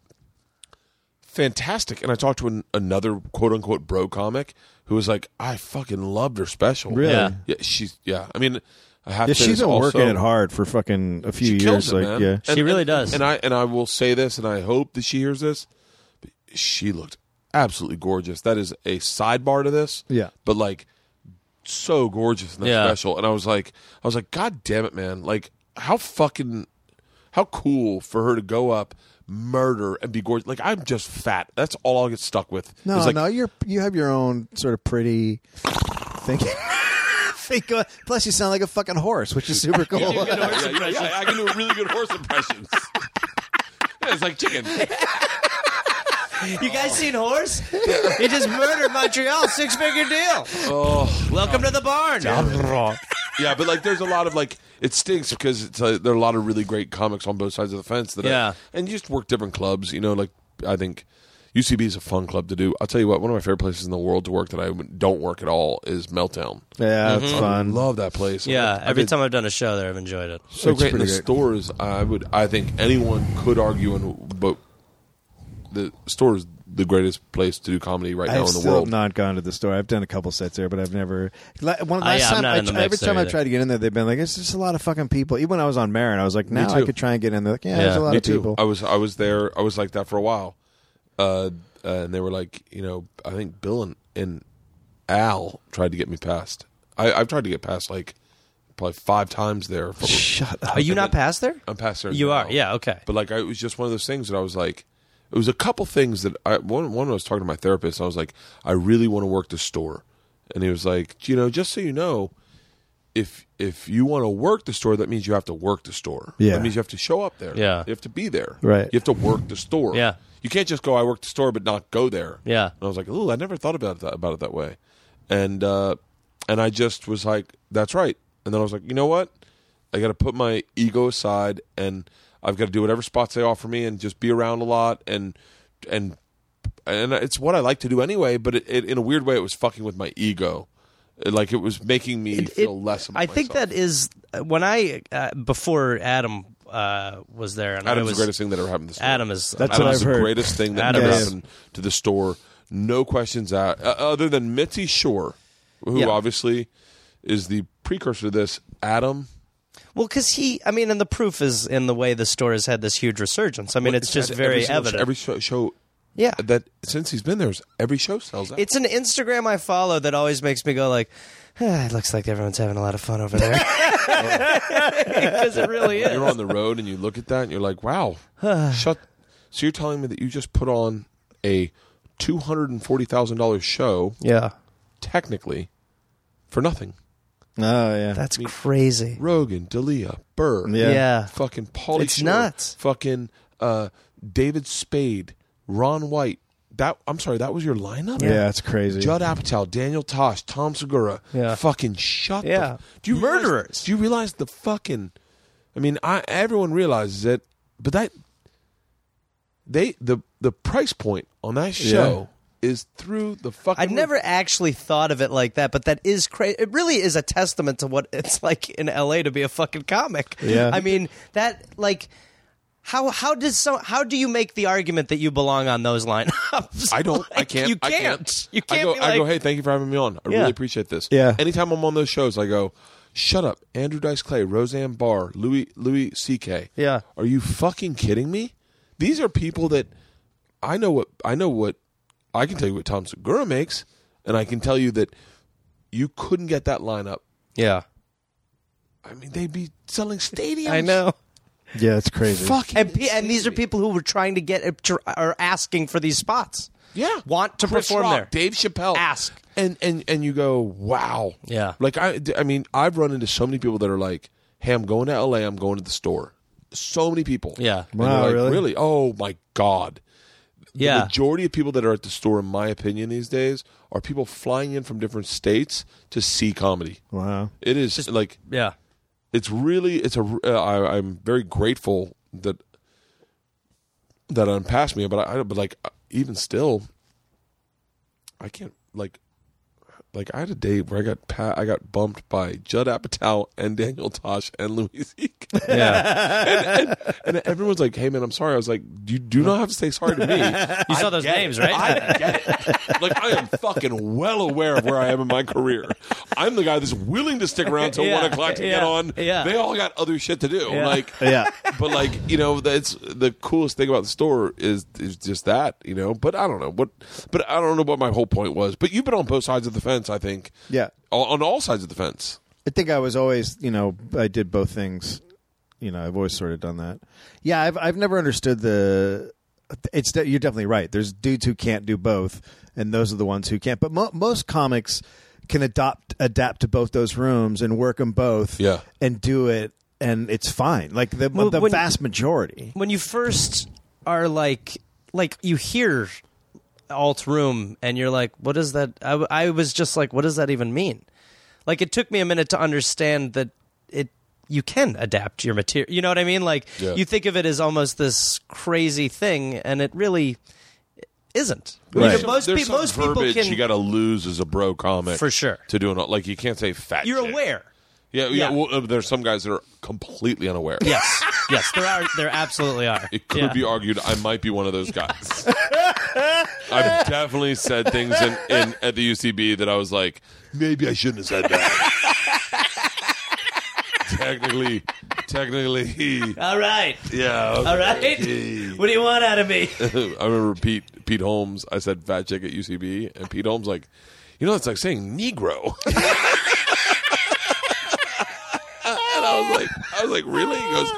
Speaker 1: Fantastic. And I talked to an, another quote unquote bro comic who was like, I fucking loved her special.
Speaker 4: Really?
Speaker 5: Yeah.
Speaker 1: Yeah. She's yeah. I mean, I have
Speaker 4: Yeah,
Speaker 1: to. say
Speaker 4: she's
Speaker 1: this
Speaker 4: been
Speaker 1: also-
Speaker 4: working it hard for fucking a few
Speaker 1: She
Speaker 4: years.
Speaker 1: kills it,
Speaker 4: like,
Speaker 1: man.
Speaker 4: yeah,
Speaker 5: She really does.
Speaker 1: And I and I will say this, and I hope that she hears this. But she looked absolutely gorgeous. That is a sidebar to this.
Speaker 4: Yeah.
Speaker 1: But like, so gorgeous in that
Speaker 5: Yeah.
Speaker 1: special, and I was like, I was like, God damn it, man! Like, how fucking, how cool for her to go up. Murder and be gorgeous. Like I'm just fat. That's all I'll get stuck with.
Speaker 4: No,
Speaker 1: It's like,
Speaker 4: no, you're you have your own sort of pretty thinking. Think, uh, [LAUGHS] plus, you sound like a fucking horse, which
Speaker 1: [LAUGHS]
Speaker 4: is super cool.
Speaker 1: [LAUGHS] Yeah, yeah, yeah, I can do really good horse impressions. [LAUGHS] Yeah, it's like chicken.
Speaker 5: You guys seen Horse? He just murdered Montreal, six figure deal.
Speaker 1: Oh,
Speaker 5: Welcome to the barn.
Speaker 1: yeah, but like, there's a lot of like, it stinks because it's uh there are a lot of really great comics on both sides of the fence. That I-
Speaker 5: Yeah.
Speaker 1: and you just work different clubs. You know, like I think UCB is a fun club to do. I'll tell you what, one of my favorite places in the world to work that I don't work at all is Meltdown.
Speaker 4: yeah, it's
Speaker 1: I Mm-hmm.
Speaker 4: fun.
Speaker 1: love that place.
Speaker 5: Yeah,
Speaker 1: I- I
Speaker 5: every
Speaker 1: did
Speaker 5: time I've done a show there, I've enjoyed it.
Speaker 1: so
Speaker 4: It's
Speaker 1: great in the
Speaker 4: pretty great.
Speaker 1: stores. I would, I think anyone could argue, and but the store is the greatest place to do comedy right now
Speaker 4: I've
Speaker 1: in the
Speaker 4: still
Speaker 1: world.
Speaker 4: not gone to the store. I've done a couple sets there, but I've never. la- One
Speaker 5: I-
Speaker 4: last
Speaker 5: Oh, I'm
Speaker 4: time,
Speaker 5: not
Speaker 4: I,
Speaker 5: in the
Speaker 4: tr-
Speaker 5: mix
Speaker 4: every time
Speaker 5: there
Speaker 4: I
Speaker 5: either.
Speaker 4: tried to get in there, they've been like, "It's just a lot of fucking people." Even when I was on Marin, I was like, "Now I
Speaker 1: too.
Speaker 4: could try and get in there." Like, yeah, there's a lot
Speaker 1: Me
Speaker 4: of
Speaker 1: too.
Speaker 4: people.
Speaker 1: I was I was there. I was like that for a while, uh, uh, and they were like, you know, I think Bill and, and Al tried to get me past. I, I've tried to get past like probably five times there. For,
Speaker 4: Shut up.
Speaker 5: Are you not past there?
Speaker 1: I'm past there.
Speaker 5: You
Speaker 1: now.
Speaker 5: are. Yeah. Okay.
Speaker 1: But like, I, it was just one of those things that I was like, it was a couple things that I one one I was talking to my therapist. I was like, I really want to work the store, and he was like, you know, just so you know, if if you want to work the store, that means you have to work the store.
Speaker 4: Yeah.
Speaker 1: that means you have to show up there.
Speaker 5: Yeah.
Speaker 1: you have to be there.
Speaker 4: Right.
Speaker 1: you have to work the store.
Speaker 5: Yeah.
Speaker 1: you can't just go. I work the store, but not go there.
Speaker 5: Yeah.
Speaker 1: And I was like, "Ooh, I never thought about that, about it that way," and uh, and I just was like, "That's right." And then I was like, "You know what? I got to put my ego aside, and I've got to do whatever spots they offer me, and just be around a lot, and and and it's what I like to do anyway. But it, it in a weird way, it was fucking with my ego, It- like it was making me feel
Speaker 5: It-
Speaker 1: less. About
Speaker 5: I think
Speaker 1: myself.
Speaker 5: that is when I uh, before Adam uh, was there, and I
Speaker 1: Adam's
Speaker 5: was
Speaker 1: the greatest thing that ever happened. To this
Speaker 5: Adam is.
Speaker 4: That's
Speaker 1: That
Speaker 4: what
Speaker 1: was
Speaker 4: I've
Speaker 1: the
Speaker 4: heard.
Speaker 1: greatest thing that
Speaker 5: Adam
Speaker 1: ever
Speaker 4: is-
Speaker 1: happened to the store. No questions out, uh, other than Mitzi Shore, who
Speaker 5: Yeah.
Speaker 1: obviously is the precursor to this. Adam,
Speaker 5: Well, because he, I mean, and the proof is in the way the store has had this huge resurgence. I mean, it's just
Speaker 1: had
Speaker 5: very
Speaker 1: every single sh-
Speaker 5: evident.
Speaker 1: Every show, show
Speaker 5: yeah,
Speaker 1: that since he's been there, every show sells out.
Speaker 5: it's an Instagram I follow that always makes me go like, "Ah, "It looks like everyone's having a lot of fun
Speaker 1: [LAUGHS]
Speaker 5: over there," because it really is.
Speaker 1: you're on the road and you look at that and you're like,
Speaker 5: [SIGHS]
Speaker 1: wow, shut. So you're telling me that you just put on a two hundred and forty thousand dollars show,
Speaker 5: Yeah,
Speaker 1: technically, for nothing.
Speaker 4: Oh yeah.
Speaker 5: that's crazy.
Speaker 1: Rogan, Dalia, Burr,
Speaker 4: Yeah.
Speaker 5: Yeah.
Speaker 1: fucking Paulie
Speaker 5: It's
Speaker 1: Shore,
Speaker 5: nuts.
Speaker 1: fucking uh, David Spade, Ron White. That I'm sorry, that was your lineup.
Speaker 4: yeah, it's crazy.
Speaker 1: Judd Apatow, Daniel Tosh, Tom Segura.
Speaker 5: Yeah.
Speaker 1: Fucking shut the-
Speaker 5: Yeah.
Speaker 1: do you realize-
Speaker 5: Murderers.
Speaker 1: do you realize the fucking I mean, I everyone realizes it, but that they the the price point on that show is through the fucking
Speaker 5: I'd never actually thought of it like that, but that is crazy. It really is a testament to what it's [LAUGHS] like in LA to be a fucking comic.
Speaker 4: Yeah.
Speaker 5: I mean, that like how how does so how do you make the argument that you belong on those lineups?
Speaker 1: I don't. I
Speaker 5: [LAUGHS] Like,
Speaker 1: can't.
Speaker 5: You can't.
Speaker 1: I can't.
Speaker 5: You can't
Speaker 1: I go,
Speaker 5: be
Speaker 1: I go.
Speaker 5: like-
Speaker 1: Hey, thank you for having me on. I
Speaker 5: Yeah.
Speaker 1: really appreciate this.
Speaker 4: Yeah.
Speaker 1: Anytime I'm on those shows, I go. Shut up, Andrew Dice Clay, Roseanne Barr, Louis Louis C.K.
Speaker 5: Yeah.
Speaker 1: Are you fucking kidding me? These are people that I know what I know what I can tell you what Tom Segura makes, and I can tell you that you couldn't get that lineup.
Speaker 5: Yeah.
Speaker 1: I mean, they'd be selling stadiums.
Speaker 5: I know.
Speaker 4: Yeah, it's crazy.
Speaker 1: Fucking
Speaker 5: and, pe- and these are people who were trying to get tr- are asking for these spots.
Speaker 1: yeah,
Speaker 5: want to
Speaker 1: Chris
Speaker 5: perform
Speaker 1: Rock,
Speaker 5: there.
Speaker 1: Dave Chappelle,
Speaker 5: Ask.
Speaker 1: and and and you go, wow,
Speaker 5: Yeah.
Speaker 1: Like I, I mean, I've run into so many people that are like, hey, I'm going to L.A., I'm going to the store. So many people,
Speaker 5: Yeah.
Speaker 1: And you're
Speaker 4: Wow,
Speaker 1: like,
Speaker 4: really?
Speaker 1: really? Oh my god. The
Speaker 5: Yeah,
Speaker 1: majority of people that are at the store, in my opinion, these days are people flying in from different states to see comedy.
Speaker 4: Wow.
Speaker 1: It is like
Speaker 5: yeah.
Speaker 1: it's really it's a uh, I, I'm very grateful that that unpassed me, but I but like uh, even still, I can't like like I had a day where I got pa- I got bumped by Judd Apatow and Daniel Tosh and Louis Zeke.
Speaker 5: Yeah,
Speaker 1: [LAUGHS] And everyone's like, "Hey, man, I'm sorry." I was like, "You do not have to say sorry to me."
Speaker 5: you saw those names, right? [LAUGHS]
Speaker 1: I get it. Like I am fucking well aware of where I am in my career. I'm the guy that's willing to stick around till
Speaker 5: Yeah,
Speaker 1: one o'clock to get
Speaker 5: yeah,
Speaker 1: on.
Speaker 5: yeah.
Speaker 1: They all got other shit to do.
Speaker 5: Yeah.
Speaker 1: Like,
Speaker 4: [LAUGHS] Yeah.
Speaker 1: but like you know, that's the coolest thing about the store is is just that you know. But I don't know what. But I don't know what my whole point was. But you've been on both sides of the fence. I think.
Speaker 4: Yeah.
Speaker 1: O- On all sides of the fence.
Speaker 4: I think I was always, you know, I did both things. You know, I've always sort of done that. Yeah, I've I've never understood the. It's de- you're definitely right. There's dudes who can't do both, and those are the ones who can't. But mo- most comics can adopt adapt to both those rooms and work them both.
Speaker 1: Yeah.
Speaker 4: and do it, and it's fine. Like the
Speaker 5: Well,
Speaker 4: the
Speaker 5: when-
Speaker 4: vast majority.
Speaker 5: when you first are like like you hear alt room and you're like what is that I, w- I was just like what does that even mean like it took me a minute to understand that it you can adapt your material you know what i mean like
Speaker 1: Yeah.
Speaker 5: you think of it as almost this crazy thing and it really isn't You know, most,
Speaker 1: There's
Speaker 5: pe-
Speaker 1: some
Speaker 5: most people
Speaker 1: verbiage
Speaker 5: can
Speaker 1: you got to lose as a bro comic
Speaker 5: For sure.
Speaker 1: to doing all, like you can't say fat.
Speaker 5: you're
Speaker 1: shit.
Speaker 5: aware
Speaker 1: Yeah, yeah.
Speaker 5: Yeah.
Speaker 1: Well, uh, there's some guys that are completely unaware.
Speaker 5: yes yes there are there absolutely [LAUGHS] are
Speaker 1: It could
Speaker 5: Yeah.
Speaker 1: be argued I might be one of those
Speaker 5: [LAUGHS]
Speaker 1: guys. I've definitely said things in, in at the UCB that I was like, maybe I shouldn't have said that. technically, technically, [LAUGHS]
Speaker 5: all right
Speaker 1: yeah.
Speaker 5: all right what do you want out of me
Speaker 1: [LAUGHS] I remember Pete Pete Holmes. I said fat chick at UCB, and Pete Holmes like, you know, it's like saying Negro. [LAUGHS] and I was like, I was like, really? He goes,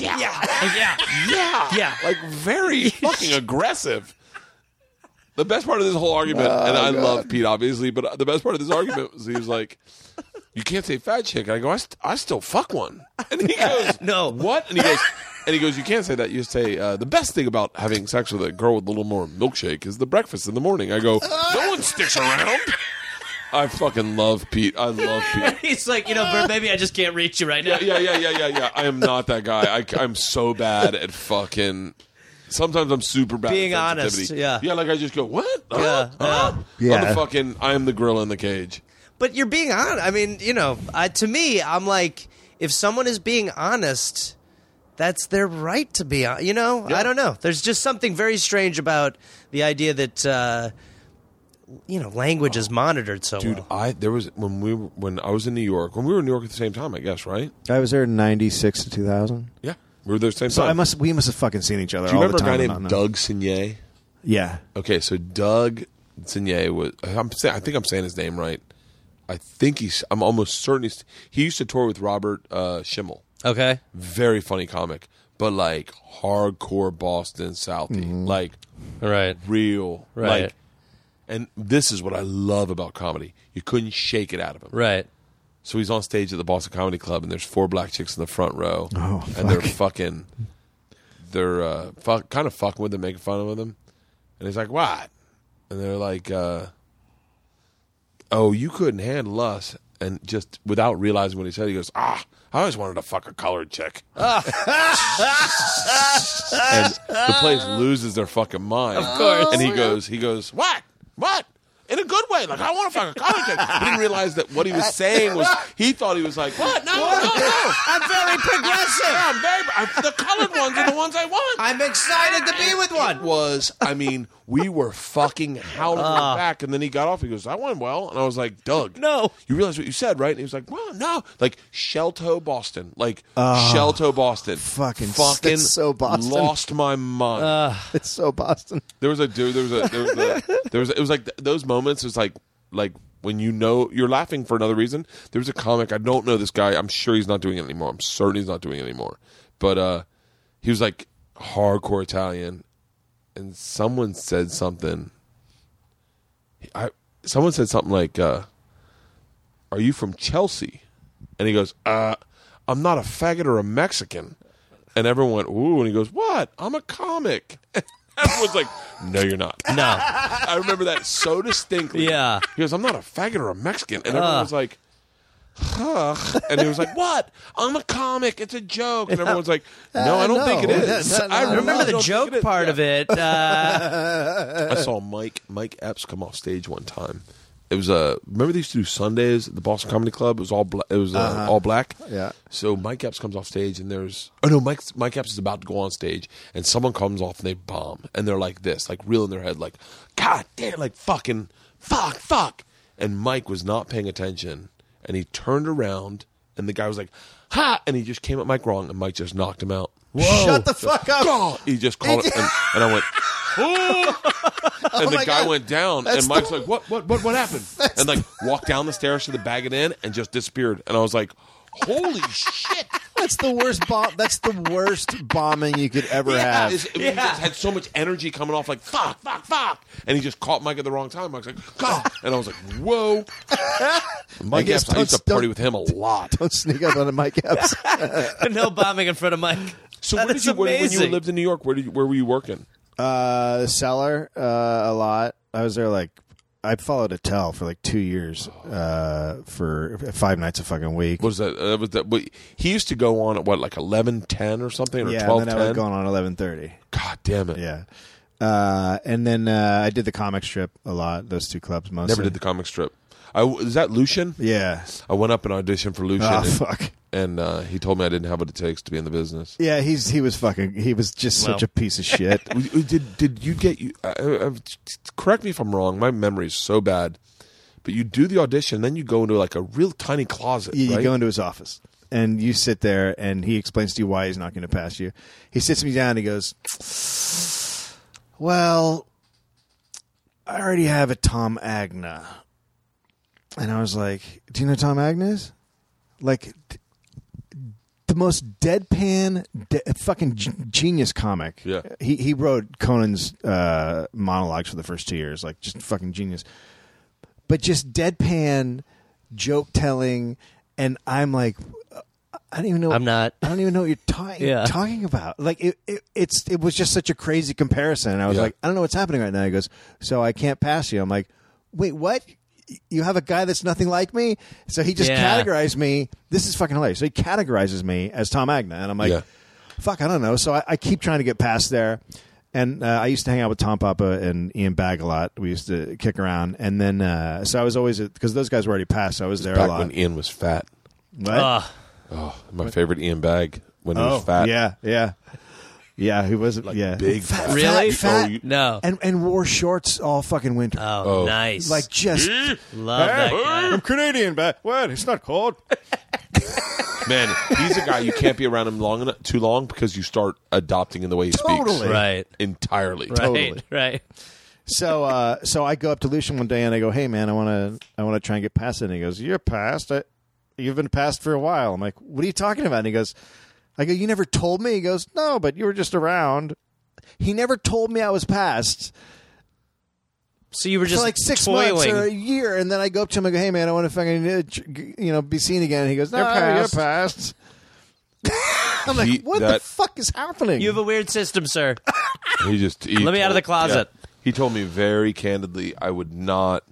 Speaker 1: yeah,
Speaker 5: [LAUGHS] yeah
Speaker 1: yeah,
Speaker 5: Yeah.
Speaker 1: like
Speaker 5: [LAUGHS]
Speaker 1: very fucking aggressive. The best part of this whole argument, and I love Pete obviously, but the best part of this argument was he was like. You can't say fat chick. And I go. I, st- I still fuck one. [LAUGHS] And he goes,
Speaker 5: [LAUGHS] No.
Speaker 1: what? And he goes, and he goes, you can't say that. You say uh, the best thing about having sex with a girl with a little more milkshake is the breakfast in the morning. I go, no one sticks around. I fucking love Pete. I love Pete.
Speaker 5: [LAUGHS] He's like, you know, Bert, maybe I just can't reach you right now.
Speaker 1: Yeah, yeah, yeah, yeah, yeah. I am not that guy. I, am so bad at fucking. Sometimes I'm super bad.
Speaker 5: Being
Speaker 1: at
Speaker 5: honest,
Speaker 1: sensitivity.
Speaker 5: yeah.
Speaker 1: yeah. Like I just go, what? Huh?
Speaker 5: Yeah,
Speaker 1: Huh?
Speaker 4: yeah.
Speaker 1: I'm the
Speaker 4: Yeah.
Speaker 1: fucking. I am the gorilla in the cage.
Speaker 5: But you're being honest. I mean, you know, I, to me, I'm like, if someone is being honest, that's their right to be. hon- You know, I don't know. There's just something very strange about the idea that, uh, you know, language is monitored so
Speaker 1: Dude,
Speaker 5: well.
Speaker 1: I there was when we were- when I was in New York when we were in New York at the same time. I guess right.
Speaker 4: I was there in '96 to 2000,
Speaker 1: Yeah, we were there at the same
Speaker 4: so
Speaker 1: time.
Speaker 4: I must we must have fucking seen each other.
Speaker 1: Do you
Speaker 4: all
Speaker 1: remember
Speaker 4: the
Speaker 1: a guy
Speaker 4: time and
Speaker 1: named
Speaker 4: not know.
Speaker 1: Doug Signe?
Speaker 4: Yeah,
Speaker 1: Okay, so Doug Signe was. I'm saying. I think I'm saying his name right. I think he's. I'm almost certain he's. He used to tour with Robert uh, Schimmel.
Speaker 5: Okay.
Speaker 1: Very funny comic, but like hardcore Boston Southie, like
Speaker 5: Right.
Speaker 1: real,
Speaker 5: Right.
Speaker 1: Like, and this is what I love about comedy. You couldn't shake it out of him.
Speaker 5: Right.
Speaker 1: So he's on stage at the Boston Comedy Club, and there's four black chicks in the front row,
Speaker 4: Oh,
Speaker 1: and they're
Speaker 4: fuck.
Speaker 1: fucking, they're uh, fuck, kind of fucking with him, making fun of him, and he's like, "What?" And they're like, uh, "Oh, you couldn't handle us," and just without realizing what he said, he goes, "Ah, I always wanted to fuck a colored chick," [LAUGHS] and the place loses their fucking mind, of
Speaker 5: course.
Speaker 1: and he goes, he goes, "What? What?" In a good way, like I want to fuck a colored chick. He didn't realize that what he was saying was he thought he was like, "What? No, no, no."
Speaker 5: I'm very
Speaker 1: Yeah,
Speaker 5: progressive.
Speaker 1: I'm very, I, the colored ones are the ones I want.
Speaker 5: I'm excited to be with
Speaker 1: It
Speaker 5: one.
Speaker 1: was, I mean, we were fucking howling in the back, and then he got off. He goes, "I went well," and I was like, "Doug,
Speaker 5: Ah. No.
Speaker 1: you realize what you said, right?" And he was like, "Well, no, like Shelto Boston, like Shelto Boston,
Speaker 4: Ah. fucking-
Speaker 1: fucking
Speaker 4: that's so Boston.
Speaker 1: lost my mind."
Speaker 4: it's so Boston.
Speaker 1: There was a dude. There was a. There was a. There was. A, it was like th- those moments. It was like like when when you know you're laughing for another reason. There was a comic I don't know this guy. I'm sure he's not doing it anymore. I'm certain he's not doing it anymore. But uh, he was like hardcore Italian, and someone said something. I someone said something like, uh, "Are you from Chelsea?" And he goes, "Uh, I'm not a faggot or a Mexican." And everyone went, "Ooh!" And he goes, "What? I'm a comic." [LAUGHS] Everyone's like, "No, you're not."
Speaker 5: No.
Speaker 1: I remember that so distinctly.
Speaker 5: Yeah.
Speaker 1: He goes, I'm not a faggot or a Mexican. And everyone
Speaker 5: Huh.
Speaker 1: was like, huh. And he was like, What? I'm a comic. It's a joke. And everyone's like, No, I don't
Speaker 4: Uh, no.
Speaker 1: think it is.
Speaker 4: No, no,
Speaker 1: I
Speaker 4: no, no.
Speaker 5: Remember
Speaker 1: don't
Speaker 5: the
Speaker 1: think
Speaker 5: joke
Speaker 1: is.
Speaker 5: part
Speaker 1: Yeah.
Speaker 5: of it? Uh, [LAUGHS]
Speaker 1: I saw Mike Mike Epps come off stage one time. It was a remember these two Sundays at the Boston Comedy Club. It was all bla- it was uh, all black.
Speaker 4: Uh-huh. Yeah.
Speaker 1: So Mike Epps comes off stage and there's oh no Mike Mike Epps is about to go on stage and someone comes off and they bomb and they're like this like real in their head like God damn like fucking fuck fuck and Mike was not paying attention and he turned around and the guy was like ha and he just came at Mike wrong and Mike just knocked him out.
Speaker 4: Shut the fuck up.
Speaker 1: God. He just called it, and, and I went, "Oh!" and the
Speaker 4: my
Speaker 1: guy
Speaker 4: God.
Speaker 1: went down,
Speaker 4: That's
Speaker 1: and Mike's
Speaker 4: the-
Speaker 1: like, "What? What? What? What
Speaker 4: [LAUGHS]
Speaker 1: happened?" and like walked down the stairs to the bag it in, and just disappeared. And I was like,
Speaker 4: [LAUGHS]
Speaker 1: "Holy shit!"
Speaker 4: That's the worst bomb. That's the worst bombing you could ever have.
Speaker 1: This- He just had so much energy coming off, like fuck, fuck, fuck, and he just caught Mike at the wrong time. Mike's like, "God," and I was like,
Speaker 4: [LAUGHS]
Speaker 1: "Whoa!" Mike,
Speaker 4: guess
Speaker 1: Epps, I used to
Speaker 4: don't- don't-
Speaker 1: party with him a lot.
Speaker 4: Don't sneak up on
Speaker 1: [LAUGHS]
Speaker 4: a mic Epps.
Speaker 5: no bombing in front of Mike.
Speaker 1: So
Speaker 5: That
Speaker 1: where did
Speaker 5: is
Speaker 1: you, when, when you
Speaker 5: amazing.
Speaker 1: lived in New York, where did you, where were you working?
Speaker 4: uh, seller uh, a lot. I was there like I followed a tell for like two years uh, for five nights a fucking week.
Speaker 1: What is that? Uh, was that what, he used to go on at what, like eleven ten or something, or
Speaker 4: yeah,
Speaker 1: twelve
Speaker 4: and
Speaker 1: ten?
Speaker 4: then I was going on eleven thirty.
Speaker 1: God damn it!
Speaker 4: Yeah, uh, and then uh, I did the comic strip a lot. Those two clubs mostly.
Speaker 1: Never did the comic strip. I w is that Lucian?
Speaker 4: Yeah.
Speaker 1: I went up and auditioned for Lucian,
Speaker 4: Oh
Speaker 1: and,
Speaker 4: fuck.
Speaker 1: and, uh, he told me I didn't have what it takes to be in the business.
Speaker 4: Yeah, he's he was fucking. He was just
Speaker 5: Well.
Speaker 4: such a piece of
Speaker 1: [LAUGHS]
Speaker 4: shit.
Speaker 1: W- w- did did you get you? Uh, uh, correct me if I'm wrong. My memory is so bad, but you do the audition, then you go into like a real tiny closet.
Speaker 4: you,
Speaker 1: right?
Speaker 4: you go into his office and you sit there and he explains to you why he's not going to pass you he sits me down and he goes well i already have a tom agna and i was like do you know tom agna is like th- the most deadpan de- fucking g- genius comic
Speaker 1: Yeah.
Speaker 4: he, he wrote conan's uh, monologues for the first two years like just fucking genius but just deadpan joke telling and i'm like i don't even know
Speaker 5: I'm not.
Speaker 4: i don't even know what you're ta-
Speaker 5: [LAUGHS] Yeah.
Speaker 4: talking about like it, it it's it was just such a crazy comparison and i was
Speaker 1: Yeah.
Speaker 4: like i don't know what's happening right now he goes so i can't pass you i'm like wait what you have a guy that's nothing like me so he just
Speaker 5: Yeah.
Speaker 4: categorized me this is fucking hilarious so he categorizes me as tom agna and i'm like
Speaker 1: Yeah.
Speaker 4: fuck, I don't know. So I, I keep trying to get past there. And uh, I used to hang out with Tom Papa and Ian Bag a lot. We used to kick around, and then uh, so I was always because those guys were already passed. So I was there a
Speaker 1: back
Speaker 4: lot.
Speaker 1: when Ian was fat.
Speaker 4: What?
Speaker 5: Ugh.
Speaker 1: Oh, my favorite Ian Bag when he
Speaker 4: oh,
Speaker 1: was fat.
Speaker 4: yeah, yeah, yeah. Who was
Speaker 1: like
Speaker 4: yeah,
Speaker 1: big, fat.
Speaker 5: Really?
Speaker 4: fat-
Speaker 1: Oh, you-
Speaker 5: no.
Speaker 4: and and wore shorts all fucking winter.
Speaker 5: oh,
Speaker 1: Oh.
Speaker 5: nice.
Speaker 4: Like just
Speaker 5: love that [LAUGHS] guy.
Speaker 4: I'm Canadian, but what? It's not cold.
Speaker 1: Man, he's a guy you can't be around him long enough, too long because you start adopting in the way he
Speaker 4: Totally.
Speaker 1: speaks.
Speaker 5: Right.
Speaker 1: Entirely.
Speaker 4: Totally.
Speaker 5: Right. Right.
Speaker 4: So uh, so I go up to Lucian one day and I go, "Hey man, I want to I want to try and get past it." And he goes, "You're past it. You've been past for a while." I'm like, "What are you talking about?" And he goes, "I go, you never told me." He goes, "No, but you were just around." He never told me I was past
Speaker 5: So you were
Speaker 4: for
Speaker 5: just
Speaker 4: like six
Speaker 5: toiling.
Speaker 4: months uh, or a year, and then I go up to him. I go, "Hey man, I want to fucking uh, ch- you know be seen again." And he goes, "No, you're
Speaker 5: past.
Speaker 4: past." I'm like,
Speaker 1: He-
Speaker 4: "What the
Speaker 1: that-
Speaker 4: fuck is happening?"
Speaker 5: You have a weird system, sir.
Speaker 1: He just he
Speaker 5: Let me out of the closet.
Speaker 1: yeah. He told me very candidly I would not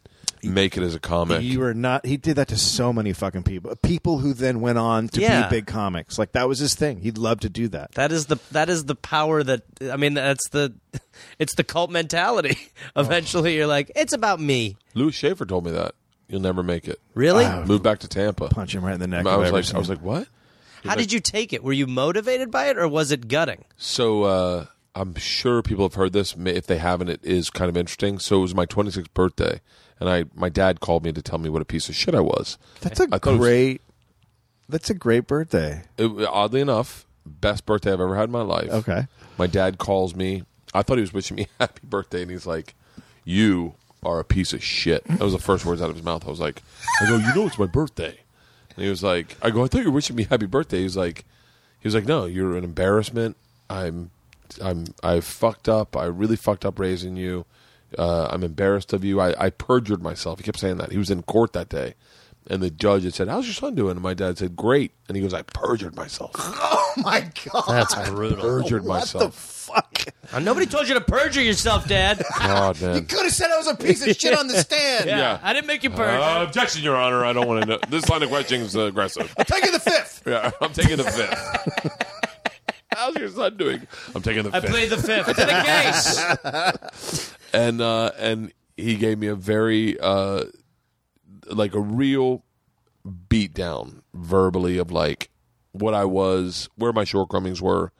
Speaker 1: make it as a comic.
Speaker 4: You are not. He did that to so many fucking people. People who then went on to
Speaker 5: Yeah.
Speaker 4: be big comics. Like that was his thing. He'd love to do that.
Speaker 5: That is the that is the power that I mean that's the [LAUGHS] it's the cult mentality. [LAUGHS] Eventually you're like, it's about me.
Speaker 1: Louis Schaefer told me that you'll never make it.
Speaker 5: Really?
Speaker 1: Move back to Tampa.
Speaker 4: Punch him right in the neck.
Speaker 1: I
Speaker 4: if
Speaker 1: was
Speaker 4: ever
Speaker 1: like,
Speaker 4: seen
Speaker 1: I was
Speaker 4: him.
Speaker 1: like, what?
Speaker 5: How did you take it? Were you motivated by it or was it gutting?
Speaker 1: So uh, I'm sure people have heard this. Ma- If they haven't, it is kind of interesting. So it was my 26th birthday, and I my dad called me to tell me what a piece of shit I was.
Speaker 4: that's a
Speaker 1: I thought it was-
Speaker 4: great. That's a great birthday.
Speaker 1: It- oddly enough, best birthday I've ever had in my life.
Speaker 4: Okay.
Speaker 1: [LAUGHS] My dad calls me. I thought he was wishing me happy birthday, and he's like, "You are a piece of shit. That was the first words out of his mouth. I was like, I go, you know, it's my birthday. And he was like, I go, I thought you were wishing me happy birthday. He was like, he was like, no, you're an embarrassment. I'm, I'm, I fucked up. I really fucked up raising you. Uh, I'm embarrassed of you. I, I perjured myself. He kept saying that. He was in court that day. And the judge had said, How's your son doing? And my dad said, Great. And he goes, I perjured myself.
Speaker 3: [LAUGHS] [LAUGHS] Oh my god!
Speaker 5: That's brutal.
Speaker 1: Perjured myself.
Speaker 3: What the fuck?
Speaker 5: Uh, Nobody told you to perjure yourself, Dad. [LAUGHS]
Speaker 1: God, man.
Speaker 3: You could have said I was a piece of shit on the stand.
Speaker 1: [LAUGHS] Yeah.
Speaker 5: I didn't make you perjure.
Speaker 1: Uh, objection, Your Honor. I don't want to know. This line of questioning is aggressive.
Speaker 3: Taking the fifth.
Speaker 1: Yeah, I'm taking the fifth.
Speaker 3: [LAUGHS]
Speaker 1: How's your son doing? I'm taking the
Speaker 5: I
Speaker 1: fifth.
Speaker 5: played the fifth. It's in the case. [LAUGHS]
Speaker 1: and uh, and he gave me a very uh, like a real beat down verbally of like what I was, where my shortcomings were.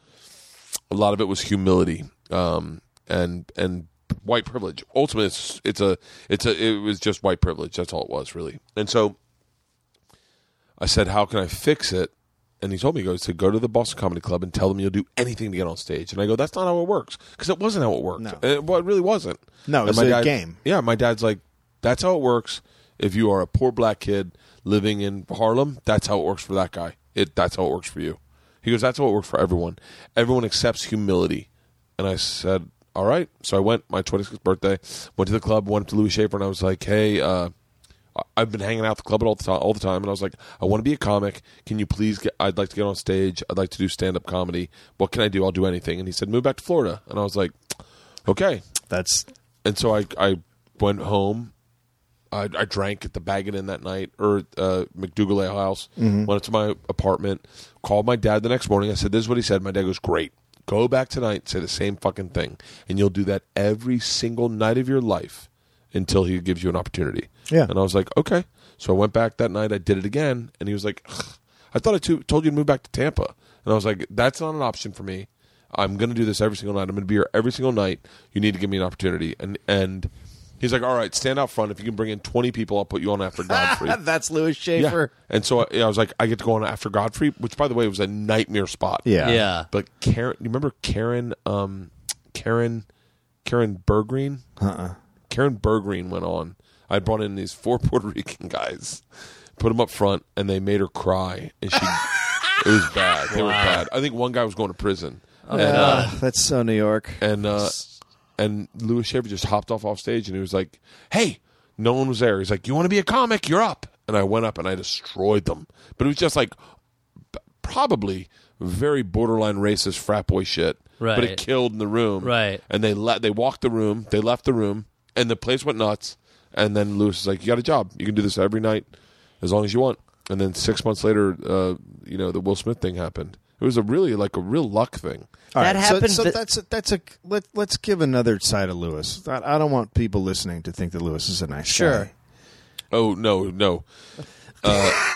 Speaker 1: A lot of it was humility um, and and white privilege. Ultimately, it's it's a it's a it was just white privilege. That's all it was really. And so I said, "How can I fix it?" And he told me, he goes, to go to the Boston Comedy Club and tell them you'll do anything to get on stage. And I go, that's not how it works. Because it wasn't how it worked.
Speaker 4: No.
Speaker 1: It, well, it really wasn't.
Speaker 4: No,
Speaker 1: And
Speaker 4: it's
Speaker 1: my
Speaker 4: a
Speaker 1: dad-
Speaker 4: game.
Speaker 1: Yeah, my dad's like, that's how it works. If you are a poor black kid living in Harlem, that's how it works for that guy. It That's how it works for you. He goes, that's how it works for everyone. Everyone accepts humility. And I said, all right. So I went, my 26th birthday, went to the club, went up to Louis Schaefer, and I was like, hey, uh, I- I've been hanging out at the club all the time, all the time, and I was like, I want to be a comic. Can you please? get I'd like to get on stage. I'd like to do stand up comedy. What can I do? I'll do anything. And he said, move back to Florida. And I was like, okay.
Speaker 4: That's
Speaker 1: And so I I went home. I, I drank at the Baggett Inn that night or uh, McDougal Ale House. Went up to my apartment, called my dad the next morning. I said, "This is what he said." My dad goes, "Great, go back tonight, say the same fucking thing, and you'll do that every single night of your life until he gives you an opportunity."
Speaker 4: Yeah.
Speaker 1: And I was like, "Okay." So I went back that night. I did it again, and he was like, "Ugh, "I thought I to- told you to move back to Tampa," and I was like, "That's not an option for me. I'm going to do this every single night. I'm going to be here every single night. You need to give me an opportunity." And and he's like, "All right, stand out front. If you can bring in 20 people, I'll put you on after Godfrey."
Speaker 4: that's Lewis
Speaker 1: yeah.
Speaker 4: Schaefer.
Speaker 1: And so I, I was like, "I get to go on after Godfrey," which by the way was a nightmare spot.
Speaker 4: Yeah.
Speaker 5: Yeah.
Speaker 1: But Karen, you remember Karen, um, Karen, Karen Bergreen? Uh-uh. Karen Bergreen went on. I brought in these four [LAUGHS] Puerto Rican guys, put them up front, and they made her cry. And she, it was bad. They were bad. I think one guy was going to prison. and, uh,
Speaker 4: Ugh, that's so New York.
Speaker 1: and uh, and Louis Schaefer just hopped off off stage and he was like, "Hey, no one was there." He's like, "You want to be a comic? You're up." And I went up and I destroyed them. But it was just like b- probably very borderline racist frat boy shit. But
Speaker 5: Right.
Speaker 1: it killed in the room.
Speaker 5: Right.
Speaker 1: And they le- they walked the room. They left the room, and the place went nuts. And then Lewis is like, "You got a job. You can do this every night, as long as you want." And then six months later, uh, you know, the Will Smith thing happened. It was a really like a real luck thing.
Speaker 4: All
Speaker 5: That
Speaker 4: so-
Speaker 5: happened
Speaker 4: So,
Speaker 5: th-
Speaker 4: that's a, that's a let let's give another side of Lewis. I, I don't want people listening to think that Lewis is a nice
Speaker 5: Sure.
Speaker 4: guy.
Speaker 1: Oh no, no. Uh,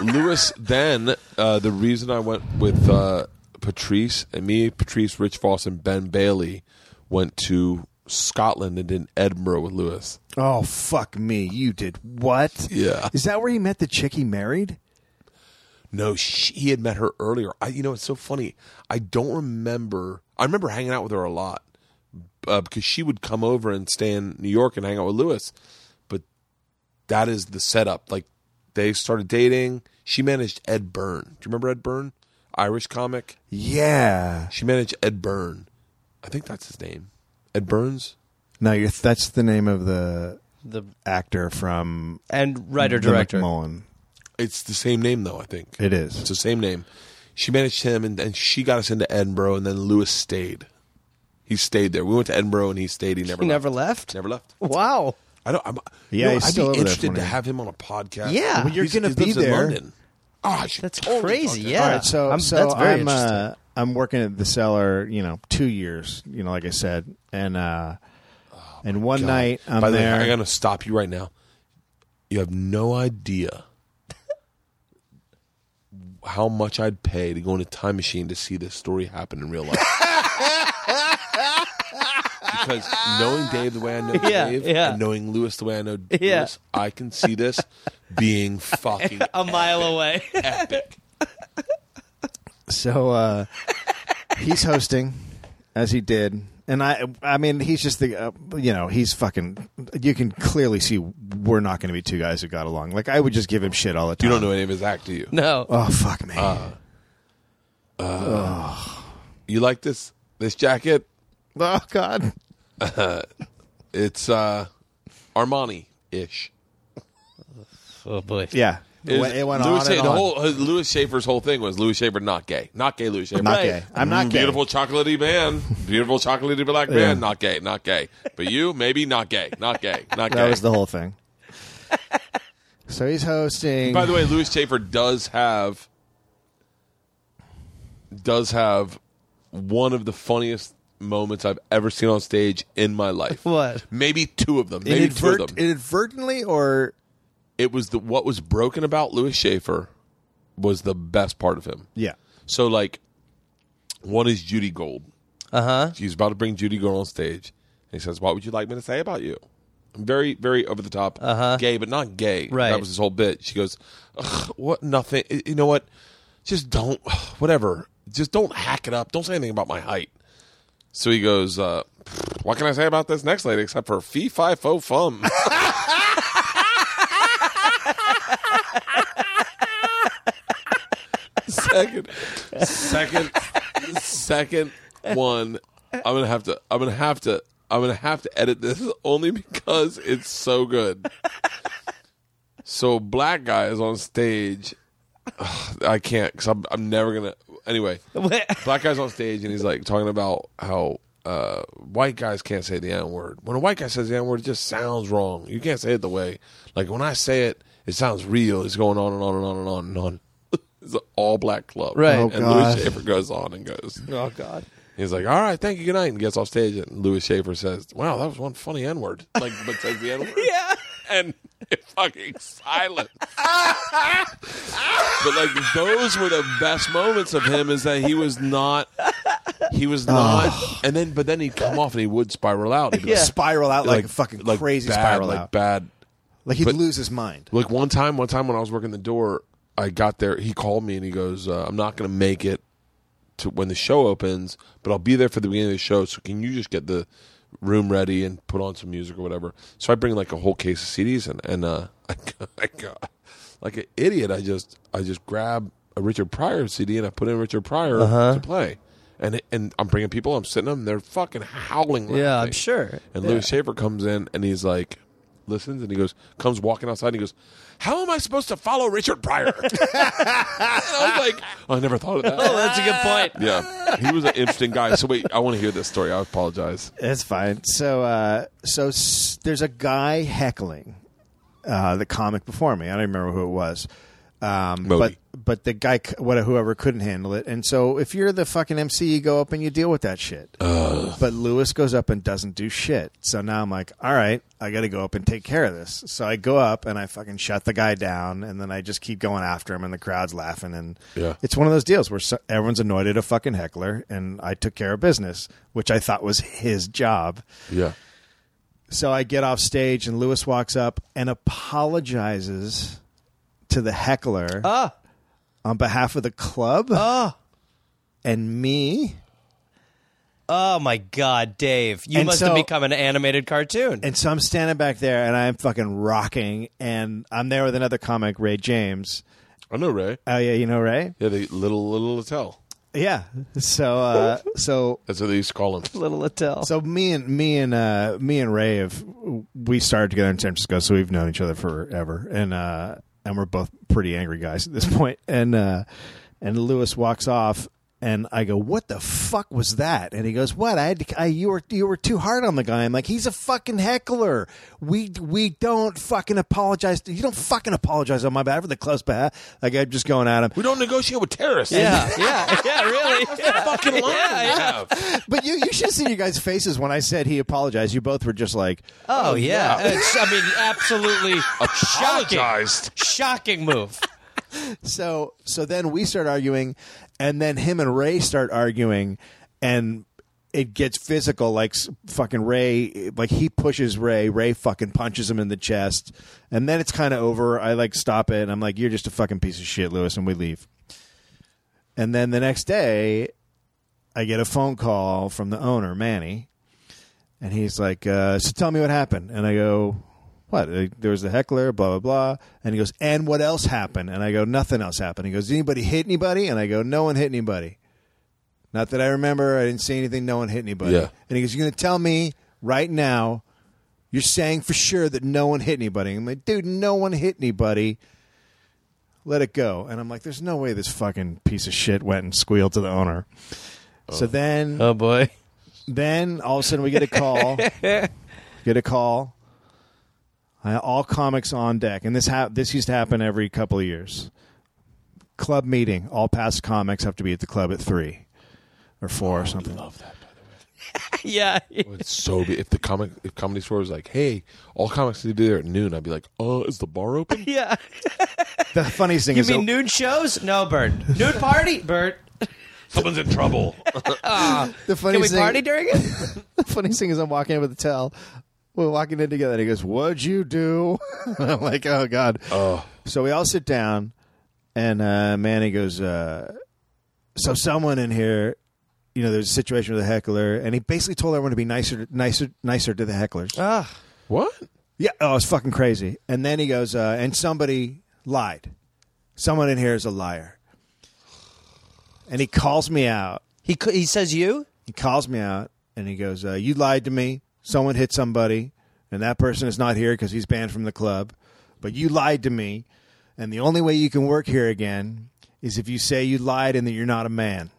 Speaker 1: Lewis. Then uh, the reason I went with uh, Patrice and me, Patrice, Rich Foss, and Ben Bailey went to Scotland and did Edinburgh with Lewis.
Speaker 4: Oh fuck me! You did what?
Speaker 1: Yeah.
Speaker 4: Is that where he met the chick he married?
Speaker 1: No, she, he had met her earlier. I, you know, it's so funny. I don't remember. I remember hanging out with her a lot uh, because she would come over and stay in New York and hang out with Lewis. But that is the setup. Like they started dating. She managed Ed Byrne. Do you remember Ed Byrne? Irish comic.
Speaker 4: Yeah.
Speaker 1: She managed Ed Byrne. I think that's his name. Ed Burns.
Speaker 4: No, you're, that's the name of the
Speaker 5: The
Speaker 4: actor from
Speaker 5: and writer director.
Speaker 4: The McMullen.
Speaker 1: It's the same name though. I think
Speaker 4: It is.
Speaker 1: It's the same name. She managed him, and, and she got us into Edinburgh, and then Lewis stayed. He stayed there. We went to Edinburgh, and he stayed. He never
Speaker 5: He
Speaker 1: left.
Speaker 5: never left.
Speaker 1: Never left.
Speaker 5: Wow.
Speaker 1: I don't. I'm,
Speaker 4: Yeah,
Speaker 1: you know,
Speaker 4: he's
Speaker 1: I'd
Speaker 4: still over
Speaker 1: be
Speaker 4: there
Speaker 1: interested
Speaker 4: for
Speaker 1: to
Speaker 4: me.
Speaker 1: have him on a podcast.
Speaker 5: Yeah. Well,
Speaker 4: you're
Speaker 1: He's-
Speaker 4: gonna
Speaker 1: he
Speaker 4: be
Speaker 1: lives in
Speaker 4: there.
Speaker 1: London. Oh, I should
Speaker 5: That's
Speaker 1: totally
Speaker 5: crazy.
Speaker 1: talk to him.
Speaker 5: Yeah.
Speaker 4: All right, so
Speaker 5: I'm-
Speaker 4: so
Speaker 5: that's very
Speaker 4: I'm
Speaker 5: interesting.
Speaker 4: uh, I'm working at the cellar, you know, two years, you know, like I said, and uh, and one
Speaker 1: Oh God.
Speaker 4: night I'm
Speaker 1: By the way,
Speaker 4: there.
Speaker 1: I'm gonna stop you right now. You have no idea how much I'd pay to go in a time machine to see this story happen in real life. because knowing Dave the way I know
Speaker 5: [LAUGHS] Yeah,
Speaker 1: Dave,
Speaker 5: yeah.
Speaker 1: and knowing Lewis the way I know Lewis,
Speaker 5: [LAUGHS] Yeah.
Speaker 1: I can see this being
Speaker 5: [LAUGHS]
Speaker 1: fucking
Speaker 5: A mile away.
Speaker 1: epic.
Speaker 4: So uh, he's hosting, as he did, And I, I mean, he's just the, uh, you know, he's fucking. You can clearly see we're not going to be two guys who got along. Like I would just give him shit all the
Speaker 1: You
Speaker 4: time.
Speaker 1: don't know Uh, any of his act, do you?
Speaker 5: [LAUGHS] No.
Speaker 4: Oh fuck me.
Speaker 1: You like this this jacket?
Speaker 4: oh god.
Speaker 1: It's uh Armani ish.
Speaker 5: Oh boy.
Speaker 4: Yeah. It, went- it went on
Speaker 1: Louis
Speaker 4: and
Speaker 1: the
Speaker 4: on.
Speaker 1: whole his- Louis Schaefer's whole thing was Louis Schaefer not gay, not gay. Louis Schaefer,
Speaker 4: not
Speaker 1: Right. Mm,
Speaker 4: gay. I'm not gay.
Speaker 1: Beautiful chocolatey man, beautiful chocolatey black man, not gay, not gay. But you, maybe not gay, not gay, not gay.
Speaker 4: That was the whole thing. [LAUGHS] so he's hosting.
Speaker 1: By the way, Louis Schaefer does have does have one of the funniest moments I've ever seen on stage in my life.
Speaker 5: What?
Speaker 1: Maybe two of them. Maybe two of
Speaker 4: Inadvert-
Speaker 1: them. It,
Speaker 4: inadvertently or
Speaker 1: was the what was broken about Louis Schaefer was the best part of him.
Speaker 4: yeah.
Speaker 1: So like, what is Judy Gold? Uh huh. She's about to bring Judy Gold on stage, and he says, "What would you like me to say about you?" I'm very, very over the top, uh-huh. gay, but not gay.
Speaker 5: Right.
Speaker 1: That was his whole bit. She goes, Ugh, "What? Nothing. Y- You know what? Just don't. [SIGHS] Whatever. Just don't hack it up. Don't say anything about my height." So he goes, uh, "What can I say about this next lady except for fee fi fo fum?" [LAUGHS] second, second, second one. I'm gonna have to. I'm gonna have to. I'm gonna have to edit this [LAUGHS] only because it's so good. So a black guy is on stage. Ugh, I can't because I'm, I'm never gonna. Anyway, black guy's on stage and he's like talking about how uh, white guys can't say the N word. When a white guy says the N word, it just sounds wrong. You can't say it the way. Like when I say it, it sounds real. It's going on and on and on and on and on. [LAUGHS] it's an all black club,
Speaker 5: Right. Oh,
Speaker 1: and
Speaker 4: God.
Speaker 1: Louis Schaefer goes on and goes.
Speaker 5: Oh god.
Speaker 1: He's like, "All right, thank you, good night," and gets off stage. And Louis Schaefer says, "Wow, that was one funny N word." Like, but says the N
Speaker 5: [LAUGHS]
Speaker 1: word. yeah. And it fucking silent. but like, those were the best moments of him is that he was not, he was not, and then but then he'd come off and he would spiral out. He'd be like,
Speaker 4: Spiral out like, a
Speaker 1: like-
Speaker 4: fucking
Speaker 1: like
Speaker 4: crazy
Speaker 1: bad,
Speaker 4: spiral
Speaker 1: like
Speaker 4: out.
Speaker 1: bad.
Speaker 4: like he'd
Speaker 1: but-
Speaker 4: lose his mind.
Speaker 1: Like one time, one time when I was working the door, I got there. He called me and he goes, uh, "I'm not going to make it to when the show opens, but I'll be there for the beginning of the show. So can you just get the room ready and put on some music or whatever?" So I bring like a whole case of CDs and and uh, [LAUGHS] I, go- I go- like an idiot, I just I just grab a Richard Pryor CD and I put in Richard Pryor
Speaker 5: Uh-huh.
Speaker 1: to play. And, and I'm bringing people. I'm sitting them. They're fucking howling.
Speaker 5: Yeah, I'm
Speaker 1: laughing.
Speaker 5: sure.
Speaker 1: And Louis Schaefer comes in and he's like, listens and he goes, comes walking outside and he goes, How am I supposed to follow Richard Pryor? [LAUGHS] and I was like, I never thought of
Speaker 5: Oh,
Speaker 1: that.
Speaker 5: that's a good point.
Speaker 1: yeah. He was an interesting guy. So wait, I want to hear this story. I apologize.
Speaker 4: It's fine. So, uh, so s- there's a guy heckling uh, the comic before me. I don't remember who it was, um, but
Speaker 1: Modi.
Speaker 4: but the guy, c- what whoever couldn't handle it. And so, if you're the fucking MC, you go up and you deal with that shit. But Lewis goes up and doesn't do shit. So now I'm like, all right, I got to go up and take care of this. So I go up and I fucking shut the guy down, and then I just keep going after him, and the crowd's laughing, and
Speaker 1: Yeah.
Speaker 4: it's one of those deals where so- everyone's annoyed at a fucking heckler, and I took care of business, which I thought was his job.
Speaker 1: Yeah.
Speaker 4: So I get off stage, and Lewis walks up and apologizes to the heckler on behalf of the club and me.
Speaker 5: Oh my god, Dave. You
Speaker 4: And
Speaker 5: must
Speaker 4: so-
Speaker 5: have become an animated cartoon.
Speaker 4: And so I'm standing back there, and I'm fucking rocking, and I'm there with another comic, Ray James.
Speaker 1: I know, Ray.
Speaker 4: Oh yeah, you know Ray.
Speaker 1: Yeah, the little little Littell.
Speaker 4: Yeah. So uh, so
Speaker 1: That's what they used to call him.
Speaker 5: Little Attell.
Speaker 4: So me and me and uh, me and Ray have we started together in San Francisco, so we've known each other forever, and uh, and we're both pretty angry guys at this [LAUGHS] point. And uh, and Lewis walks off, and I go, "What the fuck was that?" And he goes, "What? I, had to, I you were you were too hard on the guy." I'm like, "He's a fucking heckler. We we don't fucking apologize. You don't fucking apologize on my behalf or the club's behalf." Like I'm just going at him.
Speaker 1: [LAUGHS] [LAUGHS] We don't negotiate with terrorists.
Speaker 4: [LAUGHS]
Speaker 5: yeah, yeah, yeah, really. Yeah.
Speaker 1: [LAUGHS] Fucking line
Speaker 5: Yeah,
Speaker 1: we have.
Speaker 4: But you you should have seen your guys' faces when I said he apologized. You both were just like.
Speaker 5: Oh yeah. It's, I mean, absolutely shocking.
Speaker 1: Apologized.
Speaker 5: Shocking move.
Speaker 4: So so then we start arguing, and then him and Ray start arguing, and it gets physical. Like s- fucking Ray, like he pushes Ray. Ray fucking punches him in the chest, and then it's kind of over. I like stop it, and I'm like, "You're just a fucking piece of shit, Lewis," and we leave. And then the next day, I get a phone call from the owner, Manny, And he's like, uh, so tell me what happened. And I go, what? Uh, There was the heckler, blah, blah, blah. And he goes, and what else happened? And I go, nothing else happened. He goes, did anybody hit anybody? And I go, no one hit anybody. Not that I remember. I didn't see anything. No one hit anybody.
Speaker 1: Yeah.
Speaker 4: And he goes, you're going to tell me right now you're saying for sure that no one hit anybody. I'm like, dude, no one hit anybody. Let it go. And I'm like, there's no way this fucking piece of shit went and squealed to the owner. So then
Speaker 5: Oh boy.
Speaker 4: then all of a sudden we get a call get a call uh, all comics on deck and this ha- this used to happen every couple of years club meeting all past comics have to be at the club at 3 or 4
Speaker 5: Oh,
Speaker 4: or something
Speaker 1: Love that. by the
Speaker 5: [LAUGHS] yeah.
Speaker 1: way. It's so be- if the comic if comedy store was like, hey, all comics need to be there at noon, I'd be like, uh, is the bar open?
Speaker 5: Yeah.
Speaker 4: the funniest thing
Speaker 5: You
Speaker 4: is
Speaker 5: mean
Speaker 4: that-
Speaker 5: nude shows? No, Bert. Nude party? Bert.
Speaker 1: Someone's in trouble.
Speaker 4: the
Speaker 5: Can we
Speaker 4: funniest
Speaker 5: party
Speaker 4: thing
Speaker 5: during it?
Speaker 4: the funniest thing is I'm walking in with the tell we're walking in together and he goes what'd you do [LAUGHS] I'm like oh god
Speaker 1: Oh.
Speaker 4: So we all sit down, and uh, Manny goes, uh, "So someone in here, you know, there's a situation with a heckler, and he basically told everyone to be nicer, nicer, nicer to the hecklers."
Speaker 5: Ugh.
Speaker 1: what?
Speaker 4: yeah, oh, it's fucking crazy. And then he goes, uh, "And somebody lied. Someone in here is a liar." And he calls me out.
Speaker 5: He cou- he says you?
Speaker 4: He calls me out, and he goes, uh, "You lied to me. Someone hit somebody, and that person is not here because he's banned from the club. But you lied to me, and the only way you can work here again is if you say you lied and that you're not a man."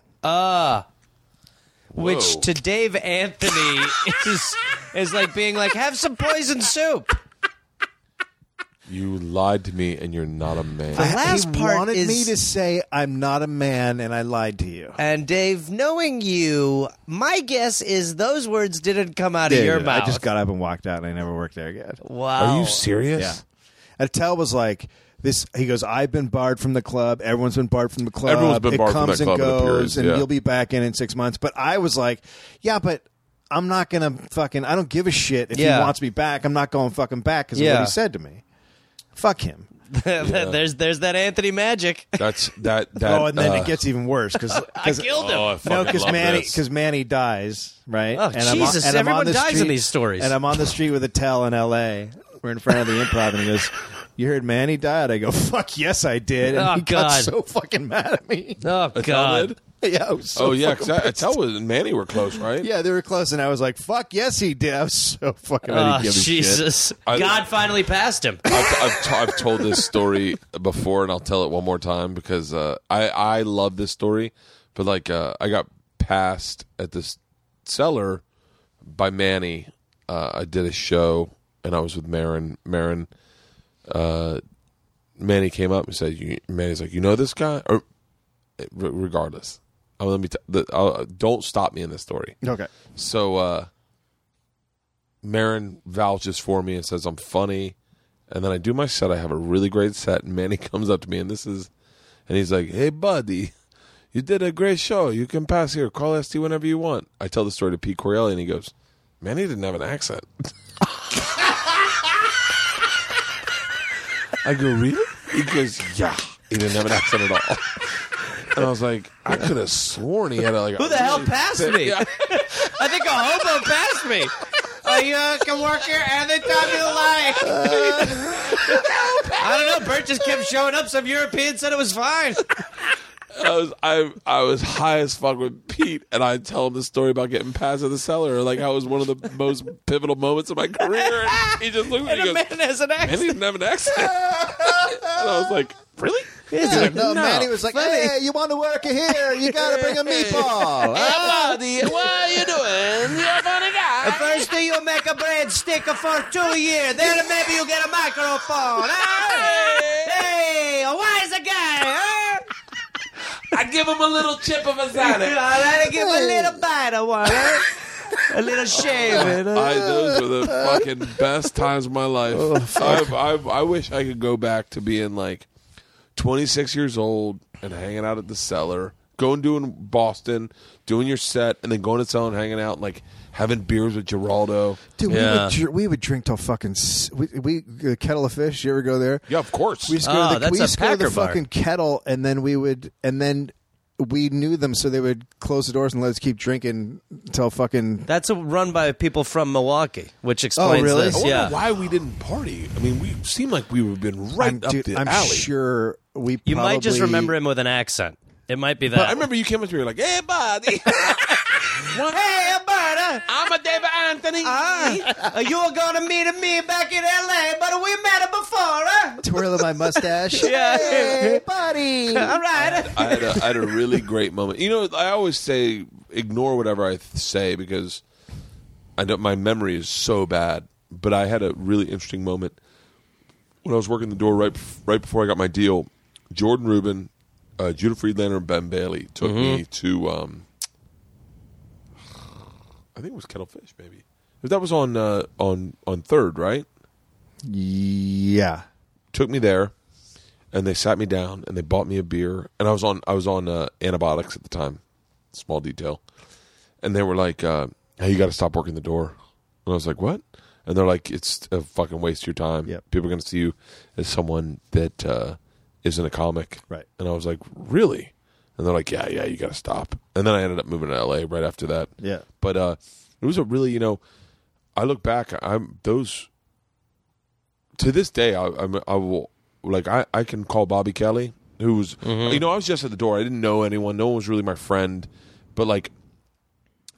Speaker 5: Which to Dave Anthony [LAUGHS] is is like being like, have some poison soup.
Speaker 4: Uh,
Speaker 1: You lied to me and you're not a man.
Speaker 5: The last
Speaker 4: he
Speaker 5: part
Speaker 4: wanted
Speaker 5: is
Speaker 4: me to say I'm not a man and I lied to you.
Speaker 5: And Dave, knowing you, my guess is those words didn't come out of your
Speaker 4: Dude,
Speaker 5: mouth.
Speaker 4: I just got up and walked out, and I never worked there again.
Speaker 5: wow.
Speaker 1: Are you
Speaker 5: [LAUGHS]
Speaker 1: serious?
Speaker 4: Yeah, Attell was like. This he goes. I've been barred from the club. Everyone's been barred from the club.
Speaker 1: Everyone's been
Speaker 4: it
Speaker 1: barred from
Speaker 4: comes
Speaker 1: that club
Speaker 4: and
Speaker 1: in a period,
Speaker 4: goes, and
Speaker 1: yeah.
Speaker 4: you'll be back in in six months. But I was like, yeah, but I'm not gonna fucking. I don't give a shit if
Speaker 5: Yeah.
Speaker 4: he wants me back. I'm not going fucking back because of
Speaker 5: Yeah.
Speaker 4: what he said to me. Fuck him.
Speaker 5: there's there's that
Speaker 4: [LAUGHS]
Speaker 5: Anthony magic.
Speaker 1: That's that that
Speaker 4: oh, and then
Speaker 1: uh,
Speaker 4: it gets even
Speaker 1: [LAUGHS]
Speaker 4: worse because
Speaker 5: I killed him.
Speaker 1: Oh, I
Speaker 4: No,
Speaker 1: fucking
Speaker 4: because
Speaker 1: love
Speaker 4: Manny,
Speaker 1: this.
Speaker 4: because Manny dies, right?
Speaker 5: Oh, Jesus, everyone dies in these stories.
Speaker 4: And I'm on the street with a tell in L.A. We're in front of the improv, and he goes, "You heard Manny died?" I go, "Fuck yes, I did." And
Speaker 5: Oh,
Speaker 4: he got
Speaker 5: God.
Speaker 4: so fucking mad at me.
Speaker 5: oh
Speaker 1: Tell
Speaker 5: God.
Speaker 1: did?
Speaker 4: [LAUGHS] yeah, I was so
Speaker 1: uh, Oh yeah,
Speaker 4: fucking
Speaker 1: because Attell was- and Manny were close, right?
Speaker 4: mad. yeah, they were close, and I was like, "Fuck yes, he did." I was so fucking. I
Speaker 5: Oh,
Speaker 4: didn't give a shit.
Speaker 5: Jesus.
Speaker 1: I-
Speaker 5: God finally passed him.
Speaker 1: I've, I've, t- I've told this story before, and I'll tell it one more time because uh, I I love this story. But like, uh, I got passed at this cellar by Manny. Uh, I did a show, and I was with Marin. Marin, uh, Manny came up and said, you, "Manny's like, you know this guy?" Or re- regardless, oh, let me. T- the, I'll, don't stop me in this story.
Speaker 4: Okay,
Speaker 1: So uh Marin vouches for me and says I'm funny. And then I do my set. I have a really great set. And Manny [LAUGHS] comes up to me and this is and he's like, Hey buddy, you did a great show. You can pass here. Call ST whenever you want. I tell the story to Pete Corelli and he goes, Manny didn't have an accent. [LAUGHS] I go, Really? He goes, Yeah. He didn't have an accent at all. [LAUGHS] And I was like, I could have sworn he had a, like a
Speaker 5: Who the hell passed
Speaker 1: [LAUGHS]
Speaker 5: me?
Speaker 1: Yeah.
Speaker 5: I think a hobo passed me. Are you a fucking worker at the time of the life? I don't know. Bert just kept showing up. Some European said it was fine.
Speaker 1: I was I I was high as fuck with Pete, and I tell him the story about getting passed at the cellar, like how it was one of the most pivotal moments of my career. And [LAUGHS] he just looked at
Speaker 5: And
Speaker 1: me
Speaker 5: a
Speaker 1: and
Speaker 5: man
Speaker 1: goes,
Speaker 5: has an
Speaker 1: "Man, [LAUGHS] he
Speaker 5: accent.
Speaker 1: didn't have an accent." and I was like, "Really?" He's
Speaker 4: Yeah,
Speaker 1: like,
Speaker 4: no, uh, Manny was like, "Hey, you want to work here? You gotta
Speaker 5: [LAUGHS]
Speaker 4: bring a meatball."
Speaker 1: buddy, Ah, what are you doing? You're a funny guy."
Speaker 5: First thing you make a bread sticker for two years, then maybe you get a microphone. Hey, hey a wise guy. Huh?
Speaker 1: I give him a little chip of a
Speaker 5: [LAUGHS]
Speaker 1: salad.
Speaker 5: I gotta give a little bite of one. Huh? A
Speaker 1: [LAUGHS]
Speaker 5: little shaving.
Speaker 1: I, those were the fucking best times of my life. I've, I've, I wish I could go back to being like 26 years old and hanging out at the cellar, going doing Boston, doing your set, and then going to cellar and hanging out, like having beers with Geraldo.
Speaker 4: Dude, we,
Speaker 5: Yeah.
Speaker 4: would, dr- we would drink till fucking s- we, we uh, kettle of fish. You ever go there?
Speaker 1: Yeah, of course.
Speaker 4: We just go
Speaker 5: Oh,
Speaker 4: to the,
Speaker 5: that's
Speaker 4: we
Speaker 5: a
Speaker 4: just go to the
Speaker 5: Packer bar.
Speaker 4: fucking kettle, and then we would, and then we knew them, so they would close the doors and let us keep drinking until fucking.
Speaker 5: That's a run by people from Milwaukee, which explains
Speaker 4: really?
Speaker 1: I
Speaker 5: this.
Speaker 1: wonder
Speaker 5: Yeah.
Speaker 1: why we didn't party. I mean, we seemed like we would have been right
Speaker 4: I'm,
Speaker 1: up
Speaker 4: dude,
Speaker 1: the
Speaker 4: I'm
Speaker 1: alley.
Speaker 4: sure we.
Speaker 5: You might just
Speaker 4: probably-
Speaker 5: remember him with an accent. It might be that.
Speaker 1: But I remember you came up to me you were like, "Hey,
Speaker 4: [LAUGHS]
Speaker 1: buddy,
Speaker 5: Hey, buddy,
Speaker 1: I'm a David Anthony."
Speaker 5: uh, you were gonna meet me back in L.A., but we met before. Uh.
Speaker 4: twirling
Speaker 5: [LAUGHS]
Speaker 4: my mustache.
Speaker 5: Yeah.
Speaker 4: hey, buddy.
Speaker 5: All right.
Speaker 1: I had, a, I had a really great moment. You know, I always say ignore whatever I th- say because I don't. My memory is so bad, but I had a really interesting moment when I was working the door right bef- right before I got my deal. Jordan Rubin, uh, Judah Friedlander, and Ben Bailey took me to. Um, I think it was Kettlefish, maybe. That was on uh, on on third, right?
Speaker 4: Yeah.
Speaker 1: took me there and they sat me down and they bought me a beer and i was on i was on uh, antibiotics at the time small detail and they were like uh, hey you got to stop working the door and i was like what and they're like it's a fucking waste of your time
Speaker 4: Yep.
Speaker 1: people are going to see you as someone that uh, isn't a comic
Speaker 4: Right.
Speaker 1: and i was like really and they're like yeah yeah you got to stop and then i ended up moving to la right after that
Speaker 4: Yeah.
Speaker 1: but uh, it was a really, you know, I look back, I'm those to this day, I, I'm, I will like I, I can call Bobby Kelly, who was you know I was just at the door, I didn't know anyone, no one was really my friend, but like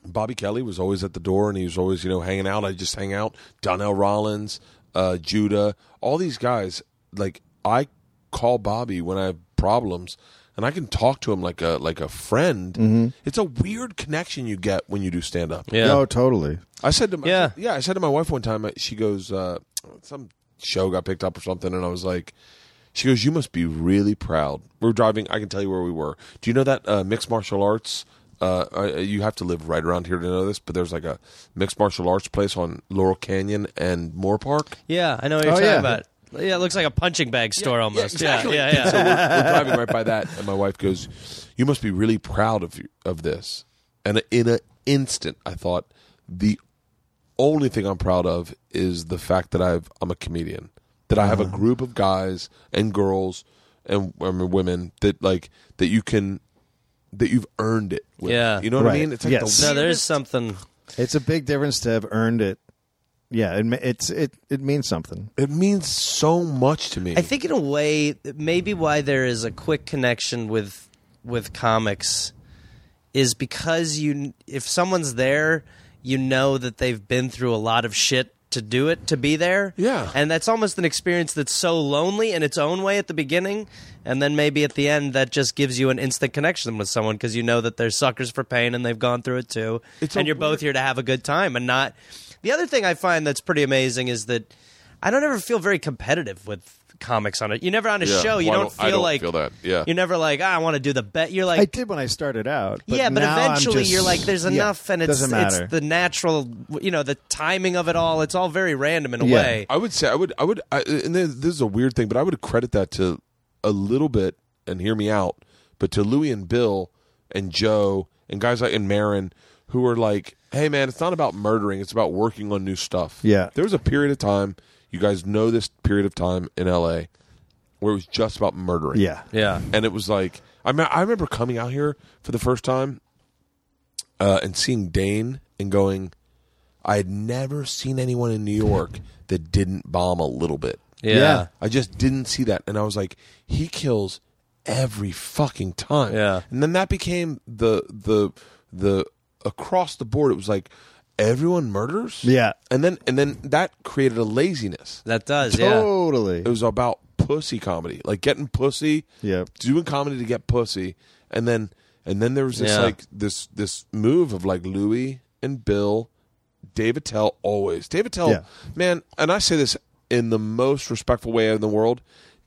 Speaker 1: Bobby Kelly was always at the door and he was always, you know, hanging out. I just hang out. Donnell Rollins, uh, Judah, all these guys. Like I call Bobby when I have problems and I can talk to him like a like a friend. It's a weird connection you get when you do stand up.
Speaker 5: Yeah.
Speaker 4: Oh, totally.
Speaker 1: I said to my,
Speaker 5: Yeah.
Speaker 1: yeah, I said to my wife one time. uh, She goes, uh, some show got picked up or something, and I was like, she goes, you must be really proud. We're driving. I can tell you where we were. Do you know that uh, mixed martial arts? Uh, uh, you have to live right around here to know this, but there's like a mixed martial arts place on Laurel Canyon and Moore Park.
Speaker 5: Yeah, I know what you're
Speaker 4: Oh,
Speaker 5: talking
Speaker 4: yeah.
Speaker 5: about. Yeah, it looks like a punching bag store almost. Yeah,
Speaker 1: exactly.
Speaker 5: yeah, yeah.
Speaker 1: So we're, we're driving right by that, and my wife goes, "You must be really proud of you, of this." And in an instant, I thought, the only thing I'm proud of is the fact that I've I'm a comedian, that I have a
Speaker 4: Uh-huh.
Speaker 1: group of guys and girls and I mean, women that like that you can that you've earned it. With.
Speaker 5: Yeah.
Speaker 1: you know what I
Speaker 4: Right.
Speaker 1: mean. It's like
Speaker 4: Yes.
Speaker 1: the
Speaker 5: no, there is
Speaker 1: weirdest-
Speaker 5: something.
Speaker 4: It's a big difference to have earned it. Yeah, it, ma- it's it it means something.
Speaker 1: it means so much to me.
Speaker 5: I think in a way, maybe why there is a quick connection with with comics is because you, if someone's there, you know that they've been through a lot of shit to do it to be there.
Speaker 1: Yeah.
Speaker 5: and that's almost an experience that's so lonely in its own way at the beginning, and then maybe at the end that just gives you an instant connection with someone because you know that they're suckers for pain and they've gone through it too,
Speaker 1: It's so
Speaker 5: and you're both
Speaker 1: weird.
Speaker 5: here to have a good time and not. The other thing I find that's pretty amazing is that I don't ever feel very competitive with comics on it. You never on a
Speaker 1: Yeah.
Speaker 5: show, you
Speaker 1: Well, I
Speaker 5: don't
Speaker 1: don't-
Speaker 5: feel
Speaker 1: I don't
Speaker 5: like
Speaker 1: feel that. Yeah.
Speaker 5: you're never like "Ah, I want to do the bet. You're like
Speaker 4: I did when I started out. But
Speaker 5: yeah, but
Speaker 4: now I'm
Speaker 5: eventually
Speaker 4: just-
Speaker 5: you're like, there's
Speaker 4: yeah,
Speaker 5: enough, and it's
Speaker 4: doesn't matter.
Speaker 5: it's the natural, you know, the timing of it all. It's all very random in a
Speaker 4: Yeah.
Speaker 5: way.
Speaker 1: I would say I would I would I, and this, this is a weird thing, but I would credit that to a little bit and hear me out, but to Louie and Bill and Joe and guys like and Marin who are like, hey man, it's not about murdering, it's about working on new stuff.
Speaker 4: Yeah.
Speaker 1: there was a period of time, you guys know this period of time in L.A. where it was just about murdering.
Speaker 4: yeah,
Speaker 5: yeah,
Speaker 1: and it was like I me- I remember coming out here for the first time uh, and seeing Dane and going, I had never seen anyone in New York that didn't bomb a little bit.
Speaker 4: Yeah.
Speaker 1: I just didn't see that, and I was like, he kills every fucking time.
Speaker 5: Yeah.
Speaker 1: and then that became the the the across the board. It was like everyone murders.
Speaker 4: Yeah.
Speaker 1: and then and then that created a laziness.
Speaker 5: that does. Yeah,
Speaker 4: totally.
Speaker 1: It was about pussy comedy, like getting pussy.
Speaker 4: Yep.
Speaker 1: doing comedy to get pussy, and then and then there was this
Speaker 5: Yeah.
Speaker 1: like this this move of like Louis and Bill, David Tell always David Tell
Speaker 4: Yeah.
Speaker 1: man, and I say this in the most respectful way in the world.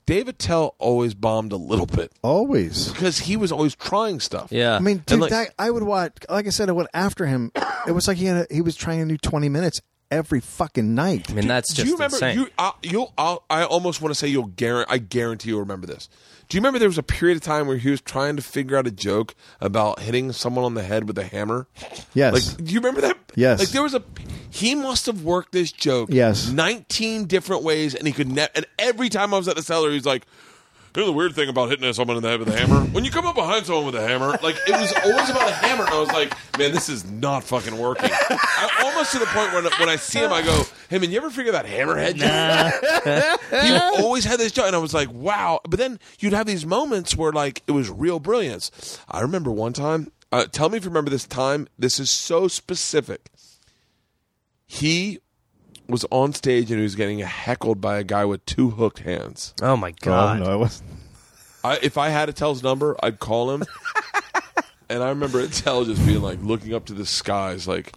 Speaker 1: David Tell always bombed a little bit
Speaker 4: Always.
Speaker 1: because he was always trying stuff.
Speaker 5: yeah.
Speaker 4: I mean, dude,
Speaker 1: like-
Speaker 4: that, I would watch. Like I said, I went after him. It was like he had a, he was trying to do twenty minutes every fucking night.
Speaker 5: I mean, that's
Speaker 1: Do
Speaker 5: just
Speaker 1: you remember?
Speaker 5: insane.
Speaker 1: You, I, you'll. I'll, I almost want to say you'll guarantee. I guarantee you'll remember this. Do you remember there was a period of time where he was trying to figure out a joke about hitting someone on the head with a hammer?
Speaker 4: Yes.
Speaker 1: Like, do you remember that?
Speaker 4: Yes.
Speaker 1: Like there was a. He must have worked this joke.
Speaker 4: Yes.
Speaker 1: Nineteen different ways, and he could. Ne- and every time I was at the cellar, he was like. here's the weird thing about hitting someone in the head with a hammer. When you come up behind someone with a hammer, like it was always about a hammer, and I was like, man, this is not fucking working. I, almost to the point when when I see him, I go, hey man, you ever figure that hammerhead? [LAUGHS] he always had this joke, and I was like, wow. But then you'd have these moments where like it was real brilliance. I remember one time. Uh, tell me if you remember this time. This is so specific. He was on stage and he was getting heckled by a guy with two hooked hands.
Speaker 5: Oh my
Speaker 4: Oh,
Speaker 5: god!
Speaker 4: no, it wasn't.
Speaker 1: I, if I had Attell's number, I'd call him. and I remember Attell just being like looking up to the skies, like,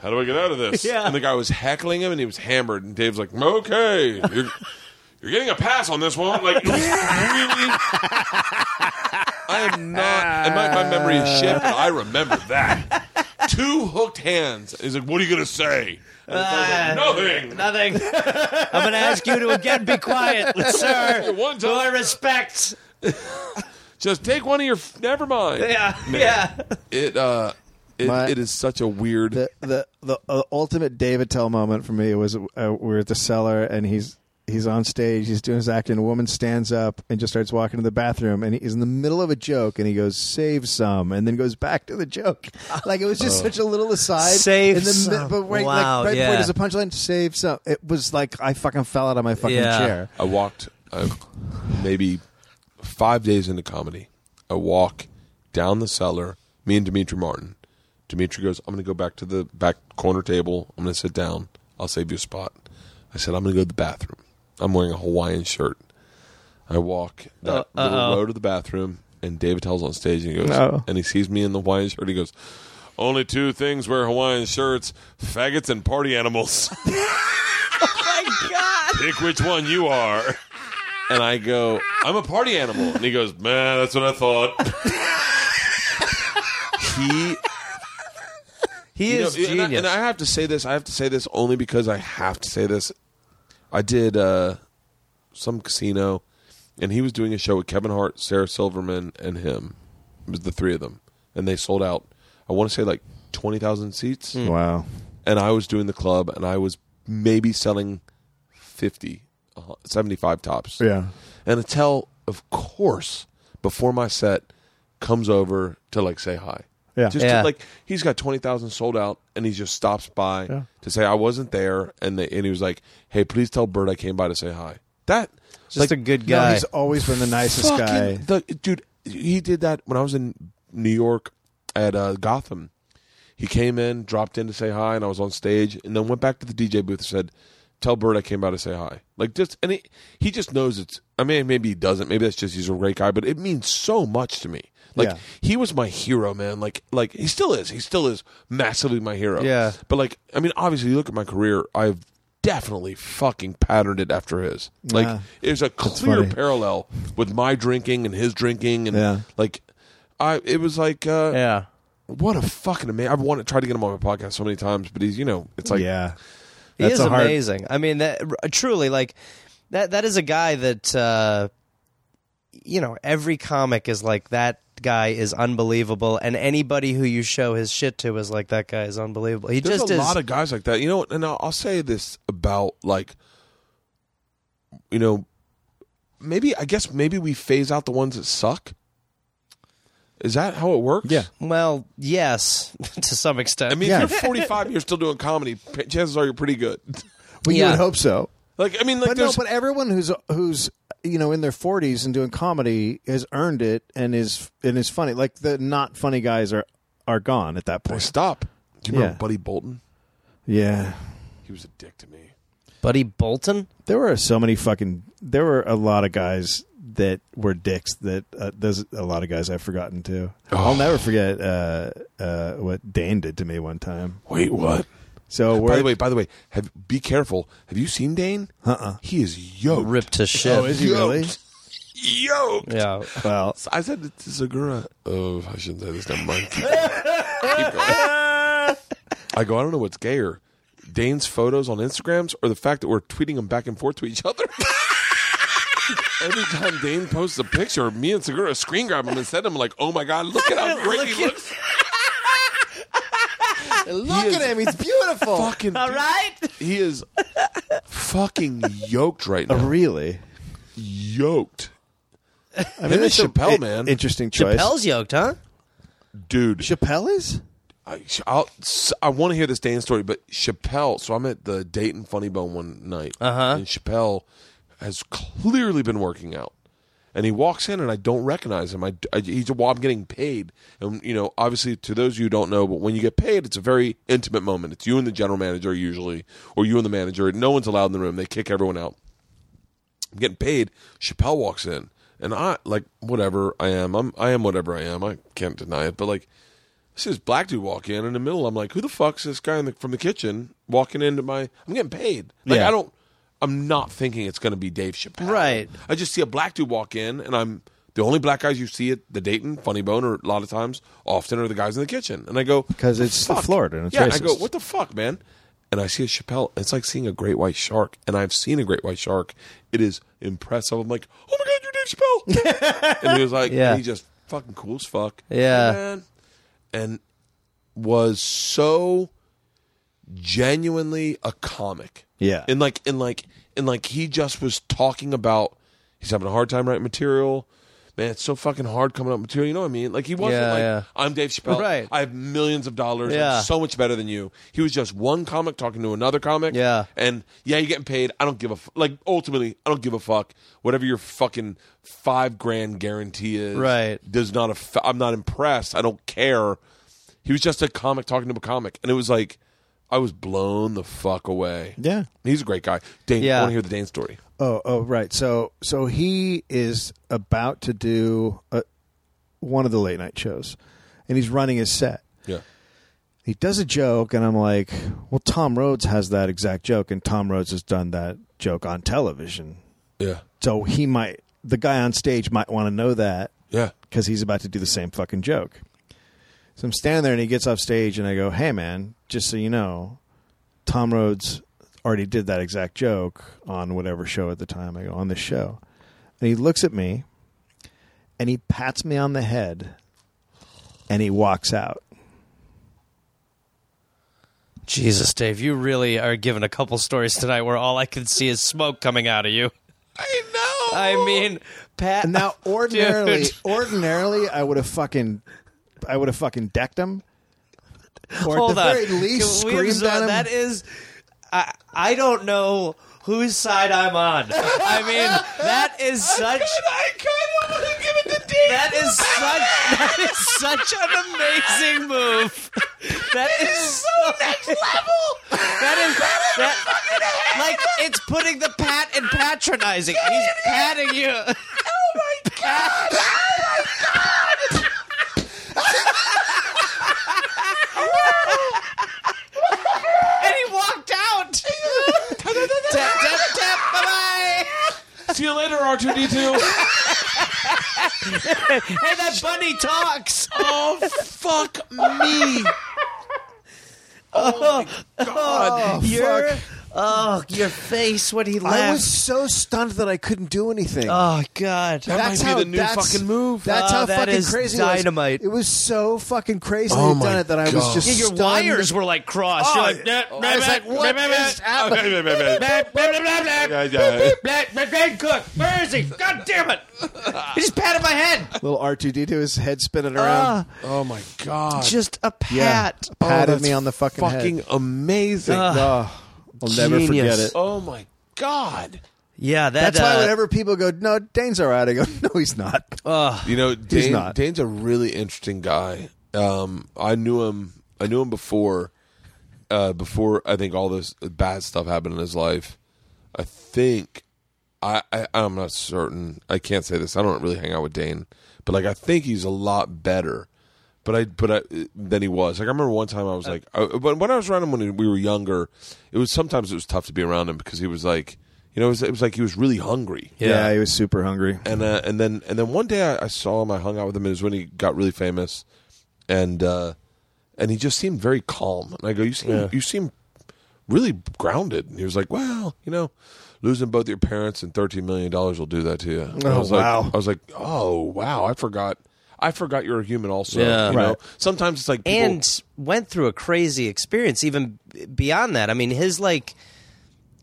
Speaker 1: "How do I get out of this?"
Speaker 5: Yeah.
Speaker 1: And the guy was heckling him, and he was hammered. And Dave's like, "Okay, you're, you're getting a pass on this one." Like, it was really. I am not. And my, my memory is shit, but I remember that. Two hooked hands. He's like, "What are you gonna say?" And Attell's like, Nothing.
Speaker 5: Nothing. [LAUGHS] I'm going to ask you to again be [LAUGHS] quiet, sir.
Speaker 1: [LAUGHS] One
Speaker 5: Who I
Speaker 1: time,
Speaker 5: respect.
Speaker 1: just take one of your. f- Never mind.
Speaker 5: Yeah, yeah. [LAUGHS]
Speaker 1: It uh, it,
Speaker 4: My-
Speaker 1: it is such a weird.
Speaker 4: the the the uh, ultimate David Tell moment for me was uh, we were at the cellar and he's he's on stage he's doing his acting a woman stands up and just starts walking to the bathroom and he's in the middle of a joke and he goes save some and then goes back to the
Speaker 5: [LAUGHS]
Speaker 4: joke like it was just such a little aside
Speaker 5: Oh. Save
Speaker 4: in the mi-
Speaker 5: some.
Speaker 4: but right,
Speaker 5: Wow,
Speaker 4: like, right
Speaker 5: yeah.
Speaker 4: before there's a punchline save some it was like I fucking fell out of my fucking
Speaker 5: Yeah.
Speaker 4: chair
Speaker 1: I walked uh, maybe five days into comedy. I walk down the cellar. Me and Dimitri Martin. Dimitri goes, "I'm going to go back to the back corner table. I'm going to sit down. I'll save you a spot." I said, "I'm going to go to the bathroom. I'm wearing a Hawaiian shirt." I walk that
Speaker 5: Uh,
Speaker 1: little
Speaker 5: uh-oh.
Speaker 1: road to the bathroom, and David tells on stage, and he goes,
Speaker 4: No.
Speaker 1: and he sees me in the Hawaiian shirt. He goes, "Only two things wear Hawaiian shirts: faggots and party animals." [LAUGHS] pick which one you are. And I go, I'm a party animal. And he goes, man, that's what I
Speaker 5: [LAUGHS]
Speaker 1: thought. he
Speaker 5: He
Speaker 1: you know,
Speaker 5: is
Speaker 1: and I-
Speaker 5: genius.
Speaker 1: And I, have to say this. I have to say this only because I have to say this. I did uh, some casino, and he was doing a show with Kevin Hart, Sarah Silverman, and him. It was the three of them, and they sold out. I want to say like twenty thousand seats
Speaker 5: Hmm.
Speaker 4: wow
Speaker 1: and I was doing the club, and I was maybe selling 50, uh, 75 tops.
Speaker 4: yeah
Speaker 1: And Attell, of course, before my set, comes over to like say hi.
Speaker 4: Yeah.
Speaker 1: Just
Speaker 5: Yeah.
Speaker 1: To, like he's got 20,000 sold out, and he just stops by
Speaker 4: Yeah.
Speaker 1: to say, I wasn't there. And, they, and he was like, hey, please tell Bert I came by to say hi. That,
Speaker 5: Just
Speaker 1: like,
Speaker 5: a good
Speaker 4: no,
Speaker 5: guy.
Speaker 4: he's always been the nicest
Speaker 1: fucking-
Speaker 4: guy
Speaker 1: The, dude, he did that when I was in New York at uh, Gotham. He came in, dropped in to say hi, and I was on stage, and then went back to the DJ booth and said, "Tell Bird I came by to say hi." Like just, and he he just knows it's. I mean, maybe he doesn't. Maybe that's just he's a great guy, but it means so much to me. Like
Speaker 4: Yeah.
Speaker 1: he was my hero, man. Like like he still is. He still is massively my hero.
Speaker 5: Yeah.
Speaker 1: But like, I mean, obviously, you look at my career. I've definitely fucking patterned it after his. Like,
Speaker 4: Yeah.
Speaker 1: there's a clear
Speaker 4: funny.
Speaker 1: parallel with my drinking and his drinking and
Speaker 4: Yeah.
Speaker 1: like I it was like uh
Speaker 5: yeah.
Speaker 1: what a fucking amazing I've wanted tried to get him on my podcast so many times but he's you know it's like
Speaker 4: yeah
Speaker 5: He
Speaker 4: That's
Speaker 5: is
Speaker 4: a hard-
Speaker 5: amazing. I mean, that, r- truly, like that. That is a guy that uh, you know. Every comic is like that guy is unbelievable, and anybody who you show his shit to is like that guy is unbelievable. He
Speaker 1: there's
Speaker 5: just
Speaker 1: a
Speaker 5: is.
Speaker 1: lot of guys like that you know and I'll, I'll say this about like you know maybe I guess maybe we phase out the ones that suck is that how it works
Speaker 4: Yeah.
Speaker 5: well, yes, [LAUGHS] to some extent.
Speaker 1: I mean
Speaker 4: Yeah.
Speaker 1: if you're 45 and you're still doing comedy p- chances are you're pretty good [LAUGHS]
Speaker 4: but you
Speaker 5: Yeah.
Speaker 4: would hope so
Speaker 1: like I mean like
Speaker 4: but no,
Speaker 1: there's
Speaker 4: but everyone who's who's you know in their forties and doing comedy has earned it and is and is funny. Like the not funny guys are are gone at that point.
Speaker 1: stop do you remember
Speaker 4: Yeah.
Speaker 1: Buddy Bolton
Speaker 4: Yeah,
Speaker 1: he was a dick to me
Speaker 5: Buddy Bolton.
Speaker 4: there were so many fucking. There were a lot of guys that were dicks. That uh, there's a lot of guys I've forgotten too. I'll never forget uh, uh, what Dane did to me one time.
Speaker 1: wait what
Speaker 4: So
Speaker 1: By
Speaker 4: we're
Speaker 1: the way, by the way, have be careful. Have you seen Dane? Uh uh He is yoked.
Speaker 5: Ripped to shit.
Speaker 4: oh, is he really?
Speaker 1: Yoked. Yoked.
Speaker 5: yeah.
Speaker 4: Well,
Speaker 1: I said it to Segura. Oh, I shouldn't say this. Never
Speaker 4: [LAUGHS]
Speaker 1: mind. Keep going. Keep going. I go, I don't know what's gayer. Dane's photos on Instagrams or the fact that we're tweeting them back and forth to each other. [LAUGHS] Every time Dane posts a picture, me and Segura screen grab him and send him like, "Oh my god, look at
Speaker 4: [LAUGHS]
Speaker 1: how great he looks!"
Speaker 4: look at him; he's beautiful.
Speaker 1: Fucking, all right. He is
Speaker 4: Uh,
Speaker 1: fucking yoked right now.
Speaker 4: really?
Speaker 1: yoked.
Speaker 4: I mean, that's a-
Speaker 1: Chappelle,
Speaker 4: i-
Speaker 1: man.
Speaker 4: Interesting choice.
Speaker 5: Chappelle's yoked, huh?
Speaker 1: dude.
Speaker 4: Chappelle is?
Speaker 1: I, I'll, si want to hear this Dan story, but Chappelle. So I'm at the Dayton Funny Bone one night, uh-huh. and Chappelle has clearly been working out. And he walks in, and I don't recognize him. I, I he's well, I'm getting paid, and you know, obviously, to those of you who don't know, but when you get paid, it's a very intimate moment. It's you and the general manager usually, or you and the manager. No one's allowed in the room. They kick everyone out. I'm getting paid. Chappelle walks in, and I like whatever I am. I'm I am whatever I am. I can't deny it. But like, I see this black dude walk in in the middle. I'm like, who the fuck's this guy in the, from the kitchen walking into my? I'm getting paid. Like
Speaker 4: Yeah.
Speaker 1: I don't. I'm not thinking it's going to be Dave Chappelle.
Speaker 5: Right.
Speaker 1: I just see a black dude walk in, and I'm the only black guys you see at the Dayton Funny Bone, or a lot of times, often are the guys in the kitchen. And I go
Speaker 4: 'Cause it's
Speaker 1: "Fuck."
Speaker 4: Florida and it's
Speaker 1: yeah. I
Speaker 4: racist.
Speaker 1: go, what the fuck, man? And I see a Chappelle. It's like seeing a great white shark, and I've seen a great white shark. It is impressive. I'm like, oh my god, you're Dave
Speaker 4: [LAUGHS]
Speaker 1: Chappelle. and he was like,
Speaker 5: Yeah.
Speaker 1: and he just fucking cool as fuck.
Speaker 5: Yeah.
Speaker 1: Hey, man. and was so genuinely a comic.
Speaker 4: Yeah.
Speaker 1: And like and like and like he just was talking about he's having a hard time writing material. Man, it's so fucking hard coming up with material. You know what I mean? Like he wasn't
Speaker 5: Yeah,
Speaker 1: like
Speaker 5: yeah.
Speaker 1: I'm Dave Chappelle.
Speaker 5: Right.
Speaker 1: I have millions of dollars.
Speaker 5: Yeah.
Speaker 1: I'm so much better than you. He was just one comic talking to another comic.
Speaker 5: Yeah.
Speaker 1: And yeah, you're getting paid. I don't give a f- like. Ultimately, I don't give a fuck. Whatever your fucking five grand guarantee is,
Speaker 5: Right.
Speaker 1: Does not. Aff- I'm not impressed. I don't care. He was just a comic talking to a comic, and it was like I was blown the fuck away.
Speaker 4: Yeah.
Speaker 1: He's a great guy. Dane,
Speaker 5: Yeah.
Speaker 1: I want to hear the Dane story.
Speaker 4: Oh, oh, right. So, so he is about to do a, one of the late night shows, and he's running his set.
Speaker 1: Yeah.
Speaker 4: He does a joke, and I'm like, "Well, Tom Rhodes has that exact joke, and Tom Rhodes has done that joke on television,
Speaker 1: Yeah.
Speaker 4: so he might, the guy on stage might want to know that
Speaker 1: Yeah.
Speaker 4: because he's about to do the same fucking joke." So I'm standing there, and he gets off stage, and I go, "Hey, man, just so you know, Tom Rhodes already did that exact joke on whatever show at the time. I go on this show, and he looks at me, and he pats me on the head, and he walks out.
Speaker 5: Jesus, Dave, you really are giving a couple stories tonight where all I can see is smoke coming out of you.
Speaker 1: I know.
Speaker 5: I mean, Pat.
Speaker 4: And [LAUGHS] now, ordinarily,
Speaker 5: Dude.
Speaker 4: ordinarily, I would have fucking, I would have fucking decked him. Or
Speaker 5: Hold
Speaker 4: at the
Speaker 5: on.
Speaker 4: very least,
Speaker 5: Can we
Speaker 4: screamed
Speaker 5: absorb-
Speaker 4: at him.
Speaker 5: That is, I, I don't know whose side I'm on. I mean, that is such.
Speaker 1: I kind of want to give it to Dane.
Speaker 5: That is such. That is such an amazing move. That is so next level. That is that, like it's putting the pat and patronizing. He's patting you. Oh my god! and he walked out. tap tap tap. Bye bye.
Speaker 1: See you later, R two D two.
Speaker 5: [LAUGHS] Hey, that bunny talks.
Speaker 1: Oh fuck me. Oh,
Speaker 5: your oh your face when he
Speaker 4: I
Speaker 5: laughs.
Speaker 4: was so stunned that I couldn't do anything.
Speaker 5: oh god,
Speaker 1: That might be the new
Speaker 4: that's-
Speaker 1: fucking move.
Speaker 4: That's
Speaker 5: Uh,
Speaker 4: how
Speaker 5: that
Speaker 4: fucking
Speaker 5: is
Speaker 4: crazy
Speaker 5: dynamite.
Speaker 4: It was. It was so fucking crazy
Speaker 1: Oh
Speaker 4: they'd done
Speaker 1: my
Speaker 4: it that I was
Speaker 1: God.
Speaker 4: just
Speaker 5: yeah, your
Speaker 4: stunned.
Speaker 5: wires were like crossed. You're like, nah,
Speaker 1: oh,
Speaker 5: nah,
Speaker 1: I was
Speaker 5: nah,
Speaker 1: like,
Speaker 5: nah,
Speaker 1: what
Speaker 5: nah,
Speaker 1: is
Speaker 5: nah,
Speaker 1: happening?
Speaker 5: nah, nah, nah, nah, nah, nah, nah,
Speaker 1: Yeah, yeah.
Speaker 5: nah, nah, Van Cook, where is he? God damn it! He just patted my head.
Speaker 4: little R two D two, his head spinning around,
Speaker 1: Oh my god.
Speaker 5: Just a
Speaker 4: Yeah.
Speaker 5: pat.
Speaker 1: Oh,
Speaker 4: patted
Speaker 1: that's
Speaker 4: me on the fucking,
Speaker 1: fucking
Speaker 4: head.
Speaker 1: amazing.
Speaker 4: Oh, I'll never
Speaker 5: genius.
Speaker 4: forget it.
Speaker 1: Oh my god.
Speaker 5: Yeah, that,
Speaker 4: That's why
Speaker 5: uh,
Speaker 4: whenever people go, no, Dane's all right, I go, [LAUGHS] no, he's not.
Speaker 5: [SIGHS]
Speaker 1: You know, Dane,
Speaker 4: not.
Speaker 1: Dane's a really interesting guy. Um, I knew him. I knew him before. Uh, before I think all this bad stuff happened in his life. I think I, I I'm not certain. I can't say this. I don't really hang out with Dane, but like I think he's a lot better. But I but I than he was. Like I remember one time I was like, I, but when I was around him when we were younger, it was sometimes it was tough to be around him because he was like, you know, it was, it was like he was really hungry
Speaker 4: yeah, he was super hungry.
Speaker 1: and uh, and then and then one day I, I saw him. I hung out with him. It was when he got really famous, and uh, and he just seemed very calm. And I go, you seem you seem really grounded. And he was like, well, you know, losing both your parents and thirteen million dollars will do that to you. And I
Speaker 4: Oh,
Speaker 1: was
Speaker 4: wow.
Speaker 1: Like, I was like, oh wow, I forgot. I forgot you're a human. Also,
Speaker 5: Yeah.
Speaker 1: you know?
Speaker 4: Right.
Speaker 1: sometimes it's like people,
Speaker 5: and went through a crazy experience even b- beyond that i mean his like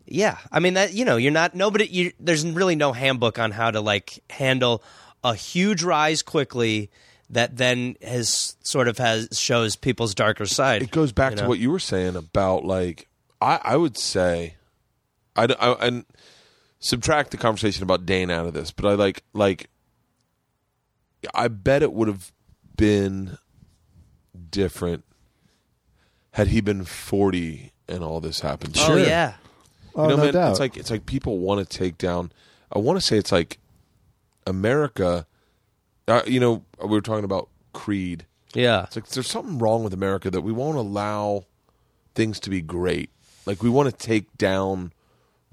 Speaker 5: yeah i mean that you know you're not nobody you, there's really no handbook on how to like handle a huge rise quickly that then has sort of has shows people's darker side.
Speaker 1: It goes back to
Speaker 5: know?
Speaker 1: what you were saying about like I, I would say, I, d- I- and subtract the conversation about Dane out of this, but I like like I bet it would have been different had he been forty and all this happened.
Speaker 5: Oh yeah.
Speaker 4: Oh,
Speaker 1: You know,
Speaker 4: no
Speaker 1: man,
Speaker 4: doubt.
Speaker 1: It's like it's like people want to take down. I want to say it's like America. Uh, you know, we were talking about Creed.
Speaker 5: Yeah.
Speaker 1: It's like there's something wrong with America that we won't allow things to be great. Like we want to take down,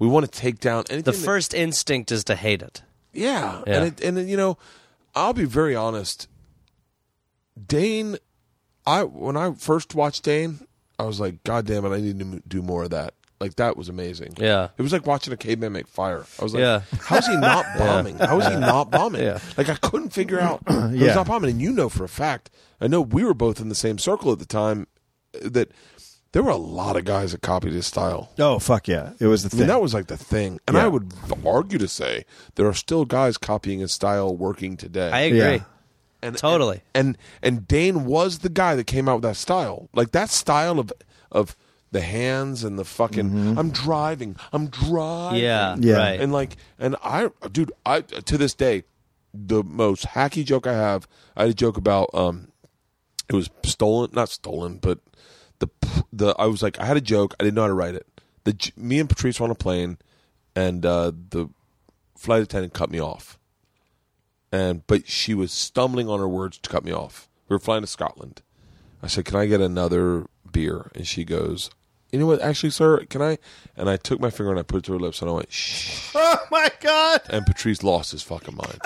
Speaker 1: we want to take down anything.
Speaker 5: The
Speaker 1: that-
Speaker 5: first instinct is to hate it.
Speaker 1: yeah.
Speaker 5: Yeah.
Speaker 1: And it, and then, you know, I'll be very honest. Dane, I when I first watched Dane, I was like, God damn it, I need to m- do more of that. Like that was amazing.
Speaker 5: Yeah.
Speaker 1: it was like watching a caveman make fire. I was like,
Speaker 5: [LAUGHS] Yeah.
Speaker 1: How's he not bombing? How is he not bombing?
Speaker 5: Yeah.
Speaker 1: Like I couldn't figure
Speaker 5: [CLEARS THROAT]
Speaker 1: out. He was
Speaker 4: Yeah.
Speaker 1: not bombing, and you know for a fact. I know we were both in the same circle at the time. uh, That there were a lot of guys that copied his style.
Speaker 4: oh fuck yeah, it was the
Speaker 1: I
Speaker 4: thing.
Speaker 1: mean, that was like the thing. And
Speaker 4: Yeah.
Speaker 1: I would argue to say there are still guys copying his style working today.
Speaker 5: I agree.
Speaker 4: Yeah.
Speaker 1: and,
Speaker 5: totally.
Speaker 1: And, and and Dane was the guy that came out with that style. Like that style of of the hands and the fucking I'm driving. I'm driving.
Speaker 5: Yeah,
Speaker 4: Yeah.
Speaker 5: right.
Speaker 1: And like and I dude, I to this day the most hacky joke I have, I had a joke about um it was stolen, not stolen, but the the I was like I had a joke, I didn't know how to write it. The j- me and Patrice were on a plane, and uh, the flight attendant cut me off, and but she was stumbling on her words to cut me off. We were flying to Scotland. I said, "Can I get another beer?" And she goes, "You know what? Actually, sir, can I?" And I took my finger and I put it to her lips, and I went, "Shh."
Speaker 4: [LAUGHS] oh my god.
Speaker 1: and Patrice lost his fucking mind.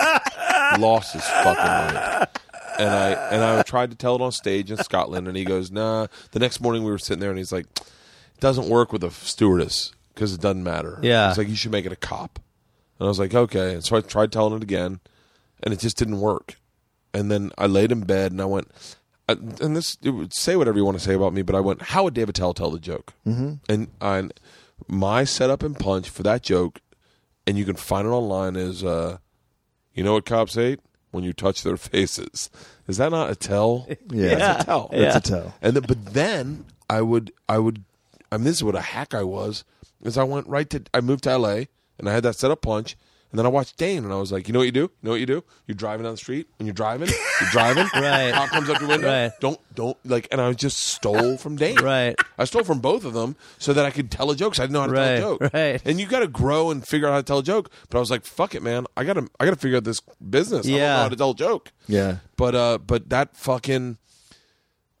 Speaker 1: lost his fucking mind. And I and I tried to tell it on stage in Scotland, and he goes, "Nah." The next morning we were sitting there, and he's like, "It doesn't work with a stewardess because it doesn't matter."
Speaker 5: Yeah.
Speaker 1: he's like, "You should make it a cop." And I was like, "Okay." And so I tried telling it again, and it just didn't work. And then I laid in bed, and I went, I, and this it would say whatever you want to say about me, but I went, "How would David Tell tell the joke?" Mm-hmm. And I, my setup and punch for that joke and you can find it online is uh you know what cops hate when you touch their [LAUGHS] faces is that not a tell
Speaker 4: [LAUGHS] Yeah.
Speaker 1: that's a tell
Speaker 4: That's a tell.
Speaker 1: and then, but then i would i would i mean this is what a hack i was is i went right to i moved to la and i had that setup punch and then I watched Dane, and I was like, "You know what you do? You know what you do? You're driving down the street, and you're driving, you're driving.
Speaker 5: [LAUGHS] Right.
Speaker 1: Cop comes up your window.
Speaker 5: Right.
Speaker 1: Don't, don't like." And I just stole from Dane.
Speaker 5: Right.
Speaker 1: I stole from both of them so that I could tell a joke. 'cause I didn't know how to
Speaker 5: Right,
Speaker 1: tell a joke.
Speaker 5: right.
Speaker 1: And you got to grow and figure out how to tell a joke. But I was like, fuck it, man. I gotta I gotta figure out this business. I don't
Speaker 5: Yeah.
Speaker 1: know how to tell a joke.
Speaker 4: Yeah.
Speaker 1: But uh, but that fucking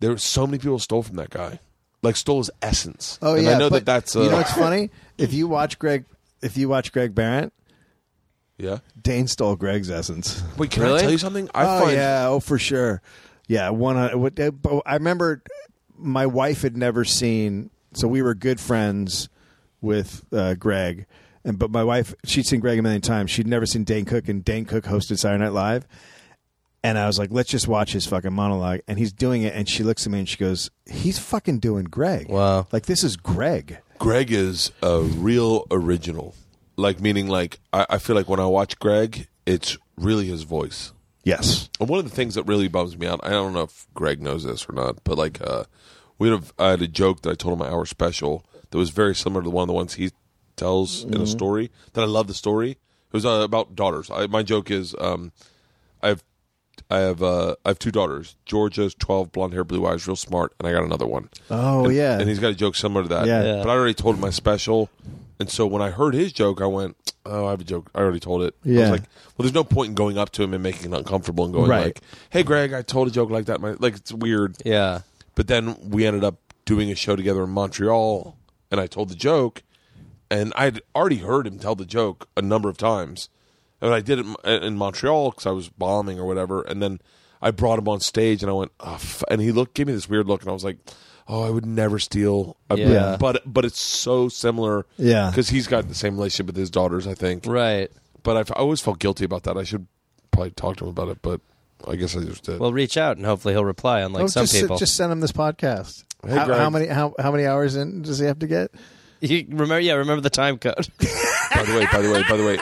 Speaker 1: there were so many people stole from that guy, like stole his essence.
Speaker 4: Oh
Speaker 1: and
Speaker 4: yeah.
Speaker 1: I know that
Speaker 4: but
Speaker 1: that's uh,
Speaker 4: you know what's funny? If you watch Greg, if you watch Greg Barrett,
Speaker 1: yeah.
Speaker 4: Dane stole Greg's essence.
Speaker 1: Wait, can
Speaker 5: Really?
Speaker 1: I tell you something? I
Speaker 4: oh
Speaker 1: find
Speaker 4: yeah, oh for sure. Yeah, one. uh, what- uh, but I remember my wife had never seen, so we were good friends with uh, Greg, and but my wife she'd seen Greg a million times. She'd never seen Dane Cook, and Dane Cook hosted Saturday Night Live, and I was like, let's just watch his fucking monologue, and he's doing it, and she looks at me and she goes, he's fucking doing Greg.
Speaker 5: Wow.
Speaker 4: like this is Greg.
Speaker 1: Greg is a real original. Like meaning like I, I feel like when I watch Greg, it's really his voice.
Speaker 4: Yes.
Speaker 1: And one of the things that really bums me out, I don't know if Greg knows this or not, but like uh, we had a, I had a joke that I told him my hour special that was very similar to one of the ones he tells in a story that I love the story. It was uh, about daughters. I, my joke is um, I have I have uh, I have two daughters. Georgia's twelve, blonde hair, blue eyes, real smart, and I got another one.
Speaker 4: Oh
Speaker 1: And-
Speaker 4: yeah.
Speaker 1: And he's got a joke similar to that.
Speaker 4: Yeah. Yeah.
Speaker 1: But I already told my special. And so when I heard his joke, I went, Oh, I have a joke. I already told it. I was
Speaker 4: Yeah.
Speaker 1: like, Well, there's no point in going up to him and making it uncomfortable and going
Speaker 4: Right.
Speaker 1: like, Hey Greg, I told a joke like that. My like it's weird.
Speaker 5: yeah.
Speaker 1: But then we ended up doing a show together in Montreal and I told the joke and I'd already heard him tell the joke a number of times. And I did it in- in Montreal because I was bombing or whatever. And then I brought him on stage and I went, oh, f-. and he looked, gave me this weird look. And I was like, oh, I would never steal. I-
Speaker 5: Yeah.
Speaker 1: But, but it's so similar.
Speaker 4: Yeah.
Speaker 1: Because he's got the same relationship with his daughters, I think.
Speaker 5: Right.
Speaker 1: But I've, I always felt guilty about that. I should probably talk to him about it, but I guess I just did.
Speaker 5: Well, reach out and hopefully he'll reply. Unlike
Speaker 4: Oh,
Speaker 5: some
Speaker 4: just,
Speaker 5: people,
Speaker 4: just send him this podcast.
Speaker 1: Hey,
Speaker 4: how,
Speaker 1: Greg.
Speaker 4: how many how, how many hours in does he have to get?
Speaker 5: [LAUGHS] you remember? Yeah, remember the time code.
Speaker 1: by the way, by the way, by the way.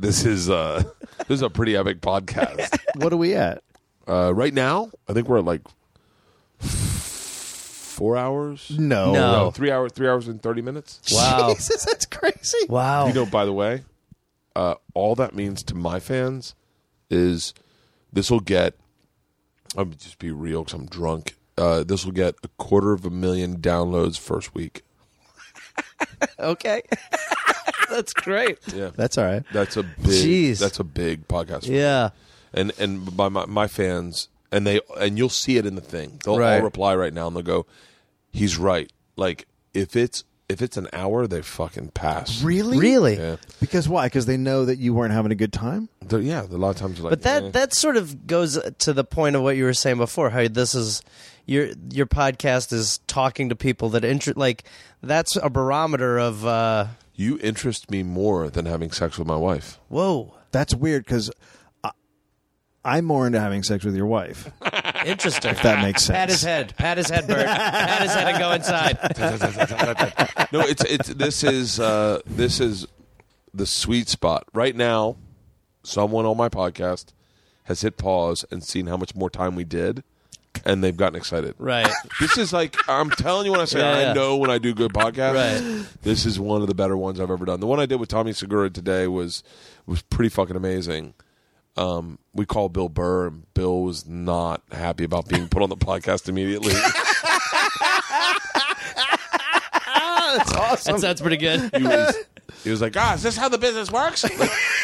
Speaker 1: This is uh this is a pretty epic podcast.
Speaker 4: What are we at?
Speaker 1: Uh, right now, I think we're at like four hours.
Speaker 4: No.
Speaker 5: No.
Speaker 1: No, three hours, three hours and thirty minutes.
Speaker 5: Wow.
Speaker 4: [LAUGHS] Jesus, that's crazy.
Speaker 5: Oh. Wow.
Speaker 1: You know, by the way, uh, all that means to my fans is this will get. I'll just be real because I'm drunk. Uh, this will get a quarter of a million downloads first week.
Speaker 4: [LAUGHS]
Speaker 5: okay. That's great.
Speaker 1: Yeah,
Speaker 4: That's all right.
Speaker 1: that's a big.
Speaker 5: Jeez.
Speaker 1: That's a big podcast. for
Speaker 5: Yeah.
Speaker 1: and and by my, my fans and they and you'll see it in the thing they'll all
Speaker 5: Right.
Speaker 1: reply right now and they'll go he's right like if it's if it's an hour they fucking pass
Speaker 4: Really?
Speaker 5: Really?
Speaker 1: yeah
Speaker 4: Because why? Because they know that you weren't having a good time.
Speaker 1: They're- yeah a lot of times they're like
Speaker 5: But that
Speaker 1: eh.
Speaker 5: that sort of goes to the point of what you were saying before. How this is your your podcast is talking to people that inter- like that's a barometer of uh,
Speaker 1: you interest me more than having sex with my
Speaker 5: [LAUGHS]
Speaker 1: wife
Speaker 5: whoa
Speaker 4: That's weird because I'm more into having sex with your
Speaker 5: [LAUGHS]
Speaker 4: wife.
Speaker 5: interesting.
Speaker 4: If that makes sense.
Speaker 5: pat his head, pat his head, Bert, pat his head, and
Speaker 4: [LAUGHS]
Speaker 5: go inside.
Speaker 1: no it's it's this is uh this is the sweet spot right now someone on my podcast has hit pause and seen how much more time we did and they've gotten excited
Speaker 5: Right.
Speaker 1: This is like I'm telling you when I say
Speaker 5: Yeah,
Speaker 1: I
Speaker 5: yeah.
Speaker 1: know when I do good podcasts.
Speaker 5: Right.
Speaker 1: This is one of the better ones I've ever done. The one I did with Tommy Segura today was was pretty fucking amazing. Um, we called Bill Burr, and Bill was not happy about being put on the [LAUGHS] podcast immediately.
Speaker 5: That sounds pretty good.
Speaker 1: He was, he was like, "Ah, is this how the business works?" [LAUGHS]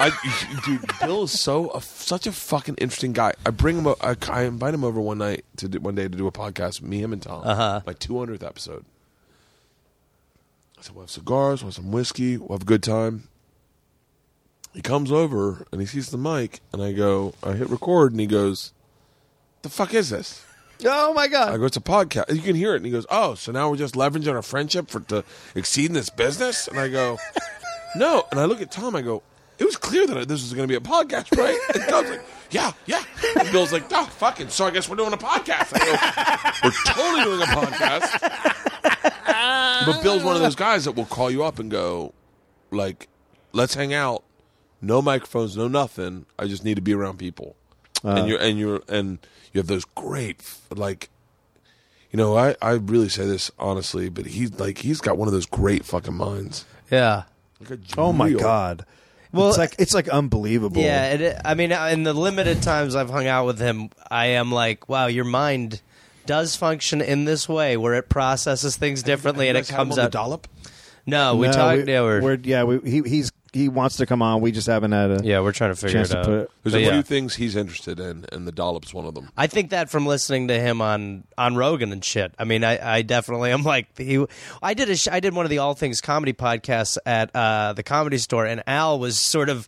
Speaker 1: Like, I, dude, Bill is so a, such a fucking interesting guy. I bring him, o- I, I invite him over one night to do, one day to do a podcast. Me, him, and Tom. Uh-huh. My 200th episode. I said, "We'll have cigars, we'll have some whiskey, we'll have a good time." He comes over and he sees the mic, and I go, I hit record, and he goes, "The fuck is this?"
Speaker 4: Oh my
Speaker 1: I
Speaker 4: god.
Speaker 1: go, it's a podcast. You can hear it. And he goes, oh, so now we're just leveraging our friendship for to exceed in this business? And I go, no. And I look at Tom. I go, it was clear that this was going to be a podcast, right? And Tom's like, yeah, yeah. And Bill's like, oh, fucking. So I guess we're doing a podcast. I go, we're totally doing a podcast. But Bill's one of those guys that will call you up and go, like, let's hang out. No microphones, no nothing. I just need to be around people. and you're and you're and you have those great like you know, I, I really say this honestly, but he's like he's got one of those great fucking minds.
Speaker 5: Yeah.
Speaker 1: Like a
Speaker 4: Oh my
Speaker 1: real-
Speaker 4: god.
Speaker 5: Well-
Speaker 4: it's like it's like unbelievable.
Speaker 5: Yeah, it, I mean, uh, in the limited times I've hung out with him, I am like, wow, your mind does function in this way where it processes things differently
Speaker 1: You
Speaker 5: and it
Speaker 1: guys had him
Speaker 5: comes
Speaker 1: on
Speaker 5: out.
Speaker 1: the dollop.
Speaker 5: No, we
Speaker 4: No,
Speaker 5: talked.
Speaker 4: we-
Speaker 5: yeah, we're,
Speaker 4: we're- yeah, we, he he's he wants to come on. We just haven't had a
Speaker 5: yeah, we're trying to figure
Speaker 4: chance
Speaker 5: it
Speaker 4: to
Speaker 5: out.
Speaker 4: put it.
Speaker 1: There's
Speaker 5: But
Speaker 1: a
Speaker 5: yeah.
Speaker 1: few things he's interested in, and the dollop's one of them.
Speaker 5: I think that from listening to him on on Rogan and shit. I mean, I, I definitely I'm like he. I did a sh- I did one of the All Things Comedy podcasts at uh, the Comedy Store, and Al was sort of,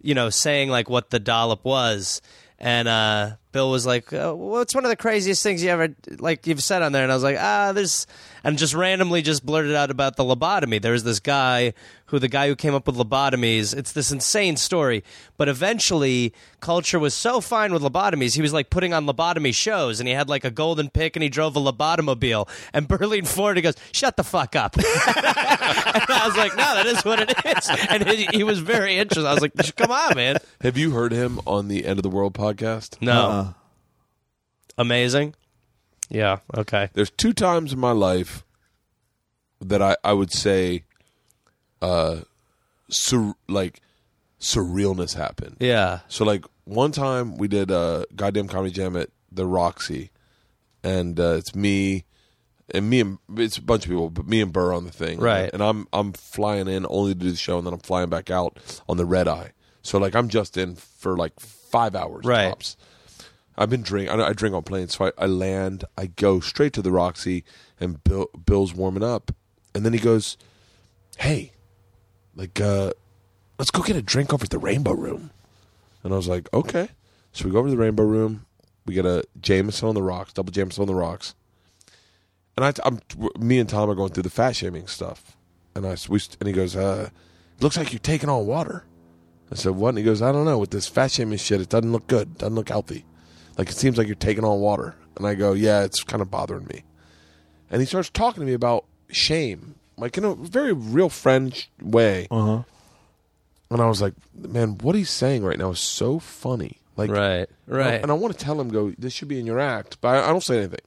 Speaker 5: you know, saying like what the dollop was, and uh, Bill was like, uh "What's one of the craziest things you ever like you've said on there?" And I was like, "Ah, there's," and just randomly just blurted out about the lobotomy. There's this guy who the guy who came up with lobotomies. It's this insane story. But eventually, culture was so fine with lobotomies, he was like putting on lobotomy shows, and he had like a golden pick, and he drove a lobotomobile. And Berlin Ford, he goes, "Shut the fuck up." [LAUGHS] and I was like, "No, that is what it is." And he, he was very interested. I was like, "Come on, man."
Speaker 1: Have you heard him on the End of the World podcast?
Speaker 5: No.
Speaker 4: uh, Uh-uh.
Speaker 5: Amazing. Yeah. Okay.
Speaker 1: There's two times in my life that I, I would say, uh, sur- like surrealness happened.
Speaker 5: Yeah.
Speaker 1: So like one time we did a goddamn comedy jam at the Roxy, and uh, it's me and me and it's a bunch of people, but me and Burr on the thing,
Speaker 5: Right.
Speaker 1: And I'm I'm flying in only to do the show, and then I'm flying back out on the red eye. So like I'm just in for like five hours
Speaker 5: Right.
Speaker 1: tops. I've been drink. I, I drink on planes, so I, I land. I go straight to the Roxy, and Bill Bill's warming up, and then he goes, "Hey, like, uh, let's go get a drink over at the Rainbow Room." And I was like, "Okay." So we go over to the Rainbow Room. We get a Jameson on the rocks, double Jameson on the rocks. And I, I'm, me and Tom are going through the fat shaming stuff, and I we, and he goes, "Uh, looks like you're taking on water." I said, "What?" And he goes, "I don't know. With this fat shaming shit, it doesn't look good. Doesn't look healthy. Like it seems like you're taking on water." And I go, "Yeah, it's kind of bothering me." And he starts talking to me about shame, like in a very real French way. Uh huh. and I was like, man, what he's saying right now is so funny. Like,
Speaker 5: Right,
Speaker 1: and I-
Speaker 5: right.
Speaker 1: And I want to tell him, go, this should be in your act, but I, I don't say anything.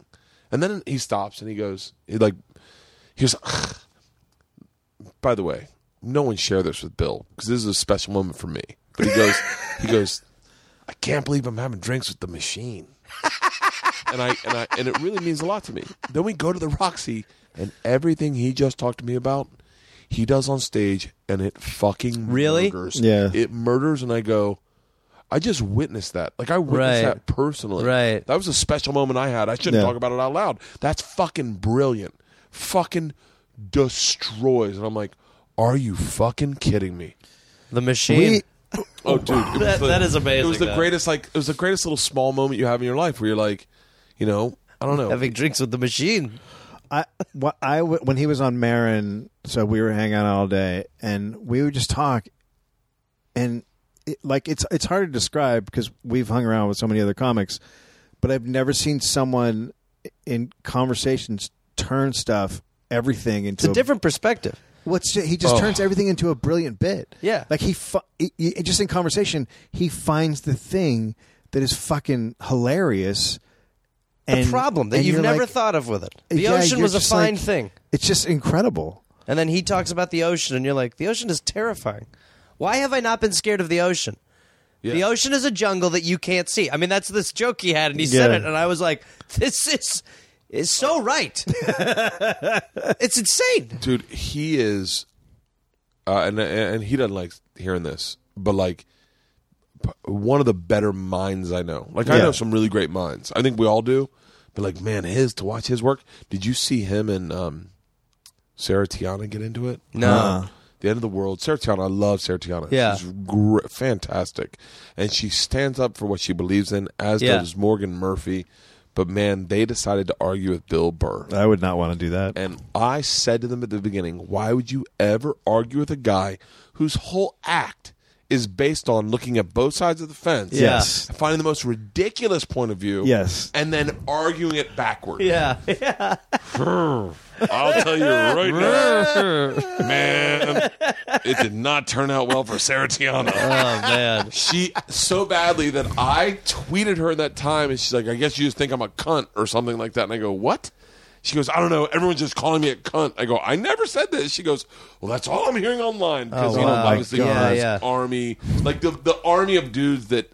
Speaker 1: And then he stops and he goes, he like, he goes, "Ugh." by the way, no one share this with Bill because this is a special moment for me. But he goes, he goes, I can't believe I'm having drinks with the machine. and I and I and it really means a lot to me. Then we go to the Roxy, and everything he just talked to me about, he does on stage, and it fucking
Speaker 5: Really?
Speaker 1: murders.
Speaker 4: Yeah.
Speaker 1: it murders, and I go. I just witnessed that. Like I witnessed
Speaker 5: Right.
Speaker 1: that personally.
Speaker 5: Right.
Speaker 1: That was a special moment I had. I shouldn't
Speaker 4: Yeah.
Speaker 1: talk about it out loud. That's fucking brilliant. Fucking destroys. And I'm like, are you fucking kidding me?
Speaker 5: The machine.
Speaker 1: Oh, dude, it was
Speaker 5: [LAUGHS] That- that is amazing,
Speaker 1: It was the
Speaker 5: though.
Speaker 1: greatest, like, it was the greatest little small moment you have in your life where you're like, you know, I don't know.
Speaker 5: having drinks with the machine.
Speaker 4: I, wh- I w- when he was on Marin, so we were hanging out all day, and we would just talk, and it, like it's it's hard to describe because we've hung around with so many other comics, but I've never seen someone in conversations turn stuff everything into
Speaker 5: It's a different perspective.
Speaker 4: What's ju- he just turns everything into a brilliant bit?
Speaker 5: Yeah.
Speaker 4: like he, fi- he- he- just in conversation, he finds the thing that is fucking hilarious.
Speaker 5: The problem that
Speaker 4: and
Speaker 5: you've
Speaker 4: you're
Speaker 5: never
Speaker 4: like-
Speaker 5: thought of with it. The
Speaker 4: Yeah,
Speaker 5: ocean
Speaker 4: you're
Speaker 5: was a
Speaker 4: just
Speaker 5: fine
Speaker 4: like-
Speaker 5: thing.
Speaker 4: It's just incredible.
Speaker 5: And then he talks about the ocean, and you're like, the ocean is terrifying. Why have I not been scared of the ocean? The ocean is a jungle that you can't see. I mean, that's this joke he had, and he said
Speaker 4: Yeah.
Speaker 5: it, and I was like, this is, is so right. [LAUGHS] it's insane.
Speaker 1: dude, he is, uh, and and he doesn't like hearing this, but like p- one of the better minds I know. Like I
Speaker 4: Yeah.
Speaker 1: know some really great minds. I think we all do, but like man, his to watch his work. Did you see him and um, Sarah Tiana get into it?
Speaker 5: No. Uh-uh.
Speaker 1: The end of the world. Sarah Tiana, I love Sarah Tiana.
Speaker 5: Yeah.
Speaker 1: She's gr- fantastic. And she stands up for what she believes in, as
Speaker 5: Yeah.
Speaker 1: does Morgan Murphy. But man, they decided to argue with Bill Burr.
Speaker 4: I would not want to do that.
Speaker 1: And I said to them at the beginning, why would you ever argue with a guy whose whole act is based on looking at both sides of the fence?
Speaker 4: Yes.
Speaker 1: Finding the most ridiculous point of view.
Speaker 4: Yes.
Speaker 1: And then arguing it backward.
Speaker 5: Yeah.
Speaker 1: I'll tell you [LAUGHS] right now. man, it did not turn out well for Sarah [LAUGHS] Tiana.
Speaker 5: Oh, man.
Speaker 1: She so badly that I tweeted her that time, and she's like, "I guess you just think I'm a cunt or something like that." And I go, "What?" She goes, "I don't know. Everyone's just calling me a cunt." I go, "I never said this." She goes, "Well, that's all I'm hearing online because you know,
Speaker 5: wow.
Speaker 1: obviously,
Speaker 5: Oh, My God.
Speaker 1: there's
Speaker 5: Yeah, yeah.
Speaker 1: army like the the army of dudes that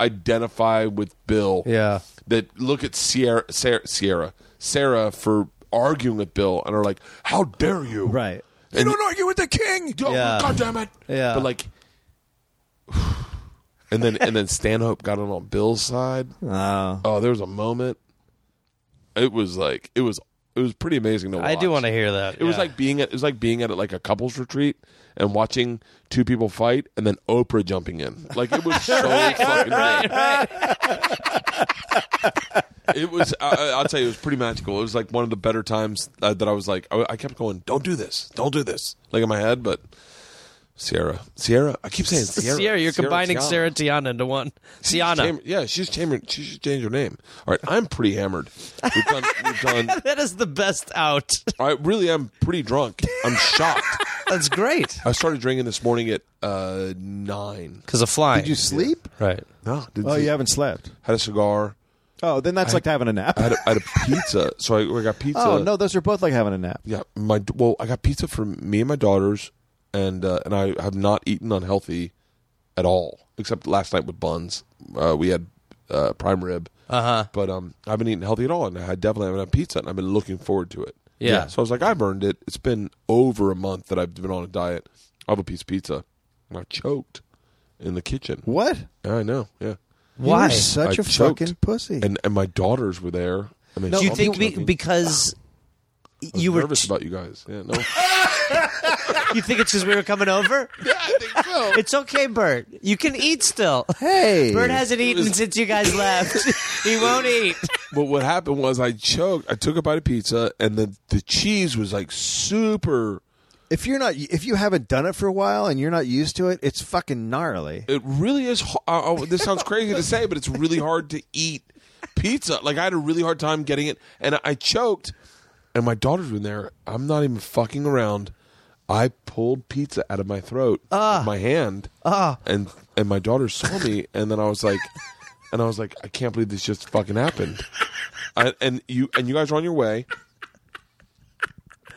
Speaker 1: identify with Bill,
Speaker 5: Yeah.
Speaker 1: that look at Sierra, Sarah, Sierra, Sarah for arguing with Bill and are like, "How dare you?"
Speaker 4: Right.
Speaker 1: You don't argue with the king. Oh,
Speaker 5: Yeah.
Speaker 1: God damn it.
Speaker 5: Yeah.
Speaker 1: But like, [SIGHS] and then and then Stanhope got in on Bill's side.
Speaker 5: Uh,
Speaker 4: Oh.
Speaker 1: Oh, there was a moment. It was like it was it was pretty amazing to watch.
Speaker 5: [LAUGHS] I do want to hear that.
Speaker 1: It was like being at it was like being at like a couples retreat and watching two people fight and then Oprah jumping in. Like it
Speaker 5: [LAUGHS]
Speaker 1: was so fucking. good. It was. I- I, I'll tell you, it was pretty magical. It was like one of the better times uh, that I was like, I, I kept going, "Don't do this, don't do this," like in my head. But Sierra, Sierra, I keep saying Sierra.
Speaker 5: Sierra, you're combining
Speaker 1: Tiana.
Speaker 5: Sarah Tiana into one.
Speaker 1: She's
Speaker 5: Tiana.
Speaker 1: cham- yeah, she's changing. She should change her name. All right, I'm pretty hammered. We've done. We've done.
Speaker 5: That is the best out. [LAUGHS]
Speaker 1: I really am pretty drunk. I'm shocked.
Speaker 5: That's great.
Speaker 1: I started drinking this morning at uh, nine.
Speaker 5: Because of flying.
Speaker 4: Did you sleep?
Speaker 5: Right.
Speaker 1: No, did
Speaker 4: Oh, you haven't slept.
Speaker 1: Had a cigar.
Speaker 4: Oh, then that's like having a nap.
Speaker 1: I had a, I had a pizza. So I, I got pizza.
Speaker 4: [LAUGHS] oh no, those are both like having a nap.
Speaker 1: Yeah, my well, I got pizza for me and my daughters, and uh, and I have not eaten unhealthy at all, except last night with buns. Uh, we had uh, prime rib,
Speaker 5: Uh-huh.
Speaker 1: but um, I haven't eaten healthy at all, and I definitely haven't had pizza, and I've been looking forward to it.
Speaker 5: Yeah.
Speaker 1: So I was like, I've earned it. It's been over a month that I've been on a diet. I have a piece of pizza, and I choked in the kitchen.
Speaker 4: What?
Speaker 1: I know, yeah.
Speaker 5: Why?
Speaker 4: You're such
Speaker 1: I
Speaker 4: a
Speaker 1: choked.
Speaker 4: fucking pussy.
Speaker 1: And and my daughters were there. And they
Speaker 5: Do you
Speaker 1: saw me
Speaker 5: think be,
Speaker 1: choking.
Speaker 5: because
Speaker 1: I was
Speaker 5: you were
Speaker 1: nervous about you guys? Yeah, no.
Speaker 5: you think it's because we were coming over?
Speaker 1: I think so.
Speaker 5: It's okay, Bert. You can eat still.
Speaker 4: hey,
Speaker 5: Bert hasn't eaten since you guys left. he won't eat.
Speaker 1: But what happened was I choked. I took a bite of pizza, and the the cheese was like super.
Speaker 4: if you're not, if you haven't done it for a while and you're not used to it, it's fucking gnarly.
Speaker 1: It really is. ho- I, I, this sounds crazy to say, but it's really hard to eat pizza. Like I had a really hard time getting it, and I choked. And my daughter's been there. I'm not even fucking around. I pulled pizza out of my throat with my hand, and and my daughter saw me, and then I was like, and I was like, I can't believe this just fucking happened. I, and you and you guys are on your way,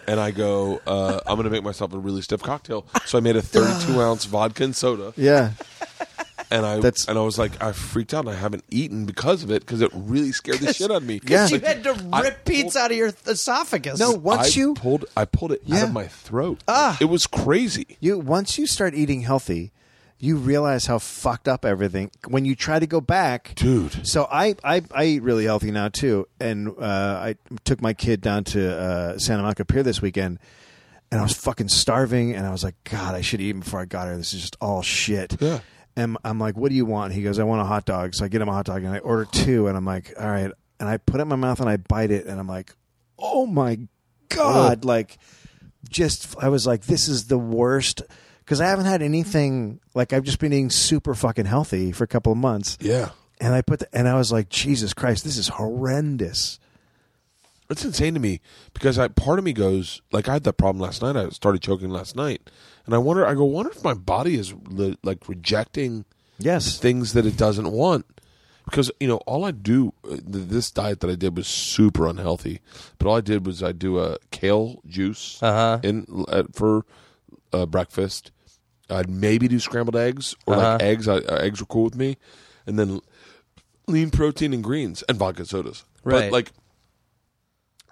Speaker 1: and I go, uh, I'm gonna make myself a really stiff cocktail. So I made a 32 ounce vodka and soda,
Speaker 4: Yeah.
Speaker 1: and I
Speaker 4: That's-
Speaker 1: and I was like, I freaked out, and I haven't eaten because of it because it really scared the shit out of me.
Speaker 4: Yeah.
Speaker 5: You
Speaker 1: Like,
Speaker 5: had to rip
Speaker 1: I-
Speaker 5: pizza out of your esophagus.
Speaker 4: No, once
Speaker 1: I
Speaker 4: you
Speaker 1: pulled, I pulled it out
Speaker 4: Yeah.
Speaker 1: of my throat. Ah, it was crazy.
Speaker 4: you once you start eating healthy, you realize how fucked up everything when you try to go back,
Speaker 1: Dude.
Speaker 4: So I I, I eat really healthy now too, and uh, I took my kid down to uh, Santa Monica Pier this weekend. And I was fucking starving, and I was like, God, I should eat before I got here. This is just all shit.
Speaker 1: Yeah.
Speaker 4: And I'm like, What do you want? He goes, I want a hot dog. So I get him a hot dog, and I order two, and I'm like, All right. And I put it in my mouth, and I bite it, and I'm like, Oh my God. Like, just I was like, this is the worst because I haven't had anything like I've just been eating super fucking healthy for a couple of months.
Speaker 1: Yeah,
Speaker 4: And I put the, and I was like, Jesus Christ, this is horrendous.
Speaker 1: it's insane to me because I part of me goes like I had that problem last night. I started choking last night, and I wonder. I go wonder if my body is li- like rejecting
Speaker 4: Yes.
Speaker 1: things that it doesn't want because you know all I do uh, th- this diet that I did was super unhealthy, but all I did was I do a kale juice
Speaker 5: Uh-huh.
Speaker 1: in uh, for uh, breakfast. I'd maybe do scrambled eggs or like eggs. I, uh, eggs were cool with me, and then lean protein and greens and vodka sodas. But
Speaker 5: Right.
Speaker 1: like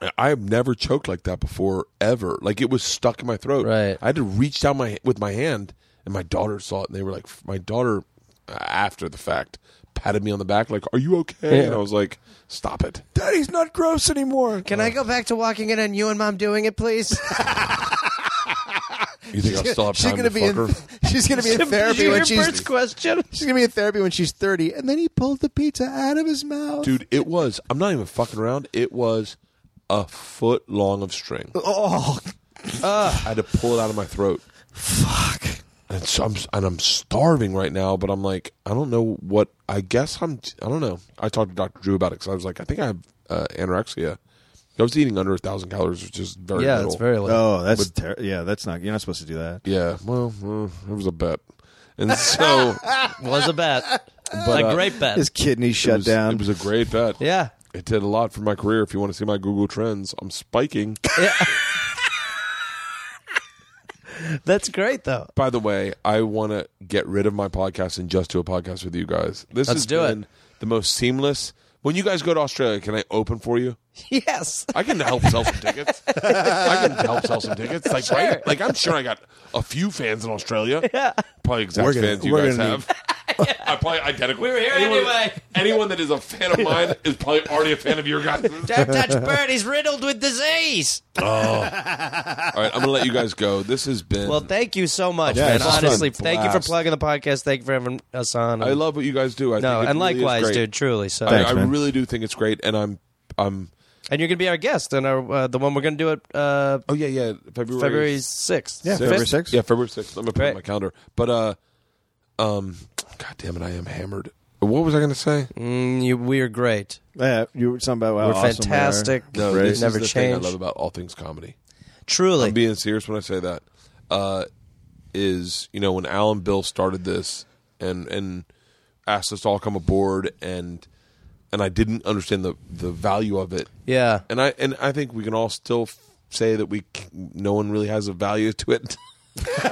Speaker 1: I- I've never choked like that before ever. Like it was stuck in my throat.
Speaker 5: Right.
Speaker 1: I had to reach down my with my hand, and my daughter saw it, and they were like, my daughter, after the fact, patted me on the back, like, "Are you okay?" And I was like, "Stop it, Daddy's not gross anymore."
Speaker 5: Can I go back to walking in on you and mom doing it, please?
Speaker 1: You think I still have
Speaker 4: She's
Speaker 1: time
Speaker 4: gonna
Speaker 1: to
Speaker 4: be
Speaker 1: fuck
Speaker 4: in
Speaker 1: her?
Speaker 4: [LAUGHS] she's gonna be in
Speaker 5: Did
Speaker 4: therapy
Speaker 5: you
Speaker 4: when
Speaker 5: hear
Speaker 4: she's
Speaker 5: Bert's question?
Speaker 4: she's gonna be in therapy when she's thirty. And then he pulled the pizza out of his mouth.
Speaker 1: Dude, it was. I'm not even fucking around. It was a foot long of
Speaker 5: [LAUGHS]
Speaker 1: string. Oh, I had to pull it out of my throat.
Speaker 4: fuck.
Speaker 1: and so I'm and I'm starving right now, but I'm like I don't know what I guess I'm I don't know. I talked to Dr. Drew about it because I was like I think I have uh, anorexia. I was eating under a thousand calories, which is very
Speaker 5: yeah,
Speaker 1: little.
Speaker 5: it's very low.
Speaker 4: Oh, that's ter- yeah. That's not you're not supposed to do that.
Speaker 1: yeah. Well, well, it was a bet,
Speaker 5: [LAUGHS]
Speaker 1: and so
Speaker 5: Was a bet.
Speaker 1: But,
Speaker 5: a
Speaker 1: uh,
Speaker 5: great bet.
Speaker 4: His kidneys
Speaker 1: it
Speaker 4: shut
Speaker 1: was,
Speaker 4: down.
Speaker 1: It was a great bet.
Speaker 5: Yeah.
Speaker 1: it did a lot for my career. If you want to see my Google Trends, I'm spiking.
Speaker 5: That's great, though. [LAUGHS]
Speaker 1: By the way, I want to get rid of my podcast and just do a podcast with you guys. This
Speaker 5: Let's
Speaker 1: has
Speaker 5: do it.
Speaker 1: been the most seamless. When you guys go to Australia, can I open for you?
Speaker 5: Yes.
Speaker 1: I can help sell some tickets. I can help sell some tickets. Like, right? Like, I'm sure I got a few fans in
Speaker 5: [LAUGHS]
Speaker 1: Australia. Yeah. Probably exact
Speaker 4: We're gonna-
Speaker 1: fans you
Speaker 4: we're
Speaker 1: guys
Speaker 4: gonna
Speaker 1: have. [LAUGHS] I probably identical.
Speaker 5: We were here anyway.
Speaker 1: Anyone that is a fan of mine is probably already a fan of your
Speaker 5: [LAUGHS]
Speaker 1: guys. All
Speaker 4: [LAUGHS]
Speaker 5: Don't touch Bert. He's riddled with disease.
Speaker 1: right, I'm gonna let you guys go. This has been.
Speaker 5: Well, thank you so much,
Speaker 4: Yeah,
Speaker 5: man.
Speaker 4: it's just
Speaker 5: Honestly,
Speaker 1: fun.
Speaker 5: thank you for
Speaker 1: Blast.
Speaker 5: plugging the podcast. Thank you for having us on.
Speaker 1: I love what you guys do. I
Speaker 5: no,
Speaker 1: think it
Speaker 5: and
Speaker 1: really is
Speaker 5: likewise,
Speaker 1: great.
Speaker 5: dude. Truly, so.
Speaker 1: I,
Speaker 4: Thanks,
Speaker 1: I
Speaker 4: man.
Speaker 1: really do think it's great, and I'm, I'm.
Speaker 5: and you're gonna be our guest, and our uh, the one we're gonna do it uh,
Speaker 1: Oh yeah, yeah. February.
Speaker 5: February sixth.
Speaker 4: yeah, February sixth.
Speaker 1: Yeah, February sixth. I'm gonna put it on
Speaker 5: Right.
Speaker 1: my calendar. But uh, um, God damn it, I am hammered. What was I gonna say?
Speaker 5: Mm, you, we are great.
Speaker 4: Yeah, you were talking about wow,
Speaker 5: We're
Speaker 4: awesome we are.
Speaker 5: fantastic.
Speaker 1: No,
Speaker 5: Right.
Speaker 1: this
Speaker 5: Never
Speaker 1: is the thing
Speaker 5: change.
Speaker 1: I love about all things comedy.
Speaker 5: Truly,
Speaker 1: I'm being serious when I say that. Uh, is you know when Alan Bill started this and and asked us to all come aboard and and I didn't understand the the value of it.
Speaker 5: yeah.
Speaker 1: And I and I think we can all still f- say that we c- no one really has a value to it. [LAUGHS]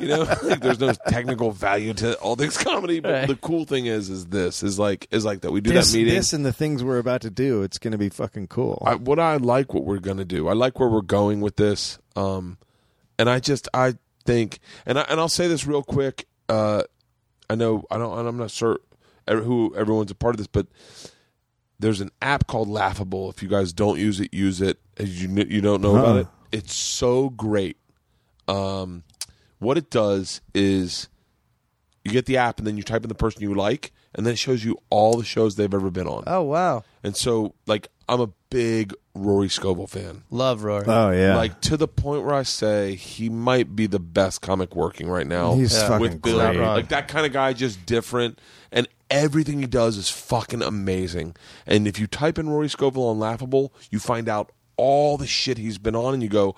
Speaker 1: you know, like there's no technical value to all things comedy. But
Speaker 5: Right.
Speaker 1: the cool thing is, is this is like is like that we do
Speaker 4: This,
Speaker 1: that meeting.
Speaker 4: this and the things we're about to do, it's going to be fucking cool.
Speaker 1: I, what I like what we're gonna do. I like where we're going with this. Um, and I just I think, and I and I'll say this real quick. Uh, I know I don't, and I'm not sure ev- who everyone's a part of this, but there's an app called Laughable. If you guys don't use it, use it. As you kn- you don't know about
Speaker 4: Huh.
Speaker 1: it, it's so great. Um, what it does is you get the app, and then you type in the person you like, and then it shows you all the shows they've ever been on.
Speaker 5: Oh wow,
Speaker 1: And so, like, I'm a big Rory Scovel fan.
Speaker 5: love Rory.
Speaker 4: oh yeah,
Speaker 1: Like to the point where I say he might be the best comic working right now.
Speaker 4: He's fucking
Speaker 1: with Bill.
Speaker 4: great.
Speaker 1: Like that kind of guy, just different, and everything he does is fucking amazing. And if you type in Rory Scovel on Laughable, you find out all the shit he's been on, and you go,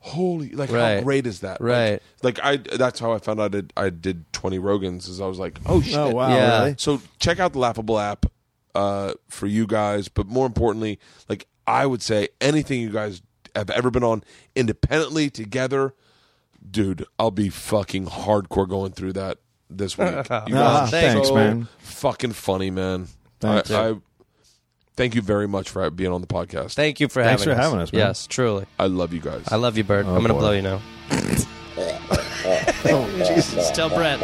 Speaker 1: holy like how
Speaker 5: Right.
Speaker 1: great is that
Speaker 5: Right.
Speaker 1: like, like i that's how i found out I did, I did 20 rogans is i was like oh shit
Speaker 4: Oh wow,
Speaker 5: Yeah.
Speaker 4: really?
Speaker 1: so check out the laughable app uh, for you guys but more importantly like i would say anything you guys have ever been on independently together dude i'll be fucking hardcore going through that this
Speaker 5: [LAUGHS]
Speaker 1: week you guys are
Speaker 5: thanks,
Speaker 1: so
Speaker 4: Ah, man.
Speaker 1: fucking funny man
Speaker 4: Thanks.
Speaker 1: I, I thank you very much for being on the podcast
Speaker 5: Thank you for
Speaker 4: Thanks
Speaker 5: having
Speaker 4: for
Speaker 5: us.
Speaker 4: having us, man. Oh,
Speaker 5: Yes, truly.
Speaker 1: i love you guys
Speaker 5: I love you, Bert. I'm gonna
Speaker 4: boy. Oh,
Speaker 5: blow
Speaker 4: [LAUGHS]
Speaker 5: you now. Jesus, tell Brett.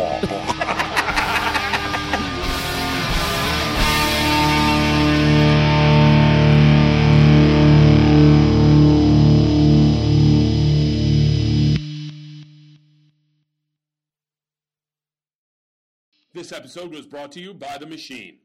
Speaker 7: This episode was brought to you by The Machine.